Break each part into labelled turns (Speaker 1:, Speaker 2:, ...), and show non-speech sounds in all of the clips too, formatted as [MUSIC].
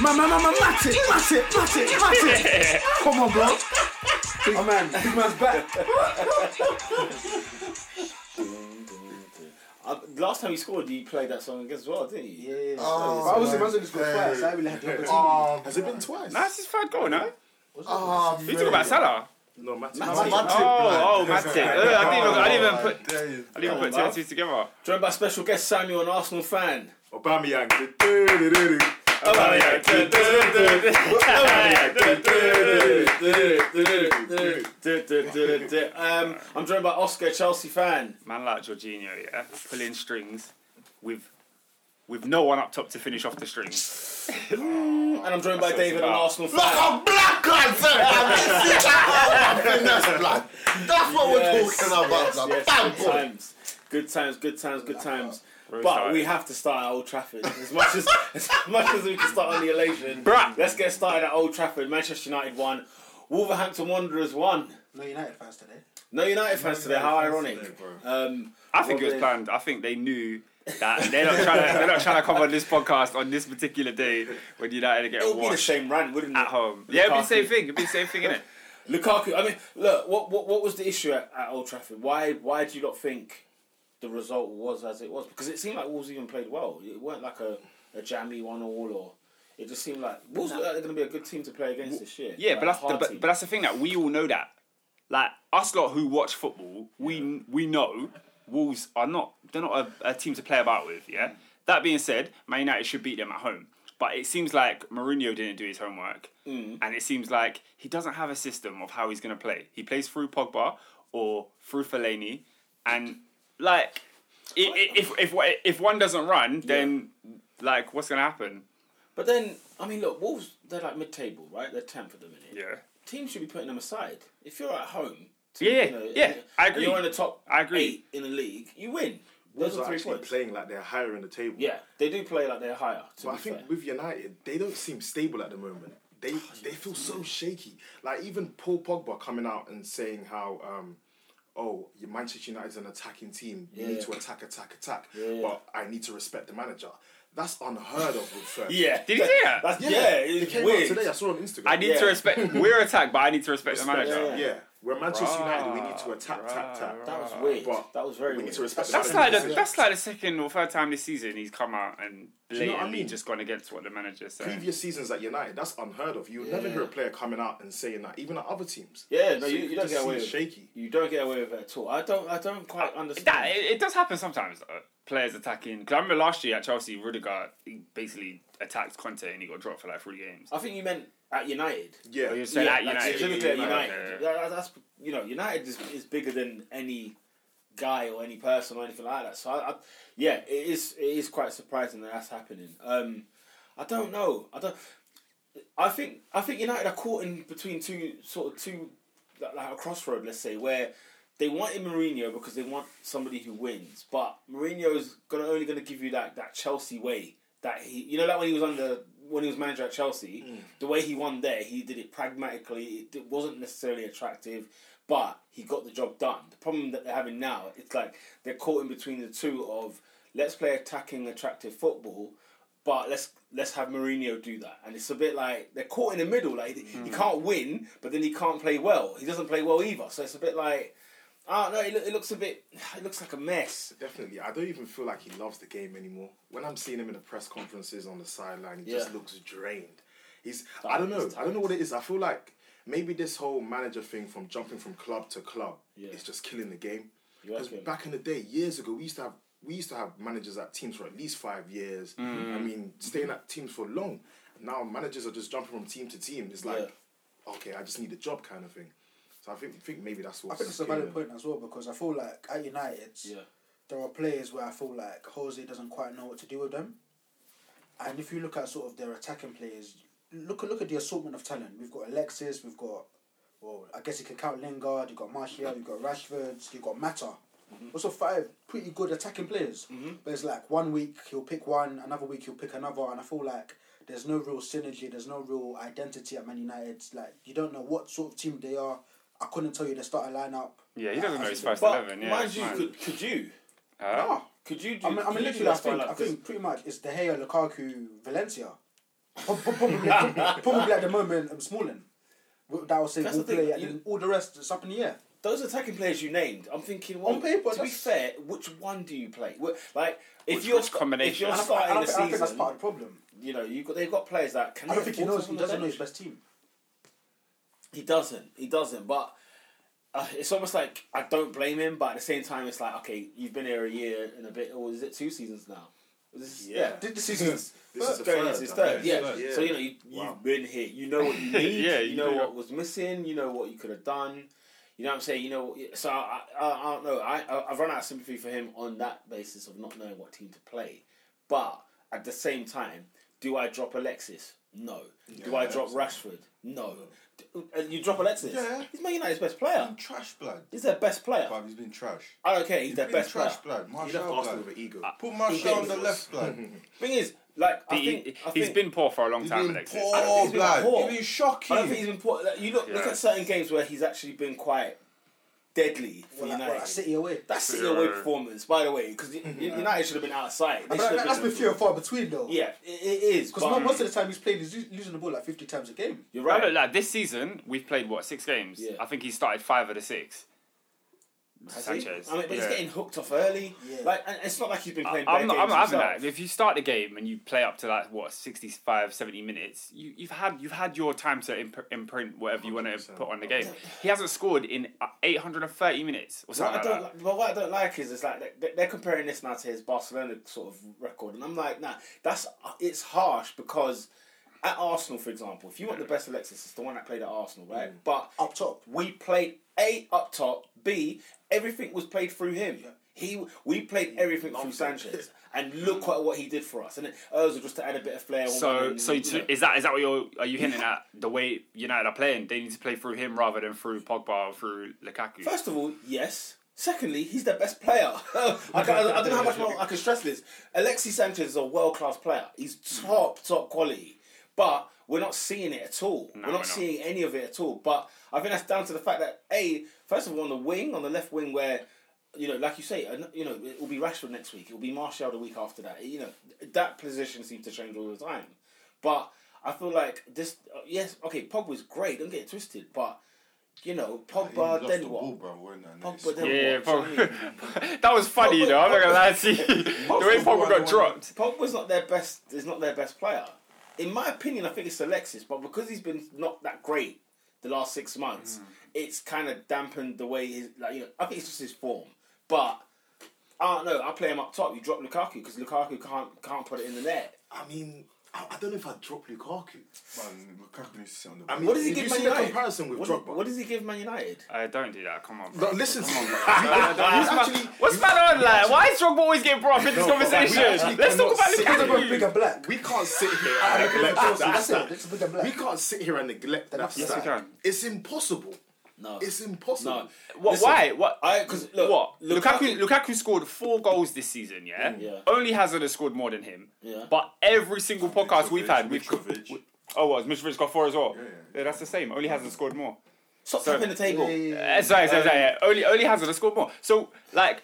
Speaker 1: Ma, ma, ma, ma, mat it, mat it, mat it, mat it. Come on, bro.
Speaker 2: Big man, big man's back.
Speaker 3: Uh, last time he scored, he played that song against as well, didn't he?
Speaker 2: Yeah, yeah, yeah.
Speaker 1: Oh,
Speaker 2: But I was the
Speaker 1: man.
Speaker 2: man's only scored twice. I really had the opportunity.
Speaker 1: Oh,
Speaker 4: Has it been twice?
Speaker 5: That's his third goal, no?
Speaker 1: oh,
Speaker 5: You talk about Salah.
Speaker 4: No, Matic.
Speaker 2: Matic.
Speaker 5: Oh, oh, Matic.
Speaker 4: [LAUGHS]
Speaker 5: Ugh, I didn't even, I didn't even put,
Speaker 1: even
Speaker 5: I didn't even put two and two together.
Speaker 3: Do you remember our special guest Samuel, an Arsenal
Speaker 2: [LAUGHS]
Speaker 3: fan?
Speaker 4: Aubameyang.
Speaker 5: Oh,
Speaker 3: um, I'm joined by Oscar, Chelsea fan.
Speaker 5: Man like Jorginho, yeah, pulling strings with with no one up top to finish off the strings.
Speaker 3: And I'm joined by
Speaker 5: That's what it's
Speaker 3: David, an
Speaker 5: about.
Speaker 3: Arsenal fan.
Speaker 2: [LAUGHS]
Speaker 4: Like a black guy, sir. I mean, see that? Oh, my goodness, blood. That's what
Speaker 3: Yes,
Speaker 4: we're talking about,
Speaker 3: yes,
Speaker 4: blood.
Speaker 3: yes,
Speaker 4: Thank
Speaker 3: good
Speaker 4: God.
Speaker 3: times. Good times, good times, good times.
Speaker 5: Very
Speaker 3: But
Speaker 5: tight.
Speaker 3: we have to start at Old Trafford. As much as [LAUGHS] as much as we can start on the elation,
Speaker 5: Bruh.
Speaker 3: let's get started at Old Trafford. Manchester United won, Wolverhampton Wanderers won.
Speaker 2: No United fans today.
Speaker 3: No United fans today. How ironic. um,
Speaker 5: I think it was
Speaker 3: Robin.
Speaker 5: planned. I think they knew that they're not trying to, they're not trying to cover this podcast on this particular day when United get
Speaker 3: it
Speaker 5: a
Speaker 3: would be the
Speaker 5: wash
Speaker 3: same run, wouldn't it?
Speaker 5: at home. Yeah, it'd be the
Speaker 3: Lukaku.
Speaker 5: same thing. It'd be the same thing, innit?
Speaker 3: Lukaku. I mean, look. What what, what was the issue at, at Old Trafford? Why why do you not think the result was as it was? Because it seemed like Wolves even played well. It weren't like a, a jammy one all or. It just seemed like Wolves are going to be a good team to play against this year.
Speaker 5: Yeah,
Speaker 3: Like,
Speaker 5: but
Speaker 3: a
Speaker 5: that's the,
Speaker 3: hard
Speaker 5: but,
Speaker 3: team.
Speaker 5: but that's the thing that we all know that, like us lot who watch football, we we know Wolves are not they're not a, a team to play about with. Yeah. That being said, Man United should beat them at home, but it seems like Mourinho didn't do his homework,
Speaker 3: Mm.
Speaker 5: and it seems like he doesn't have a system of how he's going to play. He plays through Pogba or through Fellaini, and like i- i- if if if one doesn't run, then like what's going to happen?
Speaker 3: But then I mean, look, Wolves they're like mid table, right? They're tenth at the minute.
Speaker 5: Yeah.
Speaker 3: Teams should be putting them aside. If you're at home, to,
Speaker 5: Yeah,
Speaker 3: you know,
Speaker 5: yeah,
Speaker 3: and-
Speaker 5: I
Speaker 3: and You're
Speaker 5: agree.
Speaker 3: in the top.
Speaker 5: I agree.
Speaker 3: Eight in the league, you win. Those
Speaker 4: Wolves
Speaker 3: are
Speaker 4: are
Speaker 3: three
Speaker 4: actually
Speaker 3: points.
Speaker 4: playing like they're higher in the table.
Speaker 3: Yeah, they do play like they're higher. To
Speaker 4: But
Speaker 3: be
Speaker 4: I think
Speaker 3: fair.
Speaker 4: with United, they don't seem stable at the moment. They they feel so shaky. Like even Paul Pogba coming out and saying how um, oh Manchester United's an attacking team. You need
Speaker 3: Yeah.
Speaker 4: to attack, attack, attack.
Speaker 3: Yeah.
Speaker 4: But I need to respect the manager. That's unheard of with Fergie.
Speaker 3: Yeah.
Speaker 5: Did he say that?
Speaker 3: That's, yeah,
Speaker 4: it
Speaker 3: it's
Speaker 4: came
Speaker 3: weird.
Speaker 4: out today. I saw it on Instagram.
Speaker 5: I need
Speaker 3: Yeah.
Speaker 5: to respect. We're attacked, but I need to respect,
Speaker 3: Respect,
Speaker 5: the manager.
Speaker 3: yeah.
Speaker 4: Yeah, we're Manchester United. We
Speaker 5: Rah,
Speaker 4: need to attack,
Speaker 5: rah,
Speaker 4: attack, attack.
Speaker 3: That was weird.
Speaker 4: But
Speaker 3: that was very
Speaker 4: we
Speaker 3: weird.
Speaker 4: need to respect
Speaker 5: That's
Speaker 4: the
Speaker 5: like
Speaker 4: manager.
Speaker 5: the, that's like the second or third time this season he's come out and
Speaker 4: you know
Speaker 5: blatantly
Speaker 4: what I mean?
Speaker 5: just gone against what the manager said.
Speaker 4: Previous seasons at United, that's unheard of. You would never hear a player coming out and saying that, even at other teams.
Speaker 3: Yeah, no,
Speaker 4: So
Speaker 3: you, you don't
Speaker 4: just
Speaker 3: get
Speaker 4: see
Speaker 3: away
Speaker 4: it
Speaker 3: with it.
Speaker 4: shaky. Uh,
Speaker 3: You don't get away with it at all. I don't. I don't quite
Speaker 5: It-
Speaker 3: understand.
Speaker 5: that- it, it does happen sometimes. Though, players attacking. Because I remember last year at Chelsea, Rudiger he basically attacked Conte and he got dropped for like three games.
Speaker 3: I think you meant at United.
Speaker 4: Yeah,
Speaker 5: Oh, you're saying at
Speaker 3: like
Speaker 5: United.
Speaker 3: specifically at
Speaker 5: Yeah,
Speaker 3: United.
Speaker 5: yeah,
Speaker 3: That- that- that's you know, United is, is bigger than any guy or any person or anything like that. So I, I, yeah, it is. It is quite surprising that that's happening. Um, I don't know. I don't. I think I think United are caught in between two sort of two like like a crossroad. Let's say where. They wanted Mourinho because they want somebody who wins, but Mourinho's gonna only gonna give you that, that Chelsea way that he you know like when he was under when he was manager at Chelsea, the way he won there, he did it pragmatically. It d- wasn't necessarily attractive, but he got the job done. The problem that they're having now, it's like they're caught in between the two of let's play attacking, attractive football, but let's let's have Mourinho do that. And it's a bit like they're caught in the middle. Like he-
Speaker 5: Mm.
Speaker 3: he can't win, but then he can't play well. He doesn't play well either. So it's a bit like I don't know. It, loo- it looks a bit. [SIGHS] It looks like a mess.
Speaker 4: Definitely. I don't even feel like he loves the game anymore. When I'm seeing him in the press conferences on the sideline, he just
Speaker 3: Yeah.
Speaker 4: looks drained. He's I don't know. I don't know what it is. I feel like maybe this whole manager thing from jumping from club to club
Speaker 3: Yeah.
Speaker 4: is just killing the game.
Speaker 3: You
Speaker 4: Because
Speaker 3: reckon?
Speaker 4: back in the day, years ago, we used to have we used to have managers at teams for at least five years.
Speaker 3: Mm.
Speaker 4: I mean, staying at teams for long. Now managers are just jumping from team to team. It's like, okay, I just need a job kind of thing. So I think think maybe that's what
Speaker 2: I think it's a valid point as well because I feel like at United,
Speaker 3: Yeah.
Speaker 2: there are players where I feel like Jose doesn't quite know what to do with them. And if you look at sort of their attacking players, look at look at the assortment of talent. We've got Alexis, we've got well, I guess you could count Lingard, you've got Martial, you've got Rashford, you've got Mata. Also five pretty good attacking players. But it's like one week he'll pick one, another week he'll pick another, and I feel like there's no real synergy, there's no real identity at Man United. Like you don't know what sort of team they are. I couldn't tell you their starting lineup.
Speaker 5: Yeah, he doesn't know his first
Speaker 3: But
Speaker 5: eleven. Yeah,
Speaker 3: mind
Speaker 5: it's
Speaker 3: you,
Speaker 5: mad.
Speaker 3: could, could you?
Speaker 5: Huh?
Speaker 2: Ah,
Speaker 3: Could you do?
Speaker 2: I mean, I
Speaker 3: could
Speaker 2: mean
Speaker 3: you do
Speaker 2: literally, I
Speaker 3: that
Speaker 2: think,
Speaker 3: by
Speaker 2: I
Speaker 3: like-
Speaker 2: think pretty much it's De Gea, Lukaku, Valencia. Prob- prob- Probably, prob- probably [LAUGHS] at the moment, um, Smalling. Well, That will say
Speaker 3: That's
Speaker 2: we'll
Speaker 3: the thing,
Speaker 2: play, and
Speaker 3: you-
Speaker 2: then all the rest is up in the air.
Speaker 3: Those attacking players you named, I'm thinking. Well,
Speaker 2: On paper,
Speaker 3: to be
Speaker 2: that's-
Speaker 3: fair, which one do you play? Wh- Like, if
Speaker 5: Which-
Speaker 3: you're
Speaker 5: which
Speaker 3: sta- if
Speaker 5: combination?
Speaker 3: you're
Speaker 5: And I-
Speaker 2: And
Speaker 3: starting
Speaker 2: I,
Speaker 3: the
Speaker 2: think, I think that's
Speaker 3: season,
Speaker 2: part of the problem.
Speaker 3: you know, you got they've got players that can.
Speaker 2: I
Speaker 3: they
Speaker 2: don't think he
Speaker 3: afford
Speaker 2: knows.
Speaker 3: to have
Speaker 2: He
Speaker 3: on the
Speaker 2: doesn't know his
Speaker 3: bench?
Speaker 2: best team.
Speaker 3: He doesn't. He doesn't. But uh, it's almost like I don't blame him, but at the same time, it's like okay, you've been here a year and a bit, or is it two seasons now? This is-
Speaker 4: Yeah.
Speaker 2: Did the season?
Speaker 4: This is the
Speaker 3: Going
Speaker 4: third.
Speaker 3: into his third,
Speaker 4: yeah.
Speaker 3: yeah. So you know you,
Speaker 4: Wow.
Speaker 3: you've been here. You know what you need.
Speaker 5: Yeah,
Speaker 3: you,
Speaker 5: you
Speaker 3: know
Speaker 5: do.
Speaker 3: what was missing. You know what you could have done. You know what I'm saying. You know. what- So I, I, I don't know. I, I I've run out of sympathy for him on that basis of not knowing what team to play. But at the same time, do I drop Alexis? No. do I drop Rashford? No. D- uh, You drop Alexis?
Speaker 6: Yeah.
Speaker 3: He's Man United's best player.
Speaker 6: Trash blood.
Speaker 3: He's their best player.
Speaker 6: Bruv, he's been trash.
Speaker 3: I don't care. He's their
Speaker 6: Been
Speaker 3: best player.
Speaker 6: trash blood.
Speaker 4: He left
Speaker 6: Martial
Speaker 4: Arsenal
Speaker 6: blood.
Speaker 4: with an ego.
Speaker 6: Put Martial on the
Speaker 3: Ridiculous.
Speaker 6: left blood.
Speaker 3: [LAUGHS] Thing is, like I
Speaker 5: He-
Speaker 3: think, I
Speaker 5: he's
Speaker 3: think,
Speaker 5: been poor for a long
Speaker 6: He's
Speaker 5: time,
Speaker 6: been
Speaker 5: Alexis.
Speaker 6: poor
Speaker 3: he's been poor.
Speaker 6: blood. He's been shocking.
Speaker 3: I don't think he's been poor. Like, you look look
Speaker 5: Yeah.
Speaker 3: at certain games where he's actually been quite deadly for
Speaker 2: Well, like,
Speaker 3: United.
Speaker 2: well, like City away.
Speaker 3: that's City away performance, by the way, because United should have been outside. They
Speaker 2: But
Speaker 3: should
Speaker 2: Mm-hmm. that,
Speaker 3: have
Speaker 2: that's
Speaker 3: been-
Speaker 2: been few and far between though.
Speaker 3: Yeah, it, it is.
Speaker 2: Because
Speaker 3: but-
Speaker 2: most of the time he's playing, he's lo- losing the ball like fifty times a game.
Speaker 3: you're
Speaker 5: Right. Look,
Speaker 3: right.
Speaker 5: like, this season, we've played what six games.
Speaker 3: Yeah.
Speaker 5: I think he started five of the six.
Speaker 3: I see.
Speaker 5: Sanchez.
Speaker 3: I mean, but he's
Speaker 5: Yeah.
Speaker 3: getting hooked off early.
Speaker 2: Yeah.
Speaker 3: Like, and it's not like he's been
Speaker 5: I-
Speaker 3: playing. bad
Speaker 5: I'm not, I'm
Speaker 3: games
Speaker 5: not having
Speaker 3: himself.
Speaker 5: that. If you start the game and you play up to like what 65, 70 minutes, you, you've had you've had your time to imp- imprint whatever you want to
Speaker 4: 100%.
Speaker 5: put on the game. He hasn't scored in uh, 830 minutes or
Speaker 3: What
Speaker 5: something
Speaker 3: I
Speaker 5: like
Speaker 3: don't
Speaker 5: that.
Speaker 3: like, but what I don't like is it's like they- they- they're comparing this now to his Barcelona sort of record, and I'm like, nah, that's it's harsh because at Arsenal, for example, if you want the best Alexis, it's the one that played at Arsenal, right?
Speaker 5: Mm.
Speaker 3: But [LAUGHS]
Speaker 2: Up top.
Speaker 3: we played A up top, B everything was played through him. He we played everything
Speaker 5: [LAUGHS]
Speaker 3: through Sanchez, and look at what he did for us. And it, Ozil just to add a bit of flair. on one
Speaker 5: So,
Speaker 3: end,
Speaker 5: so
Speaker 3: you
Speaker 5: to-
Speaker 3: know.
Speaker 5: is that is that what you're are you hinting at? The way United are playing, they need to play through him rather than through Pogba or through Lukaku.
Speaker 3: First of all, yes. Secondly, he's their best player. [LAUGHS] I, can't- I don't know how much more I can stress this. Alexis Sanchez is a world class player. He's top, top quality. But we're not seeing it at all. we're not
Speaker 5: we're not.
Speaker 3: seeing any of it at all. But I think that's down to the fact that, A, first of all, on the wing, on the left wing, where, you know, like you say, an- you know, it will be Rashford next week. It will be Martial the week after that. You know, that position seems to change all the time. But I feel like this, uh, yes, okay, Pogba's great. Don't get it twisted. But, you know,
Speaker 6: He
Speaker 3: Pogba,
Speaker 6: lost
Speaker 3: then
Speaker 6: the
Speaker 3: what?
Speaker 6: ball, bruv, when that
Speaker 3: Pogba,
Speaker 6: nigga
Speaker 3: then
Speaker 5: yeah,
Speaker 6: scored.
Speaker 3: what? Do you know what I mean?
Speaker 5: Pogba- [LAUGHS] that was funny though. I'm not gonna lie to you. the way
Speaker 6: of what
Speaker 5: Pogba
Speaker 6: I
Speaker 5: got
Speaker 6: want-
Speaker 5: dropped.
Speaker 3: Pogba's not their best. Is not their best player. In my opinion, I think it's Alexis, but because he's been not that great the last six months, it's kind of dampened the way his like you know. I think it's just his form, but. I don't know. I play him up top. You drop Lukaku because Lukaku can't can't put it in the net.
Speaker 4: I mean, I, I don't know if I'd drop Lukaku.
Speaker 6: Man, Lukaku needs to sit on the
Speaker 4: I
Speaker 6: bench.
Speaker 4: mean,
Speaker 3: What does he
Speaker 4: if
Speaker 3: give
Speaker 4: you
Speaker 3: Man
Speaker 4: see the
Speaker 3: United?
Speaker 4: comparison with
Speaker 3: What,
Speaker 4: Drogba.
Speaker 3: what does he give Man United?
Speaker 5: Uh, don't do that. Come on. Bro.
Speaker 4: No, listen to [LAUGHS] me.
Speaker 5: What's
Speaker 4: actually-
Speaker 5: ma- what's man on like? Why is Drogba always getting brought up in this
Speaker 4: No, but we
Speaker 5: conversation?
Speaker 4: actually
Speaker 5: Let's talk
Speaker 4: cannot
Speaker 5: about
Speaker 4: sit
Speaker 2: Because they're both
Speaker 5: Lukaku.
Speaker 2: big and black.
Speaker 4: We can't sit here and neglect that.
Speaker 2: That's it.
Speaker 4: stat.
Speaker 2: That's big and black.
Speaker 4: We can't sit here and neglect that.
Speaker 2: Yes, we
Speaker 4: stat.
Speaker 5: can.
Speaker 4: It's impossible.
Speaker 3: No,
Speaker 4: It's impossible.
Speaker 3: No.
Speaker 5: What?
Speaker 3: Listen,
Speaker 5: why? What?
Speaker 3: I because look
Speaker 5: what?
Speaker 3: Lukaku,
Speaker 5: Lukaku, Lukaku scored four goals this season. Yeah?
Speaker 3: Yeah.
Speaker 5: Only Hazard has scored more than him.
Speaker 3: Yeah.
Speaker 5: But every single podcast we've had, we've.
Speaker 6: Mitrovic.
Speaker 5: we- Oh, what? Mitrovic got four as well.
Speaker 6: yeah.
Speaker 5: Yeah, that's the same. Only Hazard scored more.
Speaker 3: stop tapping the table.
Speaker 5: Uh, sorry, sorry, sorry. yeah. Only, only Hazard has scored more. So, like,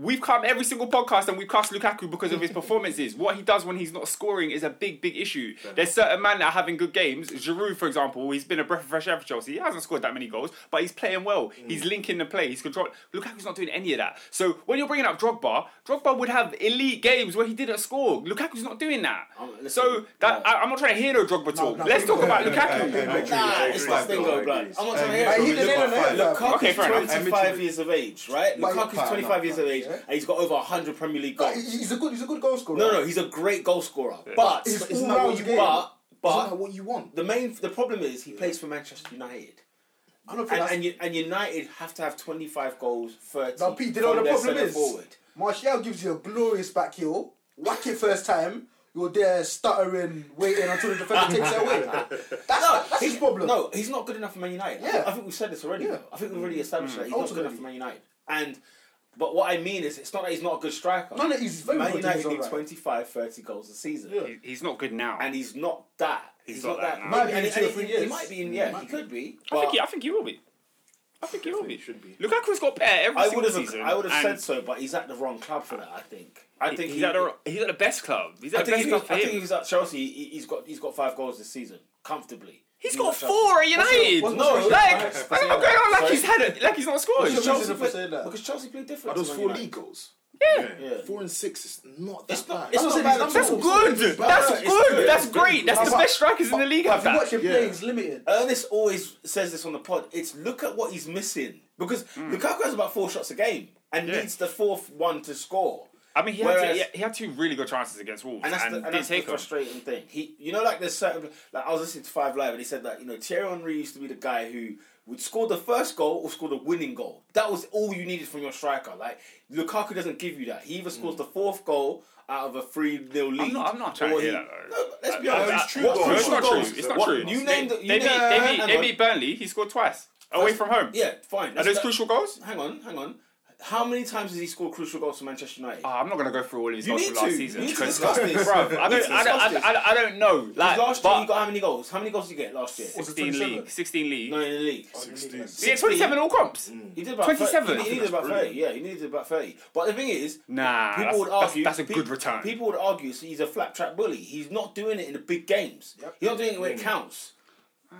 Speaker 5: we've come every single podcast and we cast Lukaku because of his performances. What he does when he's not scoring is a big, big issue. There's certain men that are having good games. Giroud, for example, he's been a breath of fresh air for Chelsea. He hasn't scored that many goals, but he's playing well. He's linking the play. He's controlling. Lukaku's not doing any of that. So, when you're bringing up Drogba, Drogba would have elite games where he didn't score. Lukaku's not doing that.
Speaker 3: Um, listen,
Speaker 5: so, that,
Speaker 3: yeah.
Speaker 5: I, I'm not trying to hear no Drogba talk.
Speaker 2: no,
Speaker 5: Let's
Speaker 2: no,
Speaker 5: talk about
Speaker 6: Hey, hey,
Speaker 5: Lukaku.
Speaker 6: I agree,
Speaker 3: Nah,
Speaker 6: I
Speaker 3: it's
Speaker 6: agree.
Speaker 3: not bingo, blood. I'm not trying to hear
Speaker 2: But
Speaker 3: it.
Speaker 2: he hit the nail on the head. like,
Speaker 3: Lukaku's
Speaker 5: Okay, fair enough.
Speaker 6: And
Speaker 3: 25
Speaker 6: Mitrovic-
Speaker 3: years of age, right?
Speaker 2: But-
Speaker 3: Lukaku's
Speaker 6: Nah,
Speaker 3: 25 years of age,
Speaker 2: yeah.
Speaker 3: and he's got over 100 Premier League
Speaker 2: Like,
Speaker 3: goals.
Speaker 2: he's a good, he's a good goal scorer.
Speaker 3: No, no, he's a great goal scorer, but
Speaker 2: It's- it's not
Speaker 3: but,
Speaker 2: what you want.
Speaker 3: but,
Speaker 4: Isn't that
Speaker 3: but
Speaker 4: what you want?
Speaker 3: the main the problem is he plays for Manchester United,
Speaker 2: I don't think
Speaker 3: and
Speaker 2: that's-
Speaker 3: and, you, and United have to have 25 goals, 30.
Speaker 2: Now, Pete, do you know what
Speaker 3: from
Speaker 2: the
Speaker 3: their
Speaker 2: problem
Speaker 3: centre
Speaker 2: is?
Speaker 3: Forward.
Speaker 2: Martial gives you a glorious back heel, whack it first time, you're there stuttering, waiting until the defender takes
Speaker 3: [LAUGHS]
Speaker 2: it away. That's, that's his
Speaker 3: He-
Speaker 2: problem.
Speaker 3: No, he's not good enough for Man United.
Speaker 2: Yeah.
Speaker 3: I think we've said this already.
Speaker 2: Yeah.
Speaker 3: though. I think we've already established that he's not good
Speaker 2: Ultimately.
Speaker 3: enough for Man United. And but what I mean is, it's not that he's not a good striker.
Speaker 2: No, no, he's very
Speaker 3: Man
Speaker 2: good,
Speaker 3: United
Speaker 2: he's
Speaker 3: need
Speaker 2: alright.
Speaker 3: 25, 30 goals a season.
Speaker 5: He- He's not good now.
Speaker 3: and he's not that. He's,
Speaker 5: not that now.
Speaker 2: Might be
Speaker 3: and
Speaker 2: in
Speaker 3: he-
Speaker 2: two or
Speaker 3: and
Speaker 2: three
Speaker 3: he-
Speaker 2: years.
Speaker 3: He might be in. Yeah, he could be.
Speaker 5: I
Speaker 3: But
Speaker 5: think, he, I think he will be. I think he will
Speaker 4: He
Speaker 5: be.
Speaker 4: should be.
Speaker 5: Lukaku's got pair every
Speaker 3: I would
Speaker 5: single
Speaker 3: have.
Speaker 5: season.
Speaker 3: I would have
Speaker 5: and
Speaker 3: said so, but he's at the wrong club for that. I think. I think
Speaker 5: he's at the he's at the best club. He's
Speaker 3: I
Speaker 5: at the
Speaker 3: think,
Speaker 5: best
Speaker 3: he,
Speaker 5: club for
Speaker 3: I think he
Speaker 5: him.
Speaker 3: was at Chelsea. He, he's got he's got five goals this season comfortably.
Speaker 5: He's
Speaker 3: He
Speaker 5: got
Speaker 3: was at
Speaker 5: four at United.
Speaker 2: what's-
Speaker 5: No,
Speaker 2: what's-
Speaker 5: like
Speaker 2: what's-
Speaker 5: I'm going on like
Speaker 3: Sorry?
Speaker 5: he's had it, like he's not scored.
Speaker 2: What's your-
Speaker 3: Chelsea.
Speaker 2: reason for saying that?
Speaker 3: Because Chelsea play different.
Speaker 4: Are those
Speaker 3: to Man
Speaker 4: four
Speaker 3: United.
Speaker 4: league goals?
Speaker 3: Yeah.
Speaker 4: Four and six is not that
Speaker 3: It's not.
Speaker 4: bad.
Speaker 3: It's
Speaker 2: I'm
Speaker 3: not
Speaker 2: saying
Speaker 3: bad.
Speaker 2: that's
Speaker 3: at
Speaker 5: That's
Speaker 3: all.
Speaker 5: good. That's
Speaker 3: it's
Speaker 5: good.
Speaker 3: good.
Speaker 5: That's
Speaker 3: It's
Speaker 5: great. That's the
Speaker 2: But-
Speaker 5: best strikers in the league.
Speaker 2: But
Speaker 5: Have
Speaker 2: if you
Speaker 5: that.
Speaker 2: watch him
Speaker 4: Yeah.
Speaker 2: play, he's limited.
Speaker 3: Ernest always says this on the pod. It's look at what he's missing because Lukaku has about four shots a game and
Speaker 5: Mm. Yeah.
Speaker 3: needs the fourth one to score.
Speaker 5: I mean, he had,
Speaker 3: Whereas-
Speaker 5: two, he had two really good chances against Wolves, and,
Speaker 3: And that's the, and
Speaker 5: did
Speaker 3: that's the
Speaker 5: take them.
Speaker 3: frustrating thing. He, you know, like there's certain like I was listening to Five Live and he said that you know Thierry Henry used to be the guy who would score the first goal or score the winning goal. That was all you needed from your striker. Like Lukaku doesn't give you that. He either scores the fourth goal out of a three 0 lead.
Speaker 5: Mm. I'm not. I'm not trying
Speaker 3: or
Speaker 5: to hear
Speaker 3: he-
Speaker 5: that though.
Speaker 3: No, let's be
Speaker 5: I- I-
Speaker 3: honest.
Speaker 5: I-
Speaker 6: it's true
Speaker 5: no,
Speaker 6: goals.
Speaker 5: It's not true.
Speaker 6: Goals.
Speaker 5: It's not
Speaker 3: What-
Speaker 5: true.
Speaker 3: you named-
Speaker 5: They they
Speaker 3: you
Speaker 5: beat.
Speaker 3: named-
Speaker 5: They beat.
Speaker 3: hang
Speaker 5: They
Speaker 3: on.
Speaker 5: beat Burnley. He scored twice away from home.
Speaker 3: Yeah,
Speaker 5: Are
Speaker 3: fine. That's-
Speaker 5: those
Speaker 3: that-
Speaker 5: crucial goals?
Speaker 3: Hang on, hang on. How many times has he scored crucial goals for Manchester United?
Speaker 5: Oh, I'm not gonna go through all of his
Speaker 3: You
Speaker 5: goals
Speaker 3: need
Speaker 5: from last
Speaker 3: to.
Speaker 5: season.
Speaker 3: You need to
Speaker 5: 'cause-
Speaker 3: discuss
Speaker 5: [LAUGHS]
Speaker 3: this.
Speaker 5: Bruv, I
Speaker 3: You
Speaker 5: don't,
Speaker 3: need to
Speaker 5: I don't,
Speaker 3: discuss
Speaker 5: I
Speaker 3: this.
Speaker 5: don't, I don't, I don't know. Like,
Speaker 3: last year
Speaker 5: but
Speaker 3: you got how many goals? How many goals did you get last year?
Speaker 5: 16
Speaker 2: 27?
Speaker 5: league, 16 league.
Speaker 3: No, Mm. in the league.
Speaker 5: Oh,
Speaker 6: 16.
Speaker 5: yeah, 27 all comps.
Speaker 3: He did about
Speaker 5: 27.
Speaker 3: 30. He, he
Speaker 5: I
Speaker 3: needed
Speaker 5: think
Speaker 3: about
Speaker 5: that's
Speaker 3: 30. Yeah, he needed about 30. But the thing is,
Speaker 5: Nah,
Speaker 3: people
Speaker 5: that's-
Speaker 3: would
Speaker 5: that's-
Speaker 3: argue
Speaker 5: that's a
Speaker 3: pe-
Speaker 5: good return.
Speaker 3: People would argue so he's a flat track bully. He's not doing it in the big games.
Speaker 2: Yep.
Speaker 3: He's not doing it when it
Speaker 6: Mm.
Speaker 3: counts.
Speaker 5: Uh,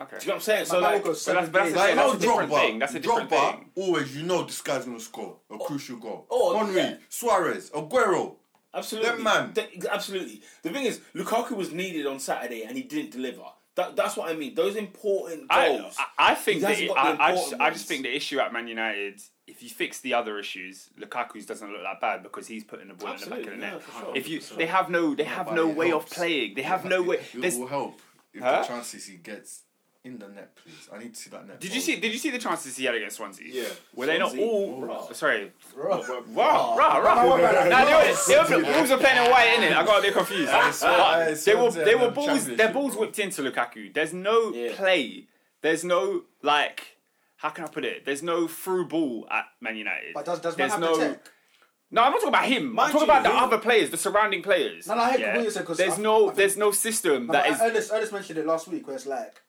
Speaker 5: Okay.
Speaker 3: Do you know what I'm saying? So
Speaker 2: But that
Speaker 3: like,
Speaker 2: will go
Speaker 5: But that's,
Speaker 2: seven
Speaker 5: but that's,
Speaker 2: days.
Speaker 5: a- that's
Speaker 6: how
Speaker 5: a different thing. That's a different
Speaker 6: Drogba,
Speaker 5: thing.
Speaker 6: always, you know this guy's going to score a crucial goal.
Speaker 3: oh,
Speaker 6: Henry,
Speaker 3: yeah.
Speaker 6: Suarez, Aguero.
Speaker 3: absolutely,
Speaker 6: Them man.
Speaker 3: Th- absolutely. The thing is, Lukaku was needed on Saturday and he didn't deliver. That, that's what I mean. Those important
Speaker 5: I,
Speaker 3: goals.
Speaker 5: I- I think
Speaker 3: He
Speaker 5: that
Speaker 3: hasn't
Speaker 5: it,
Speaker 3: got the
Speaker 5: I, I, just,
Speaker 3: important
Speaker 5: I just
Speaker 3: ones.
Speaker 5: think the issue at Man United, if you fix the other issues, Lukaku's doesn't look that bad because he's putting the ball in the
Speaker 3: Absolutely,
Speaker 5: back
Speaker 3: no,
Speaker 5: of the net.
Speaker 3: for sure,
Speaker 5: if you,
Speaker 3: for
Speaker 5: they have no, they have
Speaker 6: but
Speaker 5: no
Speaker 6: it
Speaker 5: way of
Speaker 6: helps.
Speaker 5: playing. They have no way.
Speaker 6: It
Speaker 5: there's-
Speaker 6: will help if
Speaker 5: Huh?
Speaker 6: the chances he gets in the net, please. I need to see that net.
Speaker 5: Did you
Speaker 6: goal.
Speaker 5: see? Did you see the chances he had against Swansea?
Speaker 4: Yeah.
Speaker 5: Were they not
Speaker 3: Swansea.
Speaker 5: all?
Speaker 3: Bruh.
Speaker 5: Sorry.
Speaker 2: Bro.
Speaker 5: Wow, rah, rah.
Speaker 3: [LAUGHS]
Speaker 2: no, no, no,
Speaker 5: Nah, they
Speaker 2: no.
Speaker 5: were- they were- the Wolves were playing in white, innit? I got a bit confused.
Speaker 6: I
Speaker 5: But Ah, they
Speaker 6: saw
Speaker 5: were,
Speaker 6: them
Speaker 5: they were
Speaker 6: in the
Speaker 5: balls. Their balls
Speaker 6: championship,
Speaker 5: whipped into Lukaku. There's no
Speaker 3: Yeah.
Speaker 5: play. There's no like. How can I put it? There's no through ball at Man United.
Speaker 2: But does, does man
Speaker 5: There's
Speaker 2: have
Speaker 5: no.
Speaker 2: to tech?
Speaker 5: No, I'm not talking about him.
Speaker 3: Mind
Speaker 5: I'm talking
Speaker 3: you,
Speaker 5: about the
Speaker 3: who-
Speaker 5: other players, the surrounding players.
Speaker 2: No, no, I heard what you said, 'cause
Speaker 5: there's
Speaker 2: I- I
Speaker 5: no,
Speaker 2: think-
Speaker 5: there's no system
Speaker 2: No,
Speaker 5: that
Speaker 2: but
Speaker 5: is.
Speaker 2: Ernest, Ernest mentioned it last week where it's like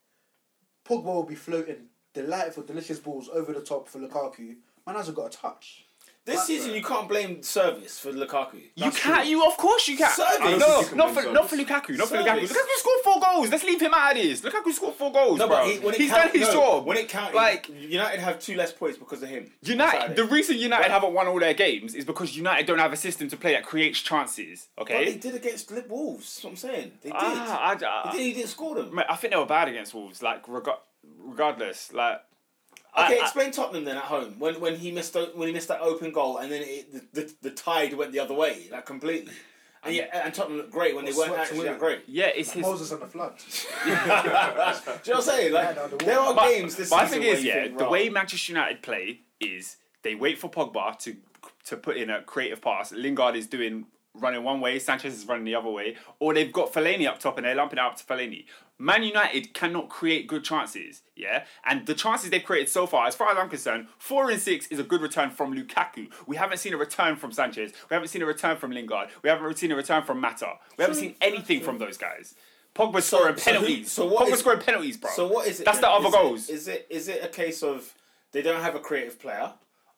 Speaker 2: Pogba will be floating delightful, delicious balls over the top for Lukaku. Man hasn't got a touch.
Speaker 3: this season, you can't blame service for Lukaku.
Speaker 5: You can't. You of course you can.
Speaker 3: Service. I don't
Speaker 5: No,
Speaker 4: think you
Speaker 5: not
Speaker 4: can
Speaker 5: for
Speaker 4: win
Speaker 5: not for
Speaker 4: service.
Speaker 5: Lukaku. Not for Lukaku.
Speaker 3: Service.
Speaker 5: Lukaku scored four goals. Let's leave him out of this. Lukaku scored four goals,
Speaker 3: No,
Speaker 5: bro.
Speaker 3: but he, when it
Speaker 5: He's done
Speaker 3: count-
Speaker 5: his
Speaker 3: no,
Speaker 5: job.
Speaker 3: When it counted,
Speaker 5: like
Speaker 3: United have two less points because of him.
Speaker 5: United,
Speaker 3: Saturday.
Speaker 5: the reason United haven't won all their games is because United don't have a system to play that creates chances.
Speaker 3: But they
Speaker 5: Okay.
Speaker 3: did against the Wolves. That's what I'm saying. They did.
Speaker 5: Ah, I,
Speaker 3: They
Speaker 5: I,
Speaker 3: did. He didn't score them.
Speaker 5: mate, I think they were bad against Wolves. Like rega- regardless, like I-
Speaker 3: Okay,
Speaker 5: I-
Speaker 3: explain Tottenham then at home when when he missed o- when he missed that open goal and then it, the, the the tide went the other way like completely. And yeah, and Tottenham looked great when they
Speaker 2: Well,
Speaker 3: weren't
Speaker 2: swept
Speaker 3: actually
Speaker 2: away.
Speaker 3: that great. Do [LAUGHS]
Speaker 5: yeah, it's his.
Speaker 2: Moses on the flood.
Speaker 3: you know what I'm saying? Like
Speaker 2: no, the
Speaker 3: there are
Speaker 5: But-
Speaker 3: games this
Speaker 5: but I
Speaker 3: season.
Speaker 5: think
Speaker 3: where
Speaker 5: is
Speaker 3: you
Speaker 5: yeah,
Speaker 3: think,
Speaker 5: the
Speaker 3: "Rah."
Speaker 5: way Manchester United play is they wait for Pogba to to put in a creative pass. Lingard is doing running one way, Sanchez is running the other way, or they've got Fellaini up top and they're lumping it up to Fellaini. Man United cannot create good chances, yeah, and the chances they've created so far, as far as I'm concerned, four and six is a good return from Lukaku. We haven't seen a return from Sanchez. We haven't seen a return from Lingard. We haven't seen a return from Mata. We haven't seen anything from those guys. Pogba scoring
Speaker 3: so who-
Speaker 5: penalties.
Speaker 3: so what
Speaker 5: Pogba
Speaker 3: is-
Speaker 5: scoring penalties, bro.
Speaker 3: So what is it?
Speaker 5: That's
Speaker 3: then?
Speaker 5: the other
Speaker 3: Is it-
Speaker 5: goals.
Speaker 3: Is it is it a case of they don't have a creative player,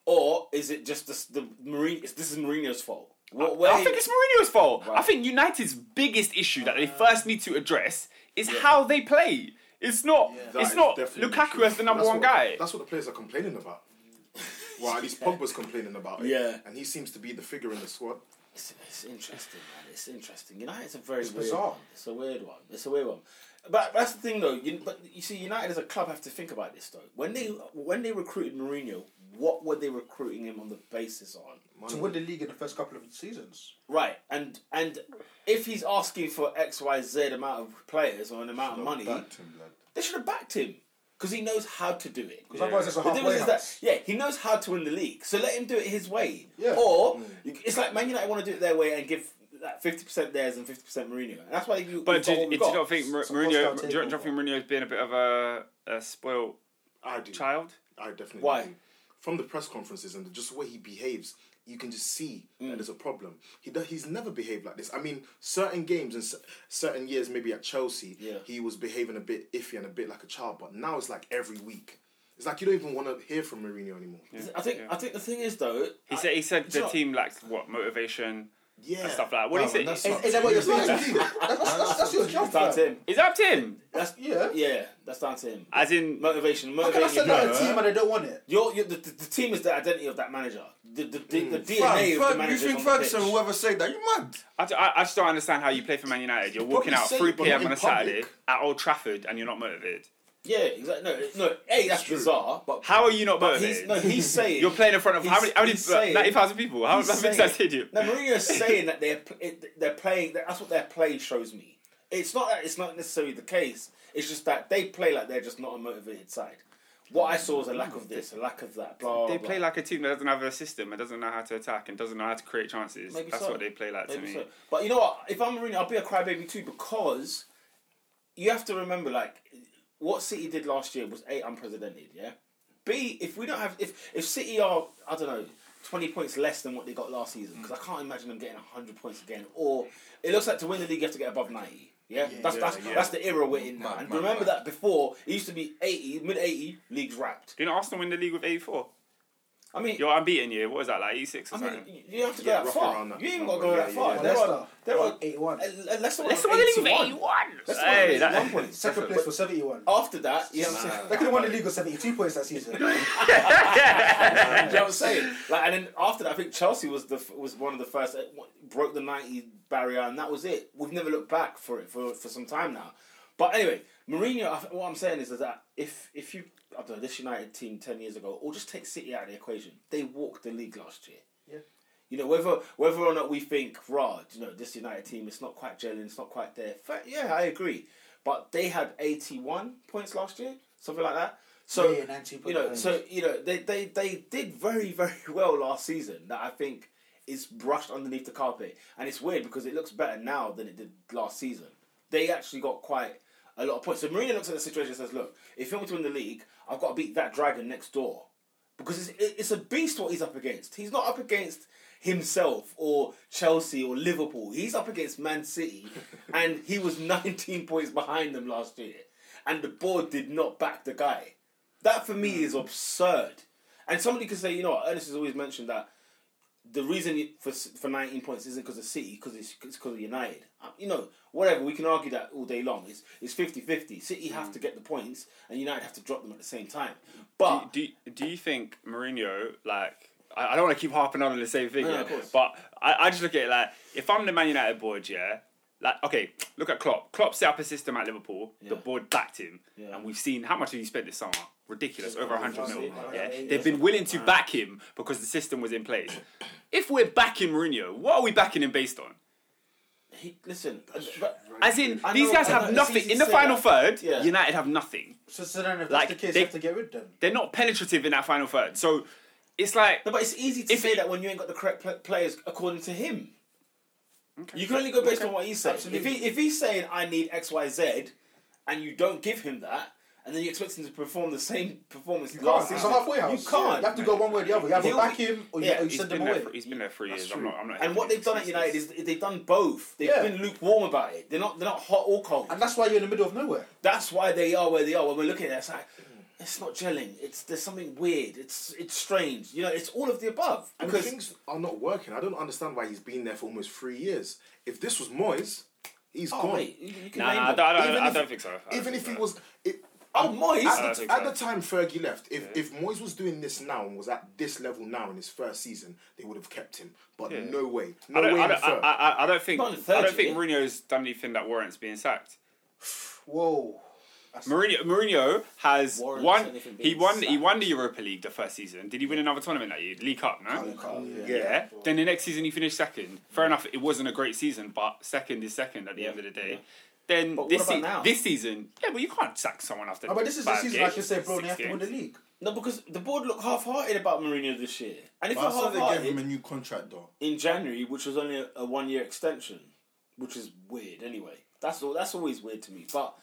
Speaker 3: or is it just the, the Mourinho? This is Mourinho's fault. What, where-
Speaker 5: I think it's Mourinho's fault. I
Speaker 3: Right.
Speaker 5: think United's biggest issue that they first need to address is how they play. It's not.
Speaker 4: That
Speaker 5: It's
Speaker 4: is
Speaker 5: not
Speaker 4: definitely
Speaker 5: Lukaku
Speaker 4: true.
Speaker 5: as the number
Speaker 4: That's
Speaker 5: one
Speaker 4: what-
Speaker 5: guy.
Speaker 4: That's what the players are complaining about. Well, at least Pogba's complaining about it.
Speaker 3: Yeah.
Speaker 4: And he seems to be the figure in the squad.
Speaker 3: It's, it's interesting, man. It's interesting. United's a very weird
Speaker 2: bizarre.
Speaker 3: One. It's a weird one. It's a weird one. But that's the thing, though. You, but you see, United as a club have to think about this, though. When they when they recruited Mourinho, what were they recruiting him on the basis on?
Speaker 2: to win the league in the first couple of seasons.
Speaker 3: Right, and and if he's asking for X, Y, Z amount of players or an amount of money,
Speaker 6: Back to him, lad.
Speaker 3: they should have backed him because he knows how to do it.
Speaker 2: Because otherwise it's a
Speaker 3: The
Speaker 2: halfway
Speaker 3: difference is
Speaker 2: house.
Speaker 3: that yeah, he knows how to win the league, so let him do it his way.
Speaker 2: Yeah. Mm.
Speaker 3: Or you- it's like Man United want to do it their way and give like fifty percent theirs and fifty percent Mourinho. And that's why you.
Speaker 5: but
Speaker 3: you've
Speaker 5: do,
Speaker 3: got what
Speaker 5: you- do
Speaker 3: we've
Speaker 5: you
Speaker 3: got.
Speaker 5: not think Mou-
Speaker 2: So
Speaker 5: Mourinho?
Speaker 2: Costa
Speaker 5: Do you
Speaker 2: take
Speaker 5: not
Speaker 2: over.
Speaker 5: think Mourinho's been a bit of a, a spoiled
Speaker 4: I do.
Speaker 5: child?
Speaker 4: I definitely
Speaker 3: Why?
Speaker 4: do. From the press conferences and just the way he behaves, you can just see
Speaker 3: Mm.
Speaker 4: that there's a problem. He do- he's never behaved like this. I mean, certain games and cer- certain years, maybe at Chelsea,
Speaker 3: Yeah.
Speaker 4: he was behaving a bit iffy and a bit like a child. But now it's like every week. It's It's like you don't even want to hear from Mourinho anymore. Yeah,
Speaker 3: I think I think the thing is though.
Speaker 5: He
Speaker 3: I-
Speaker 5: said he said
Speaker 3: it's
Speaker 5: the
Speaker 3: not-
Speaker 5: team lacks what motivation and stuff like that. What
Speaker 6: No,
Speaker 5: is it?
Speaker 6: and that's
Speaker 5: Is,
Speaker 6: not-
Speaker 2: Is that what you're saying?
Speaker 4: That's-
Speaker 2: That's, that's, that's, that's your job.
Speaker 3: It's down to
Speaker 2: fam.
Speaker 3: him.
Speaker 5: is that up to him?
Speaker 3: That's
Speaker 2: Yeah.
Speaker 3: yeah. That's down to him.
Speaker 5: As in,
Speaker 3: Motivation,
Speaker 2: How can I
Speaker 3: motivating.
Speaker 2: send out a
Speaker 3: you.
Speaker 2: team and I don't want it?
Speaker 3: Your, your, the, the the team is the identity of that manager. The, the, the,
Speaker 2: Mm.
Speaker 3: the DNA of the
Speaker 6: Ferg,
Speaker 3: manager.
Speaker 6: you
Speaker 3: is
Speaker 6: think
Speaker 3: on the pitch.
Speaker 6: Ferguson will ever say that? You mad?
Speaker 5: I, ju- I, I just don't understand how you play for Man United. You're walking out
Speaker 6: say
Speaker 5: 3
Speaker 6: it, but
Speaker 5: p.m.
Speaker 6: not
Speaker 5: on a
Speaker 6: in public.
Speaker 5: Saturday at Old Trafford and you're not motivated.
Speaker 3: Yeah, exactly. No, no. A, that's bizarre. But
Speaker 5: How are you not
Speaker 3: but he's,
Speaker 5: motivated?
Speaker 3: no, he's saying
Speaker 5: You're playing in front of how
Speaker 3: he's-
Speaker 5: many? How many?
Speaker 3: he's saying-
Speaker 5: 90,000 people. How
Speaker 3: he's
Speaker 5: many
Speaker 3: saying-
Speaker 5: that stadium?
Speaker 3: No, Mourinho's saying that they're pl- it- they're playing. That's what their play shows me. It's not that it's not necessarily the case. It's just that they play like they're just not a motivated side. What I saw was a lack of this, a lack of that. Blah.
Speaker 5: They
Speaker 3: blah.
Speaker 5: play like a team that doesn't have a system and doesn't know how to attack and doesn't know how to create chances.
Speaker 3: Maybe
Speaker 5: That's
Speaker 3: so.
Speaker 5: what they play like to
Speaker 3: Maybe
Speaker 5: me.
Speaker 3: so. But you know what? If I'm Mourinho, I'll be a crybaby too because you have to remember, like, what City did last year was a unprecedented. Yeah. B, if we don't have if if City are I don't know twenty points less than what they got last
Speaker 5: Mm.
Speaker 3: season because I can't imagine them getting hundred points again. Or it looks like to win the league you have to get above ninety. Yeah, that's that's
Speaker 4: yeah.
Speaker 3: that's the era we're in now.
Speaker 6: Mad,
Speaker 3: and
Speaker 6: mad,
Speaker 3: remember
Speaker 6: mad.
Speaker 3: that before it used to be eighty, mid eighty, leagues wrapped.
Speaker 5: You know, Arsenal win the league with 84.
Speaker 3: I mean,
Speaker 5: You're unbeaten year. What was that, like 86 or
Speaker 3: I
Speaker 5: something?
Speaker 3: mean, you- you have to go
Speaker 4: Yeah,
Speaker 3: that
Speaker 4: rough
Speaker 3: far.
Speaker 4: around that
Speaker 3: You ain't got to
Speaker 4: number,
Speaker 3: go
Speaker 4: yeah,
Speaker 3: that far.
Speaker 4: yeah.
Speaker 3: There
Speaker 2: Leicester,
Speaker 3: are there are
Speaker 2: like 81.
Speaker 3: Leicester
Speaker 5: Let's win the league with
Speaker 3: 81.
Speaker 5: 81.
Speaker 3: That's
Speaker 5: Hey,
Speaker 3: not-
Speaker 5: that,
Speaker 3: one point.
Speaker 2: Second place was 71.
Speaker 3: After that, you know what I'm
Speaker 5: [LAUGHS]
Speaker 6: Nah.
Speaker 3: saying?
Speaker 2: They could have won the league with 72 points that season.
Speaker 3: You know what I'm saying? Like, and then after that, I think Chelsea was the f- was one of the first that w- broke the 90 barrier, and that was it. We've never looked back for it for, for some time now. But anyway, Mourinho. I th- What I'm saying is that if if you I don't know this United team ten years ago, or just take City out of the equation, they walked the league last year.
Speaker 2: Yeah.
Speaker 3: You know whether whether or not we think, rah, you know this United team, it's not quite gelling, it's not quite there. Fa- yeah, I agree. But they had 81 points last year, something like that. So
Speaker 2: Yeah, 19
Speaker 3: you know,
Speaker 2: points.
Speaker 3: so you know, they, they they did very very [LAUGHS] well last season. That I think is brushed underneath the carpet, and it's weird because it looks better now than it did last season. They actually got quite a lot of points. So Mourinho looks at the situation and says, "Look, if you want me to win the league, I've got to beat that dragon next door." because it's, it- it's a beast what he's up against. He's not up against himself or Chelsea or Liverpool. He's up against Man City, and he was 19 points behind them last year, and the board did not back the guy. That for me is absurd. And somebody could say, you know, what, Ernest has always mentioned that the reason you- for for 19 points isn't because of City, because it's because of United. Uh, You know, whatever, we can argue that all day long. It's, it's 50-50. City have to get the points, and United have to drop them at the same time. But
Speaker 5: do, do, do you think Mourinho, like, I, I don't want to keep harping on the same thing,
Speaker 3: No,
Speaker 5: yeah,
Speaker 3: of course.
Speaker 5: but I, I just look at it like, if I'm the Man United board, yeah, like, okay, look at Klopp. Klopp set up a system at Liverpool, the
Speaker 3: Yeah.
Speaker 5: board backed him,
Speaker 3: Yeah.
Speaker 5: and we've seen how much have you spent this summer? Ridiculous, over 100 mil.
Speaker 2: Yeah.
Speaker 5: Yeah. They've been willing to back him because the system was in place. If we're backing Mourinho, what are we backing him based on?
Speaker 3: He, listen, but,
Speaker 5: As in,
Speaker 3: I
Speaker 5: these
Speaker 3: know-
Speaker 5: guys
Speaker 3: I know,
Speaker 5: have
Speaker 3: it's
Speaker 5: nothing.
Speaker 3: easy to
Speaker 5: In the
Speaker 3: say
Speaker 5: final
Speaker 3: that.
Speaker 5: third,
Speaker 3: Yeah.
Speaker 5: United have nothing.
Speaker 2: So, so then if
Speaker 5: Like,
Speaker 2: that's the case,
Speaker 5: they-
Speaker 2: you have to get rid of them.
Speaker 5: They're not penetrative in that final third. So it's like,
Speaker 3: no, but it's easy to
Speaker 5: If
Speaker 3: say
Speaker 5: he-
Speaker 3: that when you ain't got the correct pl- players according to him. You can only go based on what he's saying.
Speaker 2: Absolutely.
Speaker 3: If he if he's saying I need X Y Z, and you don't give him that, and then you expect him to perform the same performance last
Speaker 2: It's a
Speaker 3: season,
Speaker 2: halfway house.
Speaker 3: you can't.
Speaker 2: You have to go one way or the other. You have to
Speaker 3: He'll
Speaker 2: back
Speaker 3: be-
Speaker 2: him or you,
Speaker 3: yeah,
Speaker 2: or you
Speaker 5: he's
Speaker 2: send
Speaker 5: been,
Speaker 2: them
Speaker 5: there
Speaker 2: away.
Speaker 5: for, he's been there for years. I'm not, I'm not
Speaker 3: and what they've done at United is they've done both. They've
Speaker 2: Yeah.
Speaker 3: been lukewarm about it. They're not they're not hot or cold.
Speaker 2: And that's why you're in the middle of nowhere.
Speaker 3: that's why they are where they are. When we're looking at it, it's like it's not gelling. It's there's something weird. It's it's strange. You know, it's all of the above.
Speaker 4: And
Speaker 3: Because
Speaker 4: things are not working. I don't understand why he's been there for almost three years. If this was Moyes, he's
Speaker 3: oh,
Speaker 4: gone.
Speaker 3: mate, you, you can
Speaker 5: Nah,
Speaker 3: name
Speaker 5: nah, I
Speaker 3: them.
Speaker 5: don't, I don't,
Speaker 4: Even
Speaker 5: I
Speaker 4: if-
Speaker 5: don't think so. I don't
Speaker 4: Even
Speaker 5: think
Speaker 4: if he
Speaker 5: so.
Speaker 4: was, it,
Speaker 3: Oh, Moyes.
Speaker 5: Uh, I
Speaker 4: at,
Speaker 5: don't
Speaker 4: the,
Speaker 5: think
Speaker 4: at
Speaker 5: so.
Speaker 4: the time Fergie left, if, if Moyes was doing this now and was at this level now in his first season, they would have kept him. But no way, no
Speaker 5: I don't,
Speaker 4: way.
Speaker 5: I
Speaker 4: in
Speaker 5: don't, I,
Speaker 4: Fer.
Speaker 5: I, I- I don't think
Speaker 3: Not in
Speaker 5: I don't
Speaker 3: third
Speaker 5: think
Speaker 3: year.
Speaker 5: Mourinho's done anything that warrants being sacked.
Speaker 2: Whoa.
Speaker 5: Mourinho, Mourinho has
Speaker 3: Warrants
Speaker 5: won.
Speaker 3: anything
Speaker 5: He
Speaker 3: being
Speaker 5: won. He
Speaker 3: sacked.
Speaker 5: won the Europa League the first season. Did he win another tournament that year? League Cup, no. Yeah. Then the next season he finished second. Fair enough, it wasn't a great season, but second is second at the end of the day. Then
Speaker 3: But what
Speaker 5: this
Speaker 3: about
Speaker 5: se-
Speaker 3: now?
Speaker 5: this season, yeah, but you can't sack someone after.
Speaker 2: Oh, but this is the
Speaker 5: five
Speaker 2: season I
Speaker 5: games,
Speaker 2: should say, bro,
Speaker 5: six
Speaker 2: they have to win
Speaker 5: games.
Speaker 2: the league.
Speaker 3: No, because the board looked half-hearted about Mourinho this year, and if
Speaker 6: But I
Speaker 3: you're
Speaker 6: saw they
Speaker 3: half-hearted
Speaker 6: gave him a new contract though.
Speaker 3: in January, which was only a, a one-year extension, which is weird. Anyway, that's all. That's always weird to me. But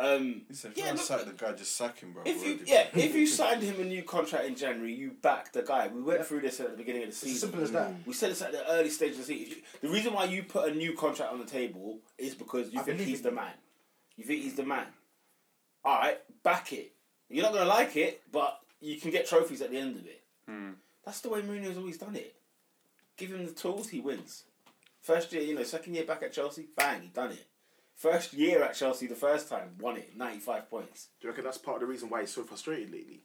Speaker 3: um,
Speaker 6: He said, if
Speaker 3: Yeah,
Speaker 6: you want to
Speaker 3: look-
Speaker 6: sack the guy, just sack him, bro.
Speaker 3: if you
Speaker 6: already.
Speaker 3: yeah, if
Speaker 2: [LAUGHS]
Speaker 3: you signed him a new contract in January, you back the guy. We went through this at the beginning of the
Speaker 2: It's as
Speaker 3: season. Mm.
Speaker 2: simple as that.
Speaker 3: We said this at the early stage of the season. If you- The reason why you put a new contract on the table is because you think
Speaker 2: believe
Speaker 3: he's
Speaker 2: in
Speaker 3: the
Speaker 2: you.
Speaker 3: man. You think he's the man. All right, back it. You're not gonna like it, but you can get trophies at the end of it. That's the way Mourinho's always done it. Give him the tools, he wins. First year, you know, second year back at Chelsea, bang, he done it. First year at Chelsea, the first time, won it, ninety five points.
Speaker 4: Do you reckon that's part of the reason why he's so frustrated lately?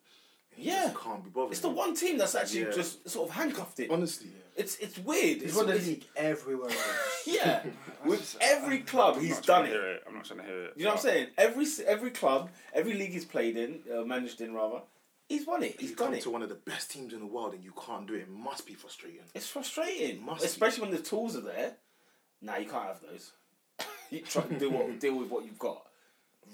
Speaker 4: He
Speaker 3: Yeah.
Speaker 4: just can't be bothered.
Speaker 3: It's the one team that's actually
Speaker 4: Yeah.
Speaker 3: just sort of handcuffed it.
Speaker 4: Honestly,
Speaker 3: It's it's weird.
Speaker 2: He's
Speaker 3: It's,
Speaker 2: won the
Speaker 3: it's-
Speaker 2: league everywhere [LAUGHS] else.
Speaker 5: [LAUGHS]
Speaker 3: Yeah, with every club, he's done it.
Speaker 5: I'm not trying to hear it.
Speaker 3: You know what I'm saying? Every every club, every league he's played in, uh, managed in rather, he's won it. He's
Speaker 4: you
Speaker 3: done
Speaker 4: come
Speaker 3: it.
Speaker 4: to one of the best teams in the world and you can't do it. It must be frustrating.
Speaker 3: It's frustrating,
Speaker 4: Must be.
Speaker 3: especially when the tools are there. Nah, you can't have those. [LAUGHS] you try to do
Speaker 5: [LAUGHS]
Speaker 3: what deal with what you've got.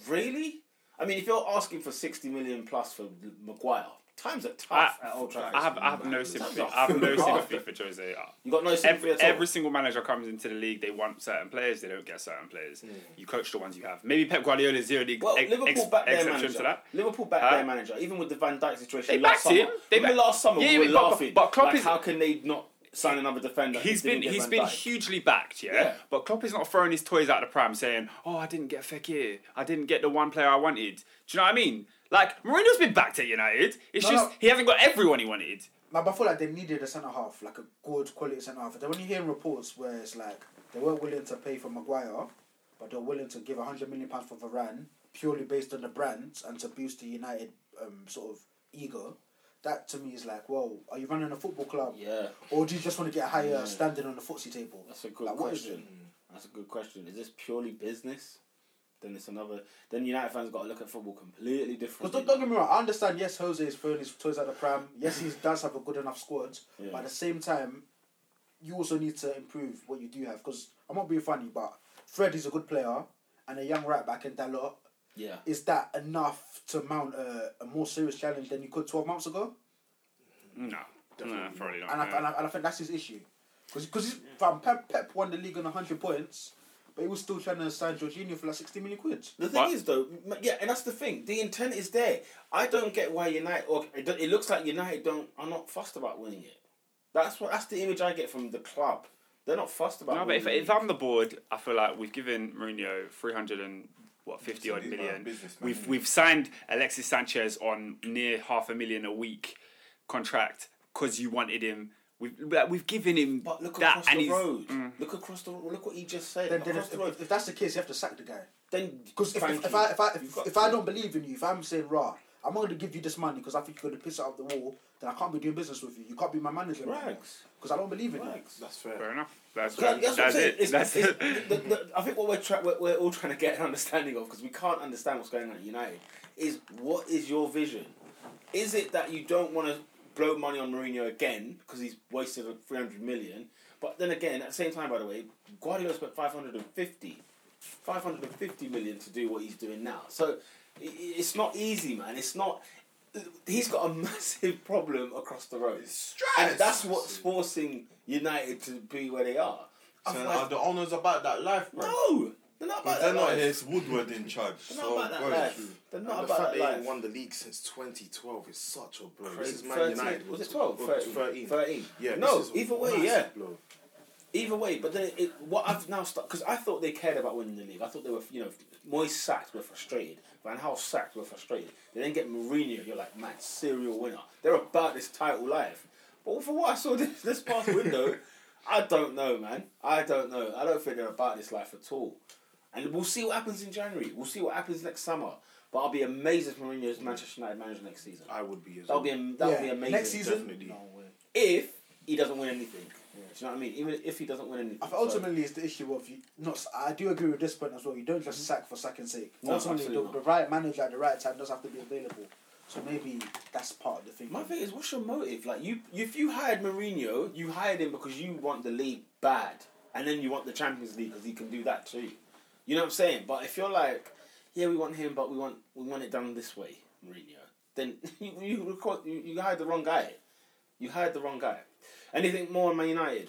Speaker 3: Really? I mean, if you're asking for sixty million plus for Maguire, times are tough
Speaker 5: I-
Speaker 3: at Old Trafford.
Speaker 5: I have, I have no sympathy.
Speaker 3: That's
Speaker 5: I have
Speaker 3: [LAUGHS]
Speaker 5: no
Speaker 3: awful.
Speaker 5: sympathy for Jose.
Speaker 3: you got no sympathy
Speaker 5: Every,
Speaker 3: at all.
Speaker 5: every single manager comes into the league, they want certain players, they don't get certain players. You coach the ones you have. Maybe Pep Guardiola is the only
Speaker 3: well,
Speaker 5: ex-
Speaker 3: Liverpool
Speaker 5: ex-
Speaker 3: back their
Speaker 5: exception
Speaker 3: manager.
Speaker 5: to that.
Speaker 3: Liverpool back
Speaker 5: Huh?
Speaker 3: their manager, even with the Van Dijk situation.
Speaker 5: They
Speaker 3: last
Speaker 5: backed
Speaker 3: summer,
Speaker 5: him. They
Speaker 3: Remember
Speaker 5: back-
Speaker 3: last summer,
Speaker 5: Yeah,
Speaker 3: we were
Speaker 5: but- but-
Speaker 3: laughing.
Speaker 5: but Klopp
Speaker 3: like,
Speaker 5: is-
Speaker 3: how can they not sign another defender?
Speaker 5: He's
Speaker 3: if they
Speaker 5: been
Speaker 3: didn't get
Speaker 5: he's
Speaker 3: Van
Speaker 5: been
Speaker 3: Dijk?
Speaker 5: hugely backed, yeah?
Speaker 3: Yeah.
Speaker 5: But Klopp is not throwing his toys out the pram, saying, "Oh, I didn't get Fekir. I didn't get the one player I wanted." Do you know what I mean? Like Mourinho's been backed at United. It's
Speaker 2: No,
Speaker 5: just
Speaker 2: no.
Speaker 5: he hasn't got everyone he wanted.
Speaker 2: Like, but I feel like they needed a centre half, like a good quality centre half. Then when you hear reports where it's like they weren't willing to pay for Maguire, but they're willing to give hundred million pounds for Varane purely based on the brands and to boost the United um, sort of ego. That to me is like, well, are you running a football club,
Speaker 3: Yeah.
Speaker 2: or do you just want to get a higher standing on the footsie table?
Speaker 3: That's a good
Speaker 2: Like, what is
Speaker 3: question. That's a good question. Is this purely business? Then it's another. Then United fans got to look at football completely
Speaker 2: Because
Speaker 3: differently.
Speaker 2: don't, don't get me wrong, I understand. Yes, Jose is throwing his toys at the pram. Yes, he does have a good enough squad.
Speaker 3: Yeah.
Speaker 2: But at the same time, you also need to improve what you do have. Because I'm not being funny, but Fred is a good player and a young right back in Dalot.
Speaker 3: yeah,
Speaker 2: Is that enough to mount a, a more serious challenge than you could 12 months ago?
Speaker 5: No, no, probably not.
Speaker 2: And, I,
Speaker 5: no.
Speaker 2: and, I, and I think that's his issue. Because um, Pep, Pep won the league on 100 points, but he was still trying to sign Jorginho for like 60 million quid.
Speaker 3: The thing
Speaker 5: But-
Speaker 3: is, though, m- yeah, and that's the thing. The intent is there. I don't get why United, or it, don't- it looks like United don't are not fussed about winning it. That's what. That's the image I get from the club. They're not fussed about.
Speaker 5: No, but
Speaker 3: winning
Speaker 5: if,
Speaker 3: it.
Speaker 5: if I'm the board, I feel like we've given Mourinho three hundred and what fifty odd
Speaker 6: He's a
Speaker 5: million.
Speaker 6: businessman,
Speaker 5: We've
Speaker 6: isn't he?
Speaker 5: we've signed Alexis Sanchez on near half a million a week contract because you wanted him. We've like, we've given him
Speaker 3: but look
Speaker 5: that,
Speaker 3: across
Speaker 5: and
Speaker 3: the
Speaker 5: he's Mm.
Speaker 3: road. Look across the road. Look what he just said.
Speaker 2: Then, then
Speaker 3: across
Speaker 2: if,
Speaker 3: the road.
Speaker 2: if, if that's the case, you have to sack the guy.
Speaker 3: Then
Speaker 2: Because if,
Speaker 3: thank
Speaker 2: if, if
Speaker 3: you.
Speaker 2: I if I
Speaker 3: You've
Speaker 2: if,
Speaker 3: got
Speaker 2: if
Speaker 3: to.
Speaker 2: I don't believe in you, if I'm saying rah, I'm not going to give you this money because I think you're going to piss it out the wall. Then I can't be doing business with you. You can't be my manager.
Speaker 3: Rags.
Speaker 2: Because I don't believe in
Speaker 3: Rags.
Speaker 4: That's fair.
Speaker 5: fair enough. That's,
Speaker 3: That-
Speaker 5: that's,
Speaker 3: that's what I'm saying.
Speaker 5: it.
Speaker 3: It's-
Speaker 5: that's
Speaker 3: it's-
Speaker 5: [LAUGHS] it.
Speaker 3: the- the- I think what we're, tra- we're we're all trying to get an understanding of because we can't understand what's going on at United is what is your vision? Is it that you don't want to blow money on Mourinho again because he's wasted like, 300 million? But then again, at the same time, by the way, Guardiola spent 550, 550 million to do what he's doing now. So i- i- it's not easy, man. It's not. He's got a [LAUGHS] massive problem across the road. And that's what's forcing United to be where they are.
Speaker 6: So
Speaker 3: Otherwise-
Speaker 6: are the owners about that life, bro?
Speaker 3: no, they're not about
Speaker 6: They're
Speaker 3: that.
Speaker 6: not
Speaker 3: life.
Speaker 6: here. It's Woodward in charge.
Speaker 3: They're
Speaker 6: so
Speaker 3: not about that
Speaker 6: go
Speaker 3: life.
Speaker 6: through.
Speaker 3: They're
Speaker 4: And
Speaker 3: not
Speaker 4: the fact
Speaker 3: about
Speaker 4: they
Speaker 3: that
Speaker 4: ain't
Speaker 3: life.
Speaker 4: won the league since 2012 is such a blow.
Speaker 3: Crazy.
Speaker 4: This is Man
Speaker 3: 13
Speaker 4: United.
Speaker 3: Was
Speaker 4: with
Speaker 3: it 12? 13.
Speaker 4: 13.
Speaker 3: 13.
Speaker 4: Yeah,
Speaker 3: no,
Speaker 4: this is a
Speaker 3: either way,
Speaker 4: massive
Speaker 3: yeah.
Speaker 4: blow.
Speaker 3: Either way, but then it, what I've now started because I thought they cared about winning the league. I thought they were, you know, Moyes sacked were frustrated, Van Gaal sacked were frustrated. They didn't get Mourinho. You're like, man, serial winner. They're about this title life. But for what I saw [LAUGHS] this, this past window, I don't know, man. I don't know. I don't think they're about this life at all. And we'll see what happens in January. We'll see what happens next summer. But I'll be amazed if Mourinho is Manchester United manager next season.
Speaker 4: I would be as
Speaker 3: That'll be
Speaker 4: well.
Speaker 3: am-
Speaker 2: you.
Speaker 3: that'll
Speaker 2: yeah.
Speaker 3: be amazing.
Speaker 2: Next season,
Speaker 4: Definitely.
Speaker 2: no way.
Speaker 3: if he doesn't win anything. Do you know what I mean? Even if he doesn't win anything.
Speaker 2: I think
Speaker 3: So-
Speaker 2: ultimately it's the issue of you. Not I do agree with this point as well. You don't just sack for sacking's sake.
Speaker 3: Mm-hmm. No,
Speaker 2: ultimately, the,
Speaker 3: absolutely
Speaker 2: the right manager at the right time does have to be available. So maybe that's part of the thing.
Speaker 3: My thing is, what's your motive? Like, you, if you hired Mourinho, you hired him because you want the league bad, and then you want the Champions League because he can do that too. You know what I'm saying? But if you're like, yeah, we want him, but we want we want it done this way, Mourinho, then [LAUGHS] you you, record, you, you hired the wrong guy. You hired the wrong guy. Anything more on Man United?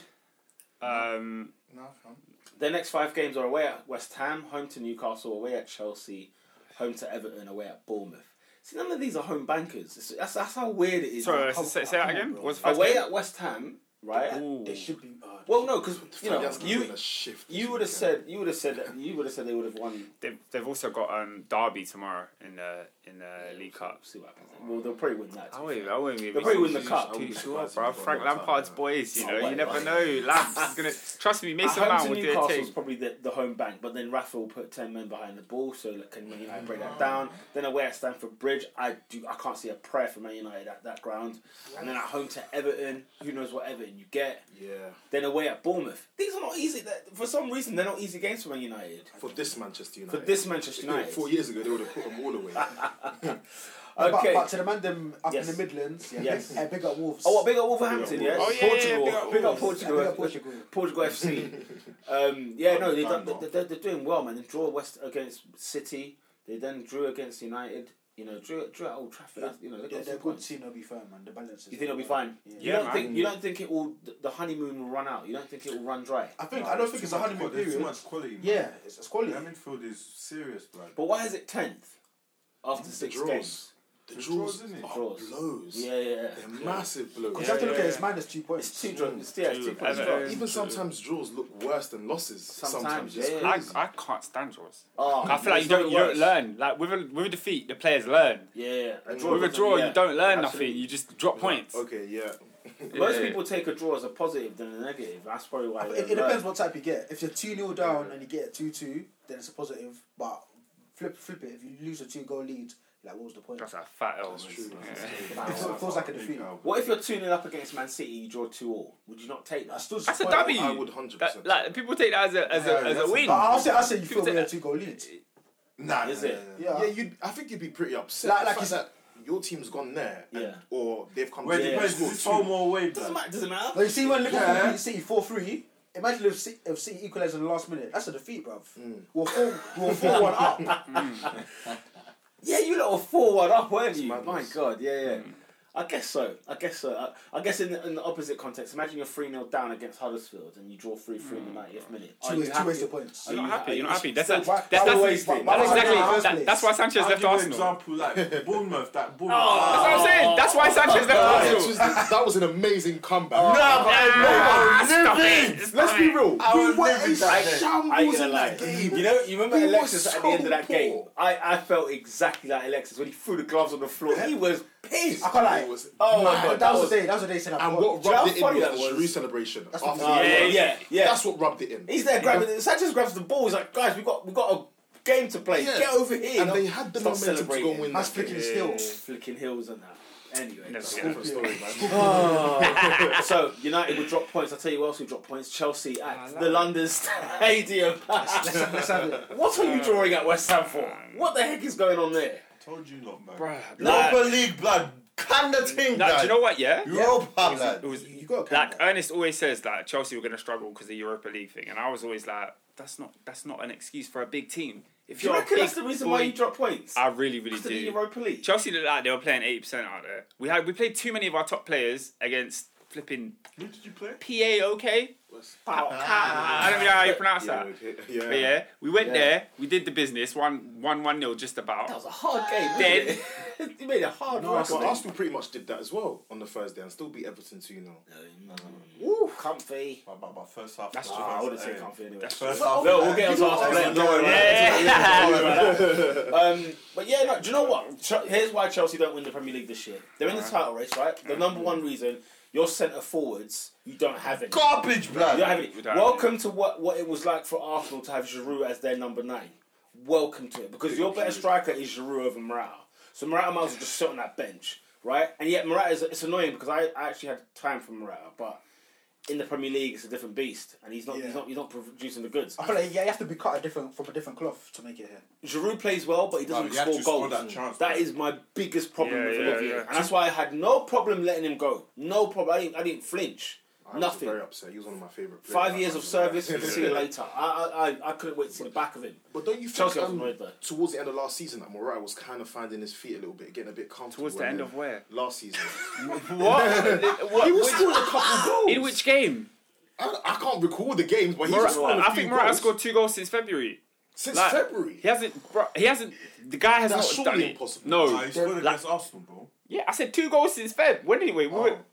Speaker 5: Um,
Speaker 6: No, fam.
Speaker 3: Their next five games are away at West Ham, home to Newcastle, away at Chelsea, home to Everton, away at Bournemouth. See, none of these are home bankers. It's- that's, that's how weird it is.
Speaker 5: sorry,
Speaker 3: Like,
Speaker 5: say, say that again. What's the first
Speaker 3: away
Speaker 5: game?
Speaker 3: at West Ham, right?
Speaker 2: That-
Speaker 5: Ooh.
Speaker 2: it should be. Uh,
Speaker 3: Well, no, because you know
Speaker 4: Fabregas
Speaker 3: you
Speaker 4: gonna shift. this
Speaker 3: you would have
Speaker 4: weekend.
Speaker 3: said you would have said that you would have said they would have won.
Speaker 5: They've, they've also got um, Derby tomorrow in the in the League Cup.
Speaker 3: See what happens. Well, they'll probably win that.
Speaker 5: I wouldn't, I wouldn't be
Speaker 3: They'll probably win the
Speaker 5: too-
Speaker 3: cup. I
Speaker 5: Too
Speaker 4: wouldn't be
Speaker 5: sure,
Speaker 4: surprised
Speaker 5: bro.
Speaker 4: if they
Speaker 5: Frank
Speaker 4: won that,
Speaker 5: Lampard's
Speaker 4: yeah.
Speaker 5: boys, you
Speaker 3: Oh,
Speaker 5: know,
Speaker 3: wait,
Speaker 5: you never
Speaker 3: wait.
Speaker 5: know. Lamp's gonna trust me. Mason
Speaker 3: I
Speaker 5: Mount
Speaker 3: hope
Speaker 5: will
Speaker 3: to
Speaker 5: do a
Speaker 3: Newcastle's
Speaker 5: thing.
Speaker 3: probably the, the home bank, but then Rafa will put ten men behind the ball, so like, can Man United break that down? Then away at Stamford Bridge, I do I can't see a prayer for Man United at that ground, and then at home to Everton, who knows what Everton you get?
Speaker 4: Yeah.
Speaker 3: Then away at Bournemouth, these are not easy. that- For some reason, they're not easy games for Man United.
Speaker 4: For this Manchester
Speaker 3: For
Speaker 4: United.
Speaker 3: this Manchester
Speaker 4: You know,
Speaker 3: United,
Speaker 4: Four years ago, they would have put them
Speaker 3: [LAUGHS]
Speaker 4: all away.
Speaker 3: okay.
Speaker 2: But, but to the man them up
Speaker 3: Yes.
Speaker 2: in the Midlands, [LAUGHS] yeah,
Speaker 3: Yes.
Speaker 2: big, uh, big up Wolves.
Speaker 3: Oh, what, big up Wolverhampton,
Speaker 4: Big
Speaker 3: yes?
Speaker 4: up Wolves.
Speaker 5: Oh, yeah, yeah, yeah,
Speaker 3: Portugal.
Speaker 5: big up
Speaker 3: big
Speaker 5: Wolves.
Speaker 3: up Portugal.
Speaker 2: Yeah, big up [LAUGHS] Portugal.
Speaker 3: Portugal FC. um, yeah, no, they
Speaker 4: Damn,
Speaker 3: done,
Speaker 4: bro.
Speaker 3: they're, they're doing well, man. They draw West against City. They then drew against United. You know, drew, drew at Old Trafford. That's- You know, they
Speaker 2: they're,
Speaker 3: got
Speaker 2: they're
Speaker 3: some
Speaker 2: a good
Speaker 3: points.
Speaker 2: team. They'll be fine, man. The balance is.
Speaker 3: You think they'll be fine?
Speaker 2: Yeah.
Speaker 3: You
Speaker 5: Yeah,
Speaker 3: don't
Speaker 5: man.
Speaker 3: think you don't think it will? The honeymoon will run out. You don't think it will run dry?
Speaker 2: I think I don't think it's a honeymoon
Speaker 6: There's too
Speaker 2: period.
Speaker 6: much quality. man.
Speaker 2: Yeah, it's, it's quality.
Speaker 6: Their midfield is serious, blood.
Speaker 3: But why is it tenth after six
Speaker 4: draws.
Speaker 3: games?
Speaker 4: The
Speaker 6: It's
Speaker 4: draws
Speaker 6: draws, isn't it?
Speaker 4: are
Speaker 3: Draws.
Speaker 4: blows.
Speaker 3: Yeah, yeah, yeah.
Speaker 4: They're massive blows.
Speaker 2: Because you have to
Speaker 3: Yeah,
Speaker 2: look
Speaker 3: yeah,
Speaker 2: at it, it's
Speaker 3: yeah.
Speaker 2: minus two points.
Speaker 3: It's two draws. It's, yeah, it's two points.
Speaker 5: Everton.
Speaker 3: draws.
Speaker 4: Even sometimes draws look worse than losses. Sometimes,
Speaker 3: Sometimes,
Speaker 4: it's
Speaker 3: yeah.
Speaker 5: I,
Speaker 4: crazy.
Speaker 5: I can't stand draws.
Speaker 3: Oh,
Speaker 5: I feel like you
Speaker 3: it's not
Speaker 5: don't you don't
Speaker 3: worse.
Speaker 5: learn. Like with a with a defeat, the players learn.
Speaker 3: Yeah, yeah. A
Speaker 5: With a
Speaker 3: doesn't-
Speaker 5: draw,
Speaker 3: yeah.
Speaker 5: you don't learn
Speaker 3: Absolutely.
Speaker 5: nothing. You just drop points.
Speaker 4: Okay, yeah.
Speaker 3: Most
Speaker 5: Yeah.
Speaker 3: people take a draw as a positive than a negative. That's probably why.
Speaker 2: It,
Speaker 3: they
Speaker 2: it
Speaker 3: learn.
Speaker 2: depends what type you get. If you're 2 0 down and you get a 2 2, then it's a positive. But flip flip it, if you lose a two goal lead, like, what was the point?
Speaker 5: That's a fat L.
Speaker 4: That's true.
Speaker 5: Yeah.
Speaker 2: it feels like a defeat.
Speaker 3: What if you're tuning up against Man City? You draw two all. Would you not take
Speaker 2: I
Speaker 3: that?
Speaker 2: still
Speaker 5: That's a
Speaker 2: disappointed.
Speaker 5: W.
Speaker 4: I would 100%.
Speaker 5: That- like people take that as a as a,
Speaker 6: Yeah,
Speaker 5: as
Speaker 6: that's
Speaker 5: a
Speaker 6: a-
Speaker 5: win.
Speaker 2: But I'll say, I'll say you
Speaker 5: People
Speaker 2: feel
Speaker 5: take
Speaker 2: me a
Speaker 5: that-
Speaker 2: two goal lead.
Speaker 6: Nah,
Speaker 3: Is
Speaker 6: nah,
Speaker 3: it?
Speaker 6: nah, nah.
Speaker 2: Yeah.
Speaker 4: Yeah, you. I think you'd be pretty upset.
Speaker 2: Like-
Speaker 4: The
Speaker 2: like
Speaker 4: fact
Speaker 2: you said-
Speaker 4: that your team's gone there, and,
Speaker 3: Yeah.
Speaker 4: or they've come.
Speaker 6: Where
Speaker 4: to
Speaker 6: yeah,
Speaker 4: you
Speaker 3: Yeah.
Speaker 4: and
Speaker 6: depends.
Speaker 4: scored
Speaker 6: It's
Speaker 4: two.
Speaker 6: home or away, blood.
Speaker 3: Doesn't matter. Doesn't matter.
Speaker 2: But you see, when Liverpool
Speaker 6: Yeah.
Speaker 2: beat City 4 3, imagine if City, if City equalised in the last minute. That's a defeat, bruv.
Speaker 3: Mm.
Speaker 2: We're 4
Speaker 3: [LAUGHS]
Speaker 2: we're 4 1 up.
Speaker 3: Yeah, you lot were four one up, weren't you? My
Speaker 4: madness.
Speaker 3: God. Yeah, yeah. I guess so. I guess so. I, I guess in the, in the opposite context, imagine you're 3 0 down against Huddersfield and you draw 3 3 in the 90th minute. Are
Speaker 2: Two,
Speaker 3: you
Speaker 2: two
Speaker 3: happy?
Speaker 2: wasted points.
Speaker 3: Are
Speaker 5: You're not
Speaker 3: you
Speaker 5: happy. You're not happy. That's
Speaker 2: So
Speaker 5: a,
Speaker 2: why-
Speaker 5: that's, that's,
Speaker 2: why
Speaker 5: that's,
Speaker 2: were we- why- why
Speaker 5: that's
Speaker 2: were we
Speaker 5: exactly
Speaker 2: in the first
Speaker 5: that,
Speaker 2: place?
Speaker 5: that's why Sanchez
Speaker 6: I'll
Speaker 5: left
Speaker 6: give you an
Speaker 5: Arsenal.
Speaker 6: example like Bournemouth, that Bournemouth.
Speaker 5: That's what I'm saying. That's why Sanchez left
Speaker 4: Ah, it
Speaker 5: Arsenal.
Speaker 4: was- [LAUGHS] that was an amazing comeback.
Speaker 5: Ah, stop it.
Speaker 4: Let's be real.
Speaker 6: was
Speaker 4: We were
Speaker 6: living
Speaker 4: in
Speaker 6: that day.
Speaker 3: I ain't
Speaker 4: shambles
Speaker 3: gonna
Speaker 4: in
Speaker 3: lie.
Speaker 4: that game.
Speaker 3: You know, you remember
Speaker 4: We were
Speaker 3: Alexis at the end of that
Speaker 4: so
Speaker 3: game?
Speaker 4: poor.
Speaker 3: I, I felt exactly like Alexis when he threw the gloves on the floor. He was pissed.
Speaker 2: I can't lie.
Speaker 4: It was-
Speaker 3: Oh my
Speaker 4: Man,
Speaker 3: god,
Speaker 2: But that was the day, that was the day said I
Speaker 4: And
Speaker 2: thought.
Speaker 4: what
Speaker 3: Do you know how
Speaker 4: rubbed it in
Speaker 3: funny that
Speaker 4: was the
Speaker 3: was?
Speaker 4: Giroud celebration.
Speaker 2: what
Speaker 4: after
Speaker 2: I'm
Speaker 4: the
Speaker 3: Oh,
Speaker 5: saying.
Speaker 4: game.
Speaker 3: yeah,
Speaker 5: Yeah,
Speaker 3: yeah, yeah.
Speaker 4: That's what rubbed it in.
Speaker 3: He's there grabbing it. Sanchez grabs the ball. He's like, guys, we got we got a game to play.
Speaker 4: Yeah.
Speaker 3: Get over here.
Speaker 4: And
Speaker 3: No,
Speaker 4: they had the
Speaker 3: stop
Speaker 4: momentum to go
Speaker 3: celebrating.
Speaker 4: win
Speaker 2: That's
Speaker 4: that game.
Speaker 2: flicking still.
Speaker 3: Flicking heels and that. Anyway,
Speaker 5: Never
Speaker 4: That's a
Speaker 5: forget
Speaker 4: different story, man.
Speaker 3: Oh. so United would drop points. I tell you, who else would drop points? Chelsea at the London Stadium.
Speaker 2: Let's have it.
Speaker 3: what are you drawing at West Ham for? What the heck is going on there?
Speaker 6: Told you not, man.
Speaker 5: that.
Speaker 6: Europa League, blood. Can the thing,
Speaker 5: Nah, do you know what? Yeah,
Speaker 6: Europa, blood.
Speaker 5: it was
Speaker 2: You got to
Speaker 5: like Ernest always says that Chelsea were going to struggle because of the Europa League thing, and I was always like, that's not that's not an excuse for a big team. If
Speaker 3: Do you
Speaker 5: you're a
Speaker 3: reckon
Speaker 5: big
Speaker 3: that's the reason why
Speaker 5: boy-
Speaker 3: you drop points?
Speaker 5: I really really
Speaker 3: Because of
Speaker 5: do.
Speaker 3: the Europa League.
Speaker 5: Chelsea looked like they were playing eighty percent out there. We had we played too many of our top players against flipping
Speaker 6: Who did you play?
Speaker 5: PAOK.
Speaker 3: Pow.
Speaker 5: I don't even know how you pronounce
Speaker 4: Yeah,
Speaker 5: that.
Speaker 4: okay.
Speaker 5: But
Speaker 4: Yeah.
Speaker 5: yeah, we went
Speaker 3: Yeah.
Speaker 5: there. We did the business. One one one nil just about.
Speaker 3: That was a hard game.
Speaker 5: Dead.
Speaker 3: Then [LAUGHS] you made a hard
Speaker 4: No,
Speaker 3: work.
Speaker 4: but
Speaker 3: of it.
Speaker 4: Arsenal pretty much did that as well on the Thursday and still beat Everton 2 0.
Speaker 3: Woo, comfy.
Speaker 6: My, my, my first half.
Speaker 5: That's
Speaker 6: my
Speaker 5: true.
Speaker 3: Ah, I
Speaker 6: first-
Speaker 3: would have said
Speaker 6: hey.
Speaker 3: comfy anyway.
Speaker 5: That's
Speaker 6: First
Speaker 5: true.
Speaker 6: half.
Speaker 3: No, we'll get onto Arsenal later. Don't worry about that.
Speaker 5: Yeah.
Speaker 3: Don't worry about that. Um, but yeah, no. Do you know what? Ch- Here's why Chelsea don't win the Premier League this year. They're in the title race, right? The number one reason your centre forwards you don't have any.
Speaker 6: Garbage, blood.
Speaker 3: You don't have any.
Speaker 5: We don't have
Speaker 3: Welcome to what what it was like for Arsenal to have Giroud as their number nine. Welcome to it because your better striker is Giroud over Morata. So Morata might as well just sit on that bench, right? And yet Morata is it's annoying because I, I actually had time for Morata, but. In the Premier League, it's a different beast, and he's not.
Speaker 2: Yeah.
Speaker 3: He's not. He's not producing the goods.
Speaker 2: I feel like yeah, you have to be cut a different from a different cloth to make it here.
Speaker 3: Giroud plays well, but he doesn't
Speaker 6: Bro, he had
Speaker 3: score
Speaker 6: to score
Speaker 3: goals.
Speaker 6: that chance,
Speaker 3: that
Speaker 6: bro.
Speaker 3: is my biggest problem
Speaker 5: Yeah,
Speaker 3: with
Speaker 5: yeah,
Speaker 3: Olivier,
Speaker 5: yeah.
Speaker 3: and that's why I had no problem letting him go. No problem. I didn't. I didn't flinch.
Speaker 4: I
Speaker 3: Nothing.
Speaker 4: was very upset. He was one of my favourite players.
Speaker 3: Five years of service. We'll
Speaker 4: [LAUGHS]
Speaker 3: see you
Speaker 4: Yeah.
Speaker 3: later. I, I, I, I couldn't wait to see the back of him.
Speaker 4: But don't you think
Speaker 3: Chelsea was
Speaker 4: um,
Speaker 3: annoyed though.
Speaker 4: towards the end of last season that Morata was kind of finding his feet a little bit, getting a bit comfortable?
Speaker 5: Towards the end
Speaker 4: And
Speaker 5: of
Speaker 4: then
Speaker 5: where? [LAUGHS]
Speaker 4: Last season.
Speaker 3: [LAUGHS]
Speaker 5: What? what?
Speaker 4: he was scoring a couple goals.
Speaker 5: In which game?
Speaker 4: I, I can't recall the games, but he was scoring a
Speaker 5: I
Speaker 4: few
Speaker 5: think Morata
Speaker 4: goals
Speaker 5: scored two goals since February.
Speaker 4: since
Speaker 5: like-
Speaker 4: February.
Speaker 5: He hasn't. Bro, he hasn't. The guy has
Speaker 4: That's
Speaker 5: not
Speaker 4: surely
Speaker 5: done
Speaker 4: impossible.
Speaker 5: it. No.
Speaker 6: Nah, he scored against Arsenal, bro.
Speaker 5: Yeah, I said two goals since Feb. When did he? Wait, we were- He scored.
Speaker 3: Oh.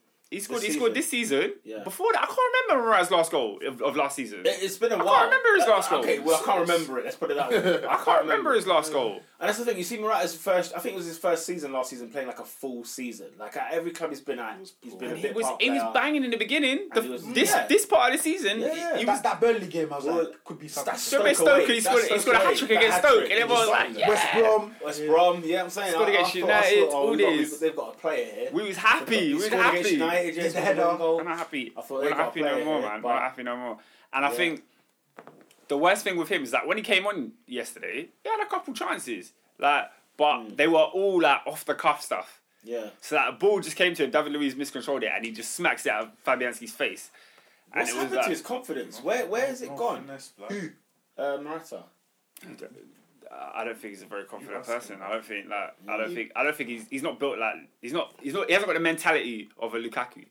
Speaker 5: he
Speaker 3: This
Speaker 5: scored
Speaker 3: season.
Speaker 5: this season.
Speaker 3: Yeah.
Speaker 5: Before that, I can't remember Morat's last goal of, of last season.
Speaker 3: It- It's been a
Speaker 5: can't
Speaker 3: while.
Speaker 5: remember his
Speaker 3: Uh,
Speaker 5: last goal.
Speaker 3: Okay, well, I can't remember it. Let's put it that way.
Speaker 5: I can't remember his last goal.
Speaker 3: And that's the thing. You see Morata's first. I think it was his first season last season playing like a full season. Like at every club he's been at, he's been a
Speaker 5: And he
Speaker 3: bit.
Speaker 5: was
Speaker 3: part
Speaker 5: he was
Speaker 3: player.
Speaker 5: banging in the beginning. The,
Speaker 3: he was-
Speaker 5: this
Speaker 3: yeah.
Speaker 5: this part of the season,
Speaker 3: Yeah, yeah.
Speaker 5: he
Speaker 2: that,
Speaker 5: was
Speaker 2: that Burnley game, I was
Speaker 3: Well,
Speaker 2: like, could be fucking.
Speaker 3: that's
Speaker 5: Stoke against
Speaker 3: Stoke
Speaker 5: Stoke.
Speaker 3: away.
Speaker 5: He scored,
Speaker 3: That's
Speaker 5: he scored a
Speaker 3: Stoke
Speaker 5: hat trick
Speaker 3: away.
Speaker 5: against
Speaker 3: That
Speaker 5: Stoke, and
Speaker 3: hat-trick. He
Speaker 5: everyone was
Speaker 3: just-
Speaker 5: like, yeah.
Speaker 2: West Brom.
Speaker 3: West Brom, yeah, I'm saying.
Speaker 5: Scored
Speaker 3: I- I
Speaker 5: against
Speaker 3: thought- I thought,
Speaker 5: United,
Speaker 3: oh,
Speaker 5: all
Speaker 3: we've got-
Speaker 5: this.
Speaker 3: They've got a player here.
Speaker 5: We was happy.
Speaker 3: He
Speaker 5: We was
Speaker 3: scored against
Speaker 5: happy.
Speaker 3: United, yeah,
Speaker 2: Here's the
Speaker 3: he's got
Speaker 2: header.
Speaker 3: a goal.
Speaker 5: I'm not happy.
Speaker 3: I thought
Speaker 5: We're
Speaker 3: they
Speaker 5: not
Speaker 3: got
Speaker 5: happy
Speaker 3: a
Speaker 5: no
Speaker 3: player
Speaker 5: more,
Speaker 3: here,
Speaker 5: man.
Speaker 3: but-
Speaker 5: We're not happy no more. And I
Speaker 3: Yeah.
Speaker 5: think the worst thing with him is that when he came on yesterday, he had a couple chances, like, but
Speaker 3: Hmm.
Speaker 5: they were all like off the cuff stuff.
Speaker 3: Yeah.
Speaker 5: So that ball just came to him. David Luiz miscontrolled it, and he just smacks it out of Fabianski's face. And
Speaker 3: What's
Speaker 5: it was
Speaker 3: happened
Speaker 5: like-
Speaker 3: to his confidence? Where where has it gone? Uh, Morata.
Speaker 5: I don't think he's a very confident
Speaker 6: asking
Speaker 5: person. I don't think like I don't
Speaker 4: You-
Speaker 5: think I don't think he's he's not built like he's not he's not he hasn't got the mentality of a Lukaku.
Speaker 4: Do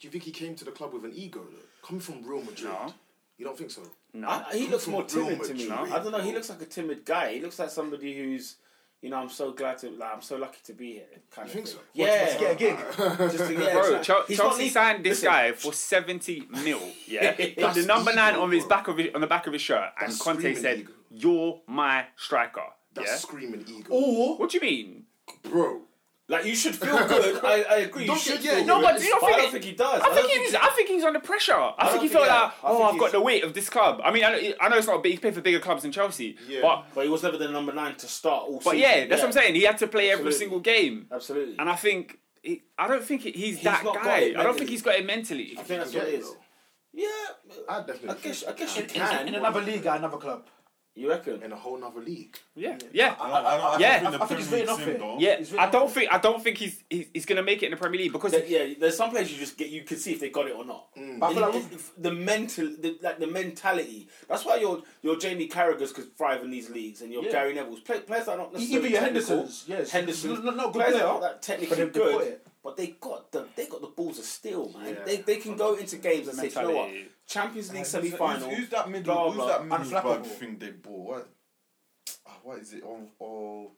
Speaker 4: you think he came to the club with an ego though? Coming from Real Madrid.
Speaker 5: No.
Speaker 4: You don't think so?
Speaker 5: No,
Speaker 3: I, he looks more
Speaker 4: Real
Speaker 3: timid to me.
Speaker 4: Madrid,
Speaker 3: I don't know. He
Speaker 4: bro.
Speaker 3: looks like a timid guy. He looks like somebody who's, you know, I'm so glad to, like, I'm so lucky to be here. Kind of
Speaker 4: You think
Speaker 3: thing.
Speaker 4: so?
Speaker 3: Yeah.
Speaker 2: Let's get a gig.
Speaker 4: [LAUGHS]
Speaker 3: Just to, yeah,
Speaker 5: bro,
Speaker 3: it's
Speaker 5: Chel-
Speaker 3: not- he's not
Speaker 5: Chelsea
Speaker 3: leak-
Speaker 5: signed this
Speaker 3: Listen,
Speaker 5: guy for seventy mil.
Speaker 3: [LAUGHS]
Speaker 5: Yeah,
Speaker 4: That's
Speaker 5: the number nine
Speaker 4: ego,
Speaker 5: on his
Speaker 4: bro.
Speaker 5: back of his, on the back of his shirt, and
Speaker 4: That's
Speaker 5: Conte
Speaker 4: screaming
Speaker 5: said,
Speaker 4: ego.
Speaker 5: "You're my striker."
Speaker 4: That's
Speaker 5: yeah,
Speaker 4: screaming ego.
Speaker 2: Or
Speaker 5: what do you mean?
Speaker 4: Bro.
Speaker 3: Like you should feel good. I, I agree.
Speaker 4: Don't
Speaker 3: you should
Speaker 4: get- yeah,
Speaker 3: feel
Speaker 4: no,
Speaker 3: good.
Speaker 5: but you don't
Speaker 3: I
Speaker 5: think
Speaker 3: don't
Speaker 5: it-
Speaker 3: think he does.
Speaker 5: I,
Speaker 3: don't
Speaker 5: think he's. I think he's under pressure. I, think
Speaker 3: don't
Speaker 5: he felt
Speaker 3: think- yeah,
Speaker 5: like,
Speaker 3: I
Speaker 5: oh,
Speaker 3: think
Speaker 5: I've got
Speaker 3: he's-
Speaker 5: the weight of this club. I mean, I know, I know it's not. Big, he played for bigger clubs than Chelsea,
Speaker 4: Yeah.
Speaker 5: but
Speaker 3: But he was never the number nine to start. All
Speaker 5: but
Speaker 3: season.
Speaker 5: yeah, that's what I'm saying. He had to play every
Speaker 3: Absolutely.
Speaker 5: single game.
Speaker 3: Absolutely.
Speaker 5: And I think he, I don't think he, he's,
Speaker 3: He's
Speaker 5: that
Speaker 3: not got
Speaker 5: guy.
Speaker 3: it
Speaker 5: I don't
Speaker 3: mentally.
Speaker 5: think he's got it mentally.
Speaker 3: I think that's
Speaker 4: You
Speaker 3: what
Speaker 4: get
Speaker 3: it is.
Speaker 4: though.
Speaker 3: Yeah.
Speaker 4: I definitely
Speaker 3: I guess. I
Speaker 4: think
Speaker 3: guess you
Speaker 2: in, in
Speaker 3: can.
Speaker 2: another league at another club.
Speaker 3: You reckon?
Speaker 4: in a whole nother league.
Speaker 5: Yeah, yeah,
Speaker 2: I- I- I- I
Speaker 5: Yeah.
Speaker 2: think the I think it's written off
Speaker 6: Premier League's in,
Speaker 2: it.
Speaker 6: though.
Speaker 5: yeah.
Speaker 2: Oh, He's really
Speaker 5: I don't
Speaker 2: not-
Speaker 5: think I don't think he's he's, he's gonna make it in the Premier League because
Speaker 3: That- yeah, there's some players you just get. You can see if they got it or not.
Speaker 2: But I feel like
Speaker 3: It- it- the mental, the, like the mentality. That's why your your Jamie Carragher's could thrive in these leagues, and your
Speaker 2: Yeah. E-
Speaker 3: Gary Neville's play, players that are not necessarily
Speaker 2: Even your
Speaker 3: technical.
Speaker 2: Hendersons, yes.
Speaker 3: Henderson's
Speaker 2: No- no- no, good
Speaker 3: players that
Speaker 2: player.
Speaker 3: aren't that technically
Speaker 2: But they- they got
Speaker 3: good,
Speaker 2: it.
Speaker 3: but they got the they got the balls of steel, man.
Speaker 4: Yeah.
Speaker 3: They, they can go into games and say, you know what,
Speaker 5: Mentality.
Speaker 3: Champions League
Speaker 6: Who's-
Speaker 3: semi final.
Speaker 6: Who's, who's that middle?
Speaker 3: blah,
Speaker 6: who's
Speaker 3: blah.
Speaker 6: that middle
Speaker 2: Unflappable.
Speaker 6: thing they bought? What? ah, What is it? Oh, oh,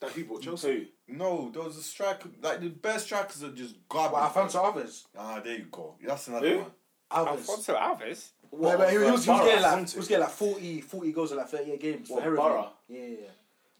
Speaker 4: That people at Chelsea.
Speaker 3: Who?
Speaker 6: no, there was a striker. Like the best strikers are just
Speaker 2: But I
Speaker 6: garbage.
Speaker 2: found some others.
Speaker 6: Ah, there you go. That's another
Speaker 3: Who?
Speaker 6: one.
Speaker 2: Others.
Speaker 5: Alfonso Alves.
Speaker 2: Wait, wait, he was, he was
Speaker 3: Barra,
Speaker 2: getting like,
Speaker 4: Santi.
Speaker 2: he was getting like 40, 40 goals in like 38 games.
Speaker 3: What,
Speaker 2: for Hereford.
Speaker 3: Barra?
Speaker 2: Yeah, yeah,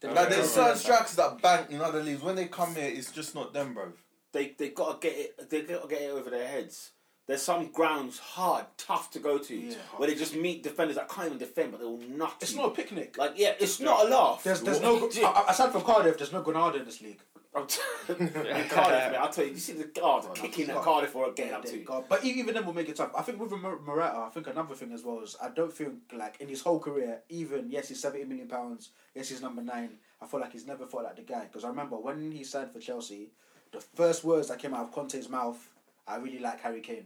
Speaker 2: yeah.
Speaker 6: Like there's
Speaker 2: Yeah.
Speaker 6: certain strikers that bank in other leagues. When they come here, it's just not them, bro.
Speaker 3: They they gotta get it. They gotta get it over their heads. There's some grounds hard, tough to go to,
Speaker 2: Yeah.
Speaker 3: where they just meet defenders that can't even defend, but they will nut.
Speaker 2: It's
Speaker 3: you.
Speaker 2: not a picnic.
Speaker 3: Like, yeah, it's not a laugh.
Speaker 2: There's,
Speaker 3: [LAUGHS]
Speaker 2: there's no, a- aside from Cardiff, there's no Granada in this league.
Speaker 3: I'm t- [LAUGHS] And Cardiff, man, I'll tell you, you see the guard kicking at Cardiff or getting up
Speaker 2: There you
Speaker 3: to.
Speaker 2: go. But e- even then, we'll make it tough. I think with Mor- Morata, I think another thing as well is I don't think like in his whole career, even yes, he's seventy million pounds, yes, he's number nine. I feel like he's never fought like the guy because I remember when he signed for Chelsea, the first words that came out of Conte's mouth, "I really like Harry Kane."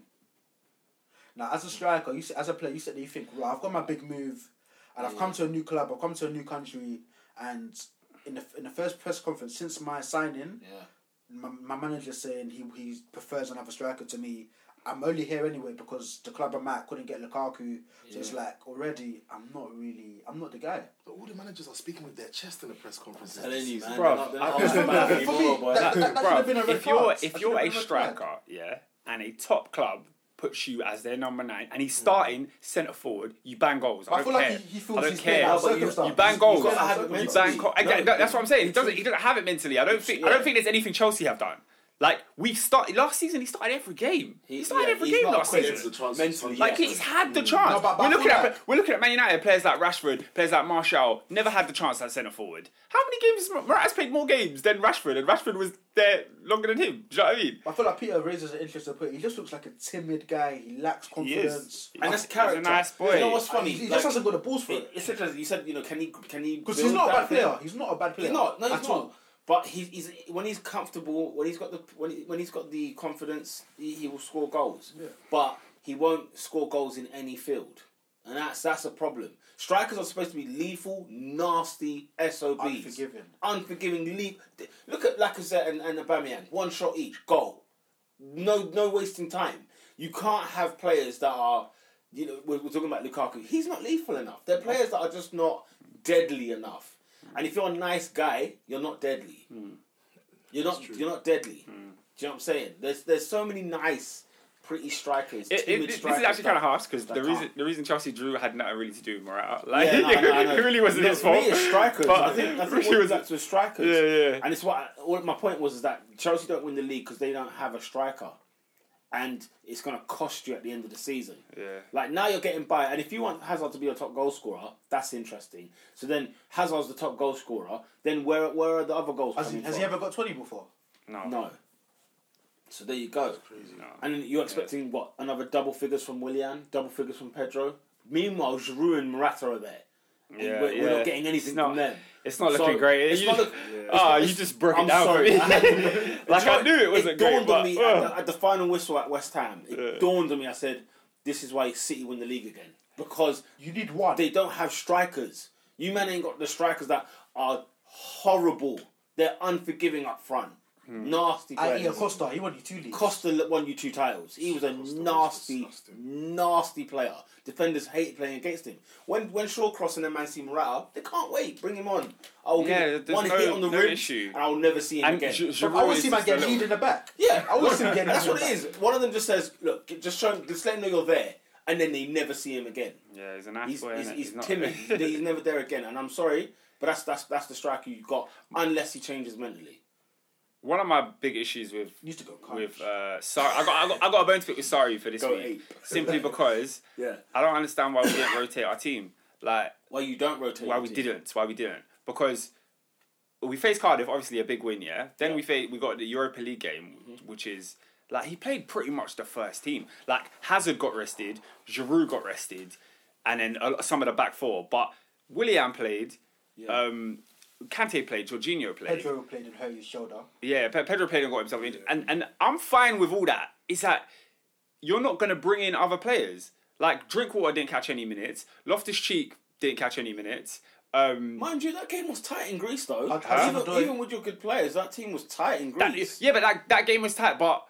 Speaker 2: Now, as a striker, you s- as a player, you sit there, you think, "Right, I've got my big move, and I've come to a new club, I've come to a new country, and." In the, in the first press conference since my signing,
Speaker 3: Yeah.
Speaker 2: my, my manager's saying he, he prefers another striker to me. I'm only here anyway because the club I'm at couldn't get Lukaku. So it's like already I'm not really I'm not
Speaker 3: [LAUGHS]
Speaker 2: the guy.
Speaker 4: But all the managers are speaking with their chest in the press conferences.
Speaker 3: Telling you, man.
Speaker 5: Bruv,
Speaker 3: they're not- they're not
Speaker 5: I-
Speaker 3: that bad
Speaker 2: For me,
Speaker 3: anymore, boy. [LAUGHS]
Speaker 2: that- that- should
Speaker 5: Bruv,
Speaker 2: have been a red
Speaker 5: if you're
Speaker 2: card. That
Speaker 5: if
Speaker 2: should
Speaker 5: you're
Speaker 2: have
Speaker 5: a
Speaker 2: been a red card.
Speaker 5: striker, yeah, and a top club puts you as their number nine, and he's starting centre forward, you bang goals. I,
Speaker 2: Mm. I
Speaker 5: don't
Speaker 2: feel
Speaker 5: care.
Speaker 2: like he- he feels
Speaker 5: I don't
Speaker 2: he's
Speaker 5: care.
Speaker 2: playing out of
Speaker 5: But you-
Speaker 2: circumstance.
Speaker 5: you bang
Speaker 2: He's
Speaker 5: goals.
Speaker 3: gotta have it
Speaker 5: You
Speaker 3: mentally.
Speaker 5: bang goals. Again,
Speaker 3: No,
Speaker 5: that's what I'm saying. He
Speaker 3: it's
Speaker 5: doesn't.
Speaker 3: true.
Speaker 5: He doesn't have it mentally. I don't think. I
Speaker 3: yeah.
Speaker 5: don't think there's anything Chelsea have done. Like we start last season, he started every game. He, started
Speaker 3: yeah,
Speaker 5: every
Speaker 3: he's
Speaker 5: game
Speaker 3: not
Speaker 5: last
Speaker 3: equipped
Speaker 5: season.
Speaker 4: The transfer-
Speaker 3: Mentally,
Speaker 5: Like
Speaker 3: yeah.
Speaker 5: he's had the chance.
Speaker 2: No, but- but
Speaker 5: we're looking
Speaker 2: I feel
Speaker 5: at we're looking at Man United players like Rashford, players like Martial, never had the chance at centre forward. How many games? Morata's played more games than Rashford, and Rashford was there longer than him. Do you know what I mean?
Speaker 2: I feel like Peter raises an interesting point. He just looks like a timid guy. He lacks confidence.
Speaker 5: He
Speaker 3: And
Speaker 5: is.
Speaker 3: that's character.
Speaker 5: He's a nice boy.
Speaker 3: You know what's
Speaker 2: He,
Speaker 3: funny?
Speaker 2: he
Speaker 3: Like,
Speaker 2: just hasn't got the balls for
Speaker 3: it-
Speaker 2: it.
Speaker 3: it's interesting. You said, you know, can he? Can he?
Speaker 2: Because he's
Speaker 3: build
Speaker 2: not a
Speaker 3: that
Speaker 2: bad
Speaker 3: thing?
Speaker 2: player. He's not a bad player.
Speaker 3: He's not. No,
Speaker 2: at
Speaker 3: he's
Speaker 2: all.
Speaker 3: not. But he's, he's when he's comfortable, when he's got the when, he, when he's got the confidence, he, he will score goals.
Speaker 2: Yeah.
Speaker 3: But he won't score goals in any field, and that's that's a problem. Strikers are supposed to be lethal, nasty SOBs,
Speaker 2: Unforgiving.
Speaker 3: unforgiving. Leap. Look at Lacazette and, and Aubameyang. One shot each, goal. No, no wasting time. You can't have players that are, you know, we're, we're talking about Lukaku. He's not lethal enough. They're players that are just not deadly enough. And if you're a nice guy, you're not deadly. You're not. You're not deadly. Do you know what I'm saying? There's there's so many nice, pretty strikers.
Speaker 5: It, it,
Speaker 3: timid
Speaker 5: this is
Speaker 3: strikers
Speaker 5: actually kind of
Speaker 3: that-
Speaker 5: harsh because
Speaker 3: that
Speaker 5: the reason
Speaker 3: can't.
Speaker 5: the reason Chelsea drew had nothing really to do with Morata. Like [LAUGHS]
Speaker 3: Yeah, no, I know, I know.
Speaker 5: it really wasn't
Speaker 3: No,
Speaker 5: his
Speaker 3: for
Speaker 5: fault.
Speaker 3: Me, it's strikers.
Speaker 5: But-
Speaker 3: I
Speaker 5: [LAUGHS]
Speaker 3: think I think
Speaker 5: Really
Speaker 3: what was
Speaker 5: wasn't-
Speaker 3: that to strikers.
Speaker 5: Yeah, yeah.
Speaker 3: And it's what I- what my point was is that Chelsea don't win the league because they don't have a striker, and it's going to cost you at the end of the season.
Speaker 5: Yeah.
Speaker 3: Like now you're getting by, and if you want Hazard to be your top goal scorer, that's interesting. So then Hazard's the top goal scorer. Then where where are the other goals
Speaker 2: Has, he,
Speaker 3: coming
Speaker 2: has
Speaker 3: from?
Speaker 2: he ever got 20 before?
Speaker 5: No,
Speaker 3: No. So there you go.
Speaker 5: No.
Speaker 3: And you're expecting what? Another double figures from Willian, double figures from Pedro. Meanwhile, Giroud and Morata are there. And
Speaker 5: Yeah,
Speaker 3: we're, we're
Speaker 5: yeah.
Speaker 3: not getting anything
Speaker 5: It's not-
Speaker 3: from them.
Speaker 5: It's not
Speaker 3: So,
Speaker 5: looking great.
Speaker 3: it's
Speaker 5: you,
Speaker 3: not
Speaker 5: just-
Speaker 3: look-
Speaker 5: Ah,
Speaker 3: it's-
Speaker 5: you just broke
Speaker 3: I'm
Speaker 5: it down
Speaker 3: [LAUGHS] sorry.
Speaker 5: for me. [LAUGHS] like [LAUGHS] I knew it wasn't great,
Speaker 3: dawned
Speaker 5: but
Speaker 3: on me
Speaker 5: ugh.
Speaker 3: at, the, at the final whistle at West Ham. It
Speaker 5: Yeah.
Speaker 3: dawned on me. I said, "This is why City win the league again because
Speaker 2: You need one.
Speaker 3: they don't have strikers. You man ain't got the strikers that are horrible. They're unforgiving up front,
Speaker 5: Hmm.
Speaker 3: nasty.
Speaker 2: I.e.
Speaker 3: players.
Speaker 2: Acosta, he won you two leagues.
Speaker 3: Costa l- won you two titles. He was a nasty,
Speaker 4: disgusting.
Speaker 3: nasty player. Defenders hate playing against him. When when Shawcross and then Man see Morata, they can't wait. Bring him on. I'll give
Speaker 5: Yeah,
Speaker 3: him
Speaker 5: there's
Speaker 3: one
Speaker 5: no-
Speaker 3: hit on the
Speaker 5: no
Speaker 3: rim,
Speaker 5: issue.
Speaker 3: and I'll never see him
Speaker 5: And
Speaker 3: again.
Speaker 5: Gi-
Speaker 2: But
Speaker 5: Giroud
Speaker 2: I always
Speaker 5: is
Speaker 2: see my
Speaker 5: just a
Speaker 2: get
Speaker 5: little-
Speaker 2: lead in the back.
Speaker 3: yeah,
Speaker 2: I always see
Speaker 3: [LAUGHS]
Speaker 2: him getting
Speaker 3: That's
Speaker 2: hit in
Speaker 3: what
Speaker 2: the
Speaker 3: it is. One of them just says, "Look, j- just show him, just let him know you're there," and then they never see him again.
Speaker 5: Yeah, he's an ass
Speaker 3: He's
Speaker 5: boy.
Speaker 3: he's,
Speaker 5: innit?
Speaker 3: he's,
Speaker 5: not- [LAUGHS]
Speaker 3: timid. he's he's never there again. And I'm sorry, but that's that's that's the striker you got, unless he changes mentally.
Speaker 5: One of my big issues with
Speaker 2: Used to go coach.
Speaker 5: with uh, sorry, I got, I got I got a bone to pick with sorry for this
Speaker 3: Go
Speaker 5: week.
Speaker 3: ape.
Speaker 5: Simply because
Speaker 3: Yeah.
Speaker 5: I don't understand why we didn't rotate our team. Like
Speaker 3: Why you don't rotate?
Speaker 5: why
Speaker 3: your
Speaker 5: we
Speaker 3: team.
Speaker 5: didn't, why we didn't, because we faced Cardiff, obviously a big win, yeah. Then we fa- we got the Europa League game, which is like he played pretty much the first team. Like Hazard got rested, Giroud got rested, and then uh, some of the back four. But Willian played, um, Kante played, Jorginho played.
Speaker 2: Pedro played in Hurley's shoulder.
Speaker 5: Yeah, Pe- Pedro played and got himself injured, and and I'm fine with all that. It's that you're not going to bring in other players. Like Drinkwater didn't catch any minutes, Loftus Cheek didn't catch any minutes. Um,
Speaker 3: Mind you, that game was tight in Greece, though.
Speaker 2: I'd- I'd
Speaker 3: even,
Speaker 2: never do it.
Speaker 3: even with your good players, that team was tight in
Speaker 5: that-
Speaker 3: Greece.
Speaker 5: yeah, but that, that game was tight. But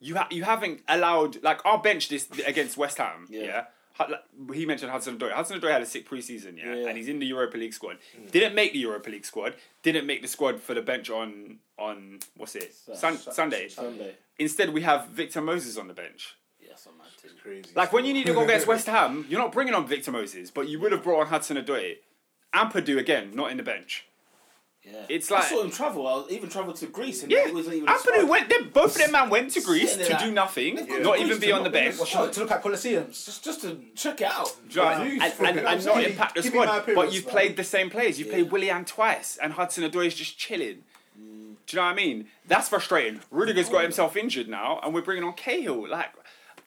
Speaker 5: you ha- you haven't allowed like our bench this against West Ham.
Speaker 3: Yeah.
Speaker 5: Yeah. Hu- like, He mentioned Hudson Odoi. Hudson Odoi had a sick preseason, yeah, Mm.
Speaker 3: Yeah.
Speaker 5: and he's in the Europa League squad. Didn't make the Europa League squad. Didn't make the squad for the bench on on what's it Sun-
Speaker 3: Su-
Speaker 5: Sunday.
Speaker 3: Sunday.
Speaker 5: Instead, we have Victor Moses on the bench.
Speaker 3: Yes, I'm mad too.
Speaker 4: Crazy.
Speaker 5: Like when you need to go against West
Speaker 3: [LAUGHS]
Speaker 5: Ham, you're not bringing on Victor Moses, but you would have brought on Hudson Odoi and Purdue again, not in the bench.
Speaker 3: Yeah.
Speaker 5: It's
Speaker 3: I
Speaker 5: like-
Speaker 3: saw him travel. I even travelled to Greece, and
Speaker 5: Yeah,
Speaker 3: it wasn't even. a
Speaker 5: and Purdue
Speaker 3: squad.
Speaker 5: went. Them, both of them man went to Greece
Speaker 3: Sitting there
Speaker 5: to
Speaker 3: like-
Speaker 5: do nothing,
Speaker 3: They've gone
Speaker 5: not
Speaker 3: to
Speaker 5: even
Speaker 3: Greece
Speaker 5: be
Speaker 3: to
Speaker 5: on the
Speaker 3: not win
Speaker 5: bench.
Speaker 3: the
Speaker 2: Well, sure, to look at Coliseums.
Speaker 3: Just, just to check it out.
Speaker 5: Do you know what I
Speaker 3: Like,
Speaker 5: mean?
Speaker 3: news.
Speaker 5: and, and, and not
Speaker 2: Give me-
Speaker 5: impact the
Speaker 2: give me my
Speaker 5: squad, but
Speaker 2: appearance,
Speaker 5: you've
Speaker 2: man.
Speaker 5: played the same players. You have
Speaker 3: Yeah.
Speaker 5: played Willian twice, and Hudson Odoi is just chilling. Do you know what I mean? That's frustrating. Rudiger's got himself injured now, and we're bringing on Cahill. Like,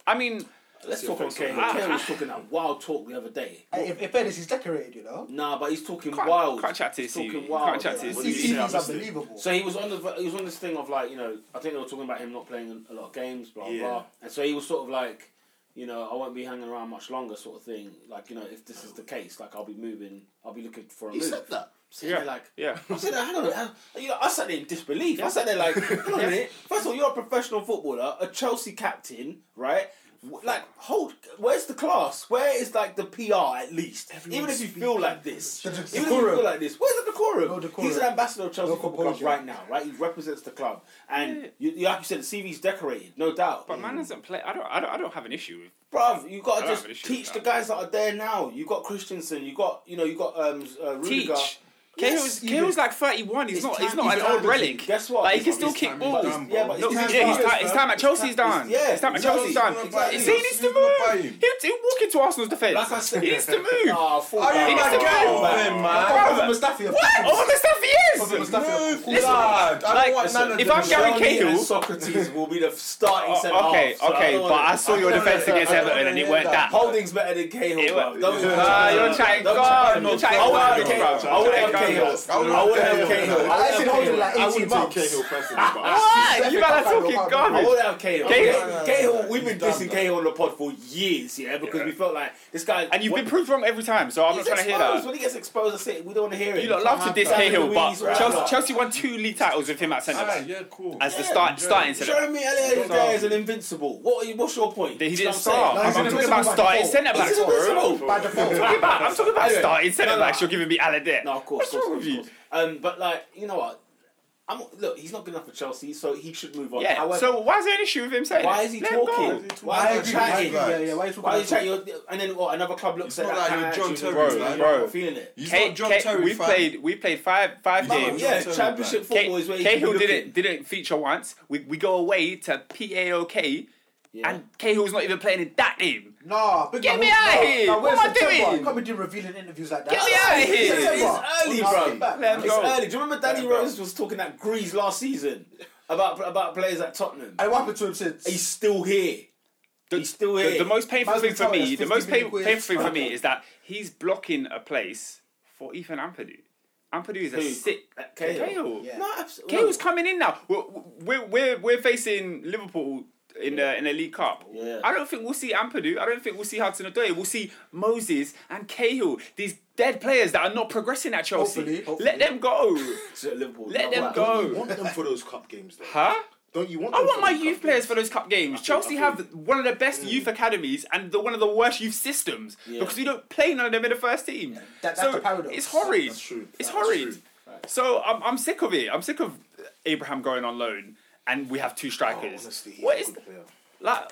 Speaker 5: I mean,
Speaker 3: Let's talk on Kane.
Speaker 5: Ah.
Speaker 3: Kane was talking that wild talk the other day.
Speaker 2: Hey, If, if Venice is decorated, you know.
Speaker 3: Nah, but he's talking
Speaker 5: can't,
Speaker 3: wild.
Speaker 5: can't chat to
Speaker 3: he's
Speaker 5: his CV.
Speaker 3: talking
Speaker 5: Can't
Speaker 3: wild.
Speaker 5: chat to
Speaker 3: yeah.
Speaker 5: his
Speaker 2: His
Speaker 4: What do you mean,
Speaker 2: CV is
Speaker 4: I missed it?
Speaker 2: unbelievable.
Speaker 3: So he was on the he was on this thing of like you know I think they were talking about him not playing a lot of games blah
Speaker 4: Yeah.
Speaker 3: blah and so he was sort of like you know I won't be hanging around much longer sort of thing like you know if this is the case like I'll be moving I'll be looking for a
Speaker 4: he
Speaker 3: move.
Speaker 4: said that.
Speaker 3: Sitting there like
Speaker 5: yeah.
Speaker 3: I said, hang on, a minute, hang- you know, I sat there in disbelief. I sat there like, hang
Speaker 2: [LAUGHS]
Speaker 3: on a minute. First of all, you're a professional footballer, a Chelsea captain, right? W- Like, hold, where's the class? Where is like the PR at least? even if you feel like this,
Speaker 2: The
Speaker 3: even
Speaker 2: decorum.
Speaker 3: if you feel like this, where's the decorum?
Speaker 2: No decorum.
Speaker 3: He's an ambassador of Chelsea
Speaker 2: No
Speaker 3: Football Club
Speaker 2: composure.
Speaker 3: right now, right? He represents the club, and you, you- like you said, the CV's decorated, no doubt.
Speaker 5: [LAUGHS]
Speaker 3: Mm.
Speaker 5: But man doesn't play. I don't. I don't. I don't have an issue with
Speaker 3: Bruv, you
Speaker 5: I
Speaker 3: gotta
Speaker 5: don't
Speaker 3: just
Speaker 5: have an issue
Speaker 3: teach
Speaker 5: with
Speaker 3: the
Speaker 5: that.
Speaker 3: guys that are there now. You got Christensen, you got you know, you got um uh, Rudiger.
Speaker 5: teach. Cahill's,
Speaker 2: even-
Speaker 5: Cahill's like 31. He's
Speaker 3: It's
Speaker 5: not.
Speaker 3: time-
Speaker 5: he's not
Speaker 3: it's
Speaker 5: an
Speaker 3: time
Speaker 5: old
Speaker 3: to-
Speaker 5: relic.
Speaker 3: guess what?
Speaker 5: Like he
Speaker 3: It's
Speaker 5: can still
Speaker 3: not-
Speaker 4: it's
Speaker 5: kick
Speaker 4: time-
Speaker 5: balls.
Speaker 4: it's time-
Speaker 3: Yeah, but
Speaker 5: No,
Speaker 3: it's
Speaker 5: yeah,
Speaker 3: time
Speaker 5: his
Speaker 3: out.
Speaker 5: time, his time at Chelsea's
Speaker 3: It's-
Speaker 5: done.
Speaker 3: yeah,
Speaker 5: his time at
Speaker 3: it's
Speaker 5: Chelsea's
Speaker 3: Chelsea.
Speaker 5: done.
Speaker 3: Exactly.
Speaker 5: He needs to
Speaker 6: Who's gonna buy
Speaker 5: move.
Speaker 6: him?
Speaker 5: He'll, he'll walk into Arsenal's defence.
Speaker 3: Like I said-
Speaker 5: he needs to move.
Speaker 3: Oh, full
Speaker 6: Are
Speaker 3: back.
Speaker 6: you mad?
Speaker 3: Full back.
Speaker 6: Go
Speaker 3: Full
Speaker 6: on,
Speaker 3: back.
Speaker 6: man.
Speaker 2: Brother Mustafi,
Speaker 5: What? All the stuff he is.
Speaker 2: Brother Mustafi,
Speaker 6: Move, lad. I
Speaker 5: like,
Speaker 6: don't want none of
Speaker 5: if
Speaker 6: them.
Speaker 5: I'm Gary
Speaker 3: Johnny
Speaker 5: Cahill-
Speaker 3: and Socrates will be the starting
Speaker 5: Oh,
Speaker 3: centre
Speaker 5: okay,
Speaker 3: half, so
Speaker 5: okay,
Speaker 3: don't
Speaker 5: but
Speaker 3: wanna-
Speaker 5: I saw your
Speaker 6: don't
Speaker 5: defence
Speaker 6: know,
Speaker 5: against
Speaker 6: I don't
Speaker 5: Everton
Speaker 6: know
Speaker 5: and it
Speaker 6: that.
Speaker 5: weren't that.
Speaker 3: Holding's better than Cahill,
Speaker 5: It
Speaker 3: bro.
Speaker 5: was-
Speaker 3: Don't-
Speaker 5: Ah, you're trying
Speaker 3: Don't
Speaker 5: God,
Speaker 3: no,
Speaker 5: you're trying
Speaker 3: I
Speaker 5: God,
Speaker 3: would have Cahill.
Speaker 5: bro.
Speaker 3: I would have
Speaker 5: Trying
Speaker 3: Cahill.
Speaker 5: God.
Speaker 3: I would have Cahill.
Speaker 2: I
Speaker 3: would have
Speaker 2: said hold him
Speaker 3: Cahill.
Speaker 2: like
Speaker 4: I
Speaker 2: 18
Speaker 4: wouldn't take
Speaker 2: months.
Speaker 4: Cahill [LAUGHS] personally, but I-
Speaker 5: What? You guys are talking
Speaker 3: I
Speaker 5: garbage.
Speaker 3: would have Cahill.
Speaker 5: Cahill-
Speaker 3: Cahill, Cahill, we've been
Speaker 6: He's done
Speaker 3: dissing
Speaker 6: that.
Speaker 3: Cahill on the pod for years, yeah, because
Speaker 5: Yeah.
Speaker 3: we felt like this guy.
Speaker 5: And you've
Speaker 3: when-
Speaker 5: been proved wrong every time, so I'm not
Speaker 3: he's
Speaker 5: trying to hear
Speaker 3: exposed.
Speaker 5: that.
Speaker 3: When he gets exposed, I say we don't want to hear it.
Speaker 5: You lot love to diss
Speaker 3: Sammy
Speaker 5: Cahill, but
Speaker 3: Louise, right?
Speaker 5: Chelsea, Chelsea won two league titles with him at centre
Speaker 6: Ah,
Speaker 5: back
Speaker 6: yeah, cool.
Speaker 5: as the
Speaker 3: Yeah.
Speaker 5: start, starting centre back.
Speaker 3: Jeremy Elliott
Speaker 5: So-
Speaker 3: there is an invincible. What are you, what's your point?
Speaker 5: He
Speaker 3: You know
Speaker 5: didn't
Speaker 3: what saying?
Speaker 5: start.
Speaker 2: No,
Speaker 5: I'm
Speaker 2: he's
Speaker 5: talking
Speaker 2: invincible
Speaker 5: about
Speaker 2: by
Speaker 5: starting
Speaker 2: default.
Speaker 5: centre backs,
Speaker 3: He's
Speaker 5: bro.
Speaker 3: invincible.
Speaker 2: By default.
Speaker 5: But I'm talking about
Speaker 3: Anyway,
Speaker 5: starting
Speaker 3: no,
Speaker 5: centre
Speaker 3: no.
Speaker 5: backs. You're giving me Alade.
Speaker 3: No, of course.
Speaker 5: What's
Speaker 3: of course,
Speaker 5: wrong
Speaker 3: of
Speaker 5: with you?
Speaker 3: course. Um, but like, you know what? I'm, look, he's not good enough for Chelsea, so he should move on.
Speaker 5: Yeah.
Speaker 3: However,
Speaker 5: so why is there an issue with him saying?
Speaker 3: why
Speaker 5: it?
Speaker 3: is he
Speaker 5: Let him go.
Speaker 3: talking?
Speaker 2: I
Speaker 3: Why is
Speaker 2: agree,
Speaker 3: he
Speaker 2: I
Speaker 3: chatting?
Speaker 2: agree, yeah, yeah. Why are you
Speaker 3: Why are you
Speaker 2: talking
Speaker 3: chatting? You're- And then what? Another club looks
Speaker 6: It's
Speaker 3: at
Speaker 6: not
Speaker 3: that.
Speaker 6: like you're
Speaker 3: "Ah,
Speaker 6: John
Speaker 3: you-
Speaker 6: Terry,
Speaker 3: bro,
Speaker 5: man.
Speaker 3: You're
Speaker 5: Bro.
Speaker 3: not feeling it.
Speaker 6: He's
Speaker 5: K-
Speaker 6: not John
Speaker 5: K-
Speaker 6: Terry.
Speaker 5: we
Speaker 6: fam.
Speaker 5: played. We played five five
Speaker 6: Man,
Speaker 5: games.
Speaker 6: John
Speaker 3: Yeah,
Speaker 6: Terry,
Speaker 3: Championship
Speaker 6: man.
Speaker 5: K-
Speaker 3: football is where you can be
Speaker 5: Cahill
Speaker 3: looking.
Speaker 5: didn't didn't feature once. We, we go away to PAOK,
Speaker 3: Yeah.
Speaker 5: and Cahill's not even playing in that game.
Speaker 2: Nah, big
Speaker 5: Get
Speaker 2: man,
Speaker 5: me
Speaker 2: where's-
Speaker 5: outta
Speaker 2: nah,
Speaker 5: here.
Speaker 2: nah,
Speaker 5: What am
Speaker 2: where's
Speaker 5: I
Speaker 2: September?
Speaker 5: doing?
Speaker 2: You can't be doing revealing interviews like that.
Speaker 5: Get me outta
Speaker 2: It's
Speaker 5: here.
Speaker 2: September.
Speaker 3: It's early,
Speaker 2: Nah,
Speaker 3: bro.
Speaker 2: sit back.
Speaker 5: Let him
Speaker 3: It's
Speaker 5: go.
Speaker 3: early. Do you remember Danny Rose was talking that Grease last season about about players at Tottenham?
Speaker 2: And what happened to him since?
Speaker 3: He's still here. He's still
Speaker 5: The-
Speaker 3: here.
Speaker 5: The, most painful
Speaker 2: Might as
Speaker 5: thing
Speaker 2: well
Speaker 5: for
Speaker 2: tell us
Speaker 5: me, the
Speaker 2: 50
Speaker 5: most pain,
Speaker 2: million quid.
Speaker 5: painful thing for me
Speaker 2: Okay.
Speaker 5: is that he's blocking a place for Ethan Ampadu. Ampadu is a
Speaker 3: Who?
Speaker 5: sick
Speaker 3: Cahill.
Speaker 5: Cahill.
Speaker 2: Yeah.
Speaker 3: no, absolutely.
Speaker 5: Cahill's coming in now. We're we're we're, we're facing Liverpool. In the in the League Cup,
Speaker 3: Yeah.
Speaker 5: I don't think we'll see Ampadu. I don't think we'll see Hudson Odoi. We'll see Moses and Cahill. These dead players that are not progressing at Chelsea.
Speaker 2: Hopefully, hopefully.
Speaker 5: Let them go,
Speaker 3: Liverpool.
Speaker 5: Let
Speaker 3: No,
Speaker 5: them
Speaker 3: like-
Speaker 5: go.
Speaker 4: Don't you want them for those cup games though?
Speaker 5: huh?
Speaker 4: Don't you want?
Speaker 5: I
Speaker 4: them
Speaker 5: want
Speaker 4: for
Speaker 5: my
Speaker 4: those
Speaker 5: youth
Speaker 4: cup
Speaker 5: players
Speaker 4: games?
Speaker 5: for those cup games.
Speaker 4: I
Speaker 5: Chelsea
Speaker 4: think- I
Speaker 5: have
Speaker 4: think-
Speaker 5: one of the best youth academies and the, one of the worst youth systems
Speaker 3: Yeah.
Speaker 5: because we don't play none of them in the first team.
Speaker 2: That- that's
Speaker 5: so
Speaker 2: the paradox.
Speaker 5: It's horrid.
Speaker 4: That's true.
Speaker 5: It's
Speaker 4: That's
Speaker 5: horrid.
Speaker 4: true.
Speaker 5: So I'm, I'm sick of it. I'm sick of Abraham going on loan and we have two strikers.
Speaker 4: Oh, Honestly, he's
Speaker 5: what
Speaker 4: a
Speaker 5: is
Speaker 4: good player.
Speaker 5: like? like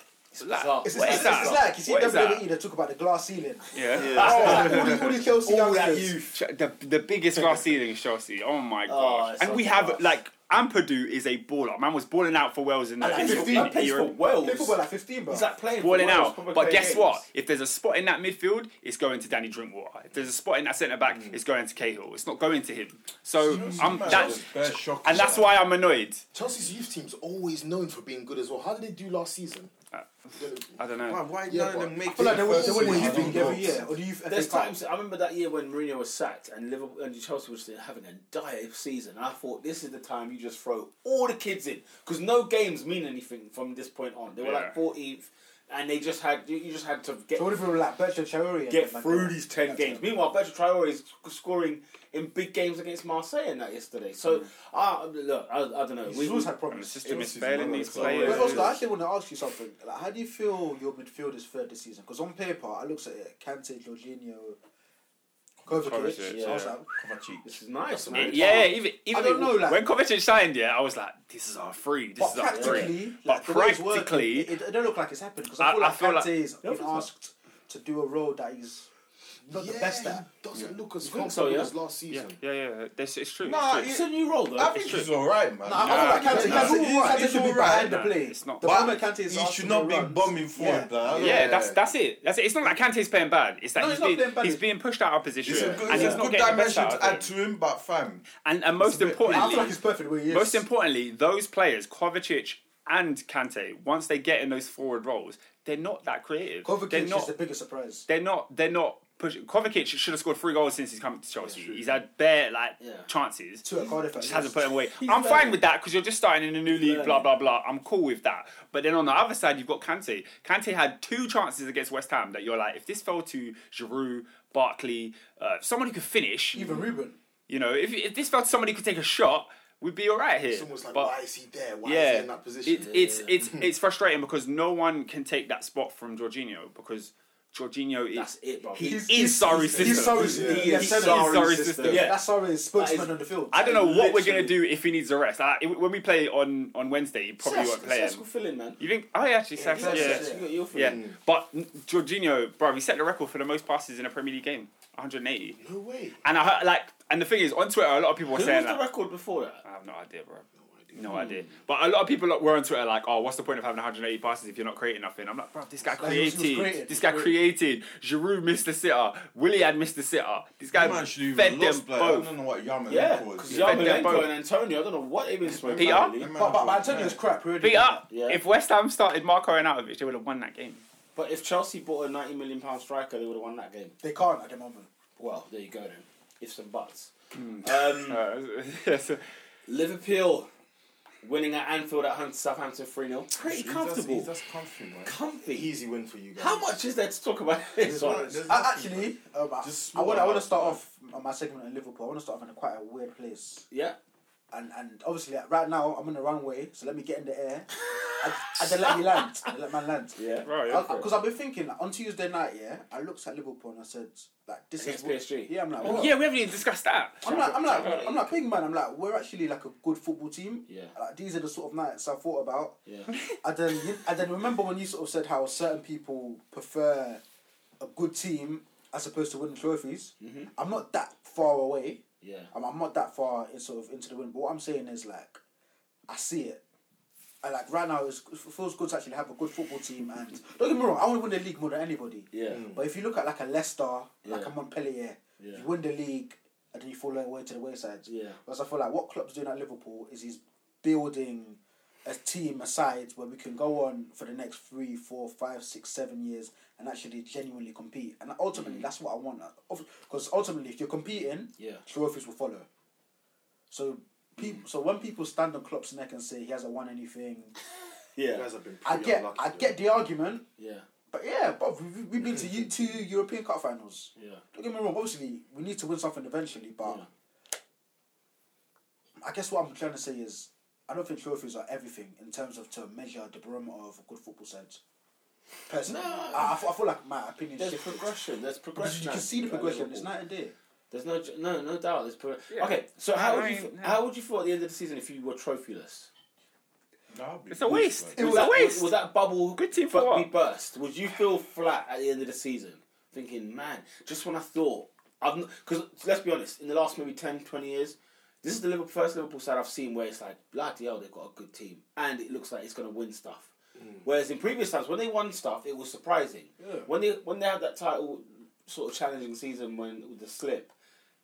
Speaker 3: bizarre.
Speaker 5: what is
Speaker 2: It's, it's,
Speaker 5: that?
Speaker 2: it's like you see
Speaker 5: What is that?
Speaker 2: WWE they talk about the glass ceiling.
Speaker 5: Yeah.
Speaker 2: Like, all, the- all these Chelsea
Speaker 3: All that
Speaker 2: youngsters.
Speaker 3: youth.
Speaker 5: Ch- The, the biggest glass ceiling is Chelsea. Oh my gosh.
Speaker 3: it's
Speaker 5: and we
Speaker 3: something
Speaker 5: have
Speaker 3: else.
Speaker 5: like Ampadu is a baller. Man was balling out for Wales in the
Speaker 2: like
Speaker 5: in the-
Speaker 2: 15
Speaker 5: in the
Speaker 3: plays
Speaker 5: Euro-
Speaker 3: for Wales.
Speaker 2: Play football at 15, bro.
Speaker 3: He's like playing for
Speaker 5: balling
Speaker 3: Wales,
Speaker 5: out.
Speaker 3: probably
Speaker 5: But
Speaker 3: playing
Speaker 5: guess
Speaker 3: games.
Speaker 5: what? If there's a spot in that midfield, it's going to Danny Drinkwater. If there's a spot in that centre back, it's going to Cahill. It's not going to him. So I'm that's
Speaker 6: Bare shock.
Speaker 5: um, and that's why I'm annoyed.
Speaker 4: Chelsea's youth team's always known for being good as well. How did they do last season?
Speaker 5: Uh, I don't
Speaker 6: Why,
Speaker 5: know.
Speaker 6: why
Speaker 4: Yeah,
Speaker 6: don't
Speaker 4: but-
Speaker 6: they make
Speaker 4: I
Speaker 2: I feel like they win,
Speaker 6: it
Speaker 2: they
Speaker 6: first
Speaker 2: win the
Speaker 6: season?
Speaker 2: youth
Speaker 6: I don't
Speaker 2: league every
Speaker 6: know.
Speaker 2: year. Or the youth FA
Speaker 3: There's
Speaker 2: Cup.
Speaker 3: times I remember that year when Mourinho was sacked and Liverpool and Chelsea was just having a dire season. I thought this is the time you just throw all the kids in because no games mean anything from this point on. They were
Speaker 5: Yeah.
Speaker 3: like 14th, and they just had you, you just had to get
Speaker 2: So what if we were like Bertrand Traore? and
Speaker 3: get
Speaker 2: like
Speaker 3: through
Speaker 2: that?
Speaker 3: these 10 games. Meanwhile, Bertrand Traore is sc- scoring in big games against Marseille and that yesterday. So uh, look, I, I don't know.
Speaker 2: He's
Speaker 3: We, we,
Speaker 2: always had
Speaker 5: And the
Speaker 2: problems.
Speaker 5: system is
Speaker 6: Chelsea's
Speaker 5: failing
Speaker 6: another
Speaker 5: these
Speaker 6: club.
Speaker 2: Wait,
Speaker 5: players.
Speaker 2: Oscar, I actually want to ask you something. Like, how do you feel your midfield is third this season? Because on paper, I looked at it, Kante, Jorginho, Kovacic.
Speaker 5: Kovacic,
Speaker 2: I was
Speaker 5: yeah.
Speaker 2: like,
Speaker 3: this is nice,
Speaker 5: It-
Speaker 3: man.
Speaker 5: yeah, even even
Speaker 2: don't know, like-
Speaker 5: when Kovacic signed, yeah, I was like, this is our three. This
Speaker 2: but
Speaker 5: is our three.
Speaker 2: practically,
Speaker 5: But
Speaker 2: like, the way it's working,
Speaker 5: practically-
Speaker 2: it, it don't look like it's happening. Because
Speaker 5: I-
Speaker 2: I feel
Speaker 5: I
Speaker 2: like
Speaker 5: feel like-
Speaker 2: Kante is
Speaker 3: No,
Speaker 2: being
Speaker 3: it's not.
Speaker 2: asked to do a role that he's not the best
Speaker 4: Yeah,
Speaker 2: at.
Speaker 4: he doesn't look as
Speaker 3: think
Speaker 4: confident
Speaker 3: so, yeah?
Speaker 4: as last
Speaker 5: Yeah,
Speaker 4: season.
Speaker 5: yeah, yeah. That's, it's true.
Speaker 6: Nah,
Speaker 5: it's true.
Speaker 3: It's a new role, though.
Speaker 6: I think he's alright, man.
Speaker 2: I feel like
Speaker 6: Nah,
Speaker 2: Kante,
Speaker 6: he's
Speaker 2: Kante,
Speaker 6: alright.
Speaker 2: Kante
Speaker 6: He's
Speaker 2: should be
Speaker 6: alright.
Speaker 2: behind the
Speaker 5: Nah,
Speaker 2: play.
Speaker 5: it's not.
Speaker 2: The
Speaker 5: But
Speaker 2: moment Kante is
Speaker 6: He
Speaker 2: asked
Speaker 6: should
Speaker 2: to
Speaker 6: not
Speaker 2: do
Speaker 6: be
Speaker 2: runs-
Speaker 6: bombing forward.
Speaker 2: Yeah.
Speaker 6: nah.
Speaker 5: yeah, that's that's it. That's it. It's not like Kante's playing bad. It's that
Speaker 2: No,
Speaker 5: he's
Speaker 2: he's not
Speaker 5: being,
Speaker 2: playing bad.
Speaker 5: he's being pushed out of position,
Speaker 6: It's a good,
Speaker 5: and
Speaker 6: it's
Speaker 5: he's
Speaker 6: a
Speaker 5: not
Speaker 6: good
Speaker 5: getting the best
Speaker 6: dimension
Speaker 5: out of
Speaker 6: to
Speaker 5: it.
Speaker 6: add to him, but fam,
Speaker 5: And, and most
Speaker 6: bit-
Speaker 2: I
Speaker 5: importantly,
Speaker 2: feel like he's perfect where he is.
Speaker 5: most importantly, those players, Kovacic and Kante, once they get in those forward roles, they're not that creative. they're
Speaker 2: Kovacic is
Speaker 5: not.
Speaker 2: the biggest surprise.
Speaker 5: They're not. They're not. Push, Kovacic should have scored three goals since he's come to Chelsea. he's had bare like
Speaker 3: Yeah.
Speaker 5: chances.
Speaker 2: Two at Cardiff. at
Speaker 5: Just
Speaker 2: least.
Speaker 5: hasn't put them away. I'm
Speaker 3: learning.
Speaker 5: fine with that because you're just starting in a new league, blah
Speaker 3: learning.
Speaker 5: blah blah. I'm cool with that. But then on the other side, you've got Kante. Kante had two chances against West Ham that you're like, if this fell to Giroud, Barkley, uh, someone who could finish,
Speaker 2: Even Ruben.
Speaker 5: you know, if, if this fell to somebody who could take a shot, we'd be all right here.
Speaker 4: It's almost like,
Speaker 5: But-
Speaker 4: why is he there? Why
Speaker 5: yeah,
Speaker 4: is he in that position?
Speaker 5: It, it's it's it's frustrating because no one can take that spot from Jorginho because Jorginho is
Speaker 3: That's it, bro.
Speaker 5: he
Speaker 3: He's-
Speaker 5: is Sarri's
Speaker 2: he's- He's
Speaker 5: system.
Speaker 2: Sarri's
Speaker 3: He
Speaker 2: yeah,
Speaker 3: is
Speaker 2: said it.
Speaker 5: Sarri's system.
Speaker 3: Yeah.
Speaker 2: That's Sarri's spokesman
Speaker 3: is-
Speaker 2: on the field.
Speaker 5: I don't know what we're
Speaker 3: Literally.
Speaker 5: gonna do if he needs a rest. I, when we play on on Wednesday, he probably
Speaker 3: Cesc-
Speaker 5: won't play
Speaker 3: Cesc
Speaker 5: him.
Speaker 3: will fill in, man.
Speaker 5: You think? Oh, yeah, actually, Saks, yeah,
Speaker 2: Cesc,
Speaker 5: yeah.
Speaker 2: yeah.
Speaker 3: You got your feeling.
Speaker 5: But n- Jorginho, bro, he set the record for the most passes in a Premier League game, 180.
Speaker 4: no way.
Speaker 5: And I heard, like, and the thing is, on Twitter, a lot of people were
Speaker 3: Who
Speaker 5: saying
Speaker 3: was
Speaker 5: that.
Speaker 3: the record before that?
Speaker 5: I have no idea, bro. No idea. But a lot of people like, were on Twitter like, "Oh, what's the point of having 180 passes if you're not creating nothing?" I'm like, "Bro, this guy
Speaker 2: Like, he was-
Speaker 5: created.
Speaker 2: he was created.
Speaker 5: This guy created. Giroud missed the sitter. Willian missed the sitter. This guy
Speaker 6: that man should even
Speaker 5: fed them
Speaker 6: lost, like, I
Speaker 5: both.
Speaker 6: don't know what Yaman
Speaker 3: Yeah,
Speaker 6: was.
Speaker 3: because
Speaker 5: Yeah. Fed them both.
Speaker 3: Yarmolenko and Antonio, I don't know what they've been smoking.
Speaker 5: Peter?
Speaker 3: lately.
Speaker 2: But, but, but Antonio's crap, really.
Speaker 5: Beat up.
Speaker 3: Yeah.
Speaker 5: If West Ham started Marco Arnautovic, they would have won that
Speaker 2: [LAUGHS]
Speaker 5: game.
Speaker 3: But if Chelsea bought a 90 million pound striker, they would have won that game.
Speaker 2: They can't at the moment.
Speaker 3: Well, there you go then. Ifs and buts. Um,
Speaker 5: Uh, yes.
Speaker 3: Liverpool winning at Anfield at home to Southampton 3 0. Pretty comfortable.
Speaker 6: That's comfy, man.
Speaker 3: Comfy.
Speaker 4: Easy win for you guys.
Speaker 3: How much is there to talk about this
Speaker 6: There's
Speaker 3: one?
Speaker 6: no- there's
Speaker 2: I,
Speaker 6: nothing, man.
Speaker 2: actually, um, I-
Speaker 6: Just
Speaker 2: I want I
Speaker 6: small
Speaker 2: want to
Speaker 6: up.
Speaker 2: start off on my segment on Liverpool. I want to start off in a quite a weird place.
Speaker 3: Yeah.
Speaker 2: and and obviously like, right now I'm on the runway, so let me get in the air, and, and then let me land, and let man land.
Speaker 3: Yeah.
Speaker 5: Right, yeah,
Speaker 2: Because I've been thinking like, on Tuesday night, yeah, I looked at Liverpool and I said like this
Speaker 3: Against
Speaker 2: is what,
Speaker 3: PSG.
Speaker 2: yeah, I'm like
Speaker 5: Oh,
Speaker 2: what?
Speaker 5: yeah, we haven't even discussed that.
Speaker 2: I'm like, I'm like,
Speaker 3: Champions
Speaker 2: I'm like, big man. I'm like, we're actually like a good football team.
Speaker 3: Yeah.
Speaker 2: Like these are the sort of nights I thought about.
Speaker 3: Yeah.
Speaker 2: And then, you- and then remember when you sort of said how certain people prefer a good team as opposed to winning trophies.
Speaker 3: Mhm.
Speaker 2: I'm not that far away.
Speaker 3: Yeah.
Speaker 2: I'm, I'm not that far in sort of into the win. But what I'm saying is like, I see it. I like right now it's, it feels good to actually have a good football team. And don't get me wrong, I want to win the league more than anybody.
Speaker 3: Yeah.
Speaker 2: But if you look at like a Leicester, like
Speaker 3: Yeah.
Speaker 2: a Montpellier,
Speaker 3: Yeah.
Speaker 2: you win the league and then you fall away to the wayside.
Speaker 3: Yeah.
Speaker 2: Whereas I feel like what Klopp's doing at Liverpool is he's building a team aside where we can go on for the next three, four, five, six, seven years and actually genuinely compete. And
Speaker 4: Mm.
Speaker 2: ultimately, that's what I want. Because ultimately, if you're competing,
Speaker 3: Yeah.
Speaker 2: trophies will follow. So.
Speaker 4: Mm.
Speaker 2: peop So when people stand on Klopp's neck and say he hasn't won anything,
Speaker 4: You
Speaker 3: Yeah.
Speaker 4: guys have been
Speaker 2: I
Speaker 4: pretty
Speaker 2: get
Speaker 4: unlucky,
Speaker 2: I
Speaker 4: though.
Speaker 2: get the argument,
Speaker 3: Yeah.
Speaker 2: but yeah, but we, we- we've been to U- two European Cup finals.
Speaker 3: Yeah.
Speaker 2: Don't get me wrong. Obviously, we need to win something eventually, but I guess what I'm trying to say is, I don't think trophies are everything in terms of to measure the barometer of a good football side. Personally,
Speaker 3: No.
Speaker 2: I, I feel, I feel like my opinion
Speaker 3: There's
Speaker 2: shifted.
Speaker 3: progression. There's
Speaker 2: Because
Speaker 3: progression.
Speaker 2: you can
Speaker 3: at-
Speaker 2: see the
Speaker 3: at
Speaker 2: progression. It's
Speaker 3: Liverpool.
Speaker 2: night and day.
Speaker 3: There's no j- no no doubt. There's pro-
Speaker 5: Yeah.
Speaker 3: okay. So how
Speaker 5: I
Speaker 3: would you
Speaker 5: mean,
Speaker 3: f-
Speaker 5: yeah.
Speaker 3: how would you feel at the end of the season if you were trophyless?
Speaker 6: Nah, be
Speaker 5: It's a
Speaker 6: good,
Speaker 5: waste.
Speaker 6: like.
Speaker 5: It was a
Speaker 3: that,
Speaker 5: waste.
Speaker 3: Was that bubble
Speaker 5: Good team
Speaker 3: fu-
Speaker 5: for what?
Speaker 3: be burst? Would you feel flat at the end of the season, thinking, man, just when I thought I've because let's be honest, in the last maybe 10, 20 years, this is the Liverpool, first Liverpool side I've seen where it's like bloody hell, they've got a good team and it looks like it's going to win stuff. Whereas in previous times, when they won stuff, it was surprising.
Speaker 2: Mm. Yeah.
Speaker 3: When they when they had that title sort of challenging season when with the slip.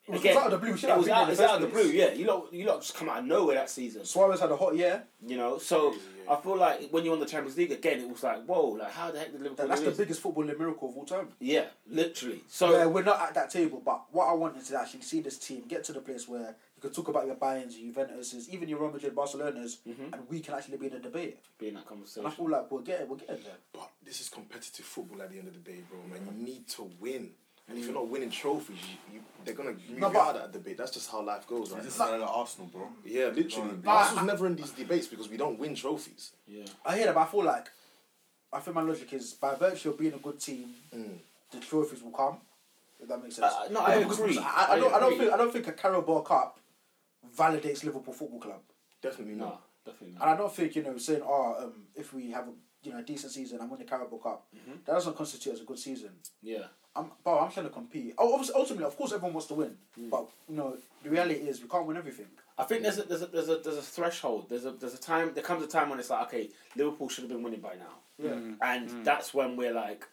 Speaker 2: It was out of the blue. Shit,
Speaker 3: It was
Speaker 2: I've been
Speaker 3: out,
Speaker 2: there
Speaker 3: it's
Speaker 2: in the
Speaker 3: out of the
Speaker 2: first
Speaker 3: blue.
Speaker 2: place.
Speaker 3: Yeah, you lot, you lot just come out of nowhere that season.
Speaker 2: Suarez had a hot year.
Speaker 3: You know, so I feel like when you're on the Champions League again, it was like, whoa, like how the heck did Liverpool?
Speaker 2: That, that's
Speaker 3: do
Speaker 2: the
Speaker 3: this?
Speaker 2: biggest footballing miracle of all time.
Speaker 3: Yeah, literally. So
Speaker 2: Yeah, we're not at that table, but what I want is to actually see this team get to the place where you can talk about your Bayerns, your Juventuses, even your Real Madrid, Barcelonas,
Speaker 3: Mm-hmm.
Speaker 2: and we can actually be in a debate.
Speaker 3: be in that
Speaker 2: And I
Speaker 3: conversation.
Speaker 2: feel like we're getting, we're getting there.
Speaker 4: But this is competitive football at the end of the day, bro, man. You need to win. And if you're not winning trophies, you, you, they're going to move
Speaker 2: No,
Speaker 4: you
Speaker 2: but-
Speaker 4: out of that debate. That's just how life goes, right?
Speaker 6: This is another Arsenal, bro.
Speaker 4: Yeah, literally.
Speaker 6: Nah,
Speaker 4: Arsenal's never in these debates because we don't win trophies.
Speaker 3: Yeah,
Speaker 2: I hear that, but I feel like I think my logic is by virtue of being a good team, the trophies will come. If that makes sense.
Speaker 3: Mm. Uh, no, I
Speaker 2: Because-
Speaker 3: agree.
Speaker 2: because I, I
Speaker 3: I
Speaker 2: don't. I don't
Speaker 3: agree.
Speaker 2: think. I don't think a Carabao Cup validates Liverpool Football Club,
Speaker 4: Definitely
Speaker 3: no,
Speaker 4: not.
Speaker 3: definitely
Speaker 2: and
Speaker 3: not.
Speaker 2: I don't think you know saying, "Oh, um, if we have a you know a decent season and win the Carabao Cup,"
Speaker 3: Mm-hmm.
Speaker 2: that doesn't constitute as a good season.
Speaker 3: Yeah,
Speaker 2: I'm, bro, I'm trying to compete. Oh, obviously, ultimately, of course, everyone wants to win,
Speaker 3: Hmm.
Speaker 2: but you know, the reality is we can't win everything.
Speaker 3: I think there's a there's a there's a there's a threshold. There's a there's a time. There comes a time when it's like, okay, Liverpool should have been winning by now.
Speaker 2: Yeah.
Speaker 3: and that's when we're like,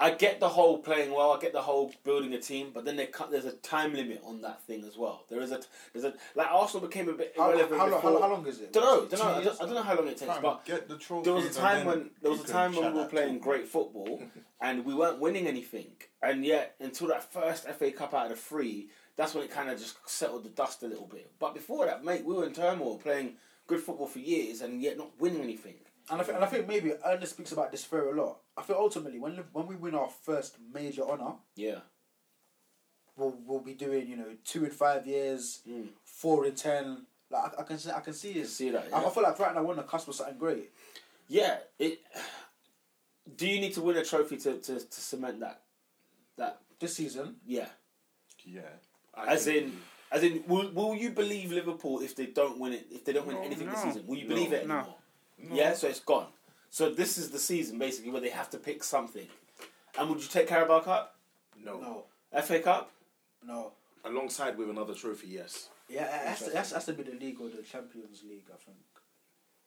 Speaker 3: I get the whole playing well, I get the whole building a team, but then there cut, there's a time limit on that thing as well. There is a there's a like Arsenal became a bit
Speaker 2: How, how,
Speaker 3: irrelevant.
Speaker 2: how, long, how,
Speaker 3: before-
Speaker 2: long- how long is it?
Speaker 3: Don't know,
Speaker 2: Two
Speaker 3: don't know, I,
Speaker 2: years?
Speaker 3: don't, I don't know how long it takes,
Speaker 6: Fam,
Speaker 3: but
Speaker 6: get the trophies
Speaker 3: there was a
Speaker 6: and
Speaker 3: time
Speaker 6: then
Speaker 3: when there was
Speaker 6: you
Speaker 3: a
Speaker 6: can
Speaker 3: time when
Speaker 6: shout
Speaker 3: we were
Speaker 6: out
Speaker 3: playing
Speaker 6: to-
Speaker 3: great
Speaker 6: [LAUGHS]
Speaker 3: football and we weren't winning anything, and yet until that first FA Cup out of the three, that's when it kind of just settled the dust a little bit. But before that, mate, we were in turmoil playing good football for years and yet not winning anything.
Speaker 2: And I, think, and I think maybe Ernest speaks about this fair a lot. I think ultimately, when Liv- when we win our first major honour,
Speaker 3: Yeah,
Speaker 2: we'll, we'll be doing you know two in five years,
Speaker 3: Mm.
Speaker 2: four in ten. Like I, I can see, I can see
Speaker 3: you
Speaker 2: it.
Speaker 3: see that.
Speaker 2: I,
Speaker 3: yeah.
Speaker 2: I feel like right now we're on the cusp of something great.
Speaker 3: Yeah, it. [SIGHS] Do you need to win a trophy to, to, to cement that? That
Speaker 2: This season,
Speaker 3: yeah.
Speaker 6: Yeah.
Speaker 3: As in, as in, will, will you believe Liverpool if they don't win it? If they don't win
Speaker 5: No,
Speaker 3: anything
Speaker 5: no,
Speaker 3: this season, will you
Speaker 6: no,
Speaker 3: believe it
Speaker 5: no.
Speaker 3: anymore? Yeah, so it's gone. So this is the season basically where they have to pick something. And would you take Carabao Cup,
Speaker 4: No.
Speaker 2: no,
Speaker 3: FA Cup?
Speaker 2: no.
Speaker 4: Alongside with another trophy, yes.
Speaker 2: Yeah, it has to, it has, it has to be the league or the Champions League. I think.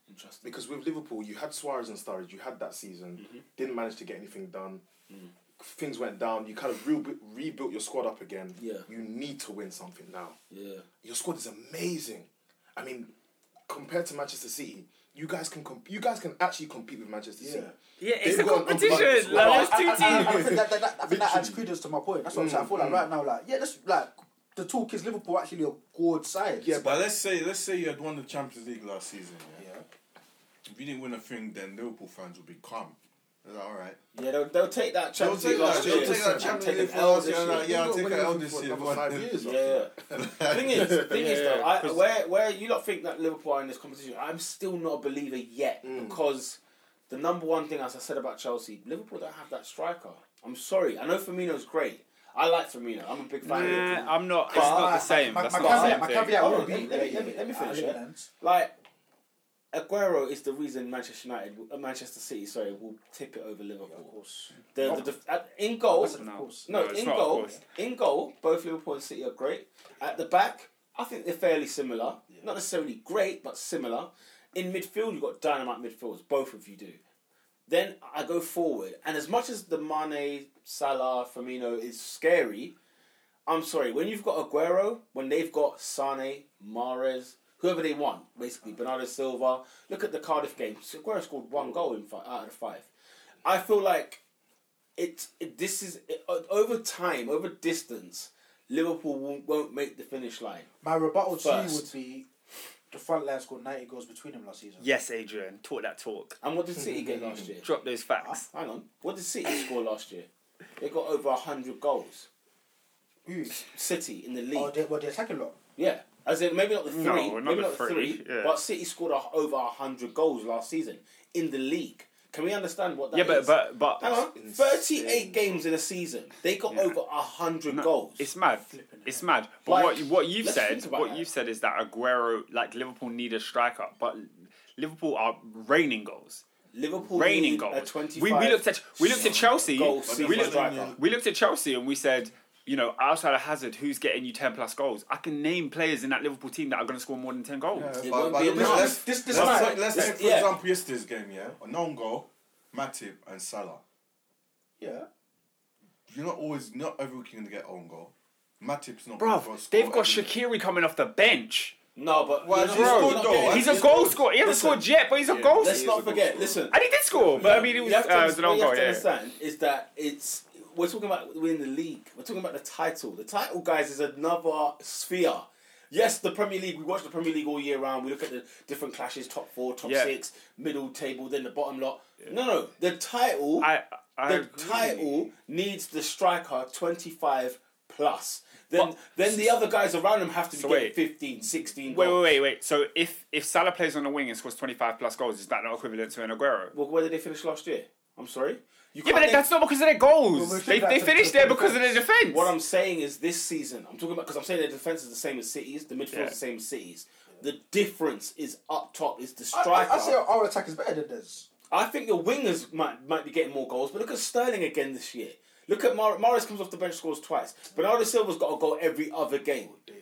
Speaker 3: Interesting.
Speaker 4: Because with Liverpool, you had Suarez and Sturridge, you had that season,
Speaker 3: Mm-hmm.
Speaker 4: didn't manage to get anything done.
Speaker 3: Mm.
Speaker 4: Things went down. You kind of re- rebuilt your squad up again.
Speaker 3: Yeah.
Speaker 4: You need to win something now.
Speaker 3: Yeah,
Speaker 4: Your squad is amazing. I mean, compared to Manchester City, you guys can comp- you guys can actually compete with Manchester City.
Speaker 2: Yeah.
Speaker 5: Yeah, it's
Speaker 4: They've
Speaker 5: a
Speaker 4: got an
Speaker 5: competition.
Speaker 4: unbalanced
Speaker 5: Like,
Speaker 2: I,
Speaker 5: there's two
Speaker 2: I- I- I [LAUGHS]
Speaker 5: teams.
Speaker 2: think that, that, that, I think that adds
Speaker 4: Literally.
Speaker 2: credence to my point. That's what I'm saying. I feel like right now, like yeah, that's like the two kids Liverpool actually a good side.
Speaker 4: Yeah,
Speaker 6: But let's say let's say you had won the Champions League last season. Yeah?
Speaker 2: yeah.
Speaker 6: If you didn't win a thing, then Liverpool fans would be calm. Is that all
Speaker 5: [LAUGHS]
Speaker 6: right?
Speaker 3: Yeah, they'll, they'll take that
Speaker 6: They'll
Speaker 3: Champions
Speaker 6: take
Speaker 3: League
Speaker 6: that.
Speaker 3: last
Speaker 6: They'll
Speaker 3: year.
Speaker 6: take that
Speaker 3: and
Speaker 6: Champions
Speaker 3: take an
Speaker 6: League
Speaker 3: L
Speaker 6: for us.
Speaker 3: this
Speaker 6: Yeah,
Speaker 3: year.
Speaker 6: nah, yeah, I'll
Speaker 4: We've
Speaker 6: take
Speaker 4: got
Speaker 6: an L
Speaker 4: winning
Speaker 6: this
Speaker 4: for
Speaker 6: year.
Speaker 4: another five years.
Speaker 3: Yeah. thing is, thing is though, I, where where you lot think that Liverpool are in this competition, I'm still not a believer yet because the number one thing, as I said about Chelsea, Liverpool don't have that striker. I'm sorry. I know Firmino's great. I like Firmino. I'm a big fan. of him.
Speaker 5: Nah, I'm not. It's
Speaker 3: But
Speaker 5: not
Speaker 2: My-
Speaker 5: the same.
Speaker 2: My,
Speaker 5: That's
Speaker 2: my
Speaker 5: not the
Speaker 2: caveat,
Speaker 5: same
Speaker 2: my
Speaker 5: thing.
Speaker 2: caveat
Speaker 3: Hold
Speaker 2: would
Speaker 3: on,
Speaker 2: be.
Speaker 3: let me- let me- let me- let me
Speaker 2: Ah,
Speaker 3: finish, yeah?
Speaker 2: Lens.
Speaker 3: Like Aguero is the reason Manchester United, uh, Manchester City, sorry, will tip it over
Speaker 2: Of
Speaker 3: Liverpool.
Speaker 2: course.
Speaker 3: The, the, def- at- in goal,
Speaker 2: That's
Speaker 5: No.
Speaker 2: of course.
Speaker 5: No,
Speaker 3: no,
Speaker 5: it's
Speaker 3: in
Speaker 5: not, of
Speaker 3: goal,
Speaker 5: course.
Speaker 3: in goal, both Liverpool and City are great. At the back, I think they're fairly similar. Not necessarily great, but similar. In midfield, you've got dynamite midfielders. Both of you do. Then I go forward, and as much as the Mane, Salah, Firmino is scary, I'm sorry. When you've got Aguero, when they've got Sane, Mares, whoever they want, basically Bernardo Silva. Look at the Cardiff game. Aguero scored one goal in five, out of the five. I feel like it. it- this is it, o- over time, over distance. Liverpool won't, won't make the finish line.
Speaker 2: My rebuttal to you would
Speaker 3: First.
Speaker 2: be the front line scored 90 goals between them last season.
Speaker 5: Yes, Adrian, talk that talk.
Speaker 3: And what did City get last
Speaker 5: [LAUGHS]
Speaker 3: year?
Speaker 5: Drop those facts.
Speaker 3: Hang on. What did City score last year? They got over hundred goals.
Speaker 2: Who?
Speaker 3: City in the league.
Speaker 2: Oh, they, well, the attacking lot.
Speaker 3: Yeah, as in maybe not the three,
Speaker 5: No, not
Speaker 3: maybe
Speaker 5: the
Speaker 3: not the three,
Speaker 5: three, yeah.
Speaker 3: but City scored a, over hundred goals last season in the league. Can we understand what that
Speaker 5: Yeah, but
Speaker 3: is?
Speaker 5: but but
Speaker 3: hang on,
Speaker 4: It's insane.
Speaker 3: thirty-eight games in a season, they got
Speaker 5: Yeah.
Speaker 3: over hundred
Speaker 5: No,
Speaker 3: goals.
Speaker 5: It's mad. It's mad. But
Speaker 3: Like,
Speaker 5: what you- what you've
Speaker 3: let's
Speaker 5: said,
Speaker 3: think about
Speaker 5: what
Speaker 3: that.
Speaker 5: you've said is that Aguero, like Liverpool, need a striker, but Liverpool are raining goals,
Speaker 3: Liverpool
Speaker 5: raining
Speaker 3: need a
Speaker 5: goals. We,
Speaker 3: twenty-five.
Speaker 5: we looked at we looked at Chelsea.
Speaker 3: goal
Speaker 5: We
Speaker 3: season
Speaker 5: looked,
Speaker 3: striker.
Speaker 5: we looked at Chelsea and we said, you know, outside of Hazard, who's getting you ten plus goals? I can name players in that Liverpool team that are going to score more than ten goals.
Speaker 3: It
Speaker 6: But-
Speaker 3: won't
Speaker 6: but
Speaker 3: be
Speaker 6: look at-
Speaker 3: enough.
Speaker 6: let's-
Speaker 2: This- this
Speaker 6: let's
Speaker 2: man-
Speaker 6: take- Let's
Speaker 3: this-
Speaker 6: take, for
Speaker 3: yeah.
Speaker 6: example, yesterday's game, yeah? A known goal, Matip and Salah.
Speaker 2: Yeah.
Speaker 6: You're not always, not every week you're going to get own goal. Matip's not
Speaker 5: Bro,
Speaker 6: gonna score
Speaker 5: they've got
Speaker 6: every
Speaker 5: Shakiri
Speaker 6: week.
Speaker 5: coming off the bench.
Speaker 3: No, but
Speaker 6: Well,
Speaker 3: let's
Speaker 6: he's
Speaker 3: not-
Speaker 6: scored
Speaker 3: not
Speaker 6: though.
Speaker 3: forget-
Speaker 5: He's a goal scorer. He hasn't
Speaker 3: Oh, Listen.
Speaker 5: scored yet, but he's a goal
Speaker 3: Let's
Speaker 5: scorer.
Speaker 3: not forget. Listen,
Speaker 5: And he did score, but I mean, it was,
Speaker 3: you have to
Speaker 5: uh, it was an
Speaker 3: understand-
Speaker 5: own goal.
Speaker 3: what you
Speaker 5: Yeah.
Speaker 3: have to understand is that it's we're talking about winning the league. We're talking about the title. The title, guys, is another sphere. Yes, the Premier League. We watch the Premier League all year round. We look at the different clashes: top four, top
Speaker 5: Yeah.
Speaker 3: six, middle table, then the bottom lot. No, no, the title.
Speaker 5: I, I
Speaker 3: the
Speaker 5: agree.
Speaker 3: title needs the striker twenty five plus. Then, then the other guys around him have to be
Speaker 5: So
Speaker 3: getting
Speaker 5: wait.
Speaker 3: 15, 16
Speaker 5: Wait, wait,
Speaker 3: goals.
Speaker 5: wait, wait. So if if Salah plays on the wing and scores twenty five plus goals, is that not equivalent to an Aguero?
Speaker 3: Well, where did they finish last year? I'm sorry.
Speaker 5: Yeah,
Speaker 3: You can't
Speaker 5: but
Speaker 3: name-
Speaker 5: that's not because of their
Speaker 2: Well, we're
Speaker 5: goals. They,
Speaker 2: saying
Speaker 5: they
Speaker 2: that to-
Speaker 5: finished
Speaker 2: to
Speaker 5: there
Speaker 2: the
Speaker 5: because of their defense.
Speaker 3: What I'm saying is this season, I'm talking about because I'm saying their defense is the same as City's, the midfield
Speaker 5: Yeah.
Speaker 3: is the same as City's. The difference is up top is the
Speaker 2: I,
Speaker 3: striker.
Speaker 2: I,
Speaker 3: I,
Speaker 2: I say our attack is better than theirs.
Speaker 3: think the wingers might might be getting more goals, but look at Sterling again this year. Look at Mar- Morris comes off the bench, scores twice. Bernardo Silva's got a goal every other game. De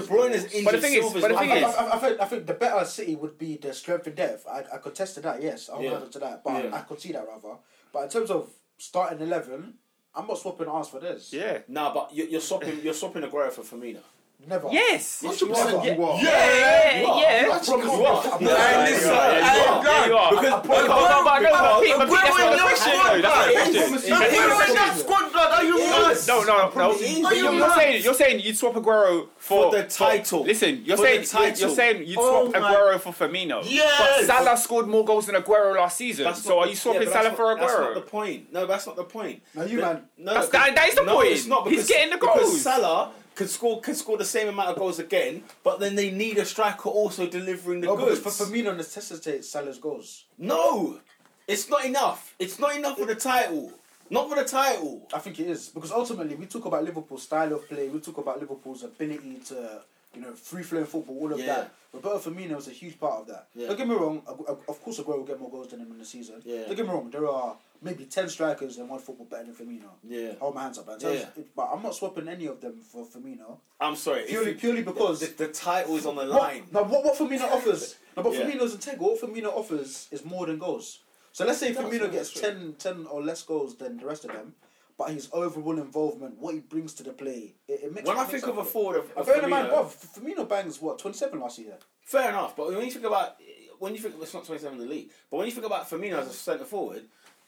Speaker 3: Bruyne is injured.
Speaker 5: thing is-
Speaker 3: Silva's
Speaker 5: but the
Speaker 3: not-
Speaker 5: thing
Speaker 2: I,
Speaker 5: is-
Speaker 2: I, I, I, think, I think the better City would be the strength and depth. I, I contested that, yes. I'll
Speaker 3: Yeah.
Speaker 2: hold on to that. But
Speaker 3: Yeah.
Speaker 2: I could see that rather. But in terms of starting 11, I'm not swapping ours for this.
Speaker 5: yeah.
Speaker 3: nah, but you're, you're swapping you're swapping Aguero for Firmino.
Speaker 2: Never.
Speaker 5: Yes.
Speaker 2: Yes,
Speaker 5: Yeah,
Speaker 2: you are.
Speaker 4: You are.
Speaker 5: yeah,
Speaker 3: You are.
Speaker 5: yeah.
Speaker 2: You are.
Speaker 3: Promise you are.
Speaker 2: I'm
Speaker 3: You
Speaker 2: not-
Speaker 3: are.
Speaker 2: I'm
Speaker 3: You
Speaker 2: not-
Speaker 3: are.
Speaker 5: Yeah,
Speaker 3: You are.
Speaker 5: yeah, you are.
Speaker 3: Because-
Speaker 5: But- but- but- but- no, but Pete, but Pete, that's not the question. No, that's not the question.
Speaker 2: Aguero in
Speaker 5: That's-
Speaker 2: that
Speaker 6: squad, blood, are
Speaker 5: No,
Speaker 6: you
Speaker 5: no, no, no.
Speaker 3: Promise.
Speaker 5: But You're, you're saying you're saying you'd swap Aguero for,
Speaker 3: For the title.
Speaker 5: listen, you're
Speaker 3: For
Speaker 5: saying
Speaker 3: the title.
Speaker 5: you're saying you'd
Speaker 6: Oh
Speaker 5: swap
Speaker 6: my-
Speaker 5: Aguero for Firmino.
Speaker 6: Yes!
Speaker 5: But Salah scored more goals than Aguero last season.
Speaker 3: That's
Speaker 5: so
Speaker 3: not-
Speaker 5: are you swapping
Speaker 3: yeah, but
Speaker 5: Salah
Speaker 3: that's
Speaker 5: for
Speaker 3: not-
Speaker 5: Aguero?
Speaker 3: That's not the point. No, that's not the point.
Speaker 2: No, you
Speaker 3: The-
Speaker 2: man.
Speaker 3: No,
Speaker 5: That's- that- that is the
Speaker 3: no,
Speaker 5: point.
Speaker 3: It's not
Speaker 5: He's
Speaker 3: because,
Speaker 5: getting the
Speaker 3: because
Speaker 5: goals.
Speaker 3: Salah can score can score the same amount of goals again, but then they need a striker also delivering the
Speaker 2: No, because
Speaker 3: goods.
Speaker 2: for Firmino necessitates Salah's goals.
Speaker 3: no, it's not enough. It's not enough for the title. Not for the title.
Speaker 2: I think it is because ultimately we talk about Liverpool's style of play, we talk about Liverpool's ability to, you know, free flowing football, all of
Speaker 3: Yeah.
Speaker 2: that. Roberto Firmino is a huge part of that.
Speaker 3: Yeah.
Speaker 2: Don't get me wrong. Agu- Agu- Of course, Aguero will get more goals than him in the season.
Speaker 3: Yeah.
Speaker 2: Don't get me wrong. There are maybe ten strikers and one football better than Firmino.
Speaker 3: Yeah.
Speaker 2: I Hold my hands up. man.
Speaker 3: Yeah.
Speaker 2: But I'm not swapping any of them for Firmino
Speaker 3: I'm sorry. if
Speaker 2: purely
Speaker 3: you-
Speaker 2: purely because
Speaker 3: the, the title is on the
Speaker 2: What,
Speaker 3: line.
Speaker 2: now, what, what Firmino offers? No, but
Speaker 3: Yeah.
Speaker 2: Firmino's integral. What Firmino offers is more than goals. So let's say
Speaker 3: That's
Speaker 2: Firmino
Speaker 3: true,
Speaker 2: gets
Speaker 3: that's
Speaker 2: 10, 10 or less goals than the rest of them, but his overall involvement, what he brings to the play, it, it makes.
Speaker 3: When
Speaker 2: it
Speaker 3: I
Speaker 2: makes
Speaker 3: think
Speaker 2: up
Speaker 3: of a
Speaker 2: for it.
Speaker 3: forward of, of
Speaker 2: Bearing in mind,
Speaker 3: Firmino-
Speaker 2: bruv, Firmino bangs what twenty seven last year.
Speaker 3: Fair enough, but when you think about when you think it's not twenty seven in the league, but when you think about Firmino as a centre forward,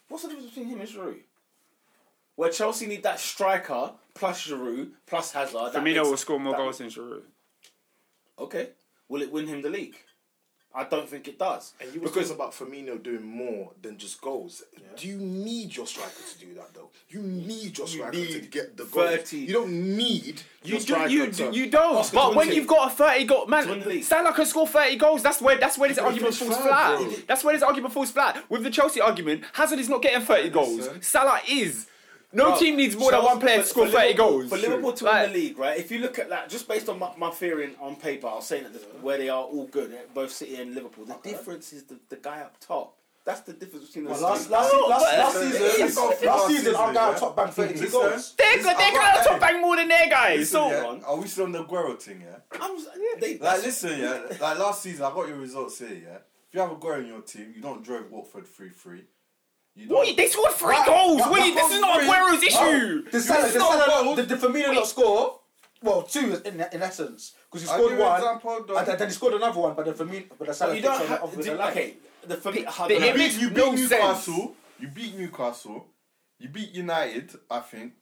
Speaker 3: what's the difference between him and Giroud? Where Chelsea need that striker plus Giroud plus Hazard. that
Speaker 5: Firmino
Speaker 3: makes-
Speaker 5: will score more
Speaker 3: that-
Speaker 5: goals than Giroud.
Speaker 3: Okay, will it win him the league? I don't think it does.
Speaker 4: And you were
Speaker 3: Because-
Speaker 4: talking about Firmino doing more than just goals. Do you need your striker to do that though? You need your striker to
Speaker 3: need
Speaker 4: get the goals.
Speaker 3: 30.
Speaker 4: You don't need
Speaker 5: You,
Speaker 4: your
Speaker 5: do,
Speaker 4: striker
Speaker 5: you,
Speaker 4: to.
Speaker 5: do, you don't.
Speaker 4: Oscar
Speaker 5: but when
Speaker 4: Tunde.
Speaker 5: you've got a 30 goal man,
Speaker 3: Tunde.
Speaker 5: Salah can score 30 goals. That's where that's where this
Speaker 4: gotta
Speaker 5: argument
Speaker 4: finish
Speaker 5: falls
Speaker 4: third,
Speaker 5: flat.
Speaker 4: bro.
Speaker 5: That's where this argument falls flat. With the Chelsea argument, Hazard is not getting 30 goals.
Speaker 4: sir.
Speaker 5: Salah is. No
Speaker 3: Bro,
Speaker 5: team needs more than
Speaker 3: Chelsea-
Speaker 5: one player
Speaker 3: for-
Speaker 5: to score
Speaker 3: for
Speaker 5: 30
Speaker 3: Liverpool-
Speaker 5: goals.
Speaker 3: For Liverpool to
Speaker 5: Like,
Speaker 3: win the league, right? If you look at that, just based on my, my theory and- on paper, I was saying that this, where they are all good, eh, both City and Liverpool. The difference is the, the guy up top. That's the difference between the
Speaker 2: Well, last,
Speaker 3: two.
Speaker 2: last,
Speaker 5: No,
Speaker 2: last,
Speaker 5: but-
Speaker 2: last
Speaker 5: It
Speaker 2: season,
Speaker 5: is.
Speaker 2: last,
Speaker 6: Last
Speaker 2: season, our
Speaker 6: season,
Speaker 2: guy
Speaker 6: yeah.
Speaker 2: top bang 32
Speaker 6: Listen.
Speaker 2: goals.
Speaker 5: They're good. They're good. Top bang more than their guys.
Speaker 6: Listen,
Speaker 5: So
Speaker 6: yeah, are we still on the Guerrero thing, yeah?
Speaker 3: I'm, s- they,
Speaker 6: Like, listen, yeah. Like last season, I got your results here, yeah. If you have a Aguero in your team, you don't drive Watford three three. You
Speaker 5: What? They scored three
Speaker 2: Right,
Speaker 5: goals.
Speaker 2: but-
Speaker 5: What?
Speaker 2: but
Speaker 5: This is not
Speaker 2: three-
Speaker 5: Aguero's issue.
Speaker 2: The Salah, the,
Speaker 6: not
Speaker 2: Salah,
Speaker 6: goals.
Speaker 2: the, the Firmino not score. Well, two in, in essence, because he
Speaker 6: I'll
Speaker 2: scored
Speaker 6: give you an
Speaker 2: one,
Speaker 6: example, though.
Speaker 2: and then- then he scored another one. But the Firmino, but the Salah
Speaker 3: but you don't
Speaker 2: picks
Speaker 3: have.
Speaker 2: on the,
Speaker 3: do-
Speaker 2: the line.
Speaker 3: okay, the, for me, I
Speaker 5: the
Speaker 3: don't know.
Speaker 6: You
Speaker 5: image-
Speaker 6: beat, you beat
Speaker 5: no
Speaker 6: Newcastle. You beat Newcastle. You beat United. I think.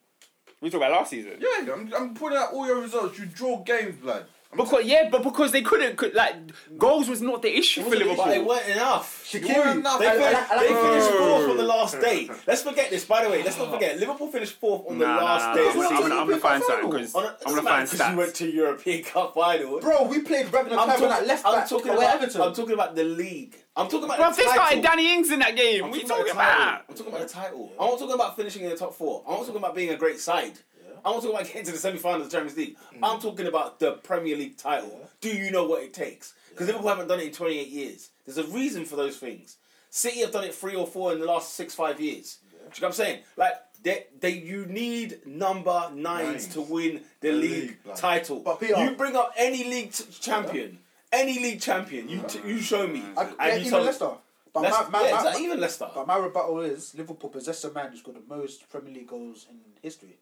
Speaker 5: We talk about last season.
Speaker 6: Yeah, I'm, I'm putting out all your results. You draw games, blood. I'm
Speaker 5: Because yeah, but because they couldn't could, like goals was not the issue for
Speaker 3: But it
Speaker 5: Liverpool.
Speaker 3: weren't enough.
Speaker 6: You weren't enough.
Speaker 3: They,
Speaker 6: I- I-
Speaker 3: finished,
Speaker 2: I like-
Speaker 3: they finished fourth on the last day. Let's forget this. By the way, let's not forget Liverpool finished fourth on the
Speaker 5: Nah, nah,
Speaker 3: last
Speaker 5: nah,
Speaker 3: day.
Speaker 5: nah,
Speaker 3: of the
Speaker 5: I'm
Speaker 3: season.
Speaker 5: gonna- I'm gonna find something because
Speaker 3: On a-
Speaker 5: I'm gonna
Speaker 3: doesn't matter
Speaker 5: find
Speaker 3: 'cause You went
Speaker 5: stats.
Speaker 3: to European Cup final.
Speaker 2: bro, we played Birmingham
Speaker 3: I'm,
Speaker 2: Clyburn
Speaker 3: talking-
Speaker 2: at left
Speaker 3: I'm
Speaker 2: back.
Speaker 3: talking
Speaker 2: away
Speaker 3: about
Speaker 2: Everton.
Speaker 3: I'm talking about the league. I'm talking about
Speaker 5: Bro,
Speaker 3: the
Speaker 5: they
Speaker 3: title.
Speaker 5: started Danny Ings in that game.
Speaker 3: I'm
Speaker 5: What are you
Speaker 3: talking
Speaker 5: talking
Speaker 3: the title.
Speaker 5: about?
Speaker 3: I'm talking about the title. I'm not talking about finishing in the top four. I'm not talking about being a great side. I'm not talking about getting to the semi-final of the Champions League.
Speaker 2: Mm.
Speaker 3: I'm talking about the Premier League title. Do you know what it takes? Because Liverpool haven't done it in 28 years. There's a reason for those things. City have done it three or four in the last six, five years. Do you know what I'm saying? Like they, they, you need number nines
Speaker 6: Nines.
Speaker 3: to win the,
Speaker 6: The
Speaker 3: league,
Speaker 6: league, like-
Speaker 3: title.
Speaker 2: But PR.
Speaker 3: you bring up any league t- champion, any league champion. You t- you show me,
Speaker 2: I,
Speaker 3: and
Speaker 2: yeah,
Speaker 3: you
Speaker 2: even
Speaker 3: tell
Speaker 2: Leicester. But
Speaker 3: Leicester,
Speaker 2: my, my,
Speaker 3: yeah,
Speaker 2: my,
Speaker 3: exactly,
Speaker 2: my-
Speaker 3: even Leicester.
Speaker 2: but my rebuttal is Liverpool possessed a man who scored the most Premier League goals in history.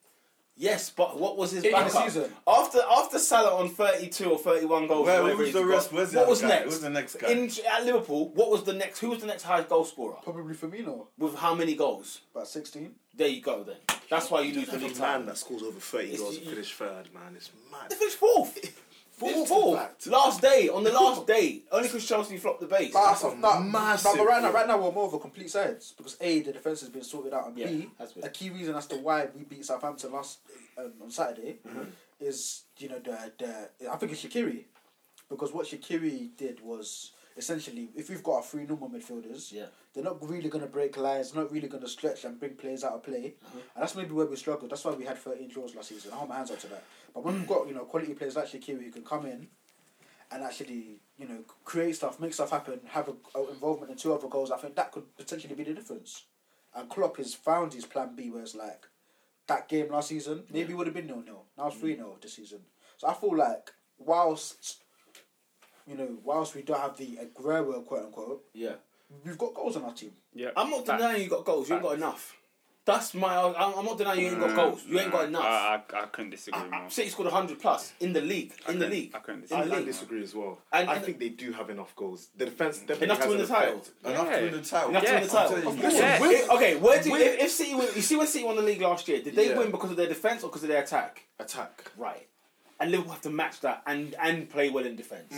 Speaker 3: Yes, but what was his
Speaker 2: In the
Speaker 3: backup?
Speaker 2: season.
Speaker 3: After after Salah on thirty two or thirty one goals,
Speaker 6: Where-
Speaker 3: or whatever
Speaker 6: who's
Speaker 3: he's
Speaker 6: the
Speaker 3: got,
Speaker 6: rest- where's the
Speaker 3: what
Speaker 6: other
Speaker 3: was
Speaker 6: guy?
Speaker 3: next?
Speaker 6: Who's the next guy?
Speaker 3: in at Liverpool? What was the next? Who was the next highest goal scorer
Speaker 2: Probably Firmino,
Speaker 3: with how many goals?
Speaker 2: about 16.
Speaker 3: There you go. Then that's why you lose the
Speaker 4: Every
Speaker 3: league
Speaker 4: man
Speaker 3: title.
Speaker 4: that scores over 30
Speaker 3: It's-
Speaker 4: goals
Speaker 3: you-
Speaker 4: and finish third, man, it's mad.
Speaker 3: They finished fourth.
Speaker 4: in
Speaker 3: [LAUGHS] Fourth, fourth.
Speaker 4: fact.
Speaker 3: Last day on the
Speaker 6: [LAUGHS]
Speaker 3: last day, only because Chelsea flopped the base.
Speaker 2: That's
Speaker 4: a
Speaker 2: no,
Speaker 4: massive-
Speaker 2: But right now, right now we're more of a complete sides because A, the defence has been sorted out, and
Speaker 3: Yeah,
Speaker 2: B,
Speaker 3: has been.
Speaker 2: a key reason as to why we beat Southampton last um, on Saturday
Speaker 3: Mm-hmm.
Speaker 2: is you know the the I think it's Shakiri because what Shakiri did was essentially if we've got our three normal midfielders,
Speaker 3: Yeah.
Speaker 2: they're not really going to break lines, not really going to stretch and bring players out of play,
Speaker 3: Mm-hmm.
Speaker 2: and that's maybe where we struggled. That's why we had thirteen draws last season. I hold my hands up to that. But when we've got you know quality players like Shakiri who can come in and actually, you know, create stuff, make stuff happen, have a, a involvement in two other goals, I think that could potentially be the difference. And Klopp has found his plan B, where it's like that game last season maybe would have been nil nil. Now it's three 0 this season. So I feel like whilst you know, whilst we don't have the Aguero quote unquote,
Speaker 3: Yeah,
Speaker 2: we've got goals on our team.
Speaker 5: Yeah.
Speaker 3: I'm not
Speaker 5: Fact.
Speaker 3: denying you got goals. You ain't got enough. That's my. I'm I'm not denying you ain't got
Speaker 6: Mm.
Speaker 3: goals. You ain't got enough.
Speaker 5: I, Uh, I, I couldn't disagree more.
Speaker 3: City scored 100 plus in the league. In the
Speaker 5: couldn't-
Speaker 3: league.
Speaker 5: I couldn't
Speaker 3: In the
Speaker 5: disagree.
Speaker 4: I
Speaker 3: league.
Speaker 4: disagree as well.
Speaker 3: And-
Speaker 4: I
Speaker 3: and-
Speaker 4: think they do have enough goals. The defense definitely
Speaker 3: Enough to
Speaker 4: has
Speaker 3: win
Speaker 4: an
Speaker 3: the title.
Speaker 4: effect.
Speaker 6: Enough
Speaker 5: Yeah.
Speaker 6: to win the title.
Speaker 3: Enough to win the
Speaker 5: Yeah.
Speaker 3: title.
Speaker 6: I'm telling you.
Speaker 5: Of course.
Speaker 3: Win- Okay, where do
Speaker 6: Win.
Speaker 3: if, if City win, you see when City won the league last year, did they
Speaker 4: Yeah.
Speaker 3: win because of their defence or because of their attack?
Speaker 4: Uh, Attack.
Speaker 3: Right. And Liverpool have to match that and, and play well in defence.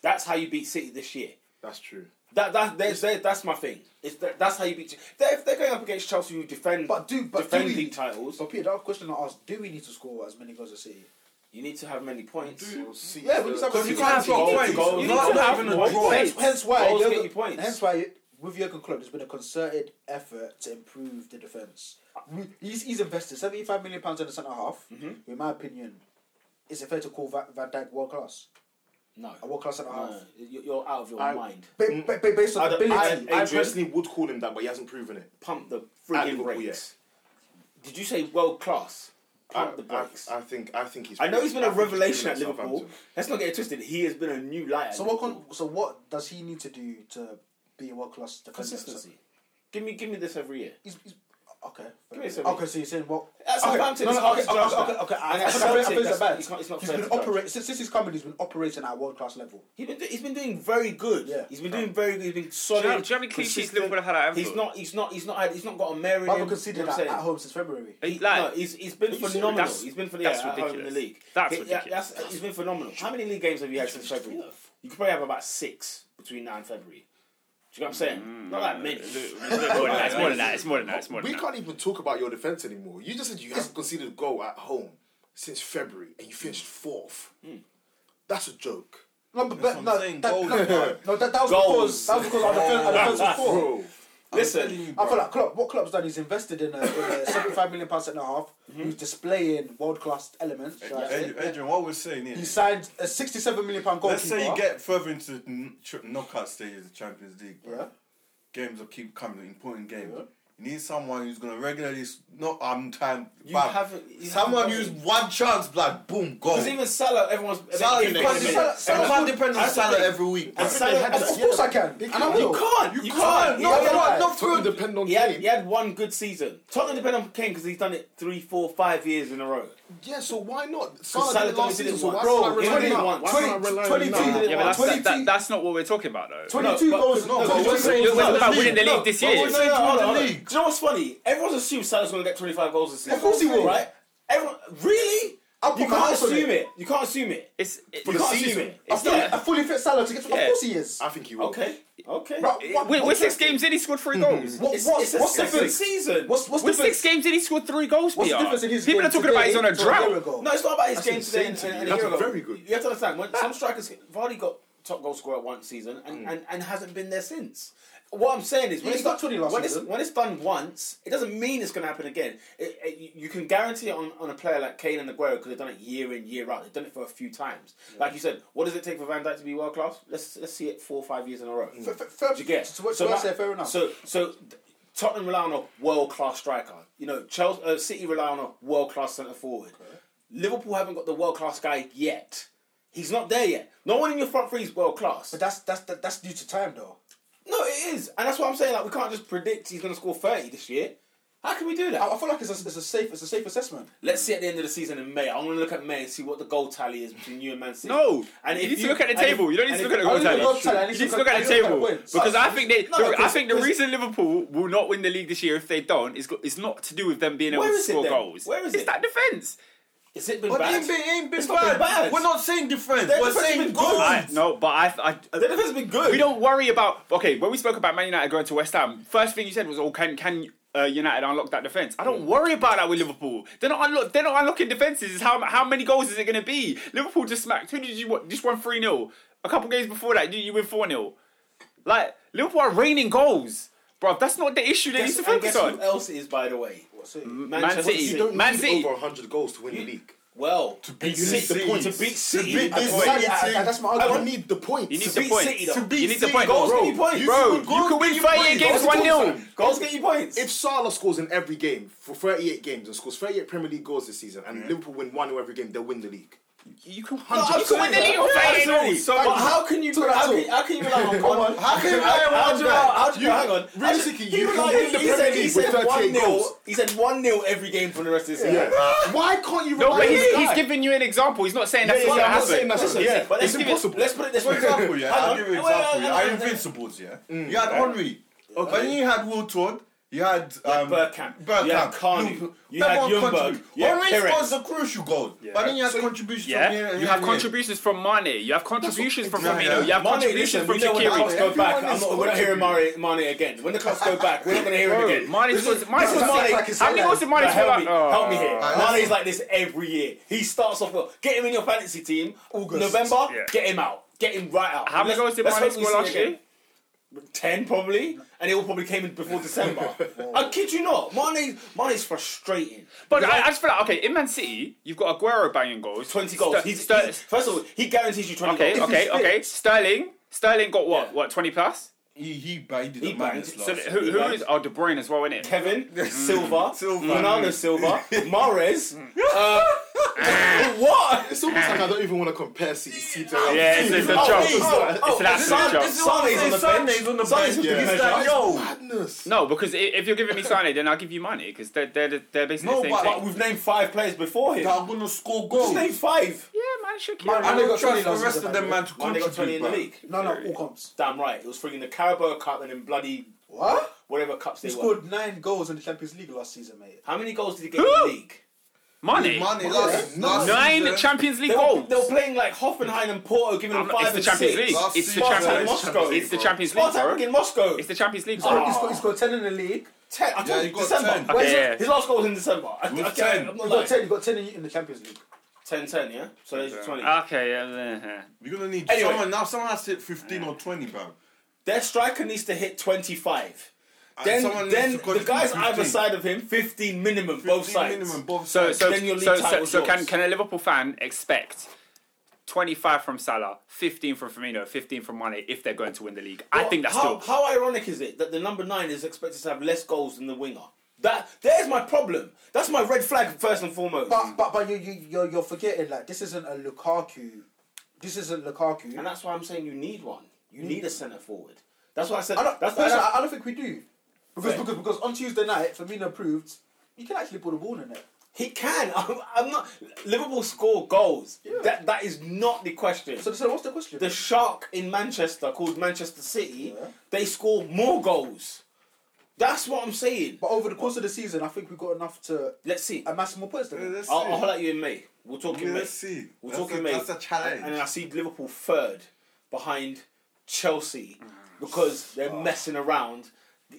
Speaker 3: That's how you beat City this year.
Speaker 4: That's true.
Speaker 3: That, that, there's, there, that's my thing. It's that, that's how you beat. They're, if they're going up against Chelsea who defend,
Speaker 2: But do but do
Speaker 3: defend
Speaker 2: we,
Speaker 3: league titles.
Speaker 2: So Peter, that question I asked: Do we need to score as many goals as City?
Speaker 3: You need to have many points.
Speaker 4: We'll see.
Speaker 2: Yeah, we just have a-
Speaker 6: Because you
Speaker 2: You
Speaker 6: can't
Speaker 2: have
Speaker 6: score
Speaker 3: goals,
Speaker 6: points.
Speaker 3: goals.
Speaker 6: Not-
Speaker 5: You
Speaker 6: not
Speaker 5: have
Speaker 6: even a
Speaker 5: one
Speaker 6: draw.
Speaker 5: point.
Speaker 2: Hence, hence why
Speaker 3: Goals
Speaker 2: Jurgen-
Speaker 3: get you points.
Speaker 2: Hence why with Jurgen Klopp, there's been a concerted effort to improve the defense. We- He's, he's invested seventy five million pounds in the centre half.
Speaker 3: Mm-hmm.
Speaker 2: In my opinion, is it fair to call Van, Van Dijk world class?
Speaker 3: No.
Speaker 2: A world class centre half.
Speaker 3: No, you- you're out of your
Speaker 4: I-
Speaker 3: mind.
Speaker 2: Ba- ba- ba- based
Speaker 3: I
Speaker 2: on
Speaker 3: don't-
Speaker 2: ability,
Speaker 3: I-
Speaker 4: I
Speaker 3: Adrian-
Speaker 4: personally would call him that, but he hasn't proven it.
Speaker 3: Pump the
Speaker 4: At
Speaker 3: friggin'
Speaker 4: Liverpool,
Speaker 3: brakes. Did you say world class? Pump
Speaker 4: I-
Speaker 3: the
Speaker 4: I,
Speaker 3: brakes.
Speaker 4: I think I think he's.
Speaker 3: I know he's been a
Speaker 4: think proven
Speaker 3: revelation at Liverpool.
Speaker 4: Southampton.
Speaker 3: Let's not get it twisted. He has been a new light. at
Speaker 2: so what?
Speaker 3: Liverpool.
Speaker 2: Con- so what does he need to do to be a world class defender?
Speaker 3: consistency? Give me, give me this every year.
Speaker 2: So he's, he's, okay.
Speaker 3: Give me a
Speaker 2: fair.
Speaker 3: second.
Speaker 2: Okay, so you're saying what?
Speaker 3: At
Speaker 2: okay,
Speaker 3: Southampton,
Speaker 2: no,
Speaker 3: it's
Speaker 2: no,
Speaker 3: hard
Speaker 2: okay,
Speaker 3: to
Speaker 2: okay,
Speaker 3: judge
Speaker 2: okay,
Speaker 3: that.
Speaker 2: okay. I,
Speaker 3: And
Speaker 2: I,
Speaker 3: at
Speaker 2: I, feel- I feel
Speaker 3: Celtic,
Speaker 2: it's bad.
Speaker 3: it's not- it's not
Speaker 2: he's
Speaker 3: fair
Speaker 2: been
Speaker 3: to judge.
Speaker 2: operating since, since he's coming. He's been operating at world class level.
Speaker 3: He's been, do- he's been doing very good.
Speaker 2: Yeah.
Speaker 3: He's been doing very good. He's been solid.
Speaker 5: Do you know- do you know how many clean sheets
Speaker 3: consistent.
Speaker 5: Liverpool have had at
Speaker 3: He's
Speaker 5: Anfield?
Speaker 3: not. He's not. He's not. had- He's not got a merit.
Speaker 2: But we conceded
Speaker 3: i
Speaker 2: that at home since February.
Speaker 5: Like,
Speaker 3: no, he's, he's been
Speaker 5: serious?
Speaker 3: phenomenal.
Speaker 5: That's-
Speaker 3: he's been
Speaker 5: that's
Speaker 3: phenomenal yeah, at home in the
Speaker 5: ridiculous.
Speaker 3: league.
Speaker 5: That's
Speaker 3: He- yeah,
Speaker 5: ridiculous.
Speaker 3: that's- he's been phenomenal. How many league games have you had since February? You could probably have about six. between now and February. Do you know what I'm saying?
Speaker 5: Mm.
Speaker 3: Not that many.
Speaker 5: more than that. It's more than that. It's more than that. It's more than
Speaker 4: We
Speaker 5: that.
Speaker 4: can't even talk about your defense anymore. You just said you haven't conceded a goal at home since February, and you finished fourth.
Speaker 3: Hmm.
Speaker 4: That's a joke.
Speaker 2: No, but, but, no, that,
Speaker 6: saying,
Speaker 2: no,
Speaker 6: goals,
Speaker 2: no,
Speaker 6: bro.
Speaker 2: no, that, that was
Speaker 3: Goals.
Speaker 2: because that was because our defense, our defense was poor.
Speaker 4: Bro,
Speaker 3: Listen,
Speaker 2: I feel like Klopp, what Klopp's done, he's invested in a, in a seventy-five million pounds and a half. He's displaying world-class elements. shall I say.
Speaker 6: Adrian, Adrian, what we're saying
Speaker 2: He
Speaker 6: is,
Speaker 2: signed a sixty-seven million pound goalkeeper.
Speaker 6: let's say you get further into the kn- tr- knockout stages of Champions League, bro.
Speaker 2: yeah.
Speaker 6: Games will keep coming, important games.
Speaker 2: Yeah.
Speaker 6: You need someone who's gonna regularly, s- not um time,
Speaker 3: You
Speaker 6: bam.
Speaker 3: haven't- you
Speaker 6: someone
Speaker 3: haven't
Speaker 6: who's
Speaker 3: got
Speaker 6: one chance, blood, boom, goal.
Speaker 3: because even Salah, everyone's
Speaker 6: Salah, you
Speaker 3: every-
Speaker 6: can't,
Speaker 3: every-
Speaker 6: Salah, Salah,
Speaker 3: every-
Speaker 6: can't depend on
Speaker 3: That's the
Speaker 6: Salah
Speaker 3: thing.
Speaker 6: every week.
Speaker 3: And
Speaker 6: bruv.
Speaker 3: Salah had
Speaker 2: Of
Speaker 3: this-
Speaker 2: course I can, and I will.
Speaker 6: You can't. You,
Speaker 3: You
Speaker 6: can't.
Speaker 3: can't.
Speaker 6: No,
Speaker 2: Yeah,
Speaker 6: no,
Speaker 2: yeah.
Speaker 6: no,
Speaker 4: Tottenham
Speaker 6: for-
Speaker 4: depend on
Speaker 3: He had,
Speaker 4: Kane.
Speaker 3: he had one good season. Tottenham depend on Kane because he's done it three, four, five years in a row.
Speaker 4: Yeah, so why not?
Speaker 3: Salah
Speaker 4: Salah did it
Speaker 3: done
Speaker 4: last
Speaker 3: it in
Speaker 4: season, so
Speaker 3: one.
Speaker 4: why
Speaker 3: Bro,
Speaker 4: Salah
Speaker 3: he
Speaker 4: relying
Speaker 3: did it
Speaker 4: on-
Speaker 3: once.
Speaker 4: why Salah relying on
Speaker 2: 22
Speaker 4: Kane?
Speaker 2: did it
Speaker 5: Yeah, but that's, that,
Speaker 2: 22
Speaker 5: that, that's not what we're talking about though.
Speaker 2: Twenty-two
Speaker 3: No, but-
Speaker 2: goals.
Speaker 3: no,
Speaker 2: No,
Speaker 3: but
Speaker 2: but
Speaker 3: we're
Speaker 2: twenty-
Speaker 3: saying-
Speaker 5: It was
Speaker 3: no,
Speaker 5: about
Speaker 3: no,
Speaker 5: winning the
Speaker 3: no,
Speaker 5: league this
Speaker 6: no,
Speaker 5: year.
Speaker 6: we're
Speaker 3: No, no,
Speaker 6: Saying
Speaker 3: hold
Speaker 6: to
Speaker 3: on,
Speaker 6: win
Speaker 3: hold
Speaker 6: the
Speaker 3: on.
Speaker 6: league.
Speaker 3: Do you know what's funny? Everyone's assumed Salah's going to get 25 goals this season.
Speaker 2: Of course he will.
Speaker 3: Right? Everyone, really?
Speaker 2: I'll put
Speaker 3: you
Speaker 2: my
Speaker 3: can't
Speaker 2: house on
Speaker 3: assume
Speaker 2: it.
Speaker 3: it. You can't assume it.
Speaker 5: It's it,
Speaker 3: you
Speaker 4: the
Speaker 3: can't
Speaker 4: season.
Speaker 3: assume it.
Speaker 2: a
Speaker 3: It's
Speaker 2: fully,
Speaker 3: there.
Speaker 2: a fully fit Salah to get to. Of
Speaker 5: Yeah.
Speaker 2: course he is.
Speaker 4: I think he will.
Speaker 3: Okay. Okay.
Speaker 2: Bro,
Speaker 5: it-
Speaker 2: what-
Speaker 5: with, with
Speaker 2: what's
Speaker 5: six
Speaker 2: that-
Speaker 5: games in, Hmm. he scored three goals.
Speaker 2: What,
Speaker 3: It's,
Speaker 2: what's,
Speaker 3: it's a
Speaker 2: what's the
Speaker 3: second
Speaker 2: difference?
Speaker 3: season.
Speaker 2: What's, what's the
Speaker 5: With
Speaker 2: difference?
Speaker 5: six games in, he scored three goals.
Speaker 2: What's
Speaker 5: PR.
Speaker 2: the difference in his
Speaker 5: People
Speaker 2: game
Speaker 5: are talking about
Speaker 2: today
Speaker 5: he's on a
Speaker 2: to
Speaker 5: drought.
Speaker 2: year ago?
Speaker 3: no, it's not about his game
Speaker 4: the
Speaker 3: today.
Speaker 4: same
Speaker 3: And,
Speaker 4: to me.
Speaker 3: and, and
Speaker 4: That's
Speaker 3: here we go.
Speaker 4: very good.
Speaker 3: You have to understand when some strikers, Vardy got top goal scorer one season and, and, and hasn't been there since. What I'm saying is, when
Speaker 2: Mm. He's
Speaker 3: it's
Speaker 2: got
Speaker 3: done-
Speaker 2: 20 last
Speaker 3: when it's,
Speaker 2: season.
Speaker 3: when it's done once, it doesn't mean it's going to happen again. It, it- you- you can guarantee it on, on a player like Kane and Aguero because they've done it year in year out. They've done it for a few times.
Speaker 2: Mm.
Speaker 3: Like you said, what does it take for Van Dijk to be world class? Let's let's see it four or five years in a row.
Speaker 2: F- f- fair-
Speaker 3: Do you get?
Speaker 2: So, what- so, I
Speaker 3: that-
Speaker 2: say fair enough.
Speaker 3: So, so Tottenham rely on a world class striker. You know, Chelsea, uh, City rely on a world class centre forward. Liverpool haven't got the world class guy yet. He's not there yet. No one in your front three is world class.
Speaker 2: but that's that's that, that's due to time though.
Speaker 3: No, it is, and that's what I'm saying. Like, we can't just predict he's going to score thirty this year. How can we do that?
Speaker 2: I, I feel like it's a, it's a safe it's a safe assessment.
Speaker 3: Let's see at the end of the season in May. I want to look at May and see what the goal tally is between you and Man City.
Speaker 5: No,
Speaker 3: and
Speaker 5: you
Speaker 3: if
Speaker 5: need to look at the
Speaker 3: and if-
Speaker 5: table. You don't need
Speaker 3: and
Speaker 5: to
Speaker 3: if-
Speaker 5: look at the
Speaker 2: I
Speaker 5: goal
Speaker 2: don't need to
Speaker 5: tally.
Speaker 2: look at the goal
Speaker 5: You need to
Speaker 2: tally.
Speaker 5: look
Speaker 2: I
Speaker 5: at the
Speaker 2: need to look at
Speaker 5: table
Speaker 2: points.
Speaker 5: because I think they.
Speaker 3: No,
Speaker 5: I
Speaker 3: because-
Speaker 5: think the
Speaker 3: because-
Speaker 5: reason Liverpool will not win the league this year if they don't is go- is not to do with them being able
Speaker 3: Where
Speaker 5: to
Speaker 3: is it
Speaker 5: score
Speaker 3: then?
Speaker 5: goals.
Speaker 3: Where is
Speaker 5: it's
Speaker 3: it?
Speaker 5: that defense?
Speaker 3: Has it been
Speaker 6: But it
Speaker 3: bad?
Speaker 6: ain't been, it ain't been
Speaker 3: It's not
Speaker 6: bad.
Speaker 3: been bad.
Speaker 6: We're not saying defense.
Speaker 3: Their
Speaker 6: We're
Speaker 3: defense
Speaker 6: saying
Speaker 3: been
Speaker 6: goals.
Speaker 3: good.
Speaker 5: I, no, but I, I
Speaker 3: The defense has been good.
Speaker 5: we don't worry about. Okay, when we spoke about Man United going to West Ham, first thing you said was, "Oh, can can uh, United unlock that defense?" I don't worry about that with Liverpool. They're not unlock, They're not unlocking defenses. It's How how many goals is it going to be? Liverpool just smacked. Who did you wa- just won three 0 A couple games before that, you, you win four 0 Like Liverpool are raining goals, bro. That's not the issue they need
Speaker 3: Guess,
Speaker 5: to
Speaker 3: and guess uh,
Speaker 5: focus
Speaker 3: who
Speaker 5: on.
Speaker 3: else it is, by the way?
Speaker 2: So,
Speaker 5: Man
Speaker 4: You
Speaker 5: City,
Speaker 4: don't
Speaker 5: Man
Speaker 4: need
Speaker 5: City.
Speaker 4: over 100 goals to win the league.
Speaker 3: Well, to
Speaker 6: beat
Speaker 3: you need
Speaker 6: City.
Speaker 3: the point. To beat City,
Speaker 6: beat
Speaker 3: a
Speaker 6: this
Speaker 3: point.
Speaker 6: City.
Speaker 2: yeah, I- I- that's my
Speaker 4: I
Speaker 2: argument.
Speaker 4: don't need the points.
Speaker 5: You need
Speaker 3: To
Speaker 5: the
Speaker 3: beat City,
Speaker 5: points.
Speaker 3: though.
Speaker 5: You need the
Speaker 4: City,
Speaker 5: point,
Speaker 3: goals
Speaker 5: bro.
Speaker 3: get you points.
Speaker 5: Bro,
Speaker 4: You
Speaker 5: you can
Speaker 4: scored
Speaker 5: win
Speaker 4: goals, get
Speaker 5: 38
Speaker 4: you
Speaker 5: games
Speaker 4: points.
Speaker 5: one 0
Speaker 3: Goals get you points.
Speaker 4: If Salah scores in every game for 38 games and scores 38 Premier League goals this season, and Liverpool win one or every game, they'll win the
Speaker 5: [LAUGHS]
Speaker 4: league.
Speaker 5: You can,
Speaker 3: I'm
Speaker 5: you can win the
Speaker 3: saying
Speaker 5: league on
Speaker 3: that.
Speaker 5: 38
Speaker 3: Absolutely.
Speaker 5: goals. So
Speaker 3: but how can you?
Speaker 2: that
Speaker 3: How
Speaker 2: talk.
Speaker 3: can, how can you rely on
Speaker 2: Come
Speaker 3: one?
Speaker 2: on.
Speaker 3: How can you
Speaker 4: How
Speaker 3: rely on
Speaker 4: can you
Speaker 3: one
Speaker 4: rely on
Speaker 3: guy? How can you?
Speaker 4: one
Speaker 3: Hang on.
Speaker 4: guy? Realistically,
Speaker 3: He
Speaker 4: you
Speaker 3: was
Speaker 4: can
Speaker 3: like-
Speaker 4: win
Speaker 3: he
Speaker 4: the Premier
Speaker 3: said he
Speaker 4: League with
Speaker 3: said
Speaker 4: 38
Speaker 3: one 0
Speaker 4: goals.
Speaker 3: He said one 0 every game for the rest of the season.
Speaker 4: Why can't you
Speaker 5: No,
Speaker 4: rely
Speaker 5: but
Speaker 4: on
Speaker 5: he's,
Speaker 4: this
Speaker 5: he's
Speaker 4: guy?
Speaker 5: giving you an example. He's not saying that's
Speaker 4: yeah,
Speaker 5: what's
Speaker 4: yeah, I'm
Speaker 5: going
Speaker 4: not
Speaker 5: to
Speaker 4: saying
Speaker 5: happen.
Speaker 3: Listen,
Speaker 4: that's Yeah,
Speaker 3: but let's
Speaker 4: it's
Speaker 3: give it-
Speaker 4: impossible.
Speaker 3: Let's put it this way.
Speaker 6: For example, yeah,
Speaker 3: Hang
Speaker 6: I'll
Speaker 3: on.
Speaker 6: give you an
Speaker 3: Wait, wait, wait,
Speaker 6: example. Yeah,
Speaker 3: wait,
Speaker 6: Are
Speaker 3: wait.
Speaker 6: Invincibles, yeah? You had Henry. But then you had Will Todd. You had um,
Speaker 3: Bergkamp. You had Carney.
Speaker 6: Lu-
Speaker 3: You had
Speaker 6: everyone
Speaker 3: Ljungberg.
Speaker 6: contributed.
Speaker 3: You had
Speaker 6: Henry
Speaker 3: Perez.
Speaker 6: scores the crucial goal. But then you had contributions from here
Speaker 5: Yeah,
Speaker 6: and
Speaker 5: you
Speaker 6: here
Speaker 5: have
Speaker 6: and here.
Speaker 5: contributions from Mane. You have contributions from
Speaker 6: exactly.
Speaker 5: Firmino. You have
Speaker 3: Mane,
Speaker 5: contributions
Speaker 3: listen,
Speaker 5: from
Speaker 3: we know when the clocks
Speaker 5: Shaqiri.
Speaker 3: go back.
Speaker 4: Everyone
Speaker 3: I'm
Speaker 4: is
Speaker 3: not, we're not hearing Mane, Mane again. When the clocks go back, we're not going to hear him again.
Speaker 5: Mane scores. Mane
Speaker 3: This is
Speaker 5: scores-
Speaker 3: Mane.
Speaker 5: How many goals did Mane
Speaker 3: Now,
Speaker 5: score?
Speaker 3: help, me,
Speaker 5: Oh.
Speaker 3: help me here.
Speaker 6: that's-
Speaker 3: Mane's like this every year. He starts off well. Get him in your fantasy team. August. November,
Speaker 5: Yeah.
Speaker 3: get him out. Get him right out.
Speaker 5: How many goals
Speaker 3: Let's-
Speaker 5: did
Speaker 3: let's
Speaker 5: Mane
Speaker 3: hope we
Speaker 5: score
Speaker 3: see
Speaker 5: last
Speaker 3: again.
Speaker 5: year?
Speaker 3: Ten probably, and it all probably came in
Speaker 5: [LAUGHS]
Speaker 3: before December. I kid you not, Mane, Mane's frustrating.
Speaker 5: But
Speaker 3: Because
Speaker 5: I, I just feel like okay, in Man City, you've got Aguero banging goals.
Speaker 3: twenty goals.
Speaker 5: Ster-
Speaker 3: he's,
Speaker 5: Ster-
Speaker 3: he's- first of all, he guarantees you twenty
Speaker 5: okay,
Speaker 3: goals.
Speaker 5: okay,
Speaker 3: He's fit.
Speaker 5: okay. Sterling, Sterling got what?
Speaker 3: Yeah.
Speaker 5: What twenty plus?
Speaker 6: He, he banged
Speaker 3: He
Speaker 6: the man this
Speaker 3: banged.
Speaker 5: So
Speaker 6: last
Speaker 5: who, who
Speaker 3: Right.
Speaker 5: is? Oh, De Bruyne as well, isn't it? [LAUGHS]
Speaker 3: Kevin Silva,
Speaker 6: Silva.
Speaker 3: Ronaldo Silva, Mares.
Speaker 5: Mm. [LAUGHS]
Speaker 3: uh,
Speaker 5: Ah.
Speaker 3: [LAUGHS] what?
Speaker 4: It's almost like I don't even want to compare City to Real
Speaker 5: Yeah, it's,
Speaker 4: Madrid.
Speaker 5: it's a
Speaker 3: Oh,
Speaker 5: joke.
Speaker 3: he's- oh,
Speaker 5: It's an
Speaker 3: oh,
Speaker 5: absolute
Speaker 3: Son-
Speaker 5: joke.
Speaker 3: Son's on the bench.
Speaker 6: Sane's on the
Speaker 3: Son's
Speaker 6: bench.
Speaker 3: on the
Speaker 6: Yeah.
Speaker 3: bench.
Speaker 6: It's like, yo.
Speaker 4: Madness.
Speaker 5: No, because i- if you're giving me Sane, then I'll give you money because they're they're they're basically the
Speaker 6: No,
Speaker 5: same
Speaker 6: but-
Speaker 5: thing.
Speaker 3: But we've named five players before him.
Speaker 6: that are going to score
Speaker 3: Just
Speaker 6: goals.
Speaker 3: name five.
Speaker 5: yeah, man, Shaqiri.
Speaker 6: I
Speaker 2: Mane
Speaker 6: don't
Speaker 2: got
Speaker 6: trust
Speaker 2: 20
Speaker 6: the
Speaker 2: last
Speaker 6: rest of
Speaker 2: season,
Speaker 6: them
Speaker 2: by the
Speaker 6: man to
Speaker 3: Man, they got twenty
Speaker 6: contribute.
Speaker 3: in the
Speaker 6: bruv.
Speaker 3: league.
Speaker 2: no, no, all comps.
Speaker 3: Damn right. It was freaking the Carabao Cup and then bloody
Speaker 2: What?
Speaker 3: whatever cups
Speaker 2: He
Speaker 3: they were.
Speaker 2: scored nine goals in the Champions League last season, mate.
Speaker 3: How many goals did he get in the league?
Speaker 5: Money.
Speaker 6: Money last, last
Speaker 5: Nine
Speaker 6: season-
Speaker 5: Champions League
Speaker 3: They were,
Speaker 5: goals.
Speaker 3: they were playing like Hoffenheim and Porto, giving them
Speaker 5: I'm not-
Speaker 3: five
Speaker 5: It's the
Speaker 3: and
Speaker 5: Champions
Speaker 3: six.
Speaker 5: League.
Speaker 6: Last
Speaker 5: It's the
Speaker 6: season-
Speaker 5: Champions
Speaker 3: Last Moscow.
Speaker 5: League. It's the
Speaker 4: bro.
Speaker 5: Champions League, bro.
Speaker 3: Spartak in Moscow.
Speaker 5: It's the Champions League,
Speaker 3: Ah.
Speaker 2: So
Speaker 5: bro.
Speaker 2: he's got, he's got 10 in the league.
Speaker 3: Ten. I told
Speaker 6: Yeah,
Speaker 3: you,
Speaker 6: you got
Speaker 3: December.
Speaker 6: 10.
Speaker 5: Okay,
Speaker 3: Where's
Speaker 5: yeah.
Speaker 3: His last goal was in December. I,
Speaker 6: With
Speaker 3: okay,
Speaker 6: 10.
Speaker 3: I'm not
Speaker 2: He's
Speaker 3: lying.
Speaker 2: got 10, he's got 10 in, in the Champions League.
Speaker 3: 10, 10, yeah? So there's 20.
Speaker 5: Okay, yeah, yeah.
Speaker 6: We're gonna need
Speaker 3: Anyway.
Speaker 6: someone now. Someone has to hit fifteen or twenty, bro.
Speaker 3: Their striker needs to hit 25.
Speaker 6: And
Speaker 3: Then,
Speaker 6: someone
Speaker 3: then
Speaker 6: needs to
Speaker 3: the guys
Speaker 6: contribute
Speaker 3: either
Speaker 6: 15.
Speaker 3: side of him, 15 minimum,
Speaker 6: 15
Speaker 3: both sides.
Speaker 6: Minimum, both
Speaker 5: So,
Speaker 6: sides.
Speaker 5: so,
Speaker 3: Then your league
Speaker 5: so, so,
Speaker 3: title's
Speaker 5: so can,
Speaker 3: yours.
Speaker 5: can a Liverpool fan expect 25 from Salah, 15 from Firmino, 15 from Mane if they're going to win the league? I
Speaker 3: Well,
Speaker 5: think that's
Speaker 3: how,
Speaker 5: still.
Speaker 3: How ironic is it that the number nine is expected to have less goals than the winger? That There's my problem. That's my red flag, first and foremost.
Speaker 2: But but but you you you're, you're forgetting like this isn't a Lukaku, this isn't Lukaku.
Speaker 3: and that's why I'm saying you need one. You need a centre forward. That's why I said.
Speaker 2: I don't,
Speaker 3: that's,
Speaker 2: listen,
Speaker 3: that's-
Speaker 2: I, I don't think we do because
Speaker 3: Fair.
Speaker 2: because because on Tuesday night Firmino proved you can actually put a ball in it.
Speaker 3: he can. [LAUGHS] I'm, I'm not. Liverpool score goals.
Speaker 2: Yeah.
Speaker 3: That that is not the question.
Speaker 2: So so what's the question?
Speaker 3: the shark in Manchester called Manchester City,
Speaker 2: Yeah.
Speaker 3: they score more goals. That's what I'm saying.
Speaker 2: but over the course of the season, I think we got enough to
Speaker 3: Let's see.
Speaker 2: amass more points than them.
Speaker 6: Let's see.
Speaker 3: I'll, I'll let you in May. We'll talk in May.
Speaker 6: Let's see.
Speaker 3: We're
Speaker 6: That's
Speaker 3: talking
Speaker 6: a-
Speaker 3: mate.
Speaker 6: That's a challenge.
Speaker 3: And, and I see Liverpool third behind Chelsea because they're messing around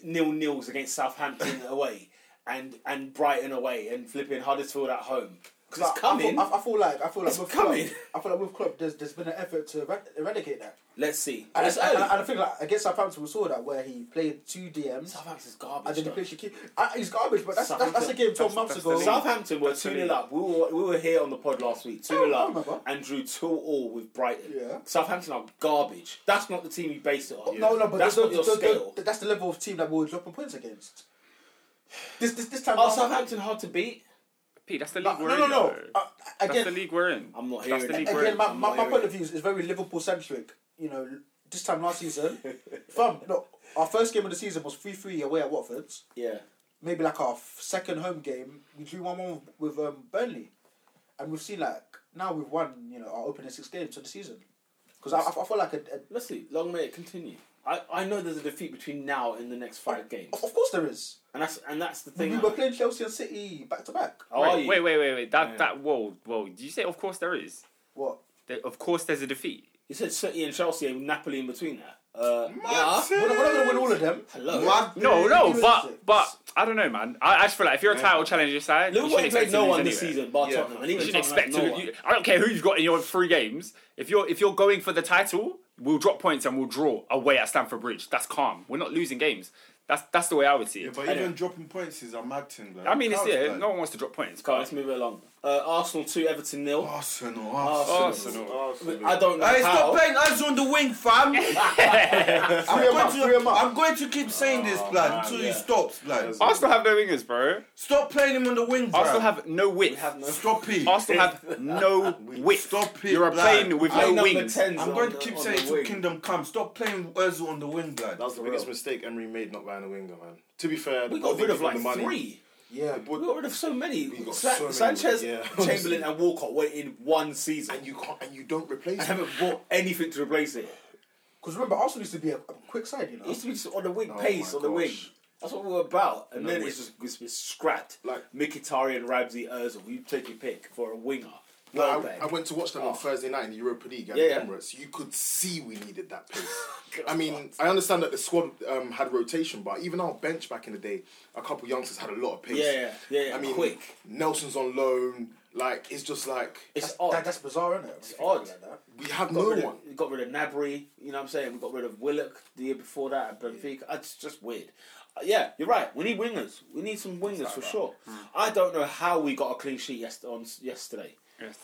Speaker 3: nil nils against
Speaker 6: [LAUGHS]
Speaker 3: Southampton away and and Brighton away and flipping Huddersfield at home because
Speaker 2: Like,
Speaker 3: it's coming.
Speaker 2: I feel, I, I feel like I feel like
Speaker 3: It's
Speaker 2: with
Speaker 3: coming.
Speaker 2: Klopp, I feel like with Klopp, there's there's been an effort to erad- eradicate that.
Speaker 3: Let's see.
Speaker 2: And,
Speaker 3: It's
Speaker 2: I, and,
Speaker 3: early.
Speaker 2: I- and I think like against Southampton, we saw that where he played two DMs.
Speaker 3: Southampton's
Speaker 2: And
Speaker 3: garbage.
Speaker 2: then he
Speaker 3: though.
Speaker 2: played Shaqiri. I- He's garbage, but that's that's, that's a game twelve months
Speaker 5: that's
Speaker 2: ago.
Speaker 5: the league.
Speaker 3: Southampton were 2 0
Speaker 5: Absolutely.
Speaker 3: up. We were, we were here on the pod last week, 2 0
Speaker 2: I
Speaker 3: up,
Speaker 2: remember.
Speaker 3: and drew 2 all with Brighton.
Speaker 2: Yeah.
Speaker 3: Southampton are garbage. That's not the team you base it on.
Speaker 2: No, no, but
Speaker 3: that's
Speaker 2: that's,
Speaker 3: not
Speaker 2: the,
Speaker 3: your
Speaker 2: the-
Speaker 3: scale.
Speaker 2: the- that's the level of team that we were dropping points against. This this this time.
Speaker 3: Are
Speaker 2: last-
Speaker 3: Oh, Southampton hard to beat?
Speaker 5: Pete, that's the
Speaker 2: no,
Speaker 5: league we're
Speaker 2: no, no,
Speaker 5: in.
Speaker 2: no.
Speaker 5: though.
Speaker 2: Uh,
Speaker 5: That's the
Speaker 2: again,
Speaker 5: league we're in.
Speaker 3: I'm not
Speaker 5: That's
Speaker 3: hearing
Speaker 5: the
Speaker 3: it.
Speaker 5: league we're in.
Speaker 2: again, my,
Speaker 3: I'm
Speaker 2: my,
Speaker 3: not
Speaker 2: my
Speaker 3: hearing
Speaker 2: point
Speaker 3: it.
Speaker 2: of view is, is very Liverpool centric. You know, this time last season, fam, look, our first game of the season was three three away at Watford.
Speaker 3: Yeah.
Speaker 2: Maybe like our f- second home game, we drew one one with um, Burnley, and we've seen like now we've won. You know, our opening six games of the season. Because I, I, I feel like a, a
Speaker 3: Let's see. Long may it continue. I, I know there's a defeat between now and the next five games,
Speaker 2: Of, of course there is.
Speaker 3: and that's and that's the thing.
Speaker 2: We
Speaker 3: I-
Speaker 2: were playing Chelsea and City back to back.
Speaker 3: How are
Speaker 5: wait,
Speaker 3: you?
Speaker 5: wait, wait, wait, wait. That,
Speaker 3: Yeah.
Speaker 5: that, whoa, whoa. Did you say, of course there is?
Speaker 2: What?
Speaker 5: There, of course there's a defeat.
Speaker 3: You said City and Chelsea and Napoli in between that. Uh, yeah.
Speaker 6: Madness.
Speaker 2: We're not, we're not going to win all of them.
Speaker 3: Hello.
Speaker 6: Mad-
Speaker 5: No, no, but,
Speaker 2: realistic.
Speaker 5: but, I don't know, man. I, I just feel like if you're a title challenger side, you
Speaker 3: Liverpool
Speaker 5: shouldn't
Speaker 3: ain't
Speaker 5: expect to
Speaker 3: played no
Speaker 5: lose
Speaker 3: one
Speaker 5: anyway.
Speaker 3: this season, but
Speaker 6: Yeah.
Speaker 3: Tottenham. And
Speaker 5: You
Speaker 3: even
Speaker 5: shouldn't
Speaker 3: Tottenham
Speaker 5: expect
Speaker 3: had no
Speaker 5: to.
Speaker 3: one.
Speaker 5: You, I don't care who you've got in your three games. If you're if you're going for the title, we'll drop points and we'll draw away at Stamford Bridge. That's calm. We're not losing games. That's that's the way I would see
Speaker 6: Yeah,
Speaker 5: it.
Speaker 6: but
Speaker 5: I,
Speaker 6: even dropping points is a mad thing, though.
Speaker 5: mean, it's
Speaker 6: Counts,
Speaker 5: yeah.
Speaker 6: though.
Speaker 5: No one wants to drop points.
Speaker 3: Come on, let's move it along. Uh, Arsenal 2, Everton nil.
Speaker 6: Oh. Arsenal,
Speaker 3: Arsenal.
Speaker 6: Arsenal.
Speaker 5: Arsenal.
Speaker 3: I don't know
Speaker 7: Hey,
Speaker 3: how.
Speaker 7: stop playing us on the wing,
Speaker 6: [LAUGHS]
Speaker 7: fam. I'm,
Speaker 2: him
Speaker 7: going
Speaker 2: up,
Speaker 7: to,
Speaker 2: free him up.
Speaker 7: I'm going to keep saying this, blood,
Speaker 6: Oh, man,
Speaker 7: until
Speaker 3: yeah.
Speaker 7: he stops, blood.
Speaker 5: Arsenal have no wingers, bro.
Speaker 7: Stop playing him on the wing, bro.
Speaker 5: Arsenal have no
Speaker 3: We
Speaker 5: width.
Speaker 3: have no.
Speaker 7: Stop it.
Speaker 5: Arsenal have
Speaker 3: [LAUGHS]
Speaker 5: no width.
Speaker 7: Stop it,
Speaker 5: You're a
Speaker 7: lad.
Speaker 5: plane with
Speaker 3: Play
Speaker 5: no
Speaker 3: number
Speaker 5: wings.
Speaker 3: 10s
Speaker 7: I'm
Speaker 3: on
Speaker 7: going to
Speaker 3: the-
Speaker 7: keep
Speaker 3: on
Speaker 7: saying
Speaker 3: the
Speaker 7: till
Speaker 3: wing.
Speaker 7: kingdom come. Stop playing Özil on the wing,
Speaker 4: That
Speaker 7: blood.
Speaker 4: was the biggest mistake Emery made not buying a winger, man. To be fair,
Speaker 3: We got
Speaker 4: they
Speaker 3: rid of
Speaker 4: gave him
Speaker 3: like
Speaker 4: the money.
Speaker 3: three.
Speaker 2: Yeah.
Speaker 3: We got rid of so many.
Speaker 4: We got
Speaker 3: Sa-
Speaker 4: so many,
Speaker 3: Sanchez,
Speaker 4: yeah.
Speaker 3: Chamberlain, and Walcott went in one season.
Speaker 4: And you can't, and you don't replace
Speaker 3: I
Speaker 4: him.
Speaker 3: haven't bought anything to replace it.
Speaker 2: Because remember, Arsenal used to be a, a quick side, you
Speaker 3: It
Speaker 2: know.
Speaker 3: used to be just on the wing,
Speaker 4: Oh
Speaker 3: pace
Speaker 4: my
Speaker 3: on the wing.
Speaker 4: gosh.
Speaker 3: That's what we were about. And
Speaker 4: No
Speaker 3: then
Speaker 4: way.
Speaker 3: it's just it's been scrapped.
Speaker 4: Like-
Speaker 3: Mkhitaryan, Ramsey, Ozil. You take your pick for a winger. Well,
Speaker 4: Like, I, I went to watch them on Thursday night in the Europa League at
Speaker 3: Oh. Yeah, yeah.
Speaker 4: the Emirates. You could see we needed that
Speaker 3: [LAUGHS]
Speaker 4: pace. I mean, I understand that the squad um, had rotation, but even our bench back in the day, a couple youngsters had a lot of pace.
Speaker 3: yeah, yeah, yeah, yeah.
Speaker 4: I mean,
Speaker 3: quick.
Speaker 4: Nelson's on loan. Like, it's just like
Speaker 3: It's
Speaker 2: That's,
Speaker 3: odd.
Speaker 2: that, that's bizarre, isn't it? It's
Speaker 3: odd.
Speaker 2: Like that.
Speaker 4: we have
Speaker 3: got
Speaker 4: no
Speaker 3: rid
Speaker 4: one.
Speaker 3: Of, Oh got rid of Nabry, you know what I'm saying? We got rid of Willock the year before that at Benfica. It's just weird. Uh, yeah, you're right. We need wingers. We need some wingers for sure.
Speaker 4: Hmm.
Speaker 3: I don't know how we got a clean sheet yes- on s- yesterday.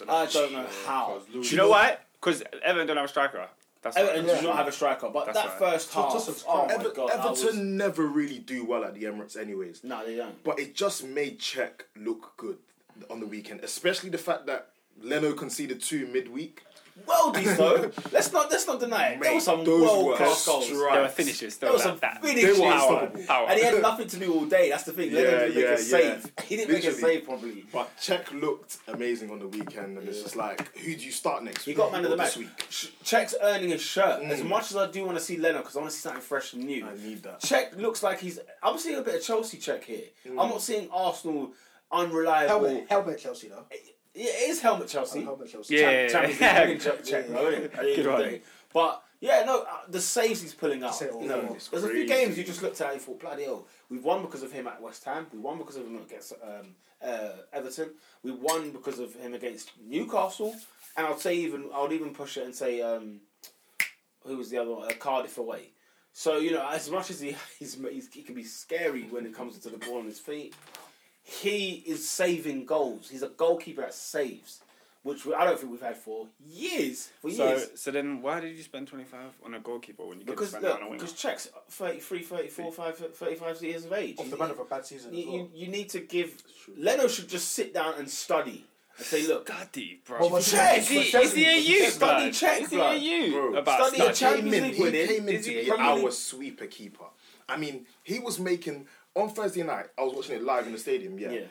Speaker 3: I don't know how.
Speaker 5: Do you know why? Because Everton don't have a striker. That's
Speaker 3: Everton
Speaker 5: why.
Speaker 3: does not have a striker, but
Speaker 5: That's
Speaker 3: that
Speaker 5: right.
Speaker 3: first half.
Speaker 2: Tottenham's
Speaker 3: oh
Speaker 2: crap.
Speaker 3: my god, I was-
Speaker 4: Everton never really do well at the Emirates, anyways.
Speaker 3: no, they don't.
Speaker 4: But it just made Czech look good on the weekend, especially the fact that Leno conceded two midweek. [LAUGHS]
Speaker 3: Worldies though. let's not let's not deny it. There were some
Speaker 4: those
Speaker 3: world
Speaker 4: were
Speaker 3: class goals.
Speaker 4: strikes.
Speaker 5: There were finishes. There
Speaker 3: There were
Speaker 5: was
Speaker 3: some
Speaker 5: that.
Speaker 3: finishes.
Speaker 4: They were
Speaker 5: power.
Speaker 4: unstoppable.
Speaker 5: Power.
Speaker 3: And he had nothing to do all day. That's the thing. Lennon
Speaker 4: Yeah,
Speaker 3: didn't make a
Speaker 4: yeah, yeah.
Speaker 3: save. He didn't make a
Speaker 4: Literally.
Speaker 3: save probably.
Speaker 4: But Czech looked amazing on the weekend, and it's just like, who do you start next?
Speaker 3: He
Speaker 4: week
Speaker 3: got man of
Speaker 4: or
Speaker 3: the
Speaker 4: this
Speaker 3: match. Sh- Czech's earning his shirt. As much as I do want to see Leno, because I want to see something fresh and new.
Speaker 4: I need that. Mm.
Speaker 3: Czech looks like he's. I'm seeing a bit of Chelsea Czech here. I'm not seeing Arsenal unreliable.
Speaker 2: Helmet, helmet Chelsea though.
Speaker 3: Eh, Yeah, it is helmet Chelsea.
Speaker 2: Helmet Chelsea.
Speaker 5: Yeah.
Speaker 3: Champ- [LAUGHS] Champions League winning check, check, bro, innit? At the end
Speaker 5: Good
Speaker 3: of the
Speaker 5: one.
Speaker 3: day. But yeah, no, uh, the saves he's pulling out.
Speaker 2: Say it all,
Speaker 3: You know,
Speaker 2: it's
Speaker 3: there's a few
Speaker 4: crazy.
Speaker 3: games you just looked at and you thought, bloody hell, we've won because of him at West Ham. We won because of him against um, uh, Everton. We won because of him against Newcastle. And I'd say even I'd even push it and say um, who was the other one? Uh, Cardiff away. So you know, as much as he [LAUGHS] he's, he's, he can be scary when it comes to the ball on his feet, he is saving goals. He's a goalkeeper that saves, which we, I don't think we've had for years. For
Speaker 5: So,
Speaker 3: years.
Speaker 5: so then why did you spend 25 on a goalkeeper when you could
Speaker 3: Because
Speaker 5: spend that
Speaker 3: look,
Speaker 5: on a winger?
Speaker 3: because Czech's 33, 34, 5, 35 years of age.
Speaker 2: Off
Speaker 3: You-
Speaker 2: the back of a bad season.
Speaker 3: you,
Speaker 2: as well.
Speaker 3: you, you need to give. Leno should just sit down and study and say, look,
Speaker 5: Gaddy, bro.
Speaker 2: Well, was
Speaker 3: Check!
Speaker 5: is, he,
Speaker 2: was Chelsea-
Speaker 5: is he a youth,
Speaker 3: Study
Speaker 5: blood?
Speaker 3: check,
Speaker 5: Is he a
Speaker 3: blood.
Speaker 5: youth?
Speaker 4: Bro,
Speaker 5: About
Speaker 3: study a
Speaker 5: study.
Speaker 3: champ-
Speaker 4: came
Speaker 3: Champions
Speaker 4: in,
Speaker 3: League
Speaker 4: he
Speaker 3: winning.
Speaker 4: came in
Speaker 3: Is
Speaker 4: to
Speaker 3: he
Speaker 4: be
Speaker 3: Premier
Speaker 4: our
Speaker 3: League?
Speaker 4: sweeper keeper. I mean, he was making on Thursday night. I was watching it live in the stadium. Yeah,
Speaker 3: yeah,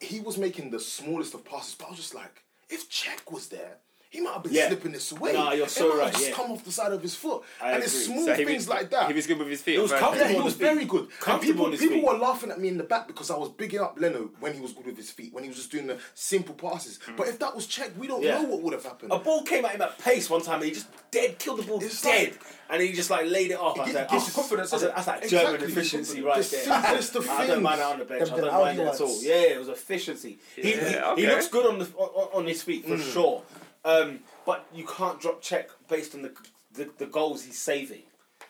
Speaker 4: he was making the smallest of passes, but I was just like, if Czech was there. He might have been
Speaker 3: Yeah.
Speaker 4: slipping this away.
Speaker 3: Nah, you're
Speaker 4: It
Speaker 3: so
Speaker 4: might have
Speaker 3: right,
Speaker 4: Just
Speaker 3: yeah.
Speaker 4: come off the side of his foot,
Speaker 3: I
Speaker 4: and it's
Speaker 3: agree.
Speaker 4: small
Speaker 5: So he
Speaker 4: things
Speaker 5: was-
Speaker 4: like that.
Speaker 5: He was good with his feet.
Speaker 3: It was
Speaker 5: on
Speaker 3: comfortable.
Speaker 5: Thursday.
Speaker 4: Yeah, he
Speaker 3: on
Speaker 4: was
Speaker 3: his feet.
Speaker 4: very good. And
Speaker 3: Comfortable
Speaker 4: people,
Speaker 3: on his
Speaker 4: people
Speaker 3: feet.
Speaker 4: were laughing at me in the back because I was bigging up Leno when he was good with his feet, when he was just doing the simple passes. But if that was checked, we don't
Speaker 3: Mm. Yeah.
Speaker 4: know what would have happened.
Speaker 3: A ball came at him at pace one time and he just dead killed the ball
Speaker 4: It's
Speaker 3: dead.
Speaker 4: like-
Speaker 3: and he just like laid it off. I
Speaker 4: It
Speaker 3: was like,
Speaker 4: gives
Speaker 3: oh,
Speaker 4: you confidence,
Speaker 3: I was like,
Speaker 4: doesn't
Speaker 3: that's
Speaker 4: it?
Speaker 3: like
Speaker 4: Exactly,
Speaker 3: German
Speaker 4: gives you
Speaker 3: efficiency right
Speaker 4: confidence.
Speaker 3: there.
Speaker 4: The simplest
Speaker 3: [LAUGHS]
Speaker 4: of
Speaker 3: I don't
Speaker 4: things.
Speaker 3: mind it on the bench.
Speaker 2: The-
Speaker 3: I
Speaker 2: the
Speaker 3: don't mind it at
Speaker 2: Audi
Speaker 3: all.
Speaker 2: ones.
Speaker 3: Yeah, it was efficiency. He, he,
Speaker 5: Yeah,
Speaker 3: he
Speaker 5: okay.
Speaker 3: looks good on the on, on his feet for
Speaker 4: Hmm.
Speaker 3: sure. Um, but you can't drop check based on the, the the goals he's saving.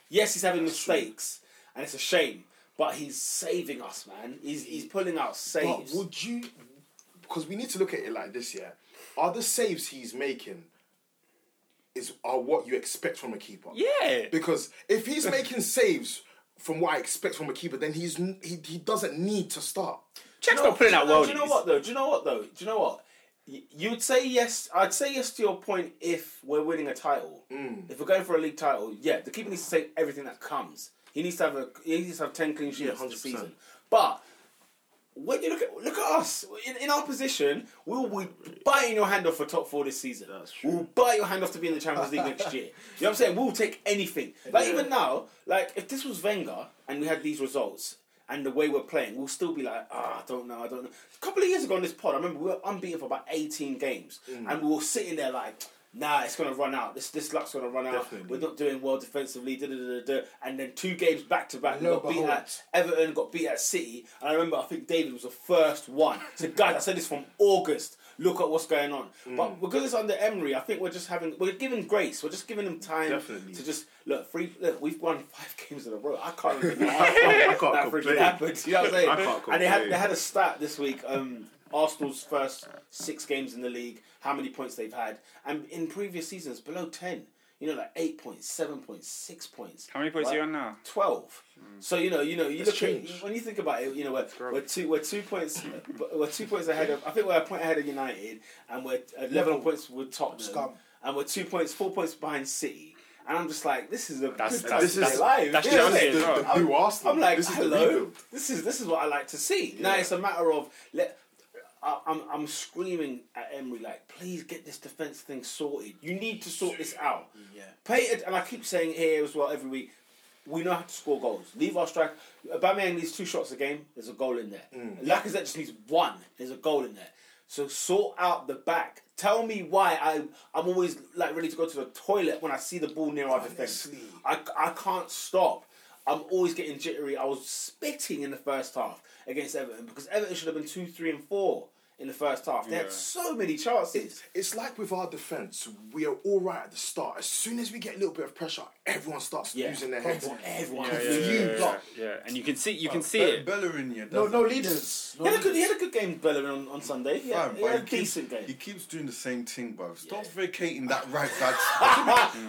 Speaker 3: Yes, he's having mistakes, and it's a shame. But he's saving us, man. He's he's pulling out
Speaker 4: But
Speaker 3: saves.
Speaker 4: would you? Because we need to look at it like this, yeah. Are the saves he's making is are what you expect from a keeper?
Speaker 5: Yeah.
Speaker 4: Because
Speaker 3: [LAUGHS]
Speaker 4: if he's making saves from what I expect from a keeper, then he's n- he, he doesn't need to start.
Speaker 5: Czech's
Speaker 3: No,
Speaker 5: not putting
Speaker 3: do you
Speaker 5: out
Speaker 3: know-
Speaker 5: worldies.
Speaker 3: Do you know what though? Do you know what though? Do you know what? Y- You'd say yes. I'd say yes to your point if we're winning a title.
Speaker 5: Mm.
Speaker 3: If we're going for a league title, yeah, the keeper needs to save everything that comes. He needs to have a. He needs to have ten clean sheets this
Speaker 4: 100%.
Speaker 3: season. But when you look at look at us in, in our position, we will be biting your hand off for top four this season. That's true. We'll bite your hand off to be in the Champions League next [LAUGHS] year. You know what I'm saying? We'll take anything. Like even now, like if this was Wenger and we had these results and the way we're playing, we'll still be like, ah, I don't know, I don't know. A couple of years ago on this pod, I remember we were unbeaten for about 18 games, and we were sitting there like. Nah, it's gonna run out. This this luck's gonna run out. We're not doing well defensively. Da, da, da, da, da. And then two games back to back, we
Speaker 2: Lo
Speaker 3: got beat
Speaker 2: behold.
Speaker 3: at Everton got beat at City, and I remember I think David was the first one. So guys, I said this from August. Look at what's going on.
Speaker 4: Mm.
Speaker 3: But because it's under Emery, I think we're just having we're giving grace. We're just giving them time
Speaker 4: Definitely.
Speaker 3: to just look. Three, look, we've won five [LAUGHS] games in a row. I
Speaker 4: [LAUGHS]
Speaker 3: can't remember
Speaker 4: I can't
Speaker 3: that freaking
Speaker 4: complain.
Speaker 3: happened. You know what I'm saying?
Speaker 4: I can't
Speaker 3: and they had
Speaker 4: complain.
Speaker 3: they had a stat this week. Um, Arsenal's first six games in the league, how many points they've had, and in previous seasons below ten. You know, like eight points, seven points, six points.
Speaker 5: How many points
Speaker 3: right?
Speaker 5: are you on now? Hmm.
Speaker 3: 12. So you know, you know, you
Speaker 4: It's
Speaker 3: look at,
Speaker 4: changed.
Speaker 3: when you think about it, you know, we're, we're two we're two points [LAUGHS] we're two points ahead of I think we're a point ahead of United and we're eleven points with Tottenham
Speaker 2: Scum.
Speaker 3: and we're two points four points behind City and I'm just like this is a
Speaker 5: That's-
Speaker 3: good
Speaker 5: that's-
Speaker 3: time to be
Speaker 5: that's-
Speaker 3: alive.
Speaker 5: that's
Speaker 3: You know what I'm
Speaker 5: Chelsea
Speaker 3: saying?
Speaker 5: as well.
Speaker 4: The new Arsenal.
Speaker 3: I'm like,
Speaker 4: This is the
Speaker 3: hello.
Speaker 4: rebuild.
Speaker 3: This is this is what I like to see. Now it's a matter of let. I, I'm I'm screaming at Emery like, please get this defense thing sorted. You need to sort this out.
Speaker 2: Yeah.
Speaker 3: Pay it, and I keep saying here as well every week. We know how to score goals. Leave our strike. Aubameyang needs two shots a game. There's a goal in there.
Speaker 6: Mm.
Speaker 3: Lacazette just needs one. There's a goal in there. So sort out the back. Tell me why I I'm always like ready to go to the toilet when I see the ball near our defense. I, I can't stop. I'm always getting jittery. I was spitting in the first half against Everton because Everton should have been two, three, and four in the first half. They had so many chances.
Speaker 4: It's like with our defense, we are all right at the start. As soon as we get a little bit of pressure, everyone starts
Speaker 3: Yeah.
Speaker 4: losing their heads.
Speaker 3: Everyone,
Speaker 5: Yeah, yeah,
Speaker 3: confused.
Speaker 5: yeah, yeah,
Speaker 4: lot.
Speaker 5: yeah. and you can see, you can see
Speaker 6: Be-
Speaker 5: it.
Speaker 6: Bellerin, yeah.
Speaker 2: No,
Speaker 6: doesn't
Speaker 2: no
Speaker 6: it?
Speaker 2: leaders. No
Speaker 3: He had, a good, he
Speaker 2: leaders.
Speaker 3: had a good game, Bellerin, on, on Sunday. He had,
Speaker 6: Fam,
Speaker 3: he had a
Speaker 6: but he keeps-
Speaker 3: decent
Speaker 6: He
Speaker 3: game.
Speaker 6: keeps doing the same thing, bruv. Stop vacating that right
Speaker 7: [LAUGHS]
Speaker 6: back.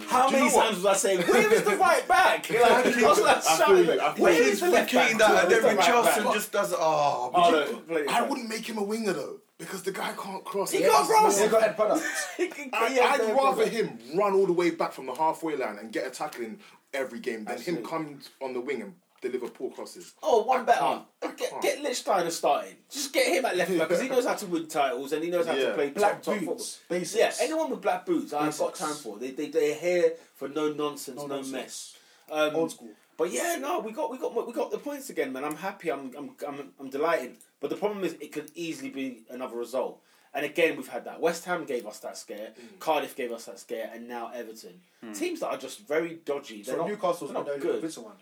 Speaker 3: How
Speaker 6: Do you
Speaker 3: many
Speaker 6: know what?
Speaker 3: times was I saying, where is the right [LAUGHS] back? Like, I was like,
Speaker 4: I feel
Speaker 3: shouting,
Speaker 4: you, I feel
Speaker 3: where
Speaker 4: you.
Speaker 3: is
Speaker 6: He's
Speaker 3: the left
Speaker 6: vacating
Speaker 3: back?
Speaker 6: that, and
Speaker 3: Where is the
Speaker 6: then
Speaker 3: right
Speaker 6: Richardson
Speaker 3: back?
Speaker 6: just does. Oh,
Speaker 3: Oh, no, [LAUGHS] play it
Speaker 4: I
Speaker 3: back.
Speaker 4: wouldn't make him a winger though, because the guy can't cross.
Speaker 3: He can't cross.
Speaker 2: They got Ed Paddock.
Speaker 3: He can-
Speaker 4: I,
Speaker 3: he has
Speaker 4: would
Speaker 3: no
Speaker 4: rather
Speaker 3: problem.
Speaker 4: him run all the way back from the halfway line and get a tackle in every game than
Speaker 3: Absolutely.
Speaker 4: him come on the wing and deliver poor crosses.
Speaker 3: Oh, one better.
Speaker 4: can't. I
Speaker 3: Get,
Speaker 4: can't.
Speaker 3: get Lichtsteiner starting. Just get him at left back because he knows how to win titles and he knows how to
Speaker 4: Yeah.
Speaker 3: play
Speaker 2: Black
Speaker 3: top, top
Speaker 2: boots.
Speaker 3: football.
Speaker 2: Basics.
Speaker 3: Yeah, anyone with black boots, I've got
Speaker 2: Basics.
Speaker 3: time for. They they they're here for no nonsense, no,
Speaker 2: No nonsense.
Speaker 3: mess. Um,
Speaker 2: Old school.
Speaker 3: But yeah, no, we got we got we got the points again, man. I'm happy. I'm I'm I'm, I'm delighted. But the problem is, it could easily be another result. And again, we've had that. West Ham gave us that scare. Cardiff gave us that scare, and now Everton. Teams that are just very dodgy. They're
Speaker 2: So
Speaker 3: not,
Speaker 2: Newcastle's
Speaker 3: they're
Speaker 2: not
Speaker 3: not
Speaker 2: the
Speaker 3: good.
Speaker 2: good. one.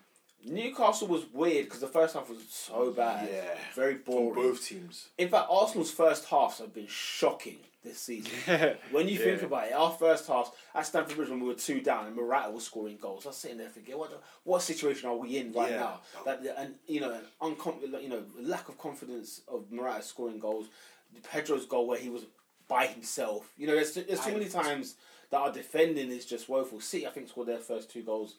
Speaker 3: Newcastle was weird because the first half was so bad.
Speaker 4: Yeah.
Speaker 3: Very
Speaker 4: From
Speaker 3: boring.
Speaker 4: both teams.
Speaker 3: In fact, Arsenal's first halves have been shocking this
Speaker 4: [LAUGHS]
Speaker 3: season. when you think about it, our first halves at Stamford Bridge when we were two down and Morata was scoring goals, I was sitting there thinking, what, the, what situation are we in right
Speaker 4: Yeah.
Speaker 3: now? That the- and you know, an uncom- you know, lack of confidence of Morata scoring goals. Pedro's goal where he was by himself. You know, there's, there's too many times that our defending is just woeful. City, I think, scored their first two goals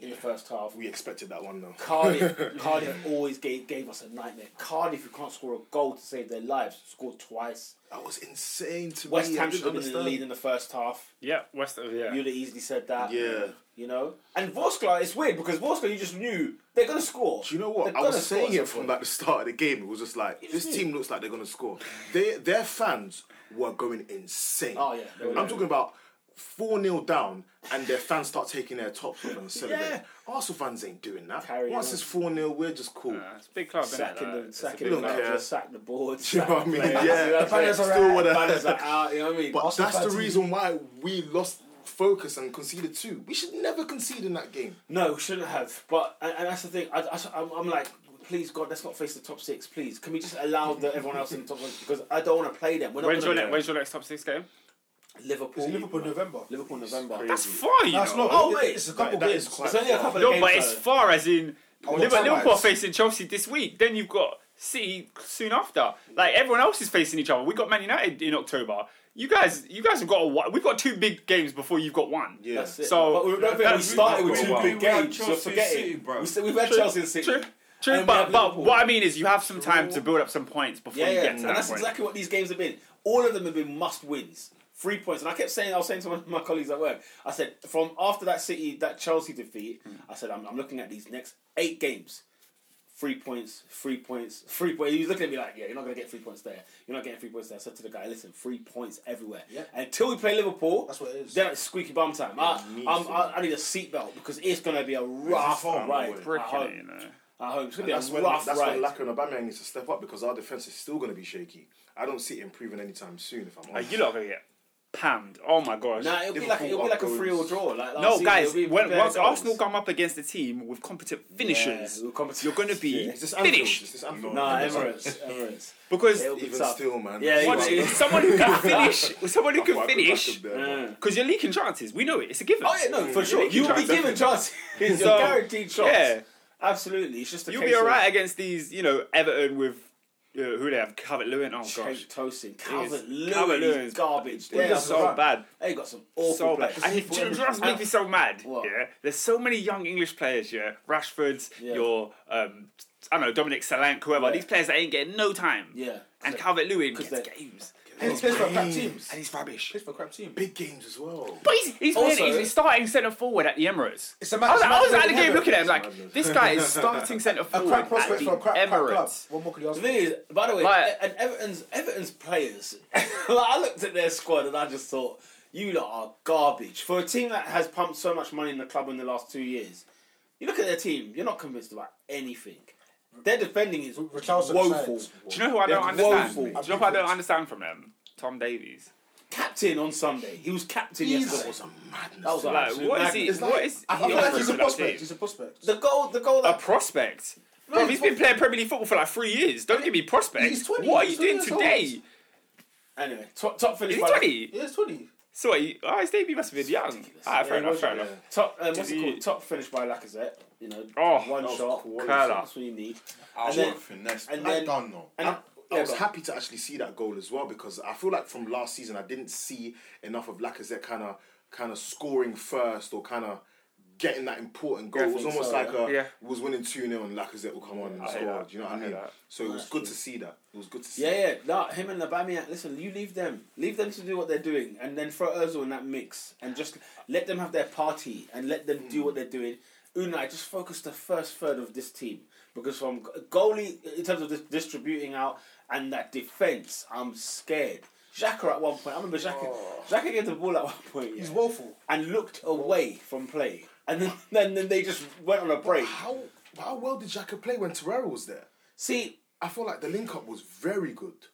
Speaker 3: in the first half.
Speaker 4: We expected that one though. [LAUGHS]
Speaker 3: Cardiff, Cardiff always gave, gave us a nightmare. Cardiff, who can't score a goal to save their lives, scored twice.
Speaker 4: That was insane to
Speaker 3: West
Speaker 4: me. Oh, I
Speaker 3: Ham
Speaker 4: didn't
Speaker 3: should have been in the
Speaker 4: understand.
Speaker 3: lead in the first half.
Speaker 5: Yeah, West. Yeah.
Speaker 3: You'd have easily said that.
Speaker 4: Yeah.
Speaker 3: You know? And Voskla, it's weird because Voskla, you just knew they're going to score.
Speaker 4: Do you know what?
Speaker 3: They're
Speaker 4: I
Speaker 3: gonna
Speaker 4: was
Speaker 3: score at
Speaker 4: saying it
Speaker 3: some
Speaker 4: from
Speaker 3: point.
Speaker 4: like the start of the game. It was just like
Speaker 3: just
Speaker 4: this
Speaker 3: knew.
Speaker 4: team looks like they're gonna score. They their fans were going insane.
Speaker 3: Oh, yeah, they were.
Speaker 4: I'm talking about four 0 down and their fans start taking their tops off and celebrating. Arsenal fans ain't doing that.
Speaker 3: Carry
Speaker 4: Once
Speaker 3: on.
Speaker 4: it's four 0 we're just cool.
Speaker 5: Uh, it's a big club, isn't
Speaker 3: Sacking the,
Speaker 5: it?
Speaker 3: sacking
Speaker 4: bit
Speaker 3: the
Speaker 4: of a-
Speaker 3: manager, sack the board.
Speaker 4: [LAUGHS] Do you know what I mean? Yeah.
Speaker 3: Banners are
Speaker 4: Still
Speaker 3: out,
Speaker 4: wanna- [LAUGHS]
Speaker 3: banners are out, you know what I mean?
Speaker 4: But
Speaker 2: Arsenal
Speaker 4: that's the
Speaker 2: fans-
Speaker 4: reason why we lost focus and conceded two. We should never concede in that game.
Speaker 3: No, we shouldn't have. But and, and that's the thing. I, I, I'm, I'm like, please God, let's not face the top six. Please, can we just allow the, everyone else in the top six because I don't want to play them. We're not
Speaker 5: When's your,
Speaker 3: gonna-
Speaker 5: ne- when's your next top six game?
Speaker 3: Liverpool.
Speaker 2: It's Liverpool November.
Speaker 3: Liverpool November.
Speaker 5: That's far, you
Speaker 2: That's
Speaker 5: know.
Speaker 2: not.
Speaker 3: Oh, wait.
Speaker 2: It's a couple
Speaker 4: That
Speaker 2: games.
Speaker 4: is quite
Speaker 3: It's only a
Speaker 4: far.
Speaker 3: couple of
Speaker 5: No,
Speaker 3: games.
Speaker 5: but it's
Speaker 3: though.
Speaker 5: far as in
Speaker 6: Oh,
Speaker 5: Liver-
Speaker 6: well,
Speaker 5: Liverpool are
Speaker 6: sometimes.
Speaker 5: facing Chelsea this week. Then you've got City soon after. Like everyone else is facing each other. We got Man United in October. You guys, you guys have got a, wa- we've got two big games before you've got one.
Speaker 4: Yeah.
Speaker 3: That's it.
Speaker 5: So-
Speaker 3: but remember, we
Speaker 5: That's-
Speaker 3: started with
Speaker 6: we-
Speaker 3: two
Speaker 6: we-
Speaker 3: big
Speaker 6: we had
Speaker 3: games. So
Speaker 6: Chelsea
Speaker 3: forget
Speaker 6: City,
Speaker 3: it.
Speaker 6: bro.
Speaker 3: We said we've had Chelsea and City.
Speaker 5: True, true.
Speaker 3: And we
Speaker 5: but
Speaker 3: have
Speaker 5: but
Speaker 3: Liverpool.
Speaker 5: what I mean is, you have some time to build up some points before
Speaker 3: Yeah,
Speaker 5: you
Speaker 3: yeah.
Speaker 5: get to
Speaker 3: and
Speaker 5: that
Speaker 3: that's
Speaker 5: point.
Speaker 3: exactly what these games have been. All of them have been must wins. Three points, and I kept saying I was saying to one of my [LAUGHS] colleagues at work. I said from after that City, that Chelsea defeat, I said I'm, I'm looking at these next eight games. Three points, three points, three points. He was looking at me like, "Yeah, you're not gonna get three points there. You're not getting three points there." I said to the guy, "Listen, three points everywhere.
Speaker 2: Yep.
Speaker 3: Until we play Liverpool,
Speaker 2: That's what it is.
Speaker 3: Then it's squeaky bum time. I,
Speaker 4: needs
Speaker 3: I'm,
Speaker 4: to.
Speaker 3: I, I need a seatbelt because it's gonna be a rough
Speaker 4: far
Speaker 3: ride.
Speaker 4: away.
Speaker 3: At
Speaker 5: Bricking it,
Speaker 3: home,
Speaker 5: you know.
Speaker 3: at home, it's gonna
Speaker 4: And
Speaker 3: be
Speaker 4: that's
Speaker 3: a
Speaker 4: when
Speaker 3: rough
Speaker 4: that's
Speaker 3: ride.
Speaker 4: when Laka and Aubameyang needs to step up because our defense is still going to be shaky. I don't see it improving anytime soon. If I'm
Speaker 5: Like,
Speaker 4: honest,
Speaker 5: Uh, you lot are gonna get pammed. Oh my gosh.
Speaker 3: Nah, it'll be like it'll be like a
Speaker 4: Liverpool are
Speaker 3: free or draw. Like last
Speaker 5: no,
Speaker 3: season,
Speaker 5: guys.
Speaker 3: it'll be
Speaker 5: When,
Speaker 3: bare
Speaker 5: once
Speaker 3: goals.
Speaker 5: Arsenal come up against a team with competent finishers,
Speaker 3: Yeah, with competent-
Speaker 5: you're gonna be
Speaker 3: Yeah.
Speaker 4: is this Anfield?
Speaker 5: finished
Speaker 4: Is this Anfield?
Speaker 3: Nah, Emirates, Emirates.
Speaker 5: because
Speaker 3: It'll be
Speaker 4: Even
Speaker 3: tough.
Speaker 4: still, man.
Speaker 3: Yeah,
Speaker 5: What,
Speaker 3: Right.
Speaker 5: someone who
Speaker 3: [LAUGHS]
Speaker 5: can finish, someone who can finish,
Speaker 3: Uh.
Speaker 5: because you're leaking chances. We know it. It's a given.
Speaker 3: Oh yeah, no, for sure.
Speaker 5: You
Speaker 3: You'll be
Speaker 5: can't-
Speaker 3: given [LAUGHS] chances. You're
Speaker 5: So,
Speaker 3: guaranteed shots.
Speaker 5: yeah.
Speaker 3: absolutely. It's just a
Speaker 5: You'll
Speaker 3: case
Speaker 5: be all right against these, you know, Everton with uh, who they have, Calvert Lewin. Oh
Speaker 3: Of
Speaker 5: gosh,
Speaker 3: Kate Tosin, Calvert Lewin,
Speaker 5: Calvert-Lewin's
Speaker 3: garbage.
Speaker 5: they're
Speaker 3: They're
Speaker 5: so bad,
Speaker 3: They got some awful
Speaker 5: so bad.
Speaker 3: players.
Speaker 5: And it just makes me so mad.
Speaker 3: What?
Speaker 5: Yeah, there's so many young English players. Yeah, Rashford's,
Speaker 3: Yeah.
Speaker 5: your, um, I don't know, Dominic Solanke, whoever.
Speaker 3: Yeah.
Speaker 5: These players that ain't getting no time.
Speaker 3: Yeah,
Speaker 5: And Calvert Lewin gets
Speaker 3: 'Cause they're-
Speaker 5: games,
Speaker 2: And he's playing for a crap team.
Speaker 4: Games.
Speaker 5: and he's rubbish.
Speaker 2: He's for a crap team.
Speaker 4: Big games as well.
Speaker 5: But he's, he's,
Speaker 3: Also-
Speaker 5: playing- he's- he's starting centre forward at the Emirates.
Speaker 2: It's a
Speaker 5: I was,
Speaker 2: match.
Speaker 5: I was at the
Speaker 2: It's
Speaker 5: game
Speaker 2: a
Speaker 5: looking at him
Speaker 4: It's
Speaker 5: like,
Speaker 2: [LAUGHS]
Speaker 4: madness.
Speaker 5: this guy is starting centre
Speaker 2: A
Speaker 5: forward
Speaker 2: crap
Speaker 5: at
Speaker 2: prospect
Speaker 5: the
Speaker 2: for a crap, crap club.
Speaker 5: Emirates.
Speaker 2: What more could you ask
Speaker 3: The
Speaker 2: for?
Speaker 3: thing is, by the way, E-,
Speaker 5: Like-
Speaker 3: and Everton's Everton's players. [LAUGHS] like I looked at their squad and I just thought, you lot are garbage for a team that has pumped so much money in the club in the last two years. You look at their team, you're not convinced about anything. Their defending is
Speaker 2: Richarlison
Speaker 3: woeful.
Speaker 2: sides.
Speaker 5: Do you know who I don't
Speaker 3: They're
Speaker 5: understand?
Speaker 3: woeful.
Speaker 5: Do you know who I don't understand from them? Tom Davies.
Speaker 3: Captain on Sunday, he was captain
Speaker 4: That
Speaker 3: yesterday.
Speaker 4: was a madness.
Speaker 3: That was
Speaker 4: man.
Speaker 3: an
Speaker 5: Like,
Speaker 3: absolute
Speaker 5: Uh, what is
Speaker 3: madness.
Speaker 5: he? What is?
Speaker 2: I feel
Speaker 5: he
Speaker 2: like he's a
Speaker 5: for that
Speaker 2: prospect.
Speaker 5: team?
Speaker 2: He's a prospect.
Speaker 3: The goal, the goal
Speaker 5: A
Speaker 3: that
Speaker 5: prospect. Bro, he's been playing Premier League football for like three years. Don't give me prospect.
Speaker 2: He's 20,
Speaker 5: What are you
Speaker 2: he's
Speaker 5: doing
Speaker 2: 20 years
Speaker 5: today?
Speaker 3: anyway, top, top
Speaker 5: Uh, Is
Speaker 3: finish.
Speaker 5: he
Speaker 3: by-
Speaker 5: twenty?
Speaker 2: Yeah, it's 20.
Speaker 5: So what? he- Oh, his debut must have been young.
Speaker 3: ridiculous.
Speaker 5: Ah, fair
Speaker 3: Yeah,
Speaker 5: enough.
Speaker 3: was-
Speaker 5: Fair enough.
Speaker 3: Top, um, what's
Speaker 5: Did
Speaker 3: it
Speaker 5: he-
Speaker 3: called? Top finish by Lacazette. You know,
Speaker 5: Oh,
Speaker 3: one
Speaker 5: that was
Speaker 3: shot.
Speaker 5: quality.
Speaker 3: That's what you need.
Speaker 6: I
Speaker 3: And then-
Speaker 6: want finesse.
Speaker 3: and
Speaker 6: And
Speaker 3: then-
Speaker 6: I don't know.
Speaker 3: And
Speaker 4: I was
Speaker 3: but-
Speaker 4: happy to actually see that goal as well because I feel like from last season I didn't see enough of Lacazette kind of kind of scoring first or kind of getting that important goal.
Speaker 3: Yeah, I
Speaker 4: it was
Speaker 3: think
Speaker 4: almost
Speaker 3: so,
Speaker 4: like
Speaker 5: yeah.
Speaker 4: a,
Speaker 5: Yeah.
Speaker 4: we was winning 2 0 and Lacazette will come on and
Speaker 5: I hear
Speaker 4: score.
Speaker 5: that.
Speaker 4: Do you know
Speaker 5: I
Speaker 4: what I
Speaker 5: hear
Speaker 4: mean?
Speaker 5: that.
Speaker 4: So it was good to see that. It was good to see.
Speaker 3: Yeah, yeah. No, him and Aubameyang. Listen, you leave them. Leave them to do what they're doing, and then throw Özil in that mix, and just let them have their party, and let them do what they're doing. Unai, just focus the first third of this team because from goalie in terms of dis- distributing out and that defense, I'm scared. Xhaka at one point, I remember Xhaka. Xhaka gave the ball at one point.
Speaker 2: Oh. He's
Speaker 3: yeah,
Speaker 2: woeful.
Speaker 3: and looked away from play, and then, [LAUGHS] then then they just went on a break.
Speaker 4: How how well did Xhaka play when Torreira was there?
Speaker 3: See,
Speaker 4: I feel like the link up was very good.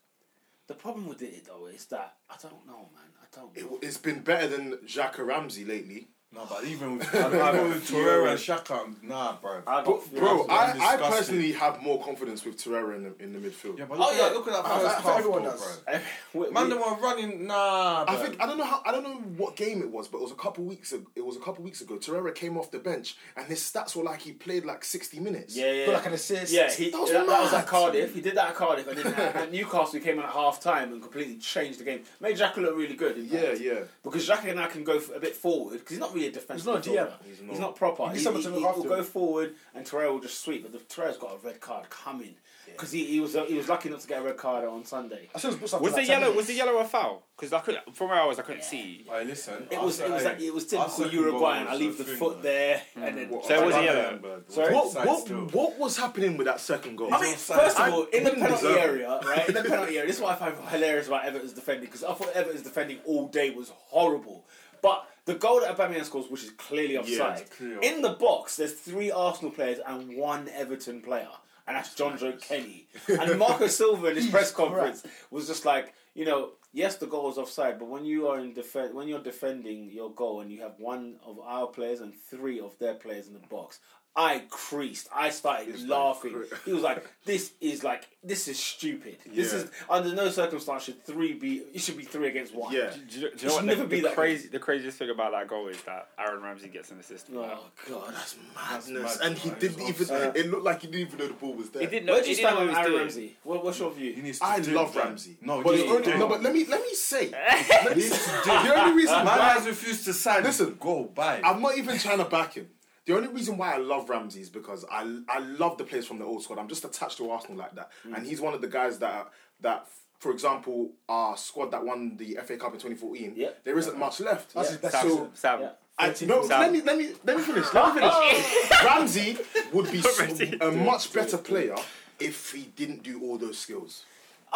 Speaker 3: The problem with it though is that I don't know, man. I don't.
Speaker 4: It,
Speaker 3: Know.
Speaker 4: w- it's been better than Xhaka Ramsey lately.
Speaker 6: No, but even with, even with Torreira and Shaka, nah, bro.
Speaker 3: I got
Speaker 4: Bro, I, I
Speaker 6: Disgusting.
Speaker 4: personally have more confidence with Torreira in the, in the midfield.
Speaker 6: Yeah, but
Speaker 7: Oh
Speaker 6: look at
Speaker 7: yeah,
Speaker 6: that-
Speaker 7: look at that
Speaker 6: I- I-
Speaker 7: first
Speaker 6: I-
Speaker 7: half,
Speaker 6: everyone
Speaker 7: though,
Speaker 6: does.
Speaker 3: [SIGHS]
Speaker 7: bro.
Speaker 3: we,
Speaker 6: Man, the one running, nah.
Speaker 4: I
Speaker 6: bro.
Speaker 4: think I don't know how I don't know what game it was, but it was a couple weeks. Ago, it was a couple weeks ago. Torreira came off the bench, and his stats were like he played like sixty minutes.
Speaker 3: yeah, yeah,
Speaker 2: Got like
Speaker 3: yeah.
Speaker 2: an assist.
Speaker 3: Yeah, he,
Speaker 4: That
Speaker 3: that,
Speaker 4: was
Speaker 3: was that, was at
Speaker 4: mad.
Speaker 3: Cardiff. He did that at Cardiff, and then at, at [LAUGHS] Newcastle, he came on at half time and completely changed the game. Made Xhaka look really good. in
Speaker 4: yeah,
Speaker 3: fact.
Speaker 4: yeah.
Speaker 3: Because Xhaka now can go f- a bit forward because he's not really a defensive.
Speaker 2: He's not a
Speaker 3: midfielder.
Speaker 2: DM.
Speaker 3: He's not, proper. He,
Speaker 2: need someone
Speaker 3: he-
Speaker 2: to look
Speaker 3: he will
Speaker 2: after
Speaker 3: go
Speaker 2: him.
Speaker 3: forward and Torreira will just sweep. But the Torreira's got a red card coming because he, he was he was lucky not to get a red card on Sunday.
Speaker 2: I saw his boots after
Speaker 5: Was
Speaker 2: like
Speaker 5: the
Speaker 2: 10
Speaker 5: yellow? Was
Speaker 2: minutes.
Speaker 5: the yellow a foul? Because I could, from where I was, I couldn't see.
Speaker 6: Hey, listen.
Speaker 3: It was
Speaker 6: I-
Speaker 3: it was
Speaker 6: hey,
Speaker 3: like, it was
Speaker 6: I
Speaker 3: typical
Speaker 6: second
Speaker 3: Uruguayan.
Speaker 6: goal
Speaker 3: I
Speaker 6: was
Speaker 3: leave
Speaker 6: the
Speaker 3: the
Speaker 6: thing,
Speaker 3: foot
Speaker 6: man.
Speaker 3: there
Speaker 2: Mm.
Speaker 3: and then.
Speaker 5: So it was a
Speaker 6: Like,
Speaker 5: yellow.
Speaker 6: bro,
Speaker 3: Sorry?
Speaker 6: what-
Speaker 4: What
Speaker 6: Offside
Speaker 4: what,
Speaker 6: still.
Speaker 4: what was happening with that second goal?
Speaker 3: I mean, first of all, in the penalty
Speaker 4: deserve it.
Speaker 3: area, right? In the penalty area, this is what I find hilarious about Everton's defending because I thought Everton's defending all day was horrible. But the goal that Aubameyang scores, which is clearly offside,
Speaker 6: it's clear.
Speaker 3: in the box there's three Arsenal players and one Everton player, and that's John Joe Kenny. And Marco Silva in his press conference was just like, you know, yes, the goal was offside, but when you are in defend, when you're defending your goal and you have one of our players and three of their players in the box. I creased. I started laughing. He was like, "This is like, this is stupid. This
Speaker 4: Yeah.
Speaker 3: is under no circumstance should three be. It should be three against one."
Speaker 4: yeah,
Speaker 5: Do you, do you
Speaker 3: It
Speaker 5: know
Speaker 3: should
Speaker 5: what?
Speaker 3: never
Speaker 5: The,
Speaker 3: be
Speaker 5: the
Speaker 3: that
Speaker 5: crazy, the craziest thing about that goal is that Aaron Ramsey gets an assist. for that.
Speaker 3: Oh God.
Speaker 4: that's madness.
Speaker 6: mad,
Speaker 4: and he
Speaker 6: man.
Speaker 4: didn't
Speaker 6: It's
Speaker 4: even.
Speaker 6: offside.
Speaker 4: it looked like he didn't even know the ball was there.
Speaker 5: He didn't know.
Speaker 3: Where do
Speaker 5: he
Speaker 3: you
Speaker 5: didn't
Speaker 3: stand
Speaker 5: know
Speaker 3: on
Speaker 5: what he was
Speaker 3: Aaron
Speaker 5: doing.
Speaker 3: Ramsey? What, what's your view?
Speaker 6: He needs to
Speaker 4: I
Speaker 6: do
Speaker 4: love
Speaker 6: that.
Speaker 4: Ramsey.
Speaker 6: No,
Speaker 4: but
Speaker 6: he
Speaker 4: the only,
Speaker 6: didn't.
Speaker 4: no, but let me let me say let me, the only reason
Speaker 6: Man
Speaker 4: why
Speaker 6: has refused to sign.
Speaker 4: Listen,
Speaker 6: go buy.
Speaker 4: I'm not even trying to back him. The only reason why I love Ramsey is because I I love the players from the old squad. I'm just attached to Arsenal like that, and he's one of the guys that that, for example, our squad that won the FA Cup in 2014.
Speaker 3: Yeah.
Speaker 4: there isn't much left.
Speaker 2: That's his best
Speaker 5: Sam,
Speaker 2: season.
Speaker 5: Sam.
Speaker 3: Yeah.
Speaker 4: I, no,
Speaker 5: Sam.
Speaker 4: let me let me let me finish. Let me finish. [LAUGHS] Ramsey would
Speaker 2: [LAUGHS]
Speaker 4: be s- a much better player if he didn't do all those skills.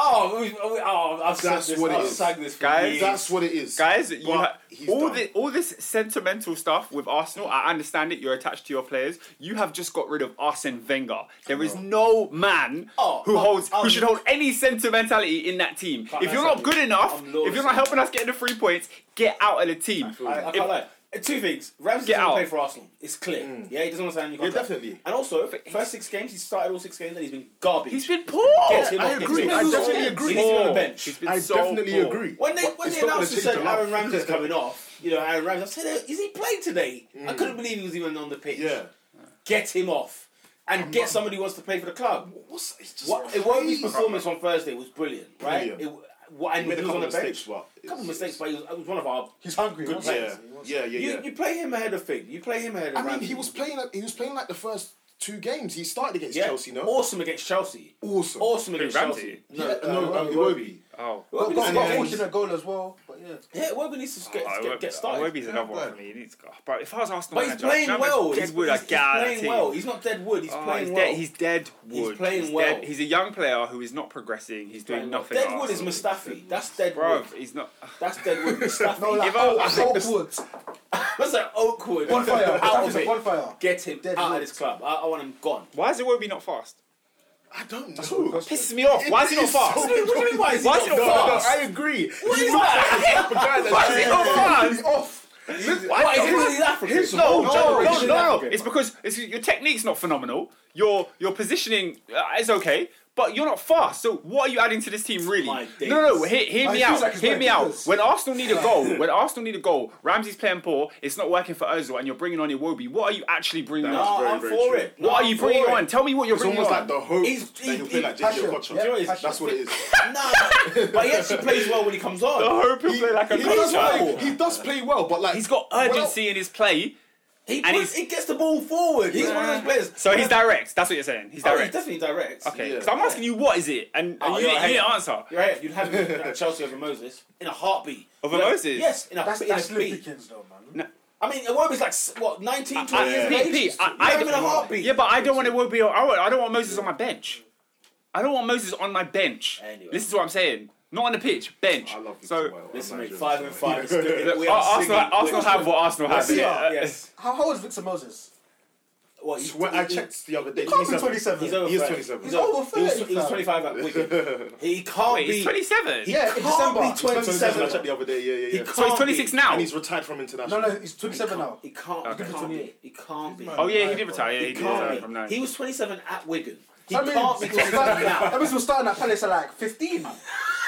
Speaker 3: Oh, we, we, oh I've
Speaker 4: That's
Speaker 3: said this.
Speaker 4: what it
Speaker 3: I've
Speaker 4: is.
Speaker 3: sang this for
Speaker 5: Guys,
Speaker 3: years.
Speaker 4: That's what it is,
Speaker 5: Guys, you
Speaker 4: But
Speaker 5: ha-
Speaker 4: he's
Speaker 5: all
Speaker 4: done.
Speaker 5: the all this sentimental stuff with Arsenal. I understand it. You're attached to your players. You have just got rid of Arsene Wenger. There is no man
Speaker 3: Oh,
Speaker 5: who
Speaker 3: but-
Speaker 5: holds
Speaker 3: um,
Speaker 5: who should hold any sentimentality in that team.
Speaker 3: But
Speaker 5: If you're
Speaker 3: that's
Speaker 5: not
Speaker 3: not
Speaker 5: good enough,
Speaker 3: I'm
Speaker 5: if you're not
Speaker 3: lawless.
Speaker 5: helping us get the three points, get out of the team.
Speaker 3: I, I
Speaker 5: If-
Speaker 3: can't lie. Uh, Two things. Ramsey
Speaker 5: Get
Speaker 3: doesn't want to
Speaker 5: out.
Speaker 3: play for Arsenal. It's clear. Yeah, he doesn't want to sign a new contract.
Speaker 4: Mm. definitely.
Speaker 3: And also, first six games, he started all six games and he's been garbage.
Speaker 5: He's been poor.
Speaker 3: Get him
Speaker 4: I
Speaker 3: off the
Speaker 4: agree.
Speaker 3: team.
Speaker 4: I definitely
Speaker 3: He
Speaker 4: agree.
Speaker 3: needs to be on the
Speaker 5: Poor.
Speaker 3: bench.
Speaker 5: He's been
Speaker 4: I
Speaker 5: so
Speaker 4: definitely
Speaker 5: poor.
Speaker 4: agree.
Speaker 3: When they
Speaker 4: But
Speaker 3: when
Speaker 4: it's
Speaker 3: they
Speaker 4: not gonna
Speaker 3: announced and
Speaker 4: change
Speaker 3: said
Speaker 4: the love.
Speaker 3: Aaron Ramsey's coming off, you know Aaron Ramsey, I said, is he playing today? I couldn't believe he was even on the pitch.
Speaker 4: Mm. Yeah.
Speaker 3: Get him off, and get somebody who wants to play for the club.
Speaker 4: What's, it's just
Speaker 3: What it Iwobi's performance on Thursday was brilliant, right?
Speaker 4: Brilliant.
Speaker 3: It, what and
Speaker 4: He made a
Speaker 3: he was
Speaker 4: couple
Speaker 3: on the
Speaker 4: of mistakes,
Speaker 3: bench.
Speaker 4: but
Speaker 3: A couple
Speaker 4: it's-
Speaker 3: of mistakes, but he was, it was one of our.
Speaker 2: He's hungry. he wants it.
Speaker 4: Yeah,
Speaker 2: He wants it.
Speaker 4: yeah, yeah, yeah.
Speaker 3: You, you play him ahead of Fig. You play him ahead of.
Speaker 4: I mean,
Speaker 3: Ramsey.
Speaker 4: he was playing. like- He was playing like the first two games. He started against
Speaker 3: Yeah.
Speaker 4: Chelsea. No,
Speaker 3: Awesome against Chelsea.
Speaker 4: awesome.
Speaker 3: Awesome against
Speaker 5: Ramsey?
Speaker 3: Chelsea.
Speaker 4: Yeah, no,
Speaker 2: uh,
Speaker 4: um, it won't be.
Speaker 5: Oh.
Speaker 2: Got,
Speaker 3: Iwobi
Speaker 2: got,
Speaker 3: needs
Speaker 2: got
Speaker 3: to
Speaker 2: a
Speaker 3: get-
Speaker 2: fortunate goal as well, but yeah.
Speaker 3: Yeah, Iwobi needs to get,
Speaker 5: Oh,
Speaker 3: get, get started.
Speaker 5: Iwobi's another
Speaker 6: Yeah,
Speaker 5: one for me. He needs to go. But if I was Arsenal
Speaker 3: But he's
Speaker 5: manager,
Speaker 3: playing
Speaker 5: do you remember
Speaker 3: well. He's,
Speaker 5: Deadwood,
Speaker 3: he's,
Speaker 5: I'd
Speaker 3: he's
Speaker 5: get out of the
Speaker 3: playing
Speaker 5: team.
Speaker 3: well. He's not dead wood. He's
Speaker 5: Oh,
Speaker 3: playing
Speaker 5: he's,
Speaker 3: well.
Speaker 5: dead, he's dead wood.
Speaker 3: He's playing
Speaker 5: dead-
Speaker 3: well.
Speaker 5: he's a young player who is not progressing. He's doing
Speaker 3: playing well.
Speaker 5: nothing. at
Speaker 3: Deadwood is
Speaker 5: Arsenal.
Speaker 3: Mustafi. That's Deadwood.
Speaker 5: Bro, he's not.
Speaker 3: That's
Speaker 5: [LAUGHS]
Speaker 3: Deadwood. Mustafi.
Speaker 2: No, like,
Speaker 5: Give out-
Speaker 2: oh,
Speaker 5: I
Speaker 2: oh, Woods.
Speaker 3: That's like Oakwood.
Speaker 2: One fire.
Speaker 3: Out of
Speaker 2: Mustafi's a
Speaker 3: it.
Speaker 2: one fire.
Speaker 3: Get him
Speaker 2: Deadwood.
Speaker 3: out of this club. I, I want him gone.
Speaker 5: Why is Iwobi not fast?
Speaker 4: I don't
Speaker 2: what
Speaker 4: know.
Speaker 2: it
Speaker 5: Pisses me off. Why is he not
Speaker 4: It's
Speaker 5: fast?
Speaker 4: so-
Speaker 3: What do you mean, why is he
Speaker 5: Why is
Speaker 3: not
Speaker 5: he
Speaker 4: No, no,
Speaker 5: not
Speaker 4: no,
Speaker 5: fast?
Speaker 4: I agree.
Speaker 3: What is that?
Speaker 4: The guy that's
Speaker 5: Why is he not fast?
Speaker 4: really off.
Speaker 3: Why is
Speaker 5: Why-
Speaker 3: he not in Africa?
Speaker 5: His no, no, no,
Speaker 3: generation in
Speaker 5: no.
Speaker 3: Africa,
Speaker 5: It's
Speaker 3: man.
Speaker 5: because it's, your technique's not phenomenal. Your your positioning uh, is okay, but you're not fast. So what are you adding to this team, really?
Speaker 3: My
Speaker 5: No, no, no. Hear, hear
Speaker 2: My
Speaker 5: me
Speaker 2: feels
Speaker 5: out.
Speaker 2: like it's
Speaker 5: hear me out.
Speaker 2: ridiculous.
Speaker 5: When Arsenal need a [LAUGHS] goal, when Arsenal need a goal, Ramsey's playing poor. It's not working for Ozil, and you're bringing on Iwobi. What are you actually bringing
Speaker 3: No,
Speaker 5: on?
Speaker 4: very,
Speaker 3: I'm
Speaker 4: very
Speaker 3: for
Speaker 4: true.
Speaker 3: it. No,
Speaker 5: What are
Speaker 3: I'm
Speaker 5: you
Speaker 3: for
Speaker 5: bringing
Speaker 3: it.
Speaker 5: on? Tell me what you're
Speaker 4: It's
Speaker 5: bringing
Speaker 4: almost
Speaker 5: on.
Speaker 4: like the hope
Speaker 3: He's-
Speaker 4: that he'll
Speaker 3: he-
Speaker 4: play like
Speaker 3: he-
Speaker 4: JJ
Speaker 2: Passion. Yeah.
Speaker 4: Okocha. That's what it is.
Speaker 2: [LAUGHS]
Speaker 3: Nah, but he actually plays well when he comes on.
Speaker 5: the hope he'll play like a
Speaker 4: He
Speaker 5: coach.
Speaker 4: does play.
Speaker 3: well.
Speaker 4: He does play well, but like
Speaker 5: He's got urgency in his play,
Speaker 3: He,
Speaker 5: And he's-
Speaker 3: puts, he gets the ball forward. He's one of those players.
Speaker 5: so he's direct. That's what you're saying. He's
Speaker 3: Oh,
Speaker 5: direct.
Speaker 3: he's definitely direct.
Speaker 5: okay,
Speaker 4: Yeah.
Speaker 5: because I'm asking you what is it, and, and
Speaker 3: Oh,
Speaker 5: you,
Speaker 3: you're
Speaker 5: didn't,
Speaker 3: right.
Speaker 5: you didn't answer.
Speaker 3: You're right. You'd have him
Speaker 2: [LAUGHS]
Speaker 3: at Chelsea over Moses in a heartbeat.
Speaker 5: Over
Speaker 3: You'd have-
Speaker 5: Moses?
Speaker 3: Yes, in a,
Speaker 2: That's,
Speaker 3: in
Speaker 2: that's
Speaker 3: a
Speaker 2: Luke
Speaker 3: beat.
Speaker 2: Pickens, though, man.
Speaker 3: I mean, Iwobi's like, s- what, 19, 20
Speaker 5: I-
Speaker 3: years of
Speaker 5: Pete,
Speaker 3: age?
Speaker 5: Pete, I-
Speaker 3: You'd
Speaker 5: I
Speaker 3: have him in a
Speaker 5: don't-
Speaker 3: heartbeat.
Speaker 5: Yeah, but I don't want it will be. I don't- I don't want Moses on my bench. I don't want Moses on my bench.
Speaker 3: Anyway.
Speaker 5: This is what I'm saying. Not on the pitch, bench.
Speaker 4: I love you
Speaker 5: so
Speaker 4: too well.
Speaker 3: Listen,
Speaker 4: I'm
Speaker 3: mate,
Speaker 4: Nigerian,
Speaker 3: five
Speaker 4: so
Speaker 3: and
Speaker 4: mate.
Speaker 3: five is good.
Speaker 5: Look,
Speaker 3: We
Speaker 5: Ar-
Speaker 3: are
Speaker 5: Arsenal,
Speaker 3: singing.
Speaker 5: Arsenal have what Arsenal have.
Speaker 3: Yeah,
Speaker 5: Yeah.
Speaker 3: yes.
Speaker 2: How, how old is Victor Moses?
Speaker 3: What, he's-
Speaker 4: Swear,
Speaker 3: he-
Speaker 4: I
Speaker 3: he-
Speaker 4: checked the other day.
Speaker 2: He can't be
Speaker 4: 27.
Speaker 2: 27.
Speaker 3: He's over
Speaker 4: He is
Speaker 3: 30.
Speaker 4: 27.
Speaker 2: He's
Speaker 3: He's over-
Speaker 2: over
Speaker 3: he was-
Speaker 2: 30,
Speaker 3: He was
Speaker 2: fam.
Speaker 3: 25
Speaker 5: [LAUGHS]
Speaker 3: at Wigan. He can't
Speaker 5: Wait,
Speaker 3: be.
Speaker 5: he's 27.
Speaker 2: Yeah,
Speaker 3: can't
Speaker 2: in December.
Speaker 3: be
Speaker 4: He was 27, I
Speaker 3: 27.
Speaker 4: checked the other day. Yeah, yeah, yeah.
Speaker 5: so he's
Speaker 3: can't
Speaker 5: 26
Speaker 3: be.
Speaker 5: now.
Speaker 4: And he's retired from
Speaker 2: No,
Speaker 4: international.
Speaker 2: no, he's 27 now.
Speaker 3: He can't.
Speaker 5: Okay.
Speaker 3: He can't be. He can't be.
Speaker 5: oh yeah, he did retire. Yeah, he,
Speaker 3: He
Speaker 5: did retire
Speaker 3: can't
Speaker 5: from
Speaker 3: be.
Speaker 5: nine.
Speaker 3: He was 27 at Wigan. He
Speaker 2: That means,
Speaker 3: can't be
Speaker 2: we're
Speaker 3: 27
Speaker 2: starting,
Speaker 3: now.
Speaker 2: that means we're starting at Palace at like 15,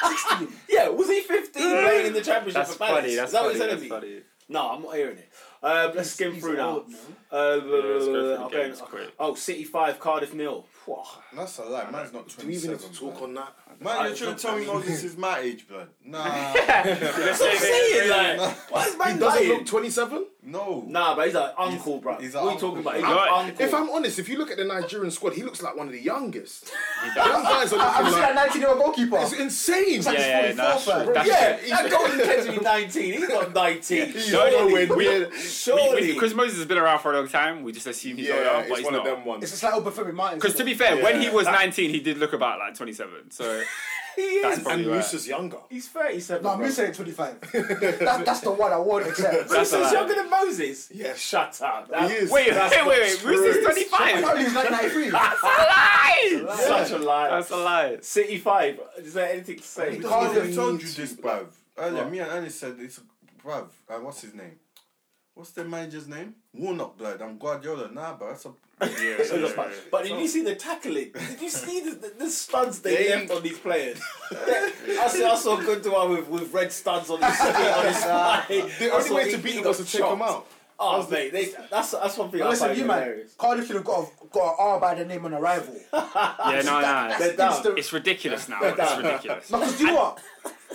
Speaker 2: 16.
Speaker 3: Yeah, was he 15 playing in the championship
Speaker 5: that's
Speaker 3: for Palace?
Speaker 5: funny. That's
Speaker 3: Is that
Speaker 5: funny.
Speaker 3: what he's
Speaker 5: That's
Speaker 3: telling me?
Speaker 5: funny.
Speaker 3: No, I'm not hearing it. Um, let's skim
Speaker 2: He's
Speaker 3: through now.
Speaker 2: old, man.
Speaker 3: Uh,
Speaker 5: let's go through the
Speaker 3: I'm
Speaker 5: games
Speaker 3: going-
Speaker 5: quick.
Speaker 3: Oh, City five, Cardiff nil. Whew.
Speaker 6: That's a lie. Man's not
Speaker 4: Do we even
Speaker 6: 27.
Speaker 4: need to talk on that?
Speaker 6: man, man you're trying to tell me Moses is my age, blood. Nah.
Speaker 5: Let's
Speaker 3: That's what
Speaker 5: say that-
Speaker 3: I'm saying. Like, why is
Speaker 4: He
Speaker 3: man
Speaker 4: doesn't look
Speaker 3: lying?
Speaker 4: 27?
Speaker 6: no.
Speaker 3: Nah, but he's like uncle,
Speaker 6: He's-
Speaker 3: bro.
Speaker 6: he's
Speaker 3: what
Speaker 6: like
Speaker 3: are you talking about? He's
Speaker 5: uncle.
Speaker 3: like
Speaker 5: Alright,
Speaker 3: uncle.
Speaker 4: If I'm honest, if you look at the Nigerian squad, he looks like one of the youngest. Young guys are
Speaker 2: [LAUGHS] I've
Speaker 4: looking
Speaker 2: seen a
Speaker 4: like.
Speaker 2: 19 year old goalkeeper.
Speaker 4: It's insane.
Speaker 5: Yeah, yeah, no, that's true. That's
Speaker 3: yeah,
Speaker 5: true.
Speaker 3: that goal intends to be 19. He's not 19.
Speaker 4: He's
Speaker 5: No, no,
Speaker 4: nowhere
Speaker 5: we-
Speaker 4: near-
Speaker 5: We-
Speaker 3: Surely.
Speaker 5: we- Because Moses has been around for a long time, we just assume he's
Speaker 4: Yeah,
Speaker 5: older, but
Speaker 4: it's
Speaker 5: he's
Speaker 4: one of
Speaker 5: not.
Speaker 4: them ones.
Speaker 2: It's just like Obafemi Martin.
Speaker 5: Because to be fair, when he
Speaker 4: Yeah.
Speaker 5: was 19, he did look about like 27. So
Speaker 3: he is.
Speaker 5: that's probably
Speaker 4: And
Speaker 5: right.
Speaker 4: Musa's younger.
Speaker 3: He's 37.
Speaker 2: No,
Speaker 3: bro.
Speaker 2: I'm saying 25. that, that's the one I won't accept.
Speaker 5: [LAUGHS] That's
Speaker 3: Musa's
Speaker 5: alright.
Speaker 3: younger than Moses.
Speaker 4: Yeah.
Speaker 3: Shut up. That,
Speaker 4: He is.
Speaker 5: Wait, wait,
Speaker 4: That's
Speaker 5: wait,
Speaker 4: not
Speaker 5: wait.
Speaker 4: true.
Speaker 5: Musa's
Speaker 2: I
Speaker 5: 25.
Speaker 2: know he was
Speaker 5: [LAUGHS]
Speaker 2: 1993.
Speaker 5: That's a lie.
Speaker 3: That's Such a lie.
Speaker 5: That's a lie.
Speaker 3: City five. Is there anything to say?
Speaker 6: He
Speaker 2: Cardiff
Speaker 6: doesn't even told you
Speaker 4: needs
Speaker 6: this, bruv. Earlier,
Speaker 3: What?
Speaker 6: me and Annie said it's bruv. Uh, what's his name? What's the manager's name? Warnock, blood. I'm Guardiola. Nah, but that's a.
Speaker 3: So that's fine. But did you see the tackling? Did you see the, the, the studs they, left on these players? I saw, I saw Gundogan with, with red studs on his, on his spine.
Speaker 4: The only way to beat him was to take him out.
Speaker 3: Oh, mate, they, that's, that's one thing I
Speaker 2: Listen,
Speaker 3: find
Speaker 2: you man,
Speaker 3: hilarious.
Speaker 2: Cardiff should have got a, got an R by the name on arrival.
Speaker 5: Yeah, no, no.
Speaker 3: They're
Speaker 5: it's-
Speaker 3: down.
Speaker 2: Instant-
Speaker 5: It's ridiculous now. It's ridiculous.
Speaker 2: No, because you know what?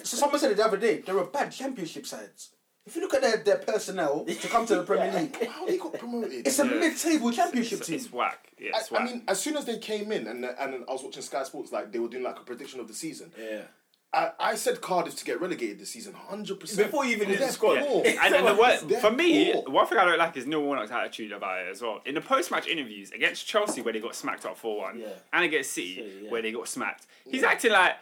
Speaker 2: So someone said it the other day. There are bad championship sides. If you look at their, their personnel to come to the Premier League,
Speaker 4: How he got promoted?
Speaker 2: [LAUGHS] it's a
Speaker 5: Yeah.
Speaker 2: mid-table championship
Speaker 5: It's,
Speaker 2: team.
Speaker 5: it's whack. Yeah,
Speaker 4: I,
Speaker 5: it's
Speaker 4: I
Speaker 5: whack.
Speaker 4: mean, as soon as they came in, and and I was watching Sky Sports, like they were doing like a prediction of the season.
Speaker 3: Yeah.
Speaker 4: I, I said Cardiff to get relegated this season, hundred percent.
Speaker 3: Before you even did the squad.
Speaker 5: Yeah. And, and the
Speaker 4: It's
Speaker 5: wor-
Speaker 4: their
Speaker 5: for me,
Speaker 4: fault.
Speaker 5: one thing I don't like is Neil Warnock's attitude about it as well. In the post-match interviews against Chelsea, where they got smacked up four-one,
Speaker 3: Yeah.
Speaker 5: and against City,
Speaker 3: City, yeah.
Speaker 5: where they got smacked, he's acting like,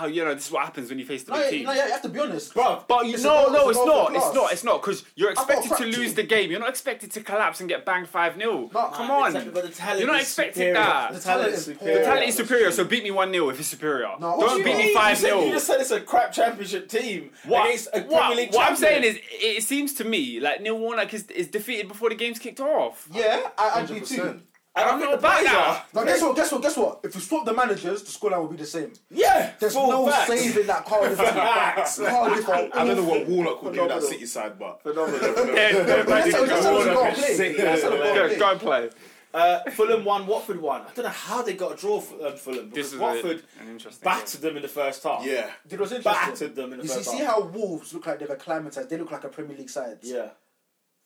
Speaker 5: oh, you know, this is what happens when you face the
Speaker 2: No,
Speaker 5: big
Speaker 2: you,
Speaker 5: team.
Speaker 2: no, you have to be honest.
Speaker 3: Bro,
Speaker 5: But you
Speaker 2: It's
Speaker 5: no,
Speaker 2: above-
Speaker 5: no,
Speaker 2: it's
Speaker 5: it's
Speaker 2: above
Speaker 5: not,
Speaker 2: the
Speaker 5: it's
Speaker 2: class.
Speaker 5: not, it's not, because you're
Speaker 2: got
Speaker 5: expected to
Speaker 2: practice.
Speaker 5: lose the game. You're not expected to collapse and get banged five 0 Come
Speaker 3: Man,
Speaker 5: on,
Speaker 3: it's like- but the talent
Speaker 5: you're not
Speaker 3: is
Speaker 5: expecting
Speaker 3: superior.
Speaker 5: that.
Speaker 3: The
Speaker 5: The
Speaker 3: talent
Speaker 2: talent
Speaker 3: is
Speaker 2: is poor.
Speaker 3: superior.
Speaker 2: The
Speaker 5: talent is superior, so beat me one 0 if it's superior.
Speaker 2: No, what
Speaker 5: Don't
Speaker 2: you
Speaker 5: beat
Speaker 2: mean?
Speaker 5: me
Speaker 2: You
Speaker 5: five
Speaker 3: You said-
Speaker 5: 0
Speaker 3: You just said it's a crap championship team against a Premier
Speaker 5: what,
Speaker 3: League
Speaker 5: what I'm saying
Speaker 3: champion.
Speaker 5: is, it it seems to me like Neil Warnock is, is defeated before the game's kicked off.
Speaker 2: Yeah, I, I'd be too.
Speaker 4: 100%.
Speaker 5: And I'm not about that.
Speaker 2: Now guess what? Guess what? Guess what? If you swap the managers, the scoreline will be the same.
Speaker 3: yeah,
Speaker 2: There's
Speaker 3: full
Speaker 2: no
Speaker 3: facts.
Speaker 2: saving that Cardiff. team.
Speaker 3: Facts.
Speaker 2: Cardiff are
Speaker 4: I don't know what Warnock would do with that
Speaker 2: Phenomenal.
Speaker 4: City side, but
Speaker 5: Yeah, yeah, but I
Speaker 2: That's
Speaker 5: didn't
Speaker 2: how- that's how
Speaker 5: go
Speaker 2: we
Speaker 5: on.
Speaker 2: got to play.
Speaker 3: City,
Speaker 2: That's how we got to
Speaker 5: Go
Speaker 2: play.
Speaker 5: go and play.
Speaker 3: Uh, Fulham won, Watford won. I don't know how they got a draw for um, Fulham
Speaker 5: This
Speaker 3: because
Speaker 5: is
Speaker 3: Watford
Speaker 5: a, an interesting.
Speaker 3: battered them in the first half.
Speaker 4: yeah,
Speaker 2: It was interesting.
Speaker 3: battered them in the
Speaker 2: You see,
Speaker 3: first
Speaker 2: see
Speaker 3: half.
Speaker 2: how Wolves look like they've acclimatized. They look like a Premier League side.
Speaker 3: yeah,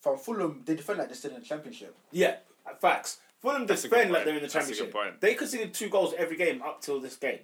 Speaker 2: From Fulham, they defend like they're still in the Championship.
Speaker 3: yeah, facts. Fulham
Speaker 5: That's a good
Speaker 3: defend like
Speaker 5: point.
Speaker 3: they're in the
Speaker 5: That's a good
Speaker 3: championship.
Speaker 5: point.
Speaker 3: They conceded two goals every game up till this game.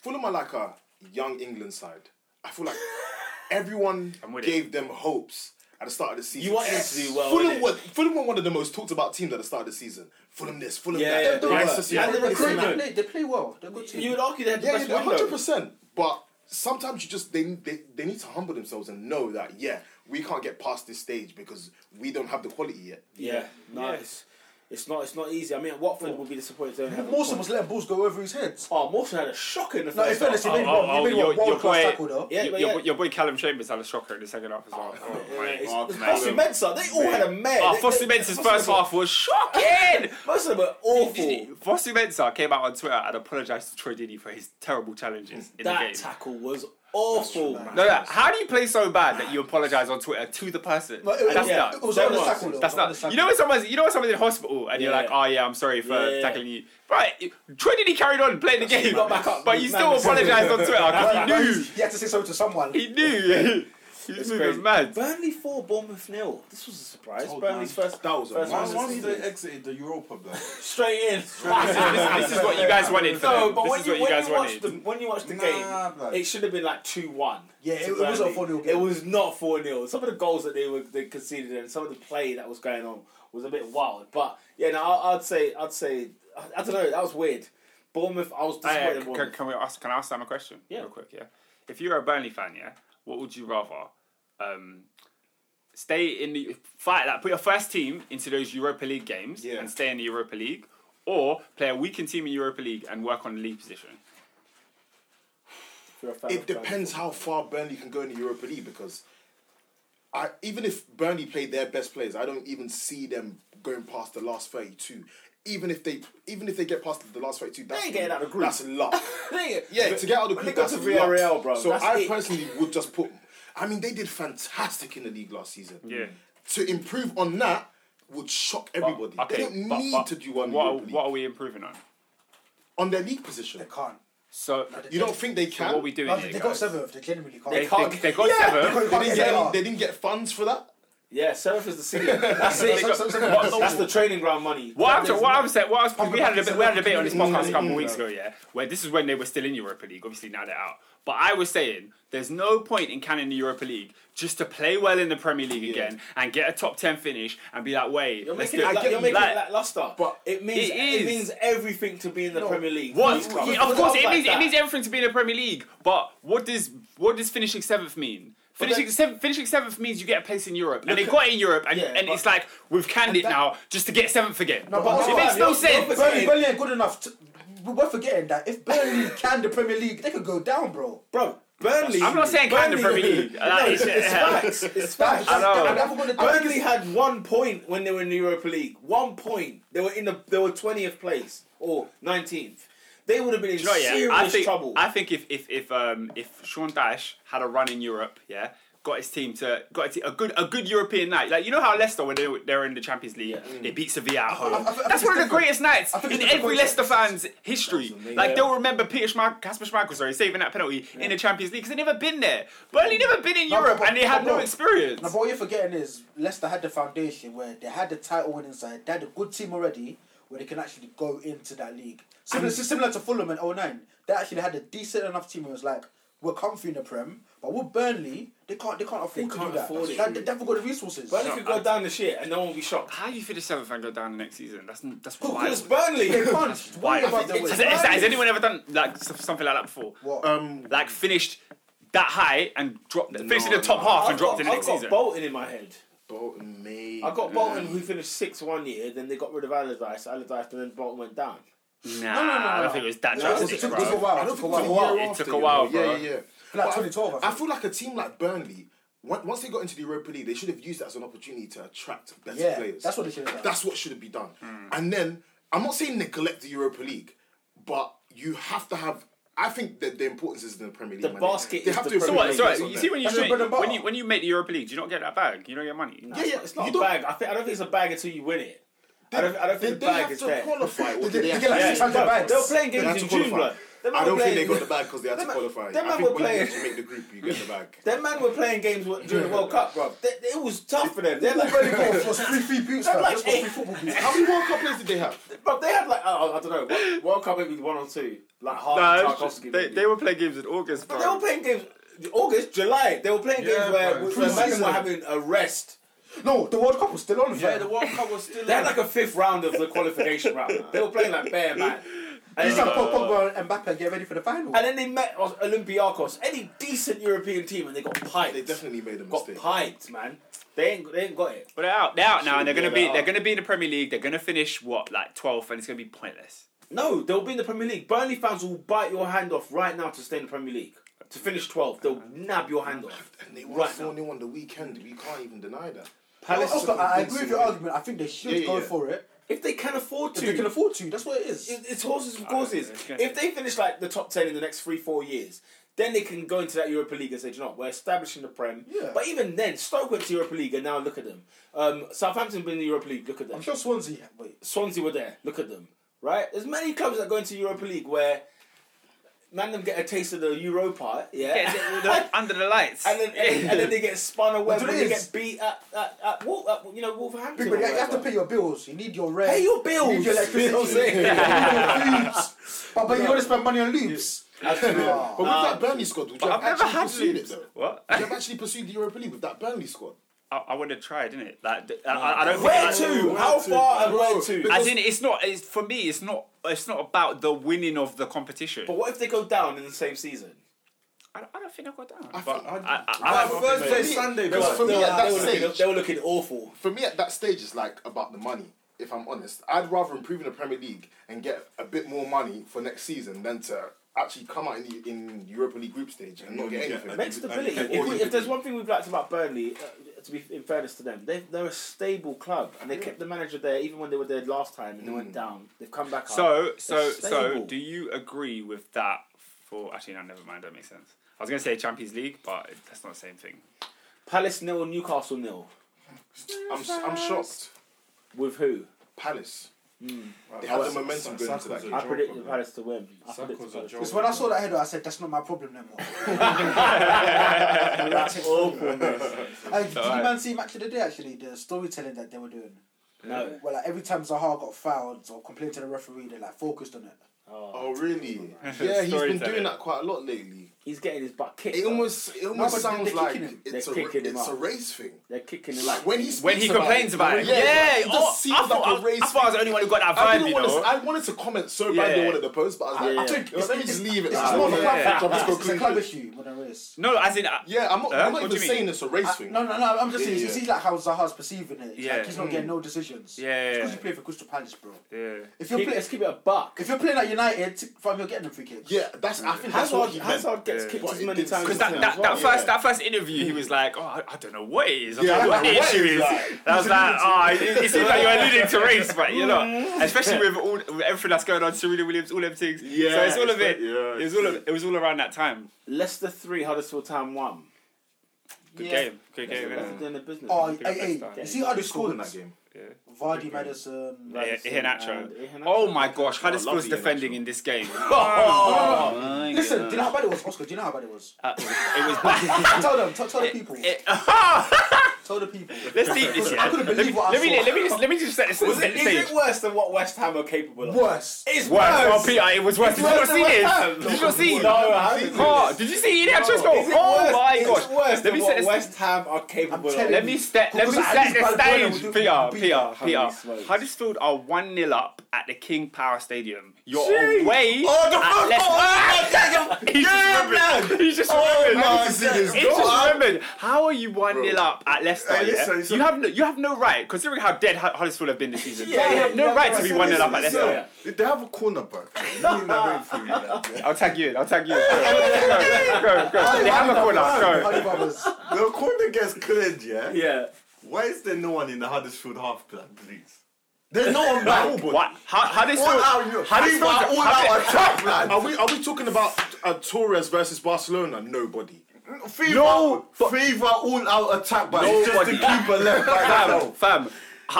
Speaker 4: Fulham are like a young England side. I feel like
Speaker 3: [LAUGHS]
Speaker 4: everyone
Speaker 5: I'm with
Speaker 4: gave them hopes at the start of the season.
Speaker 3: You want them to do well, innit?
Speaker 4: Fulham were, Fulham were one of the most talked about teams at the start of the season. Fulham this, Fulham
Speaker 3: Yeah,
Speaker 4: that.
Speaker 3: yeah, they
Speaker 4: nice
Speaker 3: were.
Speaker 4: to see.
Speaker 3: Yeah,
Speaker 4: them.
Speaker 3: they were
Speaker 2: They play,
Speaker 3: Fulham,
Speaker 2: they
Speaker 3: man.
Speaker 2: play, they play well. They're a good team.
Speaker 3: You would argue they had the
Speaker 4: Yeah,
Speaker 3: best
Speaker 4: yeah,
Speaker 3: window.
Speaker 4: hundred percent. But sometimes you just they, they they need to humble themselves and know that yeah we can't get past this stage because we don't have the quality yet.
Speaker 3: Yeah, no, it's, it's not. It's not easy. I mean, Watford will be disappointed. They don't have a
Speaker 2: Mawson
Speaker 3: point.
Speaker 2: was letting balls go over his head.
Speaker 3: Oh, Mawson had a shocker in the
Speaker 2: No, in
Speaker 3: first
Speaker 2: fairness,
Speaker 3: half.
Speaker 5: Oh,
Speaker 2: he made,
Speaker 5: oh,
Speaker 2: he
Speaker 5: oh,
Speaker 2: made
Speaker 5: your,
Speaker 2: one
Speaker 5: your
Speaker 2: world class
Speaker 5: boy,
Speaker 2: tackle though.
Speaker 3: Yeah,
Speaker 5: your,
Speaker 3: but
Speaker 5: your,
Speaker 3: yeah.
Speaker 5: your boy Callum Chambers had a shocker in the second half as well. Oh,
Speaker 3: Yeah,
Speaker 5: mate.
Speaker 3: it's-
Speaker 4: Oh,
Speaker 3: it's
Speaker 4: man.
Speaker 3: Fosu Mensah, They all had a mare.
Speaker 5: Oh,
Speaker 3: They-
Speaker 5: Fosu
Speaker 3: they-
Speaker 5: Mensah's
Speaker 3: Fosu
Speaker 5: first
Speaker 3: Mensah-
Speaker 5: half was shocking.
Speaker 3: Most of them were awful.
Speaker 5: Fosu Mensah came out on Twitter and apologised to Troy Deeney for his terrible challenges in the
Speaker 3: That
Speaker 5: game.
Speaker 3: tackle was awful.
Speaker 5: no, no, how do you play so bad that you apologise on Twitter to the person?
Speaker 2: No, it, was-
Speaker 5: That's
Speaker 2: it
Speaker 5: nuts.
Speaker 2: was
Speaker 3: That
Speaker 2: on the
Speaker 3: was-
Speaker 2: tackle though.
Speaker 5: That's
Speaker 2: on the
Speaker 5: not.
Speaker 2: tackle.
Speaker 5: You know when someone's you know when someone's in hospital and you're
Speaker 3: Yeah.
Speaker 5: like, oh yeah, I'm sorry for
Speaker 3: Yeah.
Speaker 5: tackling you. Right, Troy Deeney carried on playing the game,
Speaker 3: got back up.
Speaker 5: but you still
Speaker 3: Man,
Speaker 5: apologised on Twitter
Speaker 3: [LAUGHS]
Speaker 2: Right, right,
Speaker 5: because
Speaker 2: He had to say something to someone.
Speaker 5: he knew, [LAUGHS] he knew. He was moving mad.
Speaker 3: Burnley four, Bournemouth nil. This was a surprise.
Speaker 4: Told
Speaker 3: Burnley's
Speaker 4: man.
Speaker 3: first
Speaker 4: That was a
Speaker 3: first
Speaker 4: man.
Speaker 6: Once,
Speaker 3: one
Speaker 4: Once
Speaker 6: once
Speaker 3: of the
Speaker 6: they
Speaker 3: season.
Speaker 6: exited the Europa, blood.
Speaker 3: straight in.
Speaker 5: this, this is what you guys wanted. For
Speaker 3: [LAUGHS] No,
Speaker 5: them.
Speaker 3: but
Speaker 5: this
Speaker 3: when
Speaker 5: is
Speaker 3: you,
Speaker 5: what you
Speaker 3: when
Speaker 5: guys
Speaker 3: you watch
Speaker 5: wanted.
Speaker 3: the when you watch the
Speaker 6: Nah,
Speaker 3: game,
Speaker 6: blood.
Speaker 3: it should have been like two one.
Speaker 2: Yeah, it- it was a 4-0 game.
Speaker 3: It was not four 0 Some of the goals that they were they conceded and some of the play that was going on was a bit wild. But yeah, no, I, I'd say I'd say I, I don't know. That was weird. Bournemouth, I was
Speaker 5: Hey,
Speaker 3: disappointed.
Speaker 5: uh,
Speaker 3: in
Speaker 5: can,
Speaker 3: Bournemouth.
Speaker 5: can we ask? Can I ask Sam a question?
Speaker 3: Yeah.
Speaker 5: Real quick, yeah. If you're a Burnley fan, yeah, what would you rather? Um, stay in the fight like put your first team into those Europa League games
Speaker 4: Yeah.
Speaker 5: and stay in the Europa League, or play a weakened team in Europa League and work on the league position.
Speaker 3: If you're a fan
Speaker 4: It
Speaker 3: of Frank-
Speaker 4: depends how far Burnley can go in the Europa League because I even if Burnley played their best players, I don't even see them going past the last thirty-two. Even if they even if they get past the last thirty-two, that's
Speaker 3: ain't getting out of the group. [LAUGHS]
Speaker 4: That's luck.
Speaker 3: They-
Speaker 4: Yeah, to get out of the
Speaker 3: when
Speaker 4: group,
Speaker 3: They go
Speaker 4: that's
Speaker 3: to
Speaker 4: luck.
Speaker 3: VRL, bro.
Speaker 4: So
Speaker 3: that's
Speaker 4: I
Speaker 3: it.
Speaker 4: personally would just put. I mean, they did fantastic in the league last season.
Speaker 5: Yeah.
Speaker 4: To improve on that would shock everybody.
Speaker 5: Okay,
Speaker 4: they don't
Speaker 5: but-
Speaker 4: need
Speaker 5: but
Speaker 4: to do one
Speaker 5: What, are-
Speaker 4: Europa League.
Speaker 5: what are we improving on?
Speaker 4: on their league position.
Speaker 2: They can't.
Speaker 5: So,
Speaker 4: You don't think they
Speaker 5: so
Speaker 4: can?
Speaker 5: what are we doing
Speaker 2: No,
Speaker 5: here?
Speaker 2: Oh, they got
Speaker 5: guys?
Speaker 2: seventh. They genuinely can't.
Speaker 5: They,
Speaker 3: can't
Speaker 5: they,
Speaker 3: get-
Speaker 5: they got seven.
Speaker 4: They didn't,
Speaker 2: Yeah.
Speaker 4: get any, they didn't get funds for that.
Speaker 3: Yeah, seventh is the city. [LAUGHS] That's it.
Speaker 2: Some- some- some-
Speaker 3: That's- That's the training ground money.
Speaker 5: What I'm,
Speaker 3: That
Speaker 5: saying-
Speaker 3: is
Speaker 5: what
Speaker 3: not-
Speaker 5: I'm saying, what I was, we had a bit, we had a debate on this podcast a couple
Speaker 4: Mm,
Speaker 5: of weeks ago, yeah, where this is when they were still in Europa League. Obviously now they're out, but I was saying there's no point in canning the Europa League just to play well in the Premier League again and get a top ten finish and be like, wait,
Speaker 3: You're
Speaker 5: let's
Speaker 3: making,
Speaker 5: do
Speaker 3: it,
Speaker 5: it.
Speaker 3: like, you're making
Speaker 5: Like,
Speaker 3: it lackluster, but it means
Speaker 5: it
Speaker 3: it,
Speaker 5: is.
Speaker 3: means everything to be in the Premier League.
Speaker 5: What?
Speaker 3: Please come.
Speaker 5: Yeah, of course, it
Speaker 3: Like
Speaker 5: means
Speaker 3: that.
Speaker 5: it means everything to be in the Premier League. But what does what does finishing seventh mean? Finishing
Speaker 3: then-
Speaker 5: seventh, finishing seventh means you get a place in Europe, and they got it in Europe, and,
Speaker 3: Yeah,
Speaker 5: and
Speaker 3: but-
Speaker 5: it's like we've canned it
Speaker 2: that-
Speaker 5: now just to get seventh again.
Speaker 2: No,
Speaker 5: it
Speaker 2: but also-
Speaker 5: makes no
Speaker 3: you're-
Speaker 5: sense.
Speaker 3: you're-
Speaker 2: Burnley, Burnley ain't good enough. To, we- we're forgetting that if Burnley can the Premier League, they could go down, bro.
Speaker 3: bro. Burnley.
Speaker 5: I'm not saying kind of
Speaker 3: Burnley-
Speaker 5: Premier League.
Speaker 3: No,
Speaker 5: [LAUGHS] Like,
Speaker 3: it's, it's
Speaker 5: [LAUGHS]
Speaker 3: facts. It's facts.
Speaker 5: I know.
Speaker 2: And that's what we're gonna do.
Speaker 3: Burnley had one point when they were in the Europa League. One point. They were in the. They were twentieth place or nineteenth. They would have been in
Speaker 5: Do you know, yeah,
Speaker 3: serious
Speaker 5: I think,
Speaker 3: trouble.
Speaker 5: I think if if if um if Sean Dash had a run in Europe, yeah, got his team to got his te- a good a good European night. Like you know how Leicester when they were, they were in the Champions League, they beat Sevilla at home.
Speaker 2: Mm. I- I think
Speaker 5: That's
Speaker 2: it's
Speaker 5: one of the
Speaker 2: different.
Speaker 5: greatest nights
Speaker 2: I think
Speaker 5: in
Speaker 2: it's different
Speaker 5: every
Speaker 2: context.
Speaker 5: Leicester fan's history. Like they'll remember Peter Schmeichel, Kasper Schmeichel, sorry, saving that penalty in the Champions League because they never been there. Burnley never been in
Speaker 2: No,
Speaker 5: Europe
Speaker 2: but-
Speaker 5: and they had
Speaker 2: but
Speaker 5: no
Speaker 2: bro,
Speaker 5: experience.
Speaker 2: Now, but what you're forgetting is Leicester had the foundation where they had the title winning side, they had a good team already where they can actually go into that league. Similar, similar to Fulham in 09, they actually had a decent enough team who was like, we're comfy in the Prem, but with Burnley, they can't they can't afford to
Speaker 3: can't
Speaker 2: do that.
Speaker 3: afford it.
Speaker 2: Like, they haven't got the resources.
Speaker 3: Burnley could go down the shit and no one would be shocked.
Speaker 5: how you feel the seventh and go down the next season? That's n- that's
Speaker 3: Because
Speaker 5: wild. [LAUGHS]
Speaker 3: Burnley.
Speaker 2: they can't. Worry
Speaker 5: Wild.
Speaker 2: about their
Speaker 5: Has,
Speaker 2: way.
Speaker 5: has- has anyone ever done like s- something like that before?
Speaker 2: What?
Speaker 4: Um,
Speaker 5: like finished that high and dropped finished in the
Speaker 4: no,
Speaker 5: top
Speaker 4: no.
Speaker 5: half
Speaker 3: I've
Speaker 5: and dropped
Speaker 3: got,
Speaker 5: in the next
Speaker 3: I've
Speaker 5: season.
Speaker 3: got Bolton in my head.
Speaker 4: Bolton may.
Speaker 3: I got Bolton
Speaker 4: Mm.
Speaker 3: who finished sixth one year, then they got rid of Allardyce, Allardyce, and then Bolton went down.
Speaker 5: Nah, I don't think it was that
Speaker 2: it
Speaker 5: drastic.
Speaker 2: took- it
Speaker 5: bro.
Speaker 2: took a while.
Speaker 4: I don't
Speaker 2: It took a
Speaker 4: think it was a year
Speaker 2: while.
Speaker 5: It
Speaker 4: after,
Speaker 5: took a
Speaker 4: you
Speaker 5: while,
Speaker 4: know. Yeah,
Speaker 5: bro.
Speaker 4: yeah, yeah.
Speaker 2: Like
Speaker 4: But I-
Speaker 2: 2012, I
Speaker 4: I,
Speaker 2: think.
Speaker 4: feel like a team like Burnley, on- once they got into the Europa League, they should have used it as an opportunity to attract better
Speaker 2: Yeah,
Speaker 4: players.
Speaker 2: that's what they should have done.
Speaker 4: That's what should have been done. And then I'm not saying neglect the Europa League, but you have to have. I think that the importance is in the Premier League. man.
Speaker 3: basket
Speaker 4: They
Speaker 3: is
Speaker 4: have
Speaker 3: the
Speaker 4: to.
Speaker 5: So
Speaker 3: Premier
Speaker 5: what?
Speaker 4: improve
Speaker 5: So
Speaker 4: on
Speaker 5: what, you
Speaker 4: that.
Speaker 5: see when you
Speaker 2: That's your bread and
Speaker 5: when
Speaker 2: butter.
Speaker 5: you when you make the Europa League, do you not get that bag? You don't get money.
Speaker 4: Yeah, yeah,
Speaker 3: It's not
Speaker 4: you
Speaker 3: a
Speaker 4: don't-
Speaker 3: bag. I, think, I don't think it's a bag until you win it. I don't, I don't
Speaker 4: They,
Speaker 3: think
Speaker 4: they
Speaker 3: the bag
Speaker 4: have
Speaker 3: is
Speaker 4: to
Speaker 3: there.
Speaker 4: qualify. or do
Speaker 2: They-
Speaker 4: they
Speaker 2: they
Speaker 4: have
Speaker 2: get like
Speaker 4: to-
Speaker 3: Yeah,
Speaker 2: six hundred
Speaker 3: bro,
Speaker 2: bags.
Speaker 3: They were playing
Speaker 4: They had
Speaker 3: games
Speaker 4: to
Speaker 3: in June,
Speaker 4: qualify.
Speaker 3: blood. Them man
Speaker 4: I don't
Speaker 3: were
Speaker 4: think they
Speaker 3: playing-
Speaker 4: got the bag because they had to
Speaker 3: Them-
Speaker 4: qualify.
Speaker 3: them
Speaker 4: I
Speaker 3: man were
Speaker 4: think when you
Speaker 3: playing-
Speaker 4: actually make the group, you get the bag.
Speaker 3: Them man were playing games wa- during the World Cup, bro. They- it was tough for them. They're like,
Speaker 2: Burnley got was three free boots,
Speaker 3: They're
Speaker 2: man.
Speaker 3: like
Speaker 2: Just got
Speaker 3: eight.
Speaker 2: free football boots.
Speaker 4: How many World Cup players did they have?
Speaker 3: bro, they had like, oh, I don't know, what- World Cup maybe one or two, like half
Speaker 5: Nah, it's just-
Speaker 3: Tarkovsky.
Speaker 5: Uh, they,
Speaker 3: maybe.
Speaker 5: they were playing games in August, bro.
Speaker 3: But they were playing games August, July. They were playing games
Speaker 6: Yeah,
Speaker 3: where,
Speaker 6: bro.
Speaker 3: where man
Speaker 6: Pre-season.
Speaker 3: were having a rest.
Speaker 2: No, the World Cup was still on.
Speaker 7: Yeah,
Speaker 2: fam.
Speaker 7: the World Cup was still.
Speaker 3: They had like a fifth round of the qualification round. They were playing like bare man. And,
Speaker 2: It's
Speaker 3: then-
Speaker 2: like Pogba and Mbappe get ready for the final.
Speaker 3: and then they met Olympiacos, any decent European team, and they got piped.
Speaker 4: They definitely made a
Speaker 3: got
Speaker 4: mistake.
Speaker 3: piped, man. They ain't, they ain't got it.
Speaker 5: but they're out. They're out now, and they're gonna
Speaker 3: Yeah,
Speaker 5: be
Speaker 3: they're
Speaker 5: they're
Speaker 3: out.
Speaker 5: gonna be in the Premier League. They're gonna finish what like 12th, and it's gonna be
Speaker 3: [LAUGHS]
Speaker 5: pointless.
Speaker 3: No, they'll be in the Premier League. Burnley fans will bite your hand off right now to stay in the Premier League. To finish 12th, they'll nab your hand off.
Speaker 4: And they won
Speaker 3: Right
Speaker 4: four
Speaker 3: now.
Speaker 4: 0 on the weekend. We can't even deny that.
Speaker 3: Palace,
Speaker 2: also, I I agree with your
Speaker 4: Yeah,
Speaker 2: argument. I think they should
Speaker 4: yeah, yeah.
Speaker 2: go for it.
Speaker 3: if they can afford
Speaker 2: If
Speaker 3: to,
Speaker 2: they can afford to, that's what it is.
Speaker 3: It- It's horses for courses.
Speaker 5: it's gonna-
Speaker 3: If they finish like the top ten in the next three, four years, then they can go into that Europa League and say, "Do you know, what? we're establishing the Prem."
Speaker 2: Yeah.
Speaker 3: But even then, Stoke went to Europa League and now look at them. Um, Southampton been in the Europa League. Look at them.
Speaker 2: I'm sure Swansea. Wait,
Speaker 3: Swansea were there. Look at them. Right? There's many clubs that go into Europa League where man them get a taste of the Europa. Yeah.
Speaker 5: Yeah,
Speaker 3: [LAUGHS]
Speaker 5: they- they're under the lights.
Speaker 3: And then, and, then- and then they get spun away.
Speaker 2: But
Speaker 3: And
Speaker 2: it
Speaker 3: they
Speaker 2: is-
Speaker 3: get beat at, at, at, Wol- at you know Wolverhampton.
Speaker 2: big
Speaker 3: or
Speaker 2: man, you have to
Speaker 3: whatever.
Speaker 2: pay your bills. You need your eh? rent.
Speaker 3: Pay your
Speaker 2: You need
Speaker 3: bills.
Speaker 2: your electricity. [LAUGHS]
Speaker 3: You know what I'm saying?
Speaker 2: you [LAUGHS] need your foods. But, but you got to spend money on loops.
Speaker 3: Absolutely.
Speaker 2: Nah.
Speaker 4: [LAUGHS] But with that Burnley squad, would you
Speaker 5: I've
Speaker 4: have
Speaker 5: never
Speaker 4: actually
Speaker 5: had
Speaker 4: pursued it
Speaker 5: loops.
Speaker 4: though?
Speaker 5: What?
Speaker 4: Would you have actually pursued the Europa League with that Burnley squad?
Speaker 5: I, I would have tried, didn't it? Like th- I, I, I don't.
Speaker 3: Where
Speaker 5: think, I-
Speaker 3: to? How far and where to?
Speaker 5: As in, it's not. It's, for me, it's not. It's not about the winning of the competition.
Speaker 3: But what if they go down in the same season?
Speaker 5: I, don't- I don't think I got down.
Speaker 4: I
Speaker 5: but
Speaker 4: think- I-
Speaker 5: I, I, I,
Speaker 6: Right,
Speaker 5: have-
Speaker 6: first day
Speaker 4: me-
Speaker 6: Sunday,
Speaker 4: there was-
Speaker 6: bro.
Speaker 4: for me at that
Speaker 3: they, were looking,
Speaker 4: stage-
Speaker 3: they were looking awful.
Speaker 4: for me at that stage it's like about the money if i'm honest i'd rather improve in the premier league and get a bit more money for next season than to actually come out in the in europa league group stage and
Speaker 5: Mm,
Speaker 4: not
Speaker 6: Yeah,
Speaker 4: get
Speaker 6: yeah.
Speaker 4: anything
Speaker 3: Make stability.
Speaker 6: and-
Speaker 3: If, we, if there's
Speaker 6: and-
Speaker 3: one thing we've liked about Burnley, uh, to be in fairness to them, they they're a stable club and they kept the manager there even when they were there last time and they went down. They've come back up.
Speaker 5: so so
Speaker 3: They're
Speaker 5: so.
Speaker 3: stable.
Speaker 5: Do you agree with that? For actually, no, never mind. That makes sense. I was gonna say Champions League, but it- that's not the same thing.
Speaker 3: Palace nil, Newcastle nil.
Speaker 4: I'm, I'm shocked
Speaker 3: With who?
Speaker 4: palace
Speaker 5: Mm.
Speaker 4: they had the momentum going into that game
Speaker 3: I predicted Palace to win. I predicted
Speaker 6: Saka's a
Speaker 3: Palace.
Speaker 6: joke.
Speaker 2: Because when I saw that header, I said, that's not my problem no more.
Speaker 3: That's awful. man.
Speaker 2: Uh, did you man see Match of the Day, actually? The storytelling that they were doing.
Speaker 3: No.
Speaker 2: Well, like, every time Zaha got fouled or complained to the referee, they like focused on it.
Speaker 3: Oh.
Speaker 4: oh
Speaker 5: [LAUGHS]
Speaker 4: really yeah he's been
Speaker 5: Storytelling.
Speaker 4: doing that quite a lot lately
Speaker 3: He's getting his butt kicked.
Speaker 4: it almost it almost
Speaker 2: but they're
Speaker 4: sounds
Speaker 2: kicking
Speaker 4: like
Speaker 2: him.
Speaker 4: it's,
Speaker 3: They're
Speaker 4: a,
Speaker 3: kicking him
Speaker 4: it's a
Speaker 3: up.
Speaker 4: race thing
Speaker 3: They're kicking him
Speaker 4: like
Speaker 3: out.
Speaker 4: when he
Speaker 5: When he
Speaker 4: speaks about
Speaker 5: complains about it, yeah,
Speaker 4: it
Speaker 5: oh,
Speaker 4: does seem
Speaker 5: I, thought,
Speaker 4: like a race
Speaker 5: I, thought I was the only one who got that
Speaker 4: I
Speaker 5: vibe.
Speaker 4: didn't
Speaker 5: You
Speaker 4: want to.
Speaker 5: know,
Speaker 4: I wanted to comment so
Speaker 5: Yeah.
Speaker 4: badly on one of the posts, but I was like,
Speaker 3: Yeah.
Speaker 4: I think, let me just leave it.
Speaker 2: It's,
Speaker 4: It's
Speaker 2: more
Speaker 4: not
Speaker 2: of
Speaker 4: a
Speaker 2: a
Speaker 4: club
Speaker 2: club
Speaker 4: thing, I'm
Speaker 2: thing.
Speaker 4: just
Speaker 2: It's a club
Speaker 4: concluding.
Speaker 2: issue more than a race.
Speaker 5: no, as in, uh,
Speaker 4: Yeah, I'm not.
Speaker 5: Huh?
Speaker 4: I'm not
Speaker 5: What
Speaker 4: even
Speaker 5: do you mean?
Speaker 4: saying it's a race
Speaker 2: I-
Speaker 4: thing.
Speaker 2: no, no, no. I'm just
Speaker 4: Yeah,
Speaker 2: saying,
Speaker 4: yeah.
Speaker 2: it's easy like how Zaha's perceiving it. It's
Speaker 5: Yeah.
Speaker 2: Like he's not getting no decisions.
Speaker 5: Yeah.
Speaker 2: because you play for Crystal Palace, bro.
Speaker 5: yeah.
Speaker 2: If you're
Speaker 3: Keep,
Speaker 2: playing,
Speaker 3: let's keep it a buck.
Speaker 2: if you're playing at United, fam, you're getting a free kick.
Speaker 4: Yeah, that's. I think that's what
Speaker 3: Hazard,
Speaker 4: he meant.
Speaker 3: Hazard gets
Speaker 5: Yeah.
Speaker 3: kicked
Speaker 4: But
Speaker 3: as
Speaker 4: it
Speaker 3: many
Speaker 4: didn't-
Speaker 3: times.
Speaker 5: Because
Speaker 3: as
Speaker 5: that,
Speaker 3: him
Speaker 5: that,
Speaker 3: as
Speaker 5: that
Speaker 3: well.
Speaker 5: first that first interview, he was like, "Oh, I, I don't know what it is. I
Speaker 4: Yeah,
Speaker 5: don't know
Speaker 4: I'm
Speaker 5: what
Speaker 4: like,
Speaker 5: the
Speaker 4: what
Speaker 5: issue
Speaker 4: is
Speaker 5: is."
Speaker 4: that?
Speaker 5: And I was like, "Oh, it, it seems like you're alluding to race, but you know, especially with all with everything that's going on, Serena Williams, all them things.
Speaker 4: Yeah,
Speaker 5: so it's all
Speaker 4: it's
Speaker 5: of it.
Speaker 4: like- yeah,
Speaker 5: it was all of, it was all around that time.
Speaker 3: Leicester three, Huddersfield Town one.
Speaker 5: Good
Speaker 2: Yeah.
Speaker 5: game, good
Speaker 3: That's
Speaker 5: game. innit?
Speaker 3: what Leicester doing the business.
Speaker 2: Oh,
Speaker 5: Pick up
Speaker 2: hey,
Speaker 5: that
Speaker 2: hey,
Speaker 5: stat.
Speaker 2: you see other
Speaker 4: Who scored in
Speaker 2: scores?
Speaker 4: that game?
Speaker 2: Vardy, Madison.
Speaker 5: Yeah,
Speaker 3: Madison
Speaker 5: Iheanacho.
Speaker 3: and Iheanacho.
Speaker 5: Oh my gosh,
Speaker 4: I love
Speaker 5: Huddersfield's
Speaker 4: Iheanacho.
Speaker 5: defending in this game.
Speaker 2: Oh,
Speaker 5: my
Speaker 2: Listen, do
Speaker 5: God.
Speaker 2: you know how bad it was, Oscar? Do you know how bad it was?
Speaker 5: Uh, it was bad.
Speaker 2: tell them, tell,
Speaker 5: Eh,
Speaker 2: tell the people.
Speaker 5: ah.
Speaker 2: tell the people.
Speaker 5: [LAUGHS] Let's deep this.
Speaker 2: I couldn't
Speaker 5: yeah.
Speaker 2: believe what I
Speaker 5: Let me
Speaker 2: saw.
Speaker 5: let me just let me just set this.
Speaker 3: Was
Speaker 5: set
Speaker 3: it,
Speaker 5: the
Speaker 3: is
Speaker 5: stage.
Speaker 3: it worse than what West Ham are capable of?
Speaker 2: Worse.
Speaker 3: It's
Speaker 5: Worse. Oh,
Speaker 3: worse.
Speaker 5: Peter, it was worse. Did you not see this? Did you not see?
Speaker 3: No, I haven't.
Speaker 5: Oh, did you see Ian Hatcher's goal?
Speaker 3: Is it
Speaker 5: Oh
Speaker 3: worse-
Speaker 5: my
Speaker 3: is it
Speaker 5: gosh.
Speaker 3: Worse
Speaker 5: Let
Speaker 3: than
Speaker 5: me
Speaker 3: what
Speaker 5: set this.
Speaker 3: West Ham are capable
Speaker 2: telling
Speaker 3: of.
Speaker 5: Let me set. Let me
Speaker 2: Because
Speaker 5: set
Speaker 2: at least Balbuena
Speaker 5: the
Speaker 2: will do
Speaker 5: stage.
Speaker 2: what
Speaker 5: Peter,
Speaker 2: we
Speaker 5: Peter,
Speaker 3: beat.
Speaker 5: Peter.
Speaker 3: Holy smokes.
Speaker 5: Huddersfield are one 0 up at the King Power Stadium. You're
Speaker 3: Jeez.
Speaker 5: away.
Speaker 7: Oh, the
Speaker 5: at
Speaker 7: first
Speaker 5: Leicester-
Speaker 7: goal! Oh,
Speaker 5: [LAUGHS] He's just remembered. He's
Speaker 3: Oh,
Speaker 5: just remembered.
Speaker 7: my
Speaker 5: He's
Speaker 7: God.
Speaker 5: just remembered. How are you one 0 up at Leicester?
Speaker 7: Hey, listen,
Speaker 5: yeah?
Speaker 7: listen.
Speaker 5: You have no, you have no right, considering how dead Hud- Huddersfield have been this season.
Speaker 3: Yeah,
Speaker 5: you have
Speaker 3: yeah,
Speaker 5: no
Speaker 3: yeah,
Speaker 5: right to
Speaker 3: yeah.
Speaker 5: be one 0 up at
Speaker 3: Listen,
Speaker 5: Leicester.
Speaker 3: listen.
Speaker 6: Did they have a corner back? They
Speaker 5: I'll tag you in. I'll tag you in. Go, go, go. They have a corner. Go.
Speaker 2: Hardy Brothers.
Speaker 7: The corner gets cleared, yeah?
Speaker 3: Yeah.
Speaker 7: Why is there no one in the Huddersfield half plan, please? There's no one back.
Speaker 5: What? How, how this?
Speaker 7: All out,
Speaker 5: How this?
Speaker 7: people are all out attack, man.
Speaker 4: Are we are we talking about uh, Torres versus Barcelona? Nobody.
Speaker 7: Fever,
Speaker 5: No,
Speaker 7: Fever all out attack, but it's just the keeper left by
Speaker 5: Fam,
Speaker 7: himself.
Speaker 5: fam. Hu-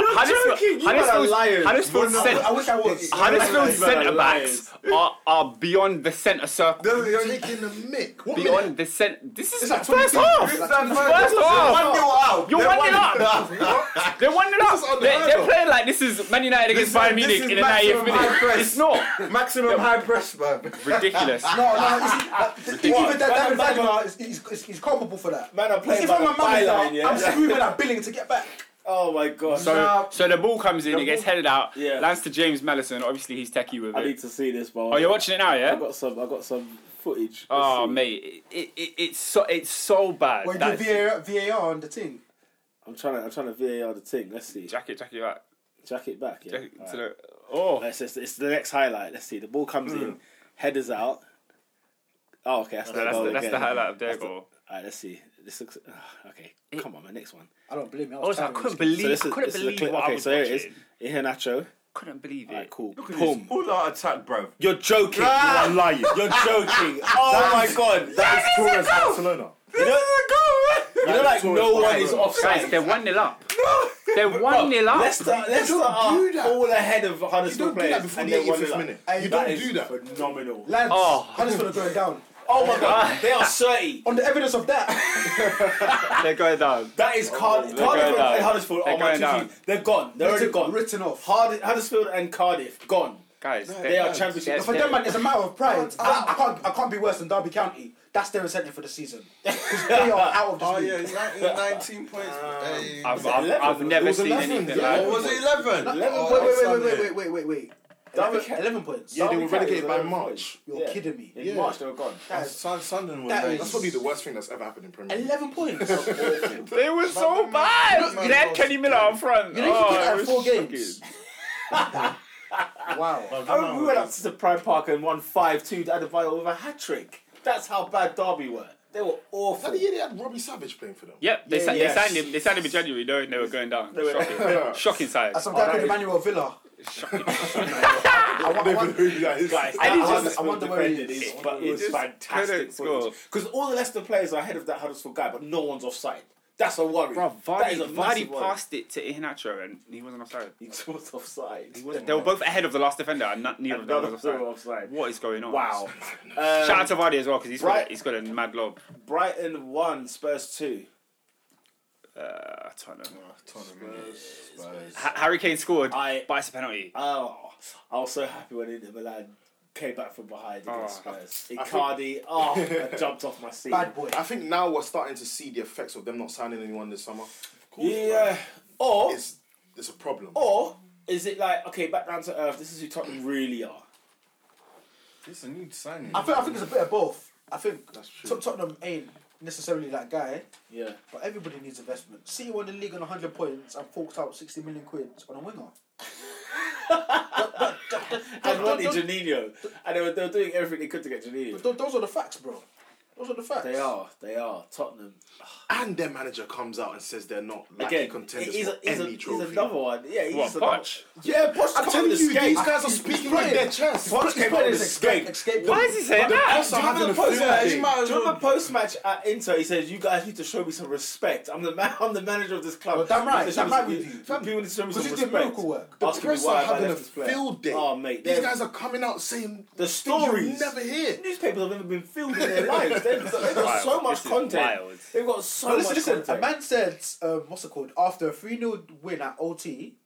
Speaker 5: Huddersfield, Huddersfield, Huddersfield,
Speaker 7: You're not-
Speaker 5: cent-
Speaker 2: I wish I was.
Speaker 5: Huddersfield
Speaker 3: You are
Speaker 5: centre backs are, are beyond the centre circle.
Speaker 7: There's-
Speaker 4: You're
Speaker 7: there's-
Speaker 4: taking the mick. What minute?
Speaker 5: Beyond the centre. This is
Speaker 2: It's
Speaker 5: the
Speaker 2: like
Speaker 5: first
Speaker 2: 22.
Speaker 5: half.
Speaker 2: It's
Speaker 5: First
Speaker 2: like
Speaker 7: They're one
Speaker 5: half.
Speaker 7: nil out.
Speaker 5: You're
Speaker 7: They're
Speaker 5: one
Speaker 7: one
Speaker 5: nil
Speaker 7: nil
Speaker 5: up. They're one nil
Speaker 4: is
Speaker 5: up. They're, they're
Speaker 4: unheard of.
Speaker 5: playing like this is Man United against Bayern
Speaker 7: this
Speaker 5: Munich
Speaker 7: is
Speaker 5: in the
Speaker 7: maximum
Speaker 5: 90th
Speaker 7: high
Speaker 5: minute.
Speaker 7: press.
Speaker 5: It's not
Speaker 7: Maximum high press, man.
Speaker 5: ridiculous.
Speaker 2: No, no, you see, uh, th- th- even that
Speaker 3: Man, man,
Speaker 2: David Wagner is he's, he's, he's culpable for that.
Speaker 3: Man, I'm playing
Speaker 2: If
Speaker 3: by
Speaker 2: I'm
Speaker 3: the
Speaker 2: a manager,
Speaker 3: byline, yeah.
Speaker 5: [LAUGHS]
Speaker 2: I'm screaming at Billing to get back.
Speaker 3: Oh my god.
Speaker 5: So,
Speaker 2: Nah.
Speaker 5: so the ball comes in, it gets headed out.
Speaker 3: Yeah.
Speaker 5: Lands to James Mellison. Obviously, he's techie with
Speaker 3: I
Speaker 5: it.
Speaker 3: need to see this, bro.
Speaker 5: Oh, you're watching it now,
Speaker 3: I
Speaker 5: yeah?
Speaker 3: got some. I got some footage. Let's
Speaker 5: Oh,
Speaker 3: see.
Speaker 5: mate, it, it, it's so it's so bad.
Speaker 2: Well,
Speaker 5: That's-
Speaker 2: the VAR, VAR on the thing.
Speaker 3: I'm trying to. I'm trying to VAR the thing. Let's see.
Speaker 5: Jack it, jack it back.
Speaker 3: Jack it back. Yeah.
Speaker 5: Jack it
Speaker 3: Alright.
Speaker 5: to the, oh,
Speaker 3: Let's just, it's the next highlight. Let's see. The ball comes in, headers out. Oh, okay. That's, the,
Speaker 5: Hmm. that's,
Speaker 3: goal
Speaker 5: the, that's
Speaker 3: again.
Speaker 5: the highlight of their
Speaker 3: That's the-
Speaker 5: goal.
Speaker 3: All right, let's see. This looks ah, okay. Come on, man. Next one.
Speaker 2: I don't blame you. I,
Speaker 5: I
Speaker 2: was
Speaker 5: Oh, I
Speaker 2: tired of
Speaker 5: couldn't
Speaker 2: this.
Speaker 5: believe,
Speaker 3: this is-
Speaker 5: couldn't
Speaker 3: this is the
Speaker 5: believe
Speaker 3: clip.
Speaker 5: what
Speaker 3: Okay,
Speaker 5: I was
Speaker 3: so here it
Speaker 5: watching.
Speaker 3: is. Iheanacho.
Speaker 5: Couldn't believe it.
Speaker 3: All right, cool.
Speaker 7: Look at this.
Speaker 3: Boom.
Speaker 7: All out attack, bro.
Speaker 3: You're joking.
Speaker 4: Ah!
Speaker 5: I'm lying.
Speaker 3: You're
Speaker 4: [LAUGHS]
Speaker 3: joking. Oh my god.
Speaker 4: That is Torres Barcelona.
Speaker 3: You know, you know, like no one is
Speaker 5: Guys,
Speaker 3: offside.
Speaker 5: they're one 0
Speaker 3: [LAUGHS]
Speaker 5: up. They're one 0 up.
Speaker 3: Let's start. Let's start.
Speaker 4: do that.
Speaker 3: All ahead of
Speaker 4: You
Speaker 3: Huddersfield
Speaker 4: don't do
Speaker 3: players.
Speaker 4: that before
Speaker 3: and
Speaker 4: the
Speaker 3: they're 1-0
Speaker 4: 85th
Speaker 3: up.
Speaker 4: minute.
Speaker 2: Hey,
Speaker 4: You don't
Speaker 3: is
Speaker 4: do that.
Speaker 3: Phenomenal.
Speaker 2: Lads,
Speaker 5: Oh.
Speaker 2: Huddersfield are going down.
Speaker 3: Oh my god, they are thirty.
Speaker 2: On the evidence
Speaker 5: [LAUGHS]
Speaker 2: of that,
Speaker 5: [LAUGHS] they're going down.
Speaker 3: That is Cardiff.
Speaker 5: They're
Speaker 3: Cardiff
Speaker 5: going down.
Speaker 3: and Huddersfield.
Speaker 5: They're
Speaker 3: oh my
Speaker 5: going down.
Speaker 3: god, they're gone. They're already
Speaker 2: written,
Speaker 3: gone.
Speaker 2: written off.
Speaker 3: Hard, Huddersfield and Cardiff gone.
Speaker 5: Guys,
Speaker 3: They are championship.
Speaker 5: they're-
Speaker 2: For them, man, it's a matter
Speaker 5: [LAUGHS]
Speaker 2: of pride. I, I can't, I can't be worse than Derby County. That's their incentive for
Speaker 5: [LAUGHS]
Speaker 2: the season. 'Cause they are out of this
Speaker 7: Oh
Speaker 2: league.
Speaker 7: yeah, it's nine- 19 points. Hey.
Speaker 5: I've, I've, I've never seen
Speaker 4: 11,
Speaker 5: anything
Speaker 4: yeah.
Speaker 5: like.
Speaker 7: Or was it 11?
Speaker 2: Let me-
Speaker 7: Oh, that's
Speaker 2: wait, wait, wait, wait,
Speaker 7: Sunday.
Speaker 2: wait, wait, wait, wait, wait. 11,
Speaker 3: Derby-
Speaker 2: points.
Speaker 4: Yeah, they
Speaker 3: Derby
Speaker 4: were
Speaker 3: County
Speaker 4: relegated
Speaker 3: was
Speaker 4: by
Speaker 3: 11
Speaker 4: March.
Speaker 3: points.
Speaker 2: You're
Speaker 3: Yeah.
Speaker 2: kidding me.
Speaker 3: In
Speaker 4: Yeah.
Speaker 3: March they were gone.
Speaker 2: That is
Speaker 6: Sun, Sunderland were
Speaker 2: That
Speaker 4: [LAUGHS]
Speaker 6: nice.
Speaker 4: That's probably the worst thing that's ever happened in Premier League.
Speaker 2: 11 points. you know, if
Speaker 5: They were so
Speaker 6: man-
Speaker 5: bad.
Speaker 6: look, man,
Speaker 5: You had
Speaker 6: lost
Speaker 5: Kenny Miller up front.
Speaker 2: you put
Speaker 5: Oh,
Speaker 2: that
Speaker 5: it
Speaker 2: at
Speaker 5: was
Speaker 2: four
Speaker 5: shocking. [LAUGHS]
Speaker 2: games. wow.
Speaker 3: I remember Oh, we went up to the Pride Park and won 5 2 to Adebayo with a hat trick. That's how bad Derby were. They were
Speaker 4: Is
Speaker 3: awful.
Speaker 4: that the year they had Robbie Savage playing for them? [LAUGHS]
Speaker 5: Yep, they,
Speaker 3: Yeah,
Speaker 5: sa-
Speaker 3: yes.
Speaker 5: they signed him. They signed him in January, knowing they were going down.
Speaker 3: They were-
Speaker 5: Shocking, shocking size.
Speaker 2: That's some guy called
Speaker 3: Alright.
Speaker 2: Emmanuel Villa. [LAUGHS]
Speaker 4: I don't even know who that is.
Speaker 3: Guys,
Speaker 5: I
Speaker 3: that
Speaker 5: didn't
Speaker 3: Huddersfield
Speaker 2: just- I wonder where he
Speaker 3: defended
Speaker 2: is.
Speaker 3: is, but it was
Speaker 5: just
Speaker 3: fantastic
Speaker 5: couldn't score.
Speaker 3: Because all the Leicester players are ahead of that Huddersfield guy, but no one's offside. That's a worry.
Speaker 5: Bro,
Speaker 3: that
Speaker 5: Vardy,
Speaker 3: is a
Speaker 5: Vardy
Speaker 3: massive worry.
Speaker 5: passed it to Iheanacho and he wasn't offside.
Speaker 3: [LAUGHS] He was offside. He
Speaker 5: They
Speaker 3: [LAUGHS]
Speaker 5: were both ahead of the last defender and not, neither of them was
Speaker 3: offside.
Speaker 5: offside. What is going on?
Speaker 3: Wow. [LAUGHS]
Speaker 5: Shout
Speaker 3: Um,
Speaker 5: out to Vardy as well because he's, got
Speaker 3: Right.
Speaker 5: a- he's got a mad lob.
Speaker 3: Brighton one, Spurs two.
Speaker 5: Uh, I don't know.
Speaker 6: Spurs.
Speaker 5: Ha- Harry Kane scored,
Speaker 3: I-
Speaker 5: but it's a penalty.
Speaker 3: Oh, I was so happy when Inter Milan came back from behind against
Speaker 5: Oh,
Speaker 3: Spurs. Icardi, oh, I jumped off my seat.
Speaker 2: Bad boy.
Speaker 4: I think now we're starting to see the effects of them not signing anyone this summer.
Speaker 3: Yeah. Oh. Or
Speaker 4: It's it's a problem.
Speaker 3: or is it like okay, back down to earth? This is who Tottenham really are.
Speaker 6: It's a new signing.
Speaker 2: I think, I think it's a bit of both. I think
Speaker 4: That's true.
Speaker 2: Tot- Tottenham ain't necessarily that guy,
Speaker 3: Yeah.
Speaker 2: but everybody needs investment. City won the league on 100 points and forked out 60 million quid on a winger.
Speaker 3: And wanted
Speaker 2: don't-
Speaker 3: Janino, and they were, they were doing everything they could to get Janino.
Speaker 2: Th- those are the facts, bro. Those are the facts.
Speaker 3: They are, they are Tottenham
Speaker 4: and their manager comes out and says they're not likely
Speaker 3: again.
Speaker 4: contenders
Speaker 3: he's,
Speaker 4: for
Speaker 3: a, he's, a,
Speaker 4: any
Speaker 3: he's
Speaker 4: trophy.
Speaker 3: another one. Yeah, he's
Speaker 5: What,
Speaker 3: another-
Speaker 5: Poch?
Speaker 3: Yeah, Poch.
Speaker 4: I'm telling you, these guys are speaking with their chest.
Speaker 3: Poch came out with escape.
Speaker 2: Escape. Escape.
Speaker 5: Why is he saying that?
Speaker 4: That's
Speaker 3: Do you
Speaker 4: not
Speaker 3: remember the
Speaker 4: having a uh,
Speaker 3: post
Speaker 4: field
Speaker 3: match?
Speaker 4: day.
Speaker 3: Do you remember post match at Inter? He says, "You guys need to show me some respect. I'm the man. [LAUGHS] I'm the manager of this club.
Speaker 2: Well, damn
Speaker 3: You
Speaker 2: right,
Speaker 3: need to show
Speaker 2: damn
Speaker 3: me
Speaker 2: right
Speaker 3: some-
Speaker 2: with you.
Speaker 3: People need to show me some
Speaker 2: Because he's
Speaker 3: respect.
Speaker 2: doing miracle work.
Speaker 4: The
Speaker 3: Asking me
Speaker 4: press
Speaker 3: why
Speaker 4: are
Speaker 3: have I
Speaker 4: having a
Speaker 3: left this player.
Speaker 4: field day.
Speaker 3: Oh mate,
Speaker 4: These
Speaker 3: they're-
Speaker 4: guys are coming out saying
Speaker 3: the
Speaker 4: stories. You
Speaker 3: stories.
Speaker 4: never hear.
Speaker 3: Newspapers have never been filled in their lives. They've, they've got so
Speaker 5: Wild.
Speaker 3: much
Speaker 5: This is
Speaker 3: content.
Speaker 5: wild.
Speaker 3: They've got so
Speaker 2: But listen,
Speaker 3: much
Speaker 2: listen. A
Speaker 3: content.
Speaker 2: man said, um, what's it called? After a 3 0 win at OT,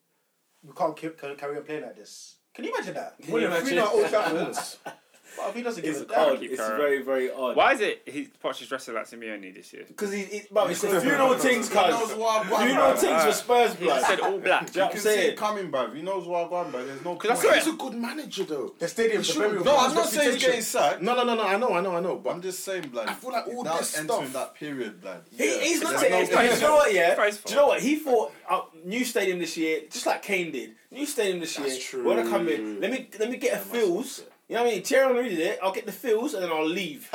Speaker 2: we can't ca- ca- carry on playing like this. Can you imagine that?
Speaker 3: you
Speaker 2: Winning 3
Speaker 3: imagine?
Speaker 2: 0 at Old Trafford. But if he doesn't give
Speaker 3: it's
Speaker 2: a
Speaker 3: odd.
Speaker 2: damn.
Speaker 5: keep
Speaker 3: It's
Speaker 5: going.
Speaker 3: very, very odd.
Speaker 5: Why is it he, Poch is dressing like Simeone this year?
Speaker 3: Because he, he, bro, it's the funeral things, cuz.
Speaker 6: knows what I'm going
Speaker 3: Funeral
Speaker 6: by.
Speaker 3: things for Spurs,
Speaker 5: He
Speaker 3: blood.
Speaker 5: said all [LAUGHS] black.
Speaker 3: Do you know
Speaker 6: You
Speaker 3: what
Speaker 6: can
Speaker 3: I'm
Speaker 6: see it
Speaker 3: saying?
Speaker 6: coming, bruv. He knows what I'm going, but there's no.
Speaker 5: Because I
Speaker 6: point.
Speaker 5: saw it.
Speaker 4: He's a good manager though.
Speaker 2: The stadium's a burial
Speaker 6: No,
Speaker 2: ground.
Speaker 6: I'm not saying he's
Speaker 4: reputation.
Speaker 6: getting sacked.
Speaker 4: No, no, no, no. I know, I know, I know. But
Speaker 6: I'm just saying, blood.
Speaker 4: I feel like all
Speaker 6: he's now
Speaker 4: this
Speaker 6: entering
Speaker 4: stuff-
Speaker 6: that period, blood.
Speaker 3: He, he's not
Speaker 6: There's
Speaker 3: saying
Speaker 6: no
Speaker 3: it's Do you know what? Yeah.
Speaker 5: Price
Speaker 3: Do you know what? He thought uh, new stadium this year, just like Kane did. New stadium this year.
Speaker 4: That's true.
Speaker 3: When I come in, let me let me get a feels. You know what I mean? Thierry Henry did it. I'll get the feels and then I'll leave.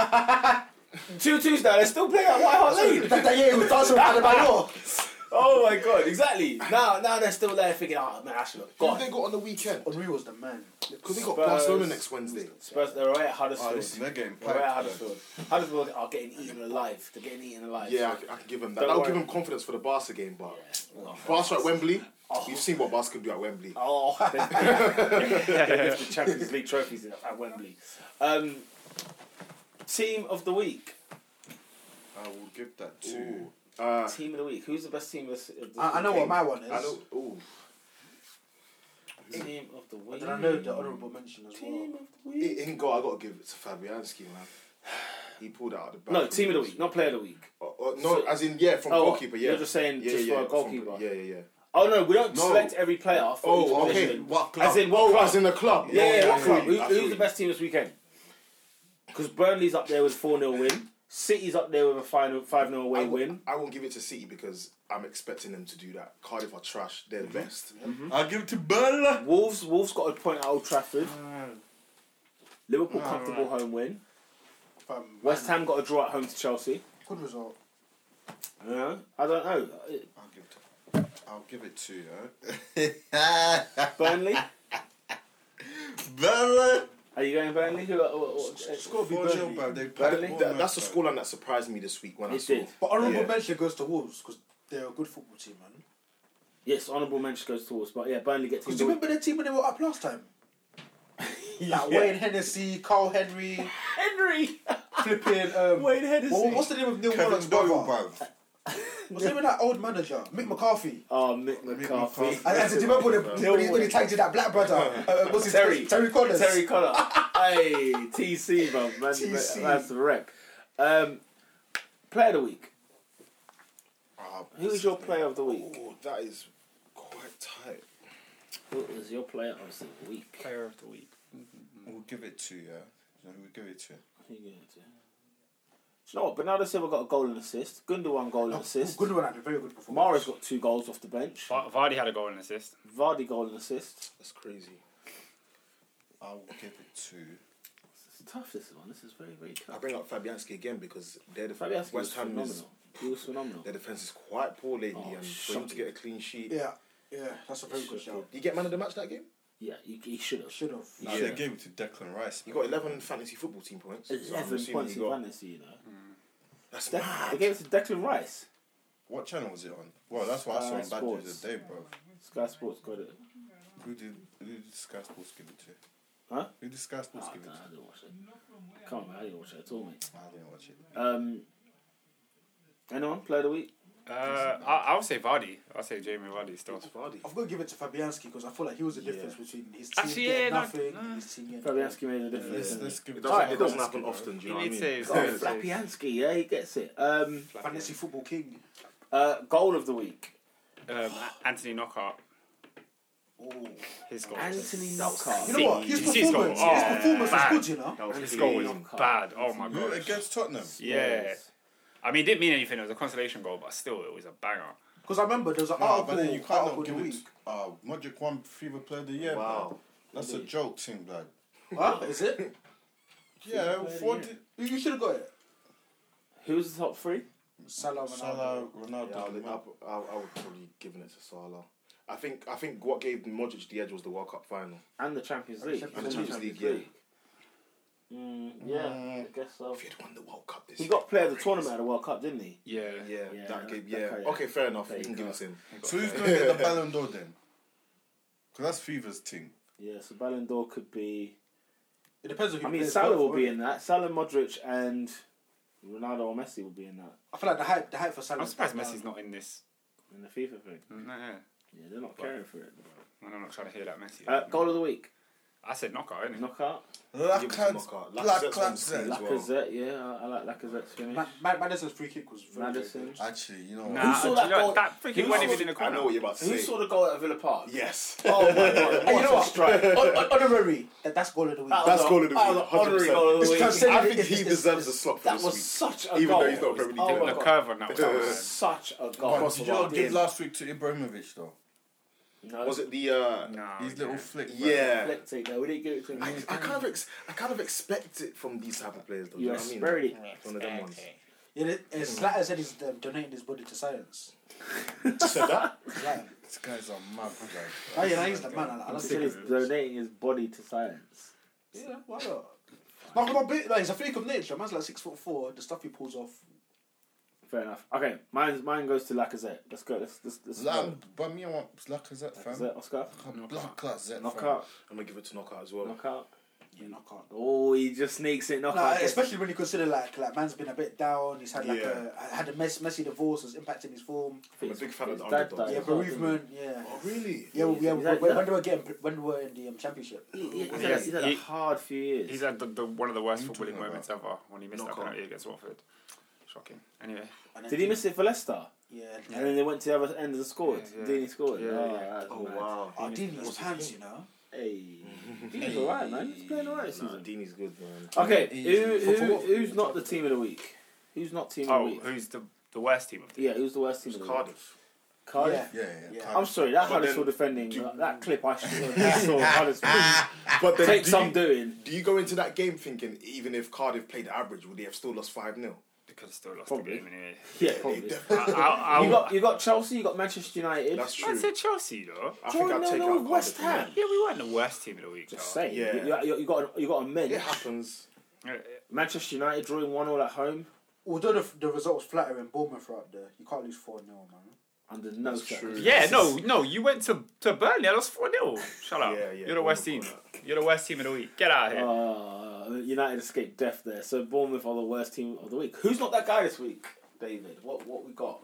Speaker 3: [LAUGHS] Two twos now. They're still playing at White Hart Lane.
Speaker 2: That year he was dancing with Adebayor.
Speaker 3: [LAUGHS] oh my god! Exactly. Now now they're still there thinking, oh man, I should have
Speaker 4: who
Speaker 3: gone.
Speaker 4: they got on the weekend?
Speaker 2: Henry was the man.
Speaker 4: Because they got
Speaker 3: Spurs.
Speaker 4: Barcelona next Wednesday.
Speaker 3: Oh, Spurs, they're away at
Speaker 6: Oh,
Speaker 3: Huddersfield.
Speaker 6: listen, they're getting
Speaker 3: they're away at
Speaker 6: packed.
Speaker 3: Huddersfield. Huddersfield are getting eaten alive. They're getting eaten alive.
Speaker 4: Yeah, I, can- I can give him that.
Speaker 3: Don't
Speaker 4: That'll
Speaker 3: worry.
Speaker 4: give him confidence for the Barca game, but
Speaker 3: Oh.
Speaker 4: Barca at Wembley. We've seen what Barca can do at Wembley.
Speaker 3: [LAUGHS] Oh, they the Champions League trophies at- at Wembley. Um, team of the week.
Speaker 6: I will give that to.
Speaker 4: Ooh. Uh,
Speaker 3: Team of the week. Who's the best team of this? Of this
Speaker 2: I, I know what my one is.
Speaker 4: I know. Ooh.
Speaker 3: week? Team of the week.
Speaker 2: And I know the honourable mention as well.
Speaker 3: Team of the
Speaker 4: In
Speaker 3: week.
Speaker 4: in goal, I gotta give it to Fabianski, man. [SIGHS] He pulled out of the back.
Speaker 3: No, team of the week, not player of the week.
Speaker 4: Uh, uh, no,
Speaker 3: So-
Speaker 4: as in yeah, from
Speaker 3: Oh,
Speaker 4: goalkeeper. Yeah,
Speaker 3: you're just saying
Speaker 4: yeah,
Speaker 3: just
Speaker 4: yeah,
Speaker 3: for a
Speaker 4: from-
Speaker 3: goalkeeper.
Speaker 4: yeah, yeah, yeah.
Speaker 3: Oh no, we don't
Speaker 4: No.
Speaker 3: select every player for
Speaker 4: Oh,
Speaker 3: each
Speaker 4: okay.
Speaker 3: position.
Speaker 4: What
Speaker 3: As in what
Speaker 4: Oh,
Speaker 3: club?
Speaker 4: as in the club.
Speaker 3: yeah, yeah,
Speaker 4: Okay, I
Speaker 3: what
Speaker 4: feel
Speaker 3: club?
Speaker 4: you,
Speaker 3: Who,
Speaker 4: I feel
Speaker 3: who's the
Speaker 4: you.
Speaker 3: best team this weekend? Because Burnley's up there with four 0 win. City's up there with a final five 0 away
Speaker 4: I will-
Speaker 3: win.
Speaker 4: I won't give it to City because I'm expecting them to do that. Cardiff are trash. They're the best.
Speaker 6: I'll give it to Bella.
Speaker 3: Wolves, Wolves got a point at Old Trafford. Mm. Liverpool comfortable home win.
Speaker 2: Fam,
Speaker 3: West Ham got a draw at home to Chelsea.
Speaker 2: Good result.
Speaker 3: Yeah, I don't know.
Speaker 6: I'll give it. To, I'll give it to you.
Speaker 7: [LAUGHS]
Speaker 3: [LAUGHS] Burnley?
Speaker 6: Bella.
Speaker 3: Are you going Burnley? Who? uh, What, what,
Speaker 6: It's got to be Burnley. They
Speaker 3: Burnley?
Speaker 6: played
Speaker 4: That, that's the
Speaker 6: Bournemouth,
Speaker 4: scoreline that surprised me this week when I
Speaker 3: It
Speaker 4: saw.
Speaker 3: did.
Speaker 2: But honourable
Speaker 4: Yeah.
Speaker 2: mention goes to Wolves because they're a good football team, man.
Speaker 3: yes, honourable mention goes towards, but yeah, Burnley gets.
Speaker 2: Because do you remember the team when they were up last time? Like Wayne Hennessy, Carl Henry,
Speaker 3: Henry? [LAUGHS]
Speaker 2: flipping. Um,
Speaker 3: Wayne Hennessy.
Speaker 2: Well, what's the name of Neil Warnock's
Speaker 6: Kevin Doyle,
Speaker 2: brother?
Speaker 6: bruv.
Speaker 2: What's the name of that old manager? Mick McCarthy.
Speaker 3: Oh, Mick
Speaker 6: McCarthy.
Speaker 3: McCarthy.
Speaker 2: And, and do you remember when, they- when, he, when he tagged in that black brother? Uh, what's
Speaker 3: [LAUGHS]
Speaker 2: his
Speaker 3: Terry.
Speaker 2: Terry Collins.
Speaker 3: Terry Connor. [LAUGHS] hey, TC, bro. Man,
Speaker 2: TC.
Speaker 3: That's the rep. Um, player of the week.
Speaker 4: Ah,
Speaker 3: Who is your player of the week?
Speaker 4: Oh, that is quite tight.
Speaker 3: What was your player of the week?
Speaker 5: Player of the week.
Speaker 7: We'll give it to you. Yeah? We'll give it to you.
Speaker 3: Who you going to? You know what? Bernardo Silva got a goal and assist. Gundogan goal and assist.
Speaker 2: Good one, Andy. Very good performance.
Speaker 3: Mara's got two goals off the bench.
Speaker 5: Va- Vardy had a goal and assist.
Speaker 3: Vardy goal and assist.
Speaker 4: That's crazy.
Speaker 7: I will give it to.
Speaker 3: It's tough this one. This is very very
Speaker 4: I
Speaker 3: tough.
Speaker 4: bring up Fabianski again because their def-
Speaker 3: Fabianski was
Speaker 4: West Ham is,
Speaker 3: phenomenal. He was phenomenal.
Speaker 4: their defense is quite poor lately,
Speaker 3: Oh,
Speaker 4: and for him to
Speaker 3: shocking.
Speaker 4: get a clean sheet.
Speaker 2: Yeah, yeah, that's a very good shout.
Speaker 4: Did you get man of the match that game?
Speaker 3: Yeah, he, he should have.
Speaker 2: Should have.
Speaker 7: I should have gave it to Declan Rice.
Speaker 4: You got eleven fantasy football team points. so I'm
Speaker 3: Eleven
Speaker 4: assuming
Speaker 3: points
Speaker 4: you
Speaker 3: in
Speaker 4: got-
Speaker 3: fantasy, you know.
Speaker 4: That's
Speaker 3: De-
Speaker 4: mad.
Speaker 3: they gave it to Declan Rice.
Speaker 7: What channel was it on? Well, that's
Speaker 4: Uh,
Speaker 7: what I saw
Speaker 3: Sky
Speaker 7: on Bad News
Speaker 3: Sports.
Speaker 7: the day, bro.
Speaker 3: Sky Sports got it.
Speaker 7: Who did who did Sky Sports give it to?
Speaker 3: Huh?
Speaker 7: Who did Sky Sports
Speaker 3: Oh,
Speaker 4: Ah,
Speaker 7: give it
Speaker 3: nah, I
Speaker 7: to?
Speaker 3: didn't watch it. Come on, man, I didn't watch it at all, mate.
Speaker 7: I didn't watch it.
Speaker 3: Um, anyone play of the week?
Speaker 5: Uh, I, I'll say Vardy. I'll say Jamie Vardy still.
Speaker 4: It's Vardy.
Speaker 2: I've got to give it to Fabianski because I feel like he was the difference between his team
Speaker 5: Actually,
Speaker 2: getting
Speaker 5: yeah, no,
Speaker 2: nothing
Speaker 5: no.
Speaker 2: and his team getting
Speaker 3: Fabianski made a difference.
Speaker 7: Let's,
Speaker 3: didn't he?
Speaker 7: let's give
Speaker 4: It
Speaker 7: it
Speaker 4: doesn't,
Speaker 7: to
Speaker 4: it doesn't happen often. Do you
Speaker 5: He
Speaker 4: know what I
Speaker 5: needs
Speaker 4: mean?
Speaker 5: saves.
Speaker 3: Oh, Fabianski, yeah, he gets it. Um,
Speaker 2: Fantasy football king.
Speaker 3: uh, goal of the week.
Speaker 5: Um, Anthony Knockhart.
Speaker 2: Ooh.
Speaker 5: His goal. was-
Speaker 3: Anthony Knockhart.
Speaker 2: You know what? His
Speaker 5: Did you see his goal?
Speaker 2: performance,
Speaker 5: Oh,
Speaker 2: his performance was
Speaker 5: man.
Speaker 2: good, you know.
Speaker 4: That was
Speaker 5: His
Speaker 4: clean.
Speaker 5: goal was
Speaker 3: Knockhart.
Speaker 5: bad. Oh my
Speaker 7: Who
Speaker 5: god.
Speaker 7: against Tottenham?
Speaker 5: Yeah. I mean, it didn't mean anything. It was a consolation goal, but still, it was a banger.
Speaker 2: Because I remember there was an
Speaker 7: No,
Speaker 2: article,
Speaker 7: Ah, but then you can't
Speaker 2: article
Speaker 7: not
Speaker 2: of the
Speaker 7: give it.
Speaker 2: week.
Speaker 7: Uh, Modric won Fever Player of the Year.
Speaker 4: Wow.
Speaker 7: Wow. That's a joke, team, blood.
Speaker 2: Huh? Is it?
Speaker 7: Yeah,
Speaker 3: Player of the
Speaker 7: four
Speaker 3: Year.
Speaker 7: did
Speaker 2: You, you should have got it.
Speaker 3: Who's the top three?
Speaker 2: Salah, Ronaldo.
Speaker 7: Salah, Ronaldo.
Speaker 4: Yeah, I, would,
Speaker 7: Lemar.
Speaker 4: I, I, I would probably given it to Salah. I think I think what gave Modric the edge was the World Cup final.
Speaker 3: And the Champions League.
Speaker 4: And the Champions League, yeah.
Speaker 3: Mm, yeah, I guess so.
Speaker 4: If he'd won the World Cup this
Speaker 3: He
Speaker 4: year,
Speaker 3: got player of the tournament at the World Cup, didn't he?
Speaker 5: Yeah.
Speaker 4: yeah,
Speaker 3: Yeah,
Speaker 4: that gave yeah.
Speaker 3: that guy,
Speaker 4: okay, fair enough.
Speaker 3: There
Speaker 4: We
Speaker 3: you
Speaker 4: can give
Speaker 3: go.
Speaker 4: it to him.
Speaker 7: So who's going to get the Ballon d'Or then? Because that's Fever's team.
Speaker 3: Yeah, so Ballon d'Or could be.
Speaker 2: It depends on who
Speaker 3: I mean,
Speaker 2: plays
Speaker 3: Salah
Speaker 2: well
Speaker 3: will
Speaker 2: for
Speaker 3: be
Speaker 2: it.
Speaker 3: in that. Salah, Modric, and Ronaldo or Messi will be in that
Speaker 2: I feel like the hype, the hype for Salah.
Speaker 5: I'm
Speaker 2: is
Speaker 5: surprised
Speaker 2: down.
Speaker 5: Messi's not in this.
Speaker 3: in the FIFA thing.
Speaker 5: No, yeah.
Speaker 3: Yeah, they're not caring for it.
Speaker 5: And I'm not trying to hear that Messi.
Speaker 3: Uh, goal of the week.
Speaker 5: I said knockout, innit?
Speaker 3: Knockout.
Speaker 4: Give it to
Speaker 7: Lacazette.
Speaker 4: Mokart. Lacazette's on the screen
Speaker 7: Lacazette.
Speaker 4: as well.
Speaker 3: Lacazette, yeah, I, I like Lacazette's finish.
Speaker 2: Ma- Ma- Madison's free kick was very
Speaker 3: Madison.
Speaker 7: Actually, you know what?
Speaker 5: Nah,
Speaker 3: Who saw
Speaker 5: do
Speaker 3: that
Speaker 5: you know,
Speaker 3: goal?
Speaker 5: that freaking
Speaker 3: Who
Speaker 5: went
Speaker 3: saw-
Speaker 5: even in the
Speaker 4: I
Speaker 5: corner.
Speaker 4: know what you're about to say.
Speaker 3: the goal at Villa Park?
Speaker 4: yes,
Speaker 3: Oh my god!
Speaker 2: Good. And you know what? Hon- Honorary. That, that's goal of the week.
Speaker 3: That was
Speaker 4: that's
Speaker 3: a-
Speaker 4: goal of the
Speaker 3: that was
Speaker 4: week,
Speaker 3: an honorary
Speaker 4: 100%.
Speaker 3: goal of the
Speaker 2: It's
Speaker 3: week.
Speaker 2: transcendent.
Speaker 4: I think
Speaker 2: It's-
Speaker 4: he
Speaker 2: it's-
Speaker 4: deserves a slot for
Speaker 3: That
Speaker 4: this
Speaker 3: was
Speaker 4: week.
Speaker 3: such a
Speaker 4: Even
Speaker 3: goal.
Speaker 4: though he's not a Premier League
Speaker 3: oh
Speaker 4: player.
Speaker 3: my
Speaker 5: the
Speaker 3: God.
Speaker 5: curve on that [LAUGHS] was
Speaker 3: That was
Speaker 5: bad.
Speaker 3: such a
Speaker 7: Come
Speaker 3: goal.
Speaker 7: on, did you know what I did last week to Ibrahimovic though?
Speaker 3: No,
Speaker 4: Was it the uh,
Speaker 5: Nah,
Speaker 7: His little flick. man.
Speaker 4: yeah?
Speaker 3: Eclectic, though. We didn't give it to him.
Speaker 4: I, I kind of ex- I kind of expect it from these type of players though. do
Speaker 3: you
Speaker 4: You know what I mean?
Speaker 3: aspirated.
Speaker 4: It's One of them ones.
Speaker 2: Yeah, it- it's Zlatan said he's um, donating his body to science.
Speaker 4: Said that.
Speaker 2: Zlatan.
Speaker 7: These guys are mad. Like,
Speaker 2: Oh, yeah, no, he's the man. I, I
Speaker 3: I'm
Speaker 2: love
Speaker 3: saying
Speaker 2: it.
Speaker 3: he's donating his body to science.
Speaker 2: Yeah, why not? No, come on, bit, like, he's a freak of nature. Man's like six foot four. The stuff he pulls off.
Speaker 3: Fair enough. Okay, mine mine goes to Lacazette. Let's go. Let's let's, let's go.
Speaker 7: Lam, but me, I want Lacazette, fam.
Speaker 3: Lacazette, Oscar.
Speaker 7: Lacazette, fam.
Speaker 3: Knockout.
Speaker 4: I'm gonna give it to knockout as well.
Speaker 3: Knockout.
Speaker 2: Yeah, no, I can't.
Speaker 3: Oh, he just sneaks it.
Speaker 2: No,
Speaker 3: Knockout.
Speaker 2: especially when you consider like like man's been a bit down. He's had like
Speaker 4: Yeah.
Speaker 2: a had a mess, messy divorce that's impacting his form.
Speaker 4: I'm a big fan of the
Speaker 3: His dad
Speaker 4: underdog.
Speaker 3: died.
Speaker 2: Yeah,
Speaker 4: Yeah,
Speaker 2: bereavement. Yeah,
Speaker 4: Oh really?
Speaker 2: yeah. we- yeah,
Speaker 3: He's had-
Speaker 2: when, when they were getting when they were in the um, championship.
Speaker 3: He- he- He's had,
Speaker 5: Yeah,
Speaker 3: he's had
Speaker 5: he-
Speaker 3: a hard few years.
Speaker 5: He's had the, the, one of the worst
Speaker 7: Who you
Speaker 5: footballing
Speaker 7: talking
Speaker 5: moments ever when he missed
Speaker 4: Knock
Speaker 5: that
Speaker 4: on.
Speaker 5: penalty against Watford. Shocking. Anyway,
Speaker 2: And then
Speaker 3: Did he miss it for Leicester?
Speaker 2: Yeah.
Speaker 3: And then they went to the other end and scored.
Speaker 5: Yeah, yeah.
Speaker 3: Deeney scored.
Speaker 5: Yeah,
Speaker 3: oh,
Speaker 5: yeah.
Speaker 3: that was
Speaker 4: Oh
Speaker 3: mad.
Speaker 4: wow.
Speaker 2: Oh, Dini was pants, you know.
Speaker 3: Hey,
Speaker 5: [LAUGHS]
Speaker 3: Deeney's alright, man. He's playing alright this
Speaker 4: Nah,
Speaker 3: season.
Speaker 4: Dini's good man.
Speaker 3: Okay, who,
Speaker 7: He's-
Speaker 3: who, who's not the team of the week? Who's not team of the
Speaker 5: oh,
Speaker 3: week?
Speaker 5: who's the the worst team of the?
Speaker 3: Yeah, who's the worst team
Speaker 4: It's
Speaker 3: of the week?
Speaker 4: Cardiff.
Speaker 3: Cardiff.
Speaker 2: Yeah.
Speaker 7: Yeah, yeah.
Speaker 2: Yeah.
Speaker 7: Cardiff.
Speaker 3: I'm sorry, that Huddersfield defending, that,
Speaker 4: [LAUGHS]
Speaker 3: that clip I should I saw Huddersfield
Speaker 4: [LAUGHS] But [LAUGHS] then
Speaker 3: takes
Speaker 4: do
Speaker 3: some
Speaker 4: you-
Speaker 3: doing.
Speaker 4: Do you go into that game thinking even if Cardiff played average, would they have still lost five 0
Speaker 5: They could have still lost
Speaker 3: Probably.
Speaker 5: the game
Speaker 3: [LAUGHS]
Speaker 5: anyway.
Speaker 3: Yeah, probably.
Speaker 5: I, I, I,
Speaker 3: You got, you got Chelsea, you got Manchester United.
Speaker 4: That's
Speaker 5: I
Speaker 4: true.
Speaker 5: said Chelsea though.
Speaker 4: I
Speaker 3: Join
Speaker 4: think I'd
Speaker 3: no,
Speaker 4: take
Speaker 3: no,
Speaker 4: out
Speaker 3: West
Speaker 4: Cardiff,
Speaker 3: Ham.
Speaker 5: Yeah, we weren't the worst team of the week.
Speaker 3: Just
Speaker 5: though.
Speaker 3: saying.
Speaker 4: Yeah.
Speaker 3: You, you, you got a, you got a
Speaker 4: yeah. It
Speaker 3: mensch.
Speaker 4: happens.
Speaker 5: Uh,
Speaker 3: Manchester United drawing one all at home
Speaker 2: Although the, the result was flattering, Bournemouth are up there. You can't lose four 0 man.
Speaker 3: under no
Speaker 4: That's true.
Speaker 3: circumstances.
Speaker 5: Yeah, no, no. You went to to Burnley. I lost four 0 Shut
Speaker 3: [LAUGHS]
Speaker 5: up.
Speaker 4: Yeah, yeah,
Speaker 5: You're the worst
Speaker 4: oh my
Speaker 5: team. You're the worst team of the week. Get out of here.
Speaker 3: Uh, United escaped death there. So Bournemouth are the worst team of the week. Who's not that guy this week, David? What what we got?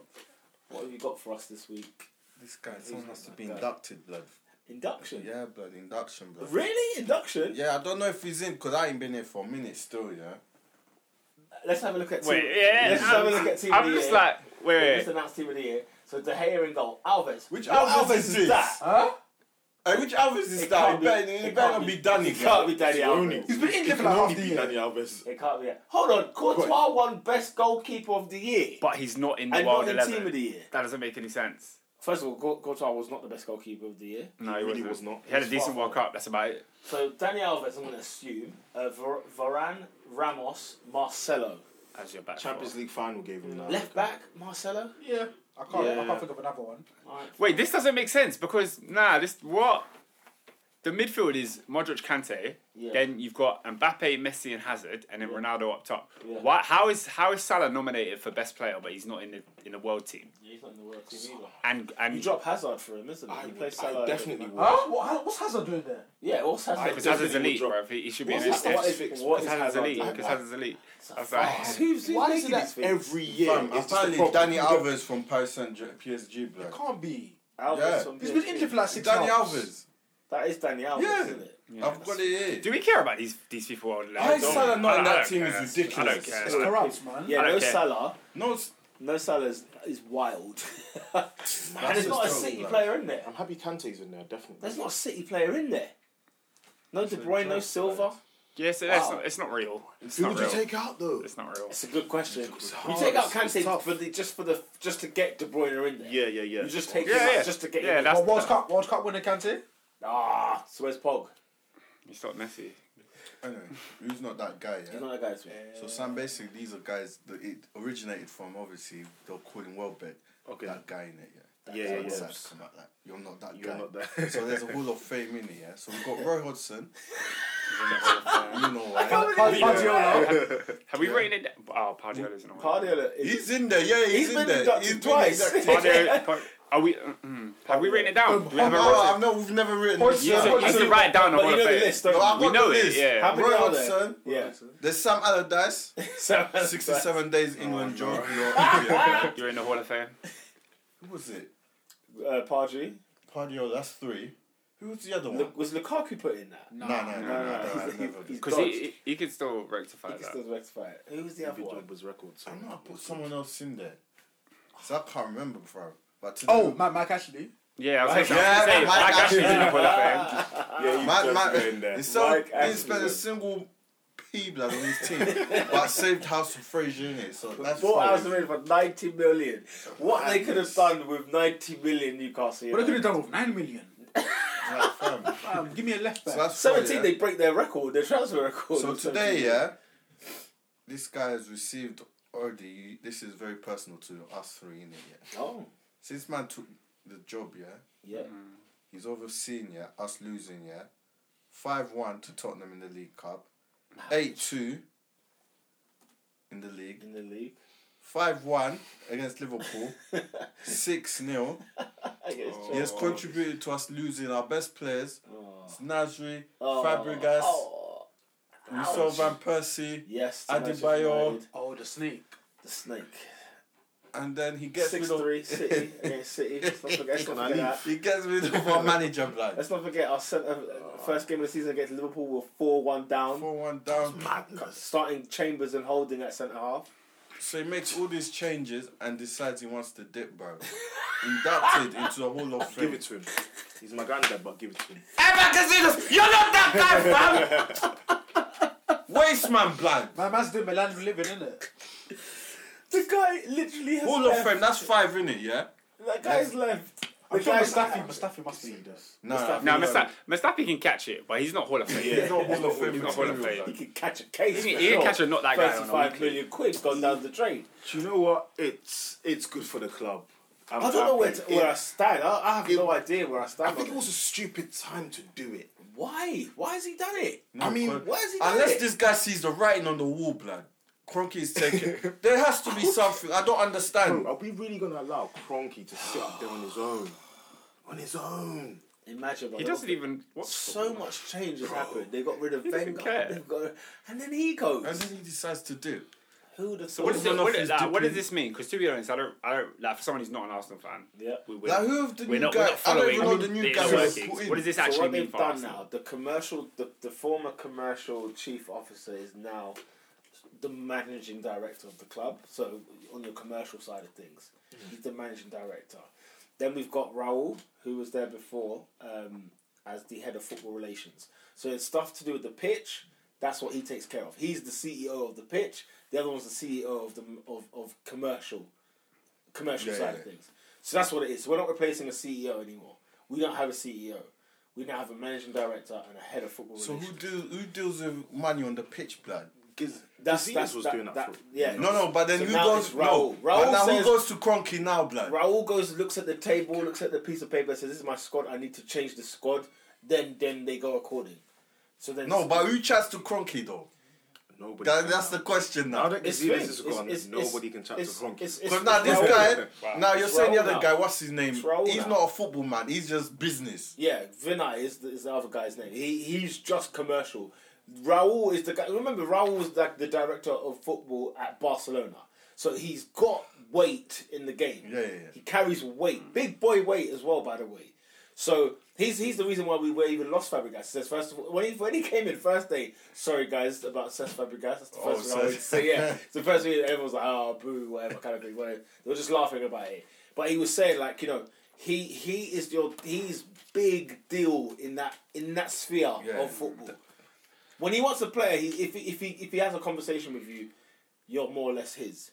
Speaker 3: What have you got for us this week?
Speaker 7: This guy, someone has to be
Speaker 3: Yeah.
Speaker 7: inducted, blood.
Speaker 3: Induction.
Speaker 7: Yeah, blood, induction, blood.
Speaker 3: Really? Induction?
Speaker 7: Yeah, I don't know if he's in because I ain't been here for a minute still, yeah.
Speaker 3: Let's have a look at team.
Speaker 5: Wait, yeah,
Speaker 3: Let's have a look at team
Speaker 5: I'm
Speaker 3: of the
Speaker 5: just
Speaker 3: year.
Speaker 5: like,
Speaker 3: They
Speaker 5: wait,
Speaker 3: just announced team of the year. So De Gea in goal. Alves.
Speaker 7: Which
Speaker 3: What
Speaker 7: Alves is this?
Speaker 3: that?
Speaker 2: Huh?
Speaker 7: Hey, which Alves is
Speaker 3: It
Speaker 7: that?
Speaker 3: can't
Speaker 7: It
Speaker 3: be-
Speaker 7: better,
Speaker 3: it
Speaker 7: it
Speaker 3: can't
Speaker 7: better not
Speaker 3: be-
Speaker 7: be Danny.
Speaker 3: it can't be Danny
Speaker 4: Only,
Speaker 3: Alves.
Speaker 4: he's been in there for
Speaker 6: like half
Speaker 4: only
Speaker 6: the
Speaker 4: be
Speaker 6: year.
Speaker 4: Danny Alves.
Speaker 3: It can't be. Hold on, Courtois won best goalkeeper of the year
Speaker 5: But he's not in the
Speaker 3: and
Speaker 5: world
Speaker 3: not in
Speaker 5: 11.
Speaker 3: team of the year.
Speaker 5: That doesn't make any sense.
Speaker 3: First of all, Cour- Courtois was not the best goalkeeper of the year.
Speaker 5: No,
Speaker 4: He really
Speaker 5: wasn't.
Speaker 4: was not.
Speaker 5: He had a
Speaker 3: He's
Speaker 5: decent
Speaker 3: far
Speaker 5: World
Speaker 3: from
Speaker 5: Cup. That's about it.
Speaker 3: So Danny Alves, I'm going to assume uh, Var- Varane, Ramos, Marcelo.
Speaker 5: As your back.
Speaker 4: Champions
Speaker 5: four.
Speaker 4: League final gave him that.
Speaker 3: Left back, Marcelo.
Speaker 2: Yeah, I can't. I
Speaker 3: Yeah.
Speaker 2: can't think of another one.
Speaker 3: Alright.
Speaker 5: Wait, this doesn't make sense because nah, this what the midfield is Modric, Kante.
Speaker 3: Yeah.
Speaker 5: Then you've got Mbappe, Messi, and Hazard, and then
Speaker 3: Yeah.
Speaker 5: Ronaldo up top.
Speaker 3: Yeah.
Speaker 5: Why? How is how is Salah nominated for best player, but he's not in the in the world team?
Speaker 3: Yeah, he's not in the world team either.
Speaker 5: And and
Speaker 3: You drop Hazard for him, isn't it?
Speaker 4: I
Speaker 3: You
Speaker 4: would-
Speaker 3: play
Speaker 4: I
Speaker 3: Salah. over
Speaker 4: definitely
Speaker 3: him.
Speaker 4: would.
Speaker 2: Huh? What, how, what's Hazard doing there?
Speaker 3: Yeah, what's Hazard?
Speaker 5: because Hazard's
Speaker 4: definitely
Speaker 5: elite,
Speaker 4: would
Speaker 5: bro. He, he should be in
Speaker 4: What's
Speaker 5: this
Speaker 4: that- what
Speaker 5: Because
Speaker 4: is-
Speaker 3: What is
Speaker 5: Hazard's
Speaker 3: Hazard?
Speaker 5: elite.
Speaker 3: Like,
Speaker 5: Because Hazard's elite. That's
Speaker 3: fuck.
Speaker 5: right.
Speaker 3: Who's, who's
Speaker 4: Why is
Speaker 3: making
Speaker 4: it
Speaker 3: that
Speaker 4: that
Speaker 3: thing?
Speaker 4: every year?
Speaker 7: Fam,
Speaker 4: it's just a
Speaker 7: apparently
Speaker 4: problem.
Speaker 7: Danny Alves from Paris Saint Germain- PSG, blood.
Speaker 2: Can't be.
Speaker 3: Alves
Speaker 7: Yeah.
Speaker 3: from
Speaker 2: He's been
Speaker 3: PSG.
Speaker 2: injured for like six
Speaker 7: Danny
Speaker 2: months.
Speaker 7: Alves.
Speaker 3: That is Danny Alves,
Speaker 7: Yeah.
Speaker 3: isn't it?
Speaker 7: I've got it here.
Speaker 5: Do we care about these these people? on
Speaker 7: Why
Speaker 5: level?
Speaker 7: is Salah not in
Speaker 5: I- I
Speaker 7: that
Speaker 5: don't
Speaker 7: team
Speaker 5: care.
Speaker 7: is ridiculous.
Speaker 5: I don't care.
Speaker 2: It's corrupt, man.
Speaker 3: Yeah,
Speaker 5: I
Speaker 3: no
Speaker 5: don't care.
Speaker 3: Salah.
Speaker 7: No, it's,
Speaker 3: No Salah is, is wild. [LAUGHS] and there's
Speaker 7: just
Speaker 3: not a
Speaker 7: terrible,
Speaker 3: City
Speaker 7: man.
Speaker 3: player in there.
Speaker 4: I'm happy Kante's in there, definitely.
Speaker 3: There's not a City player in there. No De Bruyne, no Silva.
Speaker 5: Yeah, so that's
Speaker 3: Wow.
Speaker 5: not, it's not real. It's
Speaker 4: Who
Speaker 5: not
Speaker 4: would you
Speaker 5: real.
Speaker 4: take out though?
Speaker 5: It's not real.
Speaker 3: It's a good question. You
Speaker 4: hard.
Speaker 3: take out
Speaker 4: It's-
Speaker 3: Kante
Speaker 4: it's tough.
Speaker 3: for the, just for the just to get De Bruyne in there.
Speaker 4: Yeah, yeah, yeah.
Speaker 3: You just take
Speaker 5: Yeah,
Speaker 3: him out
Speaker 5: yeah.
Speaker 3: just to get
Speaker 5: Yeah,
Speaker 3: him.
Speaker 5: that's-
Speaker 2: Well, World Cup, World Cup winner Kante.
Speaker 3: Ah, so where's Pog?
Speaker 5: It's not Messi.
Speaker 6: Anyway, who's not that guy,
Speaker 3: He's
Speaker 6: yeah?
Speaker 3: not a guy. Is he?
Speaker 6: So Sam, basically, these are guys that it originated from. Obviously, they're calling Welbeck
Speaker 4: Okay.
Speaker 6: that guy in it, yeah.
Speaker 4: Yeah, yeah, yeah.
Speaker 6: Someone said, Come out, like, you're not that
Speaker 4: You're
Speaker 6: guy.
Speaker 4: not that- [LAUGHS]
Speaker 6: so there's a Hall of Fame in it, yeah. So we've got Roy Hodgson. you know
Speaker 2: Pa-
Speaker 6: why?
Speaker 2: Pa- Guardiola.
Speaker 5: Have we rated it? down? Oh, Pardiola's in a way.
Speaker 3: Guardiola is.
Speaker 6: He's in there, yeah. He's,
Speaker 3: He's
Speaker 6: in
Speaker 3: been
Speaker 6: there.
Speaker 3: inducted
Speaker 6: He's
Speaker 3: twice.
Speaker 6: Been inducted.
Speaker 5: Pardiola. Par- Are we? mm, mm. have we written it down? Do we
Speaker 6: Oh,
Speaker 5: have a
Speaker 6: no,
Speaker 5: roster?
Speaker 6: I've not. We've never written.
Speaker 2: Hodgson,
Speaker 6: it down.
Speaker 5: You
Speaker 3: Hodgson.
Speaker 5: should write down the
Speaker 3: [LAUGHS] But
Speaker 5: Hall
Speaker 3: you
Speaker 5: of
Speaker 3: know the
Speaker 5: Fame.
Speaker 3: list, don't
Speaker 6: No, I've
Speaker 5: We
Speaker 6: got
Speaker 5: know
Speaker 6: the
Speaker 5: it,
Speaker 6: list.
Speaker 5: yeah.
Speaker 3: How many
Speaker 6: Roy
Speaker 3: are there?
Speaker 6: Hodgson.
Speaker 3: yeah.
Speaker 6: There's Sam
Speaker 4: [LAUGHS]
Speaker 6: Allardyce.
Speaker 3: So-
Speaker 6: 67 days
Speaker 4: Oh,
Speaker 6: England job.
Speaker 4: [LAUGHS]
Speaker 6: Who
Speaker 5: You're in the Hall of Fame.
Speaker 6: was it?
Speaker 3: Uh, Pardew.
Speaker 6: Pardio, that's three. Who was the other one?
Speaker 3: Lu- was Lukaku put in that?
Speaker 6: No, no, no,
Speaker 3: No, no,
Speaker 6: no,
Speaker 3: no,
Speaker 6: no,
Speaker 3: he's-
Speaker 6: I've never
Speaker 3: he's-
Speaker 6: done.
Speaker 5: Because he, he he could still rectify
Speaker 3: He
Speaker 5: that.
Speaker 3: can still rectify it. Who was the other
Speaker 4: David
Speaker 3: one?
Speaker 4: Dobber's record. so-
Speaker 6: I know I put someone else in there. So I can't remember, bro. But today,
Speaker 2: Oh, Mike, Mike Ashley.
Speaker 5: Yeah, I was
Speaker 3: Mike-
Speaker 5: gonna say
Speaker 6: Yeah,
Speaker 5: Mike
Speaker 6: Mike
Speaker 5: Ashley's in the
Speaker 6: Ashley.
Speaker 5: Hall of Fame.
Speaker 4: Yeah, he's
Speaker 6: Matt, Matt,
Speaker 4: definitely in there.
Speaker 6: it's so,
Speaker 3: Mike
Speaker 6: he didn't spend
Speaker 3: Ashley.
Speaker 6: a single p blood on his team, but saved House of Fraser in it. So that's
Speaker 3: Four
Speaker 6: fine.
Speaker 3: hours away for 90 million. What they could have done with 90 million Newcastle.
Speaker 2: What they
Speaker 3: United.
Speaker 2: could have done with nine million.
Speaker 6: Like, fam.
Speaker 2: Um, give me a left
Speaker 6: So
Speaker 2: back.
Speaker 3: [LAUGHS]
Speaker 6: that's four,
Speaker 3: 17,
Speaker 6: yeah?
Speaker 3: they break their record, their transfer record.
Speaker 6: So
Speaker 3: with 17.
Speaker 6: today, yeah, this guy has received already. This is very personal to us three, innit? Yeah.
Speaker 3: Oh,
Speaker 6: Since man took the job, yeah,
Speaker 3: yeah.
Speaker 6: he's overseen yeah us losing yeah, five one to Tottenham in the League Cup, eight two. In the league,
Speaker 3: In the league.
Speaker 6: five one
Speaker 3: [LAUGHS]
Speaker 6: against Liverpool, six 0
Speaker 3: I guess.
Speaker 6: He has contributed to us losing our best players.
Speaker 3: Oh.
Speaker 6: It's Nasri,
Speaker 3: Oh.
Speaker 6: Fabregas,
Speaker 3: Oh.
Speaker 6: Rousseau Van Persie,
Speaker 3: Yes. to Manchester
Speaker 6: Adebayor.
Speaker 3: United.
Speaker 2: oh, the snake.
Speaker 3: The snake.
Speaker 6: and then he gets
Speaker 3: Six
Speaker 6: rid of [LAUGHS]
Speaker 3: three City against City. Let's not forget, let's not forget that.
Speaker 6: he gets rid of our manager blood.
Speaker 3: Let's not forget our centre, first game of the season against Liverpool were four one down.
Speaker 6: Four one down.
Speaker 3: Starting Chambers and Holding at centre half.
Speaker 6: So he makes all these changes and decides he wants to dip, bro. Inducted into the Hall of Fame.
Speaker 4: Give it to him. He's my granddad, but give it to him.
Speaker 5: Ever Casinos, you're not that guy, fam.
Speaker 6: Waste man blood.
Speaker 2: My man's doing Milan for living, innit?
Speaker 3: The guy literally has
Speaker 6: Hall of Fame. That's five in it, yeah.
Speaker 3: That guy's left.
Speaker 2: I'm
Speaker 3: The
Speaker 2: sure
Speaker 3: guy's
Speaker 2: Mustafi, Mustafi must be in this.
Speaker 6: No,
Speaker 5: Now Mustafi, Mustafi can catch it, but he's not Hall of Fame.
Speaker 6: He's not Hall of Fame.
Speaker 5: He's not Hall
Speaker 3: [LAUGHS]
Speaker 5: of
Speaker 6: material,
Speaker 5: Fame.
Speaker 3: He could catch a case.
Speaker 5: He
Speaker 3: for
Speaker 5: can
Speaker 3: sure.
Speaker 5: catch a not that guy. on a
Speaker 3: Thirty-five
Speaker 5: weekly.
Speaker 3: million quid gone down the drain.
Speaker 4: Do you know what? It's it's good for the club. I'm
Speaker 3: I don't know where, to,
Speaker 4: happy.
Speaker 3: where I stand. I, I have
Speaker 4: It-
Speaker 3: no idea where I
Speaker 4: I
Speaker 3: stand.
Speaker 4: think it
Speaker 3: on
Speaker 4: was a stupid time to do it.
Speaker 3: it. why? Why has he done it?
Speaker 6: No,
Speaker 4: I mean,
Speaker 6: but-
Speaker 3: Why has he done
Speaker 6: Unless
Speaker 3: it?
Speaker 6: this guy sees the writing on the wall, blood. Cronky is [LAUGHS] taking. there has to be something. I don't understand.
Speaker 4: Bro, are we really gonna allow Cronky to sit up there on his own? On his own.
Speaker 3: Imagine
Speaker 5: He
Speaker 3: brother.
Speaker 5: doesn't even watch
Speaker 3: So much change has happened. They got rid of
Speaker 5: doesn't
Speaker 3: Wenger.
Speaker 5: care.
Speaker 3: They've got, and then he goes.
Speaker 6: And then he decides to dip.
Speaker 3: Who'd have
Speaker 5: So what,
Speaker 3: thought?
Speaker 5: does it, what,
Speaker 6: he's
Speaker 5: like, what does
Speaker 6: dipping.
Speaker 5: this mean? Because to be honest, I don't, I don't like for someone who's not an Arsenal fan.
Speaker 3: Yeah.
Speaker 5: we, we're,
Speaker 6: Like, who of the
Speaker 5: we're
Speaker 6: new
Speaker 5: not, we're
Speaker 6: guy?
Speaker 5: not
Speaker 6: I don't
Speaker 5: following.
Speaker 6: even know the new
Speaker 5: the
Speaker 6: guy.
Speaker 5: inner
Speaker 6: who was
Speaker 5: workings.
Speaker 6: put in.
Speaker 5: What does this
Speaker 3: So
Speaker 5: actually
Speaker 3: what
Speaker 5: mean
Speaker 3: they've
Speaker 5: for
Speaker 3: done
Speaker 5: Arsenal?
Speaker 3: now, the commercial, the, the former commercial chief officer is now the managing director of the club. So on your commercial side of things,
Speaker 5: Mm-hmm.
Speaker 3: he's the managing director. Then we've got Raul, who was there before, um, as the head of football relations. So it's stuff to do with the pitch. That's what he takes care of. He's the CEO of the pitch. The other one's the CEO of the of, of commercial, commercial
Speaker 6: Yeah,
Speaker 3: side
Speaker 6: yeah,
Speaker 3: of
Speaker 6: yeah.
Speaker 3: things. So that's what it is. We're not replacing a CEO anymore. We don't have a CEO. We now have a managing director and a head of football.
Speaker 6: So who
Speaker 3: relations.
Speaker 6: do who deals with money on the pitch, blood?
Speaker 4: Giz,
Speaker 3: That's,
Speaker 4: Gazidis
Speaker 3: that's
Speaker 4: was
Speaker 3: that,
Speaker 4: doing that.
Speaker 3: that
Speaker 4: for-
Speaker 3: yeah.
Speaker 6: No, no, but then
Speaker 3: So
Speaker 6: who
Speaker 3: now
Speaker 6: goes?
Speaker 3: it's Raul.
Speaker 6: No,
Speaker 3: Raul
Speaker 6: but now
Speaker 3: says-
Speaker 6: who goes to Cronky now, blood?
Speaker 3: Raul goes, looks at the table, looks at the piece of paper, says, "This is my squad. I need to change the squad." Then, then they go according. So then,
Speaker 6: No, but who chats to Cronky though?
Speaker 4: Nobody.
Speaker 6: That,
Speaker 4: can-
Speaker 6: that's the question
Speaker 4: Now
Speaker 6: now.
Speaker 4: that
Speaker 3: It's
Speaker 4: Gazidis
Speaker 3: Finn.
Speaker 4: is
Speaker 3: It's-
Speaker 4: gone,
Speaker 3: it's- it's-
Speaker 4: nobody can chat to
Speaker 3: it's- it's-
Speaker 4: Gronk.
Speaker 3: it's-
Speaker 6: Because now this
Speaker 3: Raul.
Speaker 6: guy,
Speaker 3: Wow.
Speaker 6: now you're
Speaker 3: It's
Speaker 6: saying the
Speaker 3: Raul
Speaker 6: other
Speaker 3: now.
Speaker 6: guy, what's his name?
Speaker 3: It's Raul
Speaker 6: He's
Speaker 3: now.
Speaker 6: not a football man. He's just business.
Speaker 3: yeah, Vinay is the, is the other guy's name. He he's just commercial. Raul is the guy. Remember, Raul was like the director of football at Barcelona, so he's got weight in the game.
Speaker 6: Yeah, yeah, yeah.
Speaker 3: He carries weight, big boy weight as well, by the way. So he's he's the reason why we were even lost Fabregas. Says first of all, when he when he came in first day, sorry guys about Cesc Fabregas. That's the
Speaker 6: Oh,
Speaker 3: first thing I always
Speaker 6: Cesc.
Speaker 3: say. Yeah,
Speaker 6: [LAUGHS]
Speaker 3: it's the first thing everyone was like, oh boo, whatever kind of thing. Whatever. They were just laughing about it. But he was saying like you know he he is your he's big deal in that in that sphere
Speaker 6: Yeah.
Speaker 3: of football. When he wants a player, he if he, if he if he has a conversation with you, you're more or less his.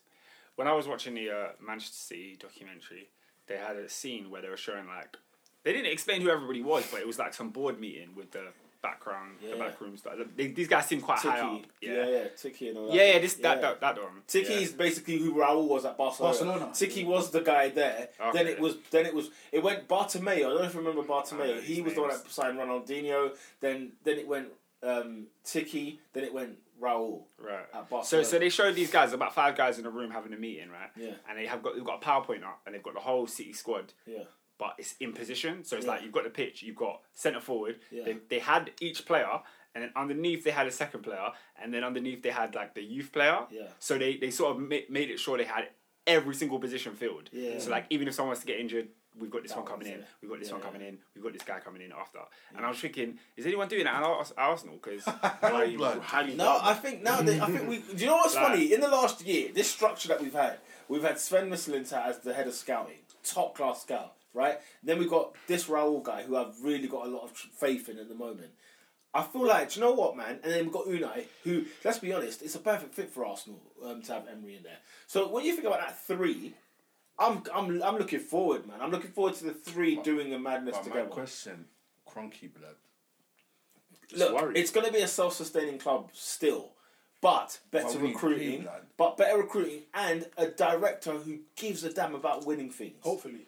Speaker 5: when I was watching the uh, Manchester City documentary, they had a scene where they were showing like they didn't explain who everybody was, but it was like some board meeting with the background,
Speaker 3: Yeah.
Speaker 5: the back rooms. Like, they, these guys seem quite high up.
Speaker 3: Tiki,
Speaker 5: Yeah,
Speaker 3: yeah.
Speaker 5: yeah,
Speaker 3: yeah,
Speaker 5: yeah.
Speaker 3: Tiki and all that.
Speaker 5: this that that that one.
Speaker 3: Tiki
Speaker 5: yeah.
Speaker 3: is basically who Raul was at Barcelona.
Speaker 2: Barcelona.
Speaker 3: Tiki was the guy there.
Speaker 5: Okay.
Speaker 3: Then it was then it was it went Bartomeu. I don't know if you remember
Speaker 5: I know
Speaker 3: Bartomeu.
Speaker 5: these
Speaker 3: He was the one
Speaker 5: names.
Speaker 3: that signed Ronaldinho. Then then it went um, Tiki. Then it went Raul.
Speaker 5: Right.
Speaker 3: At
Speaker 5: So,
Speaker 3: Barcelona.
Speaker 5: so they showed these guys about five guys in a room having a meeting, right?
Speaker 3: Yeah.
Speaker 5: And they have got they've got a PowerPoint up, and they've got the whole City squad,
Speaker 3: yeah.
Speaker 5: but it's in position. So it's
Speaker 3: Yeah.
Speaker 5: like you've got the pitch, you've got centre forward.
Speaker 3: Yeah.
Speaker 5: They, they had each player, and then underneath they had a second player, and then underneath they had like the youth player.
Speaker 3: Yeah.
Speaker 5: So they, they sort of ma- made it sure they had every single position filled.
Speaker 3: Yeah.
Speaker 5: So like even if someone was to get injured, we've got this
Speaker 3: That
Speaker 5: one coming
Speaker 3: one's
Speaker 5: in,
Speaker 3: it.
Speaker 5: we've got this
Speaker 3: Yeah,
Speaker 5: one
Speaker 3: yeah.
Speaker 5: coming in, we've got this guy coming in after. And I was thinking, is anyone doing that at Ars- Arsenal?
Speaker 3: [LAUGHS]
Speaker 5: Because
Speaker 6: blood.
Speaker 3: No, I think now they, I think we. Do you know what's
Speaker 5: Like-
Speaker 3: funny? In the last year, this structure that we've had, we've had Sven Mislintat as the head of scouting, top class scout, right? Then we got this Raul guy who I've really got a lot of tr- faith in at the moment. I feel like, do you know what, man? And then we've got Unai, who, let's be honest, it's a perfect fit for Arsenal um, to have Emery in there. So when you think about that three, I'm, I'm, I'm looking forward, man. I'm looking forward to the three doing a madness
Speaker 6: But my
Speaker 3: together.
Speaker 6: question, Cronky blood.
Speaker 3: Look,
Speaker 4: worried.
Speaker 3: it's going to be a self-sustaining club still, but better
Speaker 6: Well, we need
Speaker 3: recruiting,
Speaker 6: Cleveland.
Speaker 3: but better recruiting, and a director who gives a damn about winning things.
Speaker 2: Hopefully.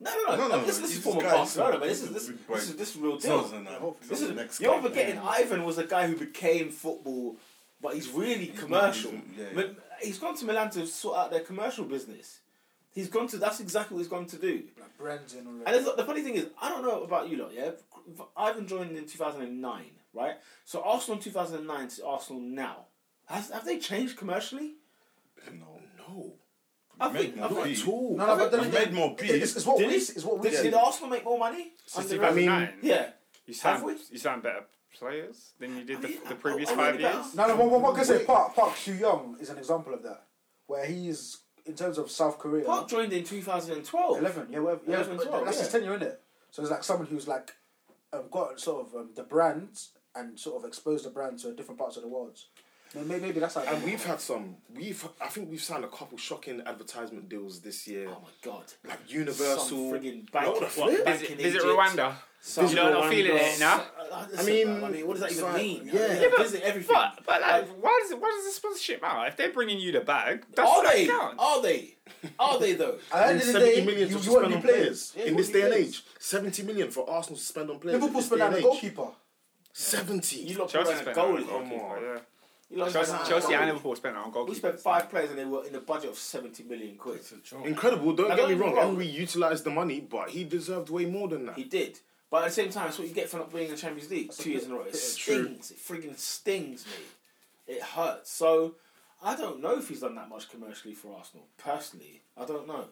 Speaker 3: No, no, no,
Speaker 6: No, no,
Speaker 3: This,
Speaker 6: no,
Speaker 3: this is
Speaker 6: this
Speaker 3: former
Speaker 6: guy is
Speaker 3: Barcelona,
Speaker 6: not-
Speaker 3: man. This is this,
Speaker 6: big boy.
Speaker 3: this is this is real
Speaker 6: No,
Speaker 3: deal.
Speaker 6: no, no.
Speaker 3: This
Speaker 6: The
Speaker 3: is,
Speaker 6: next
Speaker 3: you're
Speaker 6: guy.
Speaker 3: forgetting Ivan was a guy who became football, but he's really commercial.
Speaker 6: not- he's- yeah, yeah.
Speaker 3: But he's gone to Milan to sort out their commercial business. He's gone to. That's exactly what he's gone to do.
Speaker 2: Like Brand's in
Speaker 3: And
Speaker 2: already.
Speaker 3: it's, the funny thing is, I don't know about you lot, yeah? Ivan joined in 2009, right? So Arsenal 2009 to Arsenal now. Has, have they changed commercially?
Speaker 6: No.
Speaker 4: No.
Speaker 3: I
Speaker 6: Made
Speaker 3: think, I
Speaker 6: more
Speaker 3: think-
Speaker 6: peas.
Speaker 4: Two.
Speaker 2: No, no, but then
Speaker 6: You've made more
Speaker 2: It's,
Speaker 6: peas.
Speaker 2: it's what
Speaker 3: Did
Speaker 2: we.
Speaker 3: it?
Speaker 2: It's what we.
Speaker 3: Did, did Arsenal make more money?
Speaker 5: Since
Speaker 3: under-
Speaker 5: 2009,
Speaker 3: yeah.
Speaker 5: you
Speaker 3: have
Speaker 5: sound
Speaker 3: we?
Speaker 5: you sound better players than you did
Speaker 3: I
Speaker 5: the,
Speaker 3: mean,
Speaker 5: the
Speaker 3: I-
Speaker 5: previous
Speaker 3: I- I
Speaker 5: five
Speaker 3: really
Speaker 5: years.
Speaker 3: don't-
Speaker 2: No, no. What, what, what can I say? Park Park Hugh Young is an example of that, where he is in terms of South Korea.
Speaker 3: Park joined in 2012.
Speaker 2: Eleven, yeah, whatever. Yeah,
Speaker 3: 11,
Speaker 2: but
Speaker 3: 12,
Speaker 2: that's
Speaker 3: yeah.
Speaker 2: his tenure, isn't it? So it's like someone who's like um, got sort of um, the brand and sort of exposed the brand to different parts of the world. Maybe, maybe that's how.
Speaker 4: And we've had some. We've. I think we've signed a couple shocking advertisement deals this year.
Speaker 3: Oh my god.
Speaker 4: Like Universal.
Speaker 3: Some friggin' bank,
Speaker 4: What the
Speaker 3: what,
Speaker 4: flip?
Speaker 3: back
Speaker 5: Visit,
Speaker 3: in
Speaker 5: visit
Speaker 3: Egypt.
Speaker 5: Rwanda.
Speaker 3: Some
Speaker 5: You know, I'm feeling
Speaker 3: Rwanda.
Speaker 5: it now.
Speaker 3: Uh, listen,
Speaker 4: I mean,
Speaker 3: man, I mean, what does that even
Speaker 4: so-
Speaker 3: mean?
Speaker 4: yeah.
Speaker 3: I mean,
Speaker 4: Yeah,
Speaker 3: visit everything.
Speaker 5: But but like, why does it, why does the sponsorship matter? If they're bringing you the bag, that's
Speaker 3: are
Speaker 5: that
Speaker 3: they?
Speaker 5: counts.
Speaker 3: Are they? Are they
Speaker 4: [LAUGHS]
Speaker 3: though?
Speaker 2: At the end
Speaker 4: And
Speaker 2: of the
Speaker 4: 70
Speaker 2: day,
Speaker 4: million
Speaker 2: you,
Speaker 4: to
Speaker 2: you
Speaker 4: spend
Speaker 2: want
Speaker 4: on
Speaker 2: new
Speaker 4: players
Speaker 2: players Yeah,
Speaker 4: in
Speaker 2: you
Speaker 4: this
Speaker 2: want new
Speaker 4: day and
Speaker 2: players.
Speaker 4: age. 70 million for Arsenal to spend on players.
Speaker 2: Liverpool
Speaker 4: in this
Speaker 2: spent
Speaker 4: day
Speaker 2: out
Speaker 4: and
Speaker 2: a
Speaker 4: age.
Speaker 2: goalkeeper.
Speaker 4: 70.
Speaker 7: [LAUGHS]
Speaker 3: You lot
Speaker 5: Chelsea
Speaker 3: spent
Speaker 5: spent
Speaker 3: a
Speaker 5: on
Speaker 3: goal.
Speaker 5: goalkeeper, yeah.
Speaker 3: You lot
Speaker 5: Chelsea,
Speaker 3: spent on
Speaker 5: Chelsea
Speaker 3: goal.
Speaker 5: and Liverpool spent on goalkeeper.
Speaker 3: We spent five players and they were in a budget of seventy million quid.
Speaker 4: Incredible. Don't
Speaker 3: Now, don't get
Speaker 4: get me
Speaker 3: me
Speaker 4: wrong.
Speaker 3: wrong.
Speaker 4: Henry utilised the money, but he deserved way more than that.
Speaker 3: He did, but at the same time, it's what you get for not winning the Champions League two years in a row. It stings. It friggin' stings me. It hurts. So I don't know if he's done that much commercially for Arsenal. Personally, I don't know,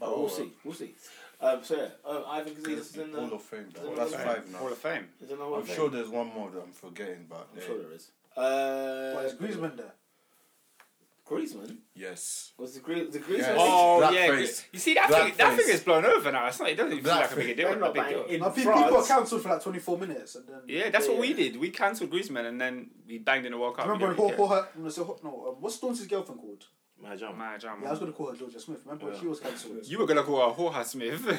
Speaker 3: but we'll see. We'll see. Um, so yeah, um, Ivan Gazidis is in the.
Speaker 6: Hall of Fame, blood. That's
Speaker 3: Hall of
Speaker 6: five
Speaker 5: Hall
Speaker 6: now.
Speaker 5: of Fame.
Speaker 3: is in the Hall
Speaker 6: I'm
Speaker 3: of Fame.
Speaker 6: sure there's one more that I'm forgetting, but eh,
Speaker 3: I'm
Speaker 6: yeah.
Speaker 3: sure there is. Uh,
Speaker 2: Why is Griezmann there?
Speaker 3: Griezmann
Speaker 6: Yes.
Speaker 3: was the, Grie- the Griezmann.
Speaker 6: Yes.
Speaker 5: Oh
Speaker 6: Black
Speaker 5: yeah,
Speaker 6: face.
Speaker 5: you see that thing, that
Speaker 6: Blackface.
Speaker 5: thing is blown over now. It's not. It doesn't even feel like a
Speaker 6: Blackface.
Speaker 5: big deal. Not
Speaker 3: They're
Speaker 5: a
Speaker 3: not
Speaker 5: big
Speaker 3: buying
Speaker 5: deal.
Speaker 3: in
Speaker 2: Now, pe-
Speaker 3: France.
Speaker 2: people are cancelled for like 24 minutes. And then,
Speaker 5: Yeah, that's what we
Speaker 3: Yeah.
Speaker 5: did. We cancelled Griezmann and then we banged in the World Cup.
Speaker 2: I remember
Speaker 5: We don't
Speaker 2: when
Speaker 5: really
Speaker 2: Ho- Ho- no, so Ho- no, um, what's Staunce's girlfriend called?
Speaker 7: My jam.
Speaker 5: care. My drama.
Speaker 2: Yeah, I was going to call her Georgia Smith. Remember when she was cancelled?
Speaker 5: You were gonna call her Jorge
Speaker 3: [LAUGHS]
Speaker 5: Smith. Jorge.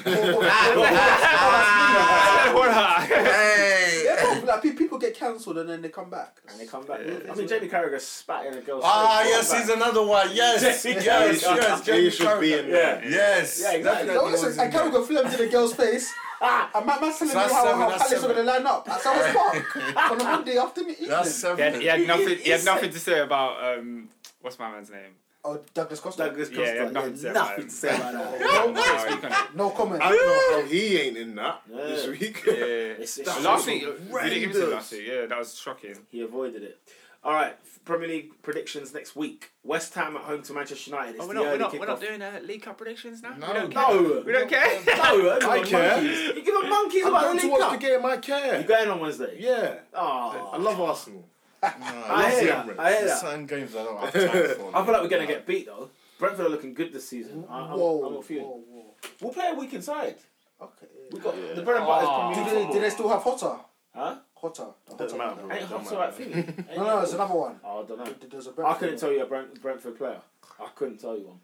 Speaker 6: Hey!
Speaker 2: Yeah, no, like, pe- [LAUGHS] people get cancelled and then they come back.
Speaker 3: And they come back. I mean, Jamie Carragher spat in a girl's
Speaker 6: Ah,
Speaker 3: face.
Speaker 6: yes, he's another one. Yes,
Speaker 3: Jamie
Speaker 6: yes,
Speaker 3: Carragher.
Speaker 6: yes.
Speaker 7: He
Speaker 6: Jamie
Speaker 7: should be in
Speaker 6: Carragher.
Speaker 7: there.
Speaker 6: Yes.
Speaker 3: Yeah, exactly.
Speaker 2: No, listen, I can't go film to the girl's face. Ah, And my man's telling me
Speaker 6: That's
Speaker 2: how,
Speaker 6: seven,
Speaker 2: how
Speaker 6: that's
Speaker 2: Palace are
Speaker 6: seven.
Speaker 2: going to line up at South Park on a Monday afternoon evening.
Speaker 6: That's
Speaker 5: He had,
Speaker 6: seven.
Speaker 5: he had nothing. He had
Speaker 3: He's-
Speaker 5: nothing to say about um. What's my man's name?
Speaker 2: Oh, Douglas Costa.
Speaker 3: Douglas
Speaker 5: Yeah, yeah,
Speaker 3: Costa.
Speaker 5: nothing to say about
Speaker 3: nothing
Speaker 5: him.
Speaker 3: to say about that.
Speaker 5: No, no, speak on it.
Speaker 2: No comment.
Speaker 7: I don't know how he ain't in that this
Speaker 3: Yeah.
Speaker 7: week. [LAUGHS]
Speaker 5: Yeah,
Speaker 3: It's-
Speaker 5: yeah,
Speaker 3: it's
Speaker 5: yeah. Last week, we didn't give it to him
Speaker 7: horrendous.
Speaker 5: last week. Yeah, that was shocking.
Speaker 3: He avoided it. All right, Premier League predictions next week. West Ham at home to Manchester United. It's
Speaker 5: Oh, we're
Speaker 3: the
Speaker 5: not, we're
Speaker 3: early
Speaker 5: not, we're not
Speaker 3: kickoff.
Speaker 5: doing uh, League Cup predictions now.
Speaker 6: No.
Speaker 5: we don't care.
Speaker 3: No,
Speaker 5: We don't [LAUGHS] care.
Speaker 3: no, I
Speaker 7: I care.
Speaker 3: You give a monkeys
Speaker 7: I'm
Speaker 3: about
Speaker 7: going
Speaker 3: the
Speaker 7: to
Speaker 3: League
Speaker 7: watch the
Speaker 3: Cup.
Speaker 7: game. I
Speaker 3: You
Speaker 7: care.
Speaker 3: going on Wednesday?
Speaker 7: Yeah,
Speaker 3: Oh,
Speaker 7: I love Arsenal.
Speaker 3: I hear that. I hear that.
Speaker 6: Certain games I don't have time for.
Speaker 3: I feel like we're gonna get beat though. Brentford are looking good this season. I, I'm,
Speaker 2: whoa,
Speaker 3: I'm not feeling.
Speaker 2: whoa, whoa.
Speaker 3: We'll play a week inside.
Speaker 2: Okay.
Speaker 3: We got the bread and butter is
Speaker 5: Oh.
Speaker 2: Do
Speaker 3: Premier League.
Speaker 2: they, do they still have Hotter?
Speaker 3: Huh?
Speaker 2: Hotter. The
Speaker 7: Doesn't
Speaker 2: Hotter.
Speaker 7: matter, bro.
Speaker 3: Ain't
Speaker 7: Don't
Speaker 3: Hotter
Speaker 7: matter.
Speaker 3: at Phoenix?
Speaker 2: No, no, it's another one.
Speaker 3: Oh, I don't know.
Speaker 2: There's a
Speaker 3: I
Speaker 2: Brentford
Speaker 3: couldn't
Speaker 2: one.
Speaker 3: tell you a Brent, Brentford player. I couldn't tell you one.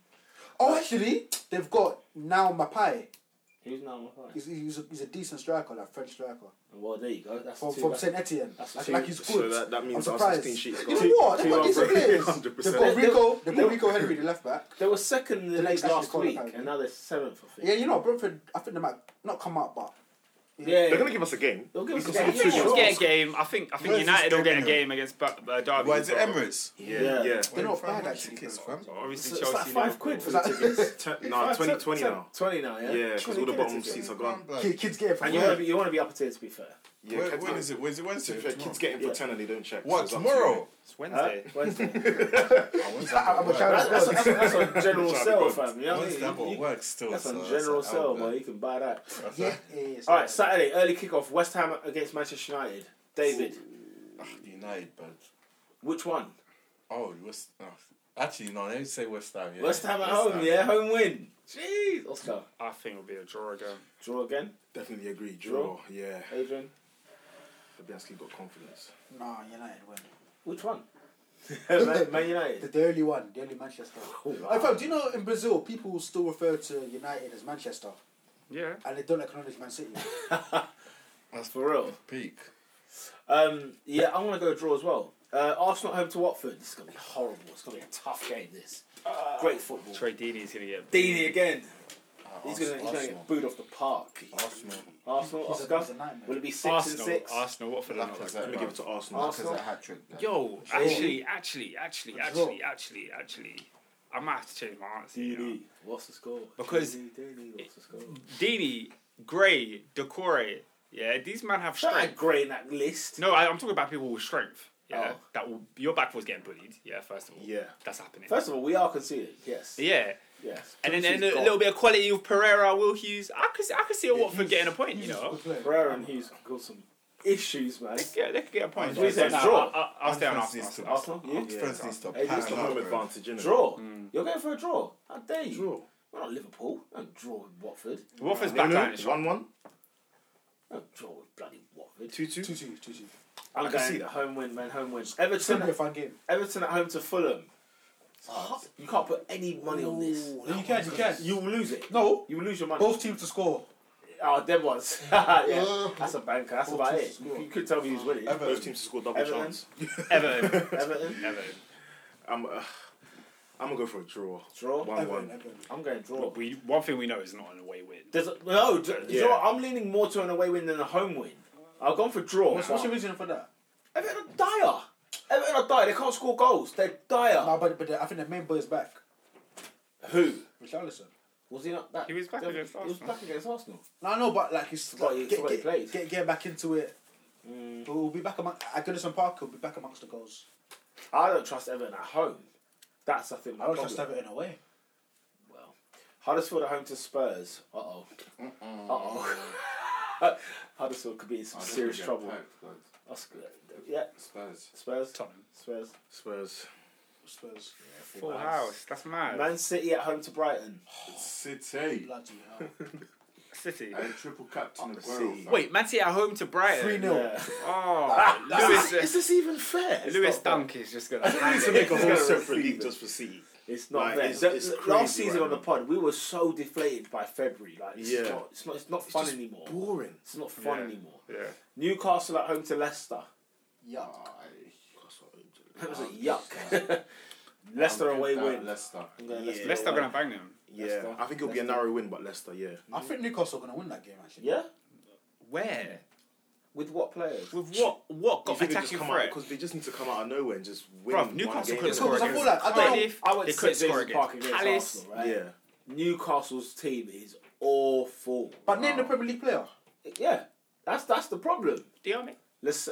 Speaker 2: Oh, actually, they've got now Mapai.
Speaker 3: Who's now on my
Speaker 2: He's, he's, a, he's a decent striker, like French striker.
Speaker 3: Well, there you go. That's
Speaker 2: From,
Speaker 3: two
Speaker 2: from
Speaker 3: back.
Speaker 2: St Etienne.
Speaker 3: That's
Speaker 2: Like,
Speaker 3: two-
Speaker 2: like he's
Speaker 4: So
Speaker 2: good.
Speaker 4: that, that means
Speaker 2: I'm
Speaker 4: our
Speaker 2: surprised.
Speaker 4: 16 sheets
Speaker 2: You
Speaker 4: gone.
Speaker 2: know what? They've got
Speaker 7: Two
Speaker 2: decent
Speaker 7: up, bro.
Speaker 2: players.
Speaker 7: 100%.
Speaker 2: They've got
Speaker 3: They- they-
Speaker 2: Rico. They've got Rico Henry, the left back.
Speaker 3: They were second in the
Speaker 2: The
Speaker 3: league
Speaker 2: next actually
Speaker 3: last
Speaker 2: called
Speaker 3: week,
Speaker 2: apparently.
Speaker 3: and now they're seventh. I think.
Speaker 2: Yeah, you know, Brentford, I think they might not come out, but
Speaker 3: yeah.
Speaker 7: They're gonna give us a game.
Speaker 3: They'll give us
Speaker 7: We
Speaker 3: a
Speaker 7: can
Speaker 3: game.
Speaker 7: score two
Speaker 3: Yeah.
Speaker 5: We'll
Speaker 7: goals.
Speaker 5: get a game. I think. I think
Speaker 6: Where's
Speaker 5: United
Speaker 6: this
Speaker 5: will get a
Speaker 6: game
Speaker 5: game against Ba- uh, Derby.
Speaker 6: Why is it
Speaker 5: as well.
Speaker 6: Emirates?
Speaker 3: Yeah.
Speaker 7: Yeah.
Speaker 2: They're not
Speaker 6: Wait, fam,
Speaker 2: bad,
Speaker 6: what's
Speaker 2: actually,
Speaker 6: the kids,
Speaker 2: Brentford.
Speaker 6: fam?
Speaker 5: Obviously,
Speaker 3: So it's
Speaker 5: Chelsea.
Speaker 3: like five quid for
Speaker 2: Is
Speaker 3: the
Speaker 2: that-
Speaker 3: tickets.
Speaker 7: Ten, no, 20, 20 now.
Speaker 3: 20 now, yeah?
Speaker 7: Yeah, 'cause all the
Speaker 3: 20
Speaker 7: bottom
Speaker 3: tickets.
Speaker 7: seats are gone.
Speaker 2: ki- [LAUGHS] kids get it from
Speaker 3: And you
Speaker 2: where?
Speaker 3: want to be, you want to be up to it, to be fair.
Speaker 7: Yeah,
Speaker 6: Where-
Speaker 7: kids
Speaker 6: when
Speaker 7: get-
Speaker 6: is it? Where's it
Speaker 7: to
Speaker 6: Wednesday?
Speaker 7: be fair, kids getting
Speaker 3: Yeah.
Speaker 7: for 10 and they don't check. so
Speaker 6: What
Speaker 7: it's up to
Speaker 6: tomorrow?
Speaker 5: It's Wednesday.
Speaker 3: Wednesday.
Speaker 6: Oh, Wednesday
Speaker 2: I'm a
Speaker 6: I've got
Speaker 2: child.
Speaker 6: work.
Speaker 3: That's, that's, that's, that's on general
Speaker 7: Trying to
Speaker 3: sale,
Speaker 7: go-
Speaker 3: fam. You know what I mean?
Speaker 6: Wednesday I've
Speaker 3: You-
Speaker 6: got
Speaker 3: you-
Speaker 6: work still.
Speaker 3: That's
Speaker 6: so
Speaker 3: on general
Speaker 6: an
Speaker 3: sale,
Speaker 6: hour,
Speaker 3: boy.
Speaker 6: man.
Speaker 3: You can buy that.
Speaker 6: That's
Speaker 2: Yeah,
Speaker 6: like,
Speaker 2: yeah, yeah,
Speaker 3: All right, Saturday, early kickoff. West Ham against Manchester United. David,
Speaker 6: ah, United, but
Speaker 3: which one?
Speaker 6: oh, West. Oh, actually, no. They say West Ham. Yeah.
Speaker 3: West Ham at home, yeah, home win. Jeez, Oscar.
Speaker 5: I think it'll be a draw again.
Speaker 3: Draw again,
Speaker 7: Definitely agree. Draw. Yeah.
Speaker 3: Adrian.
Speaker 7: Fabianski got confidence.
Speaker 2: Nah, United win.
Speaker 3: Which one? [LAUGHS] Man Man
Speaker 2: The,
Speaker 3: United. Oh,
Speaker 2: the only one, the only Manchester. In fact, do you know in Brazil people still refer to United as Manchester
Speaker 5: Yeah.
Speaker 2: and they don't acknowledge Man City?
Speaker 6: That's
Speaker 3: For real.
Speaker 6: peak.
Speaker 3: Um, yeah, I'm gonna go draw as well. Uh, Arsenal at home to Watford. This is gonna be horrible. It's gonna be a tough game. This great football.
Speaker 5: Troy Deeney's gonna get.
Speaker 3: Deeney again.
Speaker 5: Oh,
Speaker 6: Ah,
Speaker 3: He's gonna, he's
Speaker 6: Arsenal.
Speaker 3: gonna get booed off the park.
Speaker 6: Arsenal.
Speaker 3: Arsenal,
Speaker 2: He's a-
Speaker 3: Oscar.
Speaker 2: he's a nightmare.
Speaker 3: Will it be six
Speaker 5: Arsenal.
Speaker 3: and six?
Speaker 5: Arsenal. What for?
Speaker 7: Let
Speaker 6: Lacazette.
Speaker 7: me
Speaker 6: Right.
Speaker 7: give it to Arsenal.
Speaker 3: Arsenal.
Speaker 6: Lacazette hat trick.
Speaker 5: Yo, actually, actually, actually,
Speaker 2: What's
Speaker 5: actually, actually, actually, I might have to change my answer. You know?
Speaker 3: Deeney. What's the score?
Speaker 5: Because-
Speaker 3: Deeney, Deeney, what's the score?
Speaker 5: Deeney, Gray, Decore. Yeah, these men have
Speaker 3: Shout out
Speaker 5: strength.
Speaker 3: Gray in that list.
Speaker 5: No, I, I'm talking about people with strength. Yeah,
Speaker 3: Oh.
Speaker 5: that will, your back was getting bullied. Yeah, first of all.
Speaker 7: Yeah.
Speaker 5: that's happening.
Speaker 3: First of all, we are conceded. Yes.
Speaker 5: yeah,
Speaker 3: Yes.
Speaker 5: and then
Speaker 3: She's
Speaker 5: and a
Speaker 3: gone.
Speaker 5: little bit of quality with Pereira, Will Hughes. I could see- I could see a Watford
Speaker 2: He's-
Speaker 5: getting a point.
Speaker 2: he's
Speaker 5: You
Speaker 2: a
Speaker 5: know,
Speaker 2: good player.
Speaker 3: Pereira and Hughes got some issues, man.
Speaker 5: they could get, they could get a point. So,
Speaker 6: We
Speaker 3: said
Speaker 5: no,
Speaker 3: draw.
Speaker 5: I- I- I'll stay on
Speaker 6: Arsenal needs to-
Speaker 5: Arsenal.
Speaker 3: Arsenal, you
Speaker 7: Yeah.
Speaker 6: Friends needs to
Speaker 3: Hey,
Speaker 6: pat
Speaker 3: just
Speaker 7: The
Speaker 6: him
Speaker 7: home
Speaker 6: out, bro.
Speaker 7: advantage, innit?
Speaker 3: draw.
Speaker 2: Mm.
Speaker 3: You're going for a draw. How dare you?
Speaker 7: Draw.
Speaker 3: We're not Liverpool. We Don't draw with Watford.
Speaker 5: Watford's back line is
Speaker 7: 1
Speaker 5: strong.
Speaker 7: 1.
Speaker 3: We Don't draw with bloody Watford.
Speaker 7: 2 2.
Speaker 2: Two two, two two.
Speaker 3: I'm
Speaker 7: I can
Speaker 3: going
Speaker 7: see that.
Speaker 3: home win, man. Home win.
Speaker 2: It's gonna be a
Speaker 3: Everton.
Speaker 2: fun game.
Speaker 3: Everton at home to Fulham. You can't put any money on this.
Speaker 2: No, you can, you can.
Speaker 3: You will lose it.
Speaker 2: No,
Speaker 3: You will lose your money.
Speaker 2: both teams to score.
Speaker 3: Oh, them ones. [LAUGHS] yeah, that's a banker. That's
Speaker 2: Both
Speaker 3: about
Speaker 2: teams
Speaker 3: it.
Speaker 2: score.
Speaker 3: You could tell me who's winning.
Speaker 7: Both teams to score double
Speaker 3: Everton.
Speaker 7: chance.
Speaker 5: Everton,
Speaker 3: Everton.
Speaker 5: Everton.
Speaker 7: I'm, uh, I'm going to go for a draw.
Speaker 3: Draw.
Speaker 7: 1
Speaker 2: Everton,
Speaker 7: 1.
Speaker 2: Everton.
Speaker 3: I'm going draw.
Speaker 5: But we one thing we know is not an away win.
Speaker 3: There's a, no. d- do you
Speaker 7: Yeah.
Speaker 3: know what? I'm leaning more to an away win than a home win. I've gone for draw.
Speaker 2: What's, what's your reason for that?
Speaker 3: Everton are dire. Everton are dire. They can't score goals. They're dire.
Speaker 2: No, but, but I think the main boy is back.
Speaker 3: Who?
Speaker 2: Richarlison.
Speaker 3: Was he not back?
Speaker 5: He was back
Speaker 3: They-
Speaker 5: against
Speaker 3: He was
Speaker 5: Arsenal.
Speaker 3: back against Arsenal.
Speaker 2: No, no, but like it's
Speaker 3: Well,
Speaker 2: like,
Speaker 3: it's
Speaker 2: get,
Speaker 3: the way he
Speaker 2: get,
Speaker 3: plays.
Speaker 2: get get back into it.
Speaker 3: Mm.
Speaker 2: But we'll be back among at Goodison Park. We'll be back amongst the goals.
Speaker 3: I don't trust Everton at home. That's I think my
Speaker 2: I don't
Speaker 3: problem.
Speaker 2: trust Everton away.
Speaker 3: Well, Huddersfield at home to Spurs. Uh oh. Uh oh. [LAUGHS] Huddersfield could be in some
Speaker 4: Oh,
Speaker 3: serious trouble. That's good. Yeah,
Speaker 6: Spurs.
Speaker 3: Spurs.
Speaker 5: Tottenham.
Speaker 3: Spurs.
Speaker 7: Spurs.
Speaker 2: Spurs.
Speaker 5: Full house. That's mad.
Speaker 3: Man City at home to Brighton.
Speaker 7: City.
Speaker 2: Bloody
Speaker 3: [LAUGHS]
Speaker 2: hell.
Speaker 5: City.
Speaker 7: And triple captain
Speaker 4: City.
Speaker 7: Aguero. fam.
Speaker 5: Wait, Man City at home to Brighton.
Speaker 2: 3 0.
Speaker 4: [LAUGHS]
Speaker 3: Yeah.
Speaker 5: Oh, Lewis.
Speaker 4: Is this even fair?
Speaker 5: Lewis Dunk is just [LAUGHS] gonna.
Speaker 4: We
Speaker 5: hand
Speaker 4: need to
Speaker 5: it.
Speaker 4: make a
Speaker 5: He's
Speaker 4: whole
Speaker 5: gonna-
Speaker 4: separate league just for City.
Speaker 3: It's not
Speaker 4: Like,
Speaker 3: fair.
Speaker 4: it's-
Speaker 3: The-
Speaker 4: it's
Speaker 3: the-
Speaker 4: crazy
Speaker 3: last season
Speaker 4: right
Speaker 3: on the
Speaker 4: now.
Speaker 3: pod, we were so deflated by February. Like it's
Speaker 4: Yeah.
Speaker 3: not, it's not, it's not fun
Speaker 4: just
Speaker 3: anymore.
Speaker 4: Boring.
Speaker 3: It's not fun
Speaker 5: Yeah.
Speaker 3: anymore.
Speaker 5: Yeah.
Speaker 3: Newcastle at home to Leicester. [LAUGHS]
Speaker 2: Yeah.
Speaker 3: That
Speaker 4: Oh,
Speaker 3: was a yuck. [LAUGHS] Leicester away win.
Speaker 6: Leicester.
Speaker 3: I'm going
Speaker 4: Yeah.
Speaker 5: Leicester
Speaker 3: away.
Speaker 5: gonna bang them.
Speaker 4: Yeah,
Speaker 3: Leicester.
Speaker 4: I think it'll be a narrow win, but Leicester, yeah.
Speaker 2: I think Newcastle are going to win that game, actually.
Speaker 3: Yeah.
Speaker 5: Where?
Speaker 3: With what players?
Speaker 5: With what? What
Speaker 4: You
Speaker 5: got
Speaker 4: think they just
Speaker 5: attacking
Speaker 4: come out
Speaker 5: threat?
Speaker 4: because they just need to come out of nowhere and just win.
Speaker 5: Bruv,
Speaker 4: one
Speaker 5: Newcastle
Speaker 4: game
Speaker 5: couldn't
Speaker 4: at a
Speaker 5: score
Speaker 4: time.
Speaker 2: Because I
Speaker 5: against
Speaker 2: feel like I don't.
Speaker 5: Cardiff.
Speaker 3: I went
Speaker 5: They
Speaker 3: to
Speaker 5: couldn't
Speaker 3: St
Speaker 5: score
Speaker 3: James's Park
Speaker 5: against
Speaker 3: against
Speaker 5: Palace.
Speaker 3: Arsenal, right?
Speaker 4: Yeah,
Speaker 3: Newcastle's team is awful.
Speaker 2: But name the Premier League player.
Speaker 3: yeah, that's that's the problem.
Speaker 5: Dione.
Speaker 3: Let's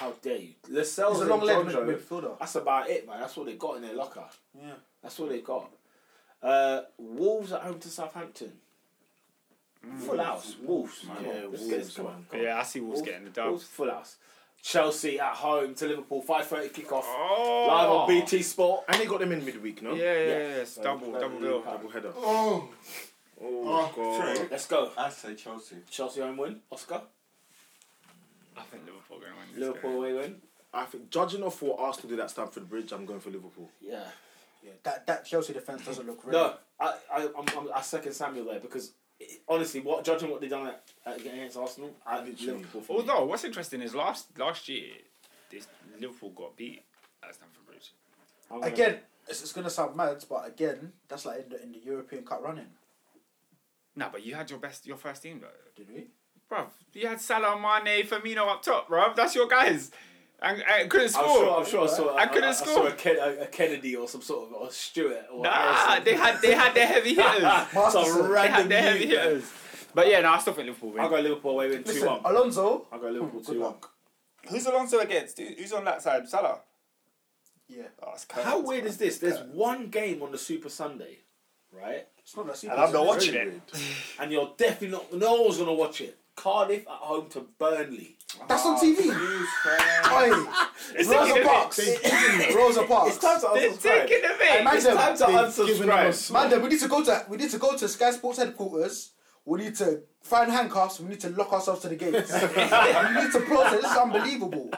Speaker 3: how dare you? Lascelles
Speaker 2: He's a
Speaker 3: and
Speaker 2: long leg
Speaker 3: Jonjo,
Speaker 2: mid- midfielder.
Speaker 3: That's about it, man. That's what they got in their locker.
Speaker 2: Yeah.
Speaker 3: That's what they got. Uh, Wolves at home to Southampton. Full house. Wolves, man.
Speaker 4: yeah,
Speaker 3: Let's
Speaker 4: Wolves,
Speaker 3: get this- come on.
Speaker 4: man.
Speaker 5: Yeah, I see Wolves getting the dub.
Speaker 3: Wolves full house. Chelsea at home to Liverpool. Five thirty kickoff.
Speaker 5: Oh.
Speaker 3: Live on BT Sport.
Speaker 4: And they got them in midweek, no?
Speaker 5: Yeah, yeah, yeah.
Speaker 3: Yeah.
Speaker 5: It's double, double bill.
Speaker 4: Double header. Oh,
Speaker 1: Oh,
Speaker 4: god.
Speaker 1: sorry.
Speaker 3: Let's go.
Speaker 6: I say Chelsea.
Speaker 3: Chelsea home win. Oscar.
Speaker 5: I think Liverpool going to win. This
Speaker 3: Liverpool away win.
Speaker 4: I think judging off what Arsenal did at Stamford Bridge, I'm going for Liverpool.
Speaker 3: Yeah.
Speaker 2: Yeah. That, that Chelsea defence doesn't look real.
Speaker 3: No, I, I, I'm, I'm, I second Samuel there because it, honestly, what judging what they done at, at against Arsenal, I
Speaker 4: Literally.
Speaker 3: Liverpool. for me.
Speaker 5: Although what's interesting is last last year, this Liverpool got beat at Stamford Bridge.
Speaker 3: I'm gonna-
Speaker 2: Again, it's, it's going to sound mad, but again, that's like in the, in the European Cup running.
Speaker 5: Nah, but you had your best, your first team though,
Speaker 2: Did we?
Speaker 5: bruv. You had Salah, Mane, Firmino up top, bruv. That's your guys, and, and couldn't score.
Speaker 3: I'm sure, I'm sure I saw.
Speaker 5: I couldn't
Speaker 3: I, saw
Speaker 5: score.
Speaker 3: a, Ken, a, a Kennedy or some sort of or Stewart or
Speaker 5: Nah,
Speaker 3: Harrison.
Speaker 5: Ah, they had they had their heavy hitters.
Speaker 2: Masterson.
Speaker 5: they had their heavy
Speaker 3: youth, man.
Speaker 5: hitters. [LAUGHS] But yeah, no, I still think Liverpool win.
Speaker 3: I'll go Liverpool away win two
Speaker 2: Listen,
Speaker 3: one.
Speaker 2: Alonso.
Speaker 3: I'll go Liverpool
Speaker 2: Good
Speaker 3: two one.
Speaker 2: luck.
Speaker 5: Who's Alonso against? Who's on that side? Salah. Oh,
Speaker 2: Yeah.
Speaker 3: How weird is this? There's one game on the Super Sunday, right?
Speaker 2: It's not that serious.
Speaker 5: And I'm not watching
Speaker 4: Very
Speaker 5: it.
Speaker 4: weird.
Speaker 3: And you're definitely not. No one's gonna watch it. Cardiff at home to Burnley.
Speaker 2: That's on TV. Oi,
Speaker 5: It's
Speaker 2: Rosa
Speaker 5: taking a
Speaker 2: Parks. Rosa Parks.
Speaker 3: It's time to
Speaker 5: bit. They're
Speaker 3: unsubscribe.
Speaker 5: taking a bit.
Speaker 2: Imagine-
Speaker 3: It's time to
Speaker 4: They've given them a
Speaker 3: unsubscribe.
Speaker 4: slot.
Speaker 2: Mandem, we need to go to we need to go to Sky Sports headquarters. We need to find handcuffs. We need to lock ourselves to
Speaker 5: [LAUGHS]
Speaker 2: the gates. we need to protest. This is unbelievable.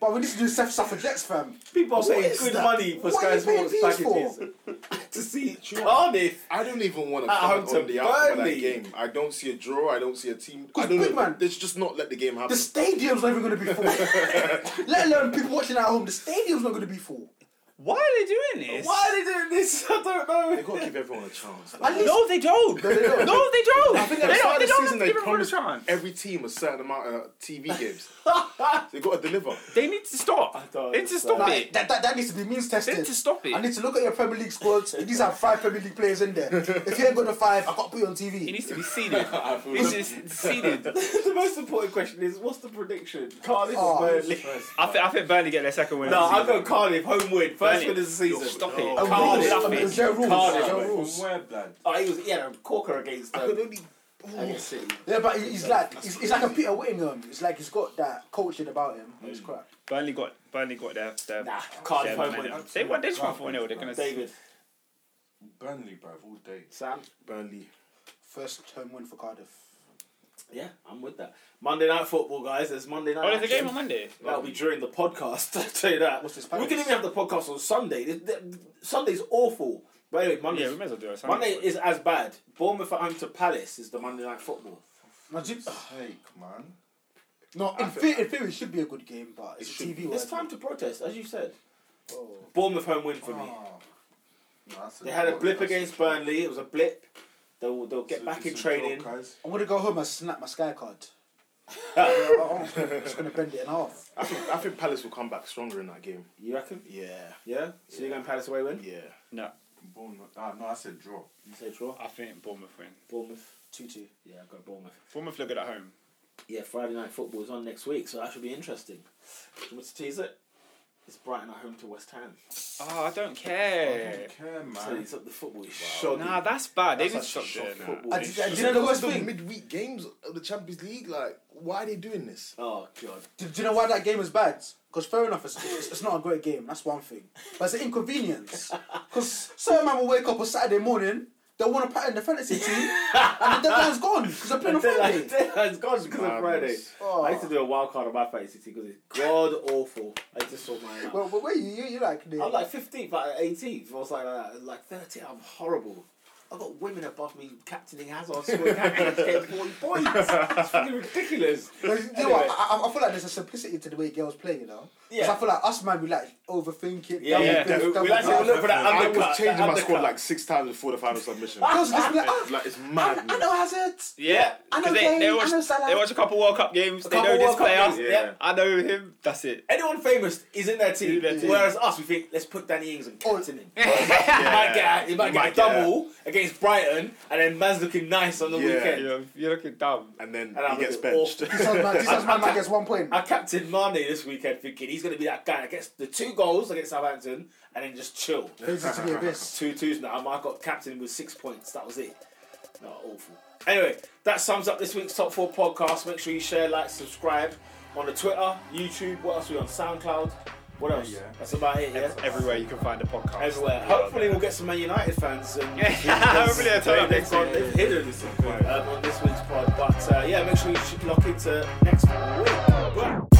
Speaker 2: But we need to do self suffragettes, fam.
Speaker 3: People are saying
Speaker 2: is
Speaker 3: good
Speaker 2: that?
Speaker 3: money for
Speaker 2: What are
Speaker 3: Sky
Speaker 2: you paying
Speaker 3: Sports
Speaker 2: fees for?
Speaker 3: packages to see Cardiff.
Speaker 4: I don't even want to
Speaker 3: At
Speaker 4: comment
Speaker 3: home to
Speaker 4: on the outcome of that
Speaker 3: Burnley.
Speaker 4: game. I don't see a draw. I don't see a team. I
Speaker 2: Good
Speaker 4: don't know.
Speaker 2: good man.
Speaker 4: They should just not let the game
Speaker 2: The
Speaker 4: happen.
Speaker 2: stadium's not even going
Speaker 5: [LAUGHS]
Speaker 2: to be full. Let alone people watching at home. The stadium's not going to be full.
Speaker 5: Why are they doing this?
Speaker 3: Why are they doing this? [LAUGHS] I don't
Speaker 4: They
Speaker 3: know.
Speaker 4: got to give everyone a chance. Like,
Speaker 2: At least
Speaker 5: No, they don't. no,
Speaker 2: they
Speaker 5: they
Speaker 2: don't.
Speaker 5: don't. They
Speaker 4: think
Speaker 5: don't.
Speaker 4: at the start of
Speaker 5: They
Speaker 4: the
Speaker 5: don't
Speaker 4: season
Speaker 5: have to
Speaker 4: they
Speaker 5: give everyone a
Speaker 4: promised
Speaker 5: chance.
Speaker 4: every team a certain amount of [LAUGHS] TV games. they got to deliver.
Speaker 5: They need to stop.
Speaker 3: don't
Speaker 5: They need to
Speaker 3: understand.
Speaker 5: stop
Speaker 2: like,
Speaker 5: it.
Speaker 2: that, that, that needs to be means tested.
Speaker 5: They need to stop
Speaker 2: I
Speaker 5: it.
Speaker 2: need to look at your Premier League squads. You need to have five Premier League players in there. If you ain't got the five, I can't put you on TV.
Speaker 5: It needs to be [LAUGHS] seeded. It's just seeded.
Speaker 3: [LAUGHS] the most important question is what's the prediction? Cardiff
Speaker 2: Oh.
Speaker 3: or Burnley?
Speaker 5: I think I think Burnley get their second win.
Speaker 3: No,
Speaker 5: of the
Speaker 3: I'll
Speaker 5: season.
Speaker 3: go Cardiff, home win, first
Speaker 5: Burnley.
Speaker 3: win of the season.
Speaker 7: No.
Speaker 5: Stop it.
Speaker 2: And
Speaker 3: Cardiff.
Speaker 2: rules, and there's no rules.
Speaker 3: Cardiff.
Speaker 2: There's no
Speaker 6: Wait,
Speaker 2: rules.
Speaker 6: From where, blood?
Speaker 3: Oh, he was yeah, a corker against
Speaker 4: I
Speaker 3: um,
Speaker 4: could only.
Speaker 3: against City.
Speaker 2: Yeah, but he's like he's, he's like a Peter Whittingham. It's like he's got that coaching about him. but It's crap.
Speaker 5: Burnley got Burnley got their their.
Speaker 3: Nah,
Speaker 5: their
Speaker 3: Cardiff home win.
Speaker 5: momentum. They won this one four 0 They're gonna.
Speaker 3: David,
Speaker 6: Burnley, bro, all day.
Speaker 3: Sam.
Speaker 4: Burnley.
Speaker 2: First home win for Cardiff.
Speaker 3: Yeah, I'm with that. Monday night football, guys. There's Monday night.
Speaker 5: Oh, there's a
Speaker 3: action.
Speaker 5: game on Monday.
Speaker 3: That'll be during the podcast. [LAUGHS] I tell you that.
Speaker 2: What's this,
Speaker 3: we
Speaker 2: Palace?
Speaker 3: can even have the podcast on Sunday. Th- th- Sunday's awful. But anyway, Monday's,
Speaker 5: Yeah, we may as well do it. Sunday.
Speaker 3: Monday is as bad. Bournemouth at home to Palace is the Monday night football.
Speaker 2: No, do you-
Speaker 6: Take, man.
Speaker 2: no in, the- in theory, it should be a good game, but it's
Speaker 4: should
Speaker 2: TV.
Speaker 3: It's
Speaker 2: worthy.
Speaker 3: time to protest, as you said.
Speaker 2: Oh.
Speaker 3: Bournemouth home win for me.
Speaker 6: Oh. No, that's
Speaker 3: They had a
Speaker 6: draw,
Speaker 3: blip
Speaker 6: that's
Speaker 3: against
Speaker 6: draw.
Speaker 3: Burnley. It was a blip. They'll they'll get
Speaker 6: It's a-
Speaker 3: back in
Speaker 6: it's a draw,
Speaker 3: training.
Speaker 6: guys.
Speaker 2: I'm gonna go home and snap my Sky [LAUGHS] card. I'm just gonna bend it in half.
Speaker 4: I think, I think Palace will come back stronger in that game.
Speaker 3: You reckon?
Speaker 4: Yeah.
Speaker 3: Yeah. So you're going Palace away win?
Speaker 4: Yeah.
Speaker 5: No,
Speaker 6: Bournemouth. Ah, no, I said draw.
Speaker 3: You say draw.
Speaker 5: I think Bournemouth win.
Speaker 3: Bournemouth.
Speaker 2: Two two.
Speaker 3: Yeah, I've got Bournemouth.
Speaker 5: Bournemouth look good at home.
Speaker 3: Yeah, Friday night football is on next week, so that should be interesting. Do you want me to tease it? It's Brighton at home to West Ham.
Speaker 5: Oh, I don't care.
Speaker 6: don't care,
Speaker 3: So
Speaker 6: man.
Speaker 3: it's up the football.
Speaker 7: Shoddy.
Speaker 5: Nah, that's bad.
Speaker 7: That's
Speaker 5: they
Speaker 7: like
Speaker 5: didn't stop
Speaker 7: shot
Speaker 5: doing that.
Speaker 3: football.
Speaker 2: And do- and do you
Speaker 4: Because
Speaker 2: know the worst
Speaker 4: the
Speaker 2: thing?
Speaker 4: midweek games of the Champions League, like, why are they doing this?
Speaker 3: Oh [LAUGHS] god.
Speaker 2: Do, do you know why that game is bad? Because fair enough, it's, it's, it's not a great game. That's one thing. But it's an inconvenience. Because certain man will wake up on Saturday morning, they'll want to pattern the fantasy team, and
Speaker 3: [LAUGHS]
Speaker 2: the deadline's gone because they're playing on Friday.
Speaker 3: It's gone because of Friday.
Speaker 2: Oh.
Speaker 3: I used to do a wild card on my fantasy team because it's god awful. I used to sort mine out.
Speaker 2: Well, but wait, you, you, you like the,
Speaker 3: I'm like 15th, like 18th. I was like, uh, like 30. I'm horrible. I've got women above me captaining Hazard scoring hat-tricks, getting 40 points. It's fucking ridiculous.
Speaker 2: But you know what? I, I- I feel like there's a simplicity to the way girls play, you know. Because
Speaker 3: Yeah.
Speaker 2: I feel like us man, we like overthink it.
Speaker 3: Yeah, yeah.
Speaker 2: double think,
Speaker 3: We- we
Speaker 2: double
Speaker 3: like to
Speaker 2: think.
Speaker 3: look for that
Speaker 4: I
Speaker 3: undercut,
Speaker 4: was changing
Speaker 3: that
Speaker 4: my squad
Speaker 3: undercut.
Speaker 4: like six times before the
Speaker 3: [LAUGHS]
Speaker 4: final submission.
Speaker 2: Girls just be like, oh,
Speaker 4: like, it's
Speaker 2: I,
Speaker 4: mad.
Speaker 2: I
Speaker 4: man.
Speaker 2: know Hazard.
Speaker 5: Yeah,
Speaker 2: I know
Speaker 5: because they,
Speaker 2: Kane,
Speaker 5: they
Speaker 2: I
Speaker 5: watch
Speaker 2: know Salah.
Speaker 5: they watch a couple World Cup games. they know
Speaker 3: Couple
Speaker 5: this
Speaker 3: World Cup
Speaker 5: player.
Speaker 3: games,
Speaker 4: yeah.
Speaker 5: I know him. That's it.
Speaker 3: Anyone famous is in their team,
Speaker 5: In their team.
Speaker 3: whereas us, we think, let's put Danny Ings
Speaker 5: Oh.
Speaker 3: and captain him. He might get, he might
Speaker 4: He
Speaker 3: get a
Speaker 4: might get a-
Speaker 3: double against Brighton, and then man's looking nice on the
Speaker 4: Yeah.
Speaker 3: weekend.
Speaker 5: You're, you're looking dumb.
Speaker 4: And then
Speaker 3: And I'm
Speaker 4: he gets
Speaker 3: looking
Speaker 4: benched.
Speaker 2: This sounds mad. This sounds mad. Man gets one point.
Speaker 3: I captained Mane this weekend thinking he's going to be that guy that gets the two goals against Southampton and then just chill.
Speaker 2: Fades into the abyss.
Speaker 3: Two twos now. I got captain with six points. That was it. No, awful. Anyway, that sums up this week's top four podcast. Make sure you share, like, subscribe on the Twitter, YouTube. What else are we on? SoundCloud. What else?
Speaker 6: Yeah.
Speaker 3: That's about it. Yeah.
Speaker 5: Everywhere you can find a podcast.
Speaker 3: Everywhere. Hopefully, we'll get some Man United fans. And
Speaker 5: Yeah, [LAUGHS] hopefully they'll turn up
Speaker 3: They've
Speaker 5: next
Speaker 3: gone-
Speaker 5: week.
Speaker 3: they've hidden um, on this week's pod. But uh, yeah, make sure you should lock into next week. Bye.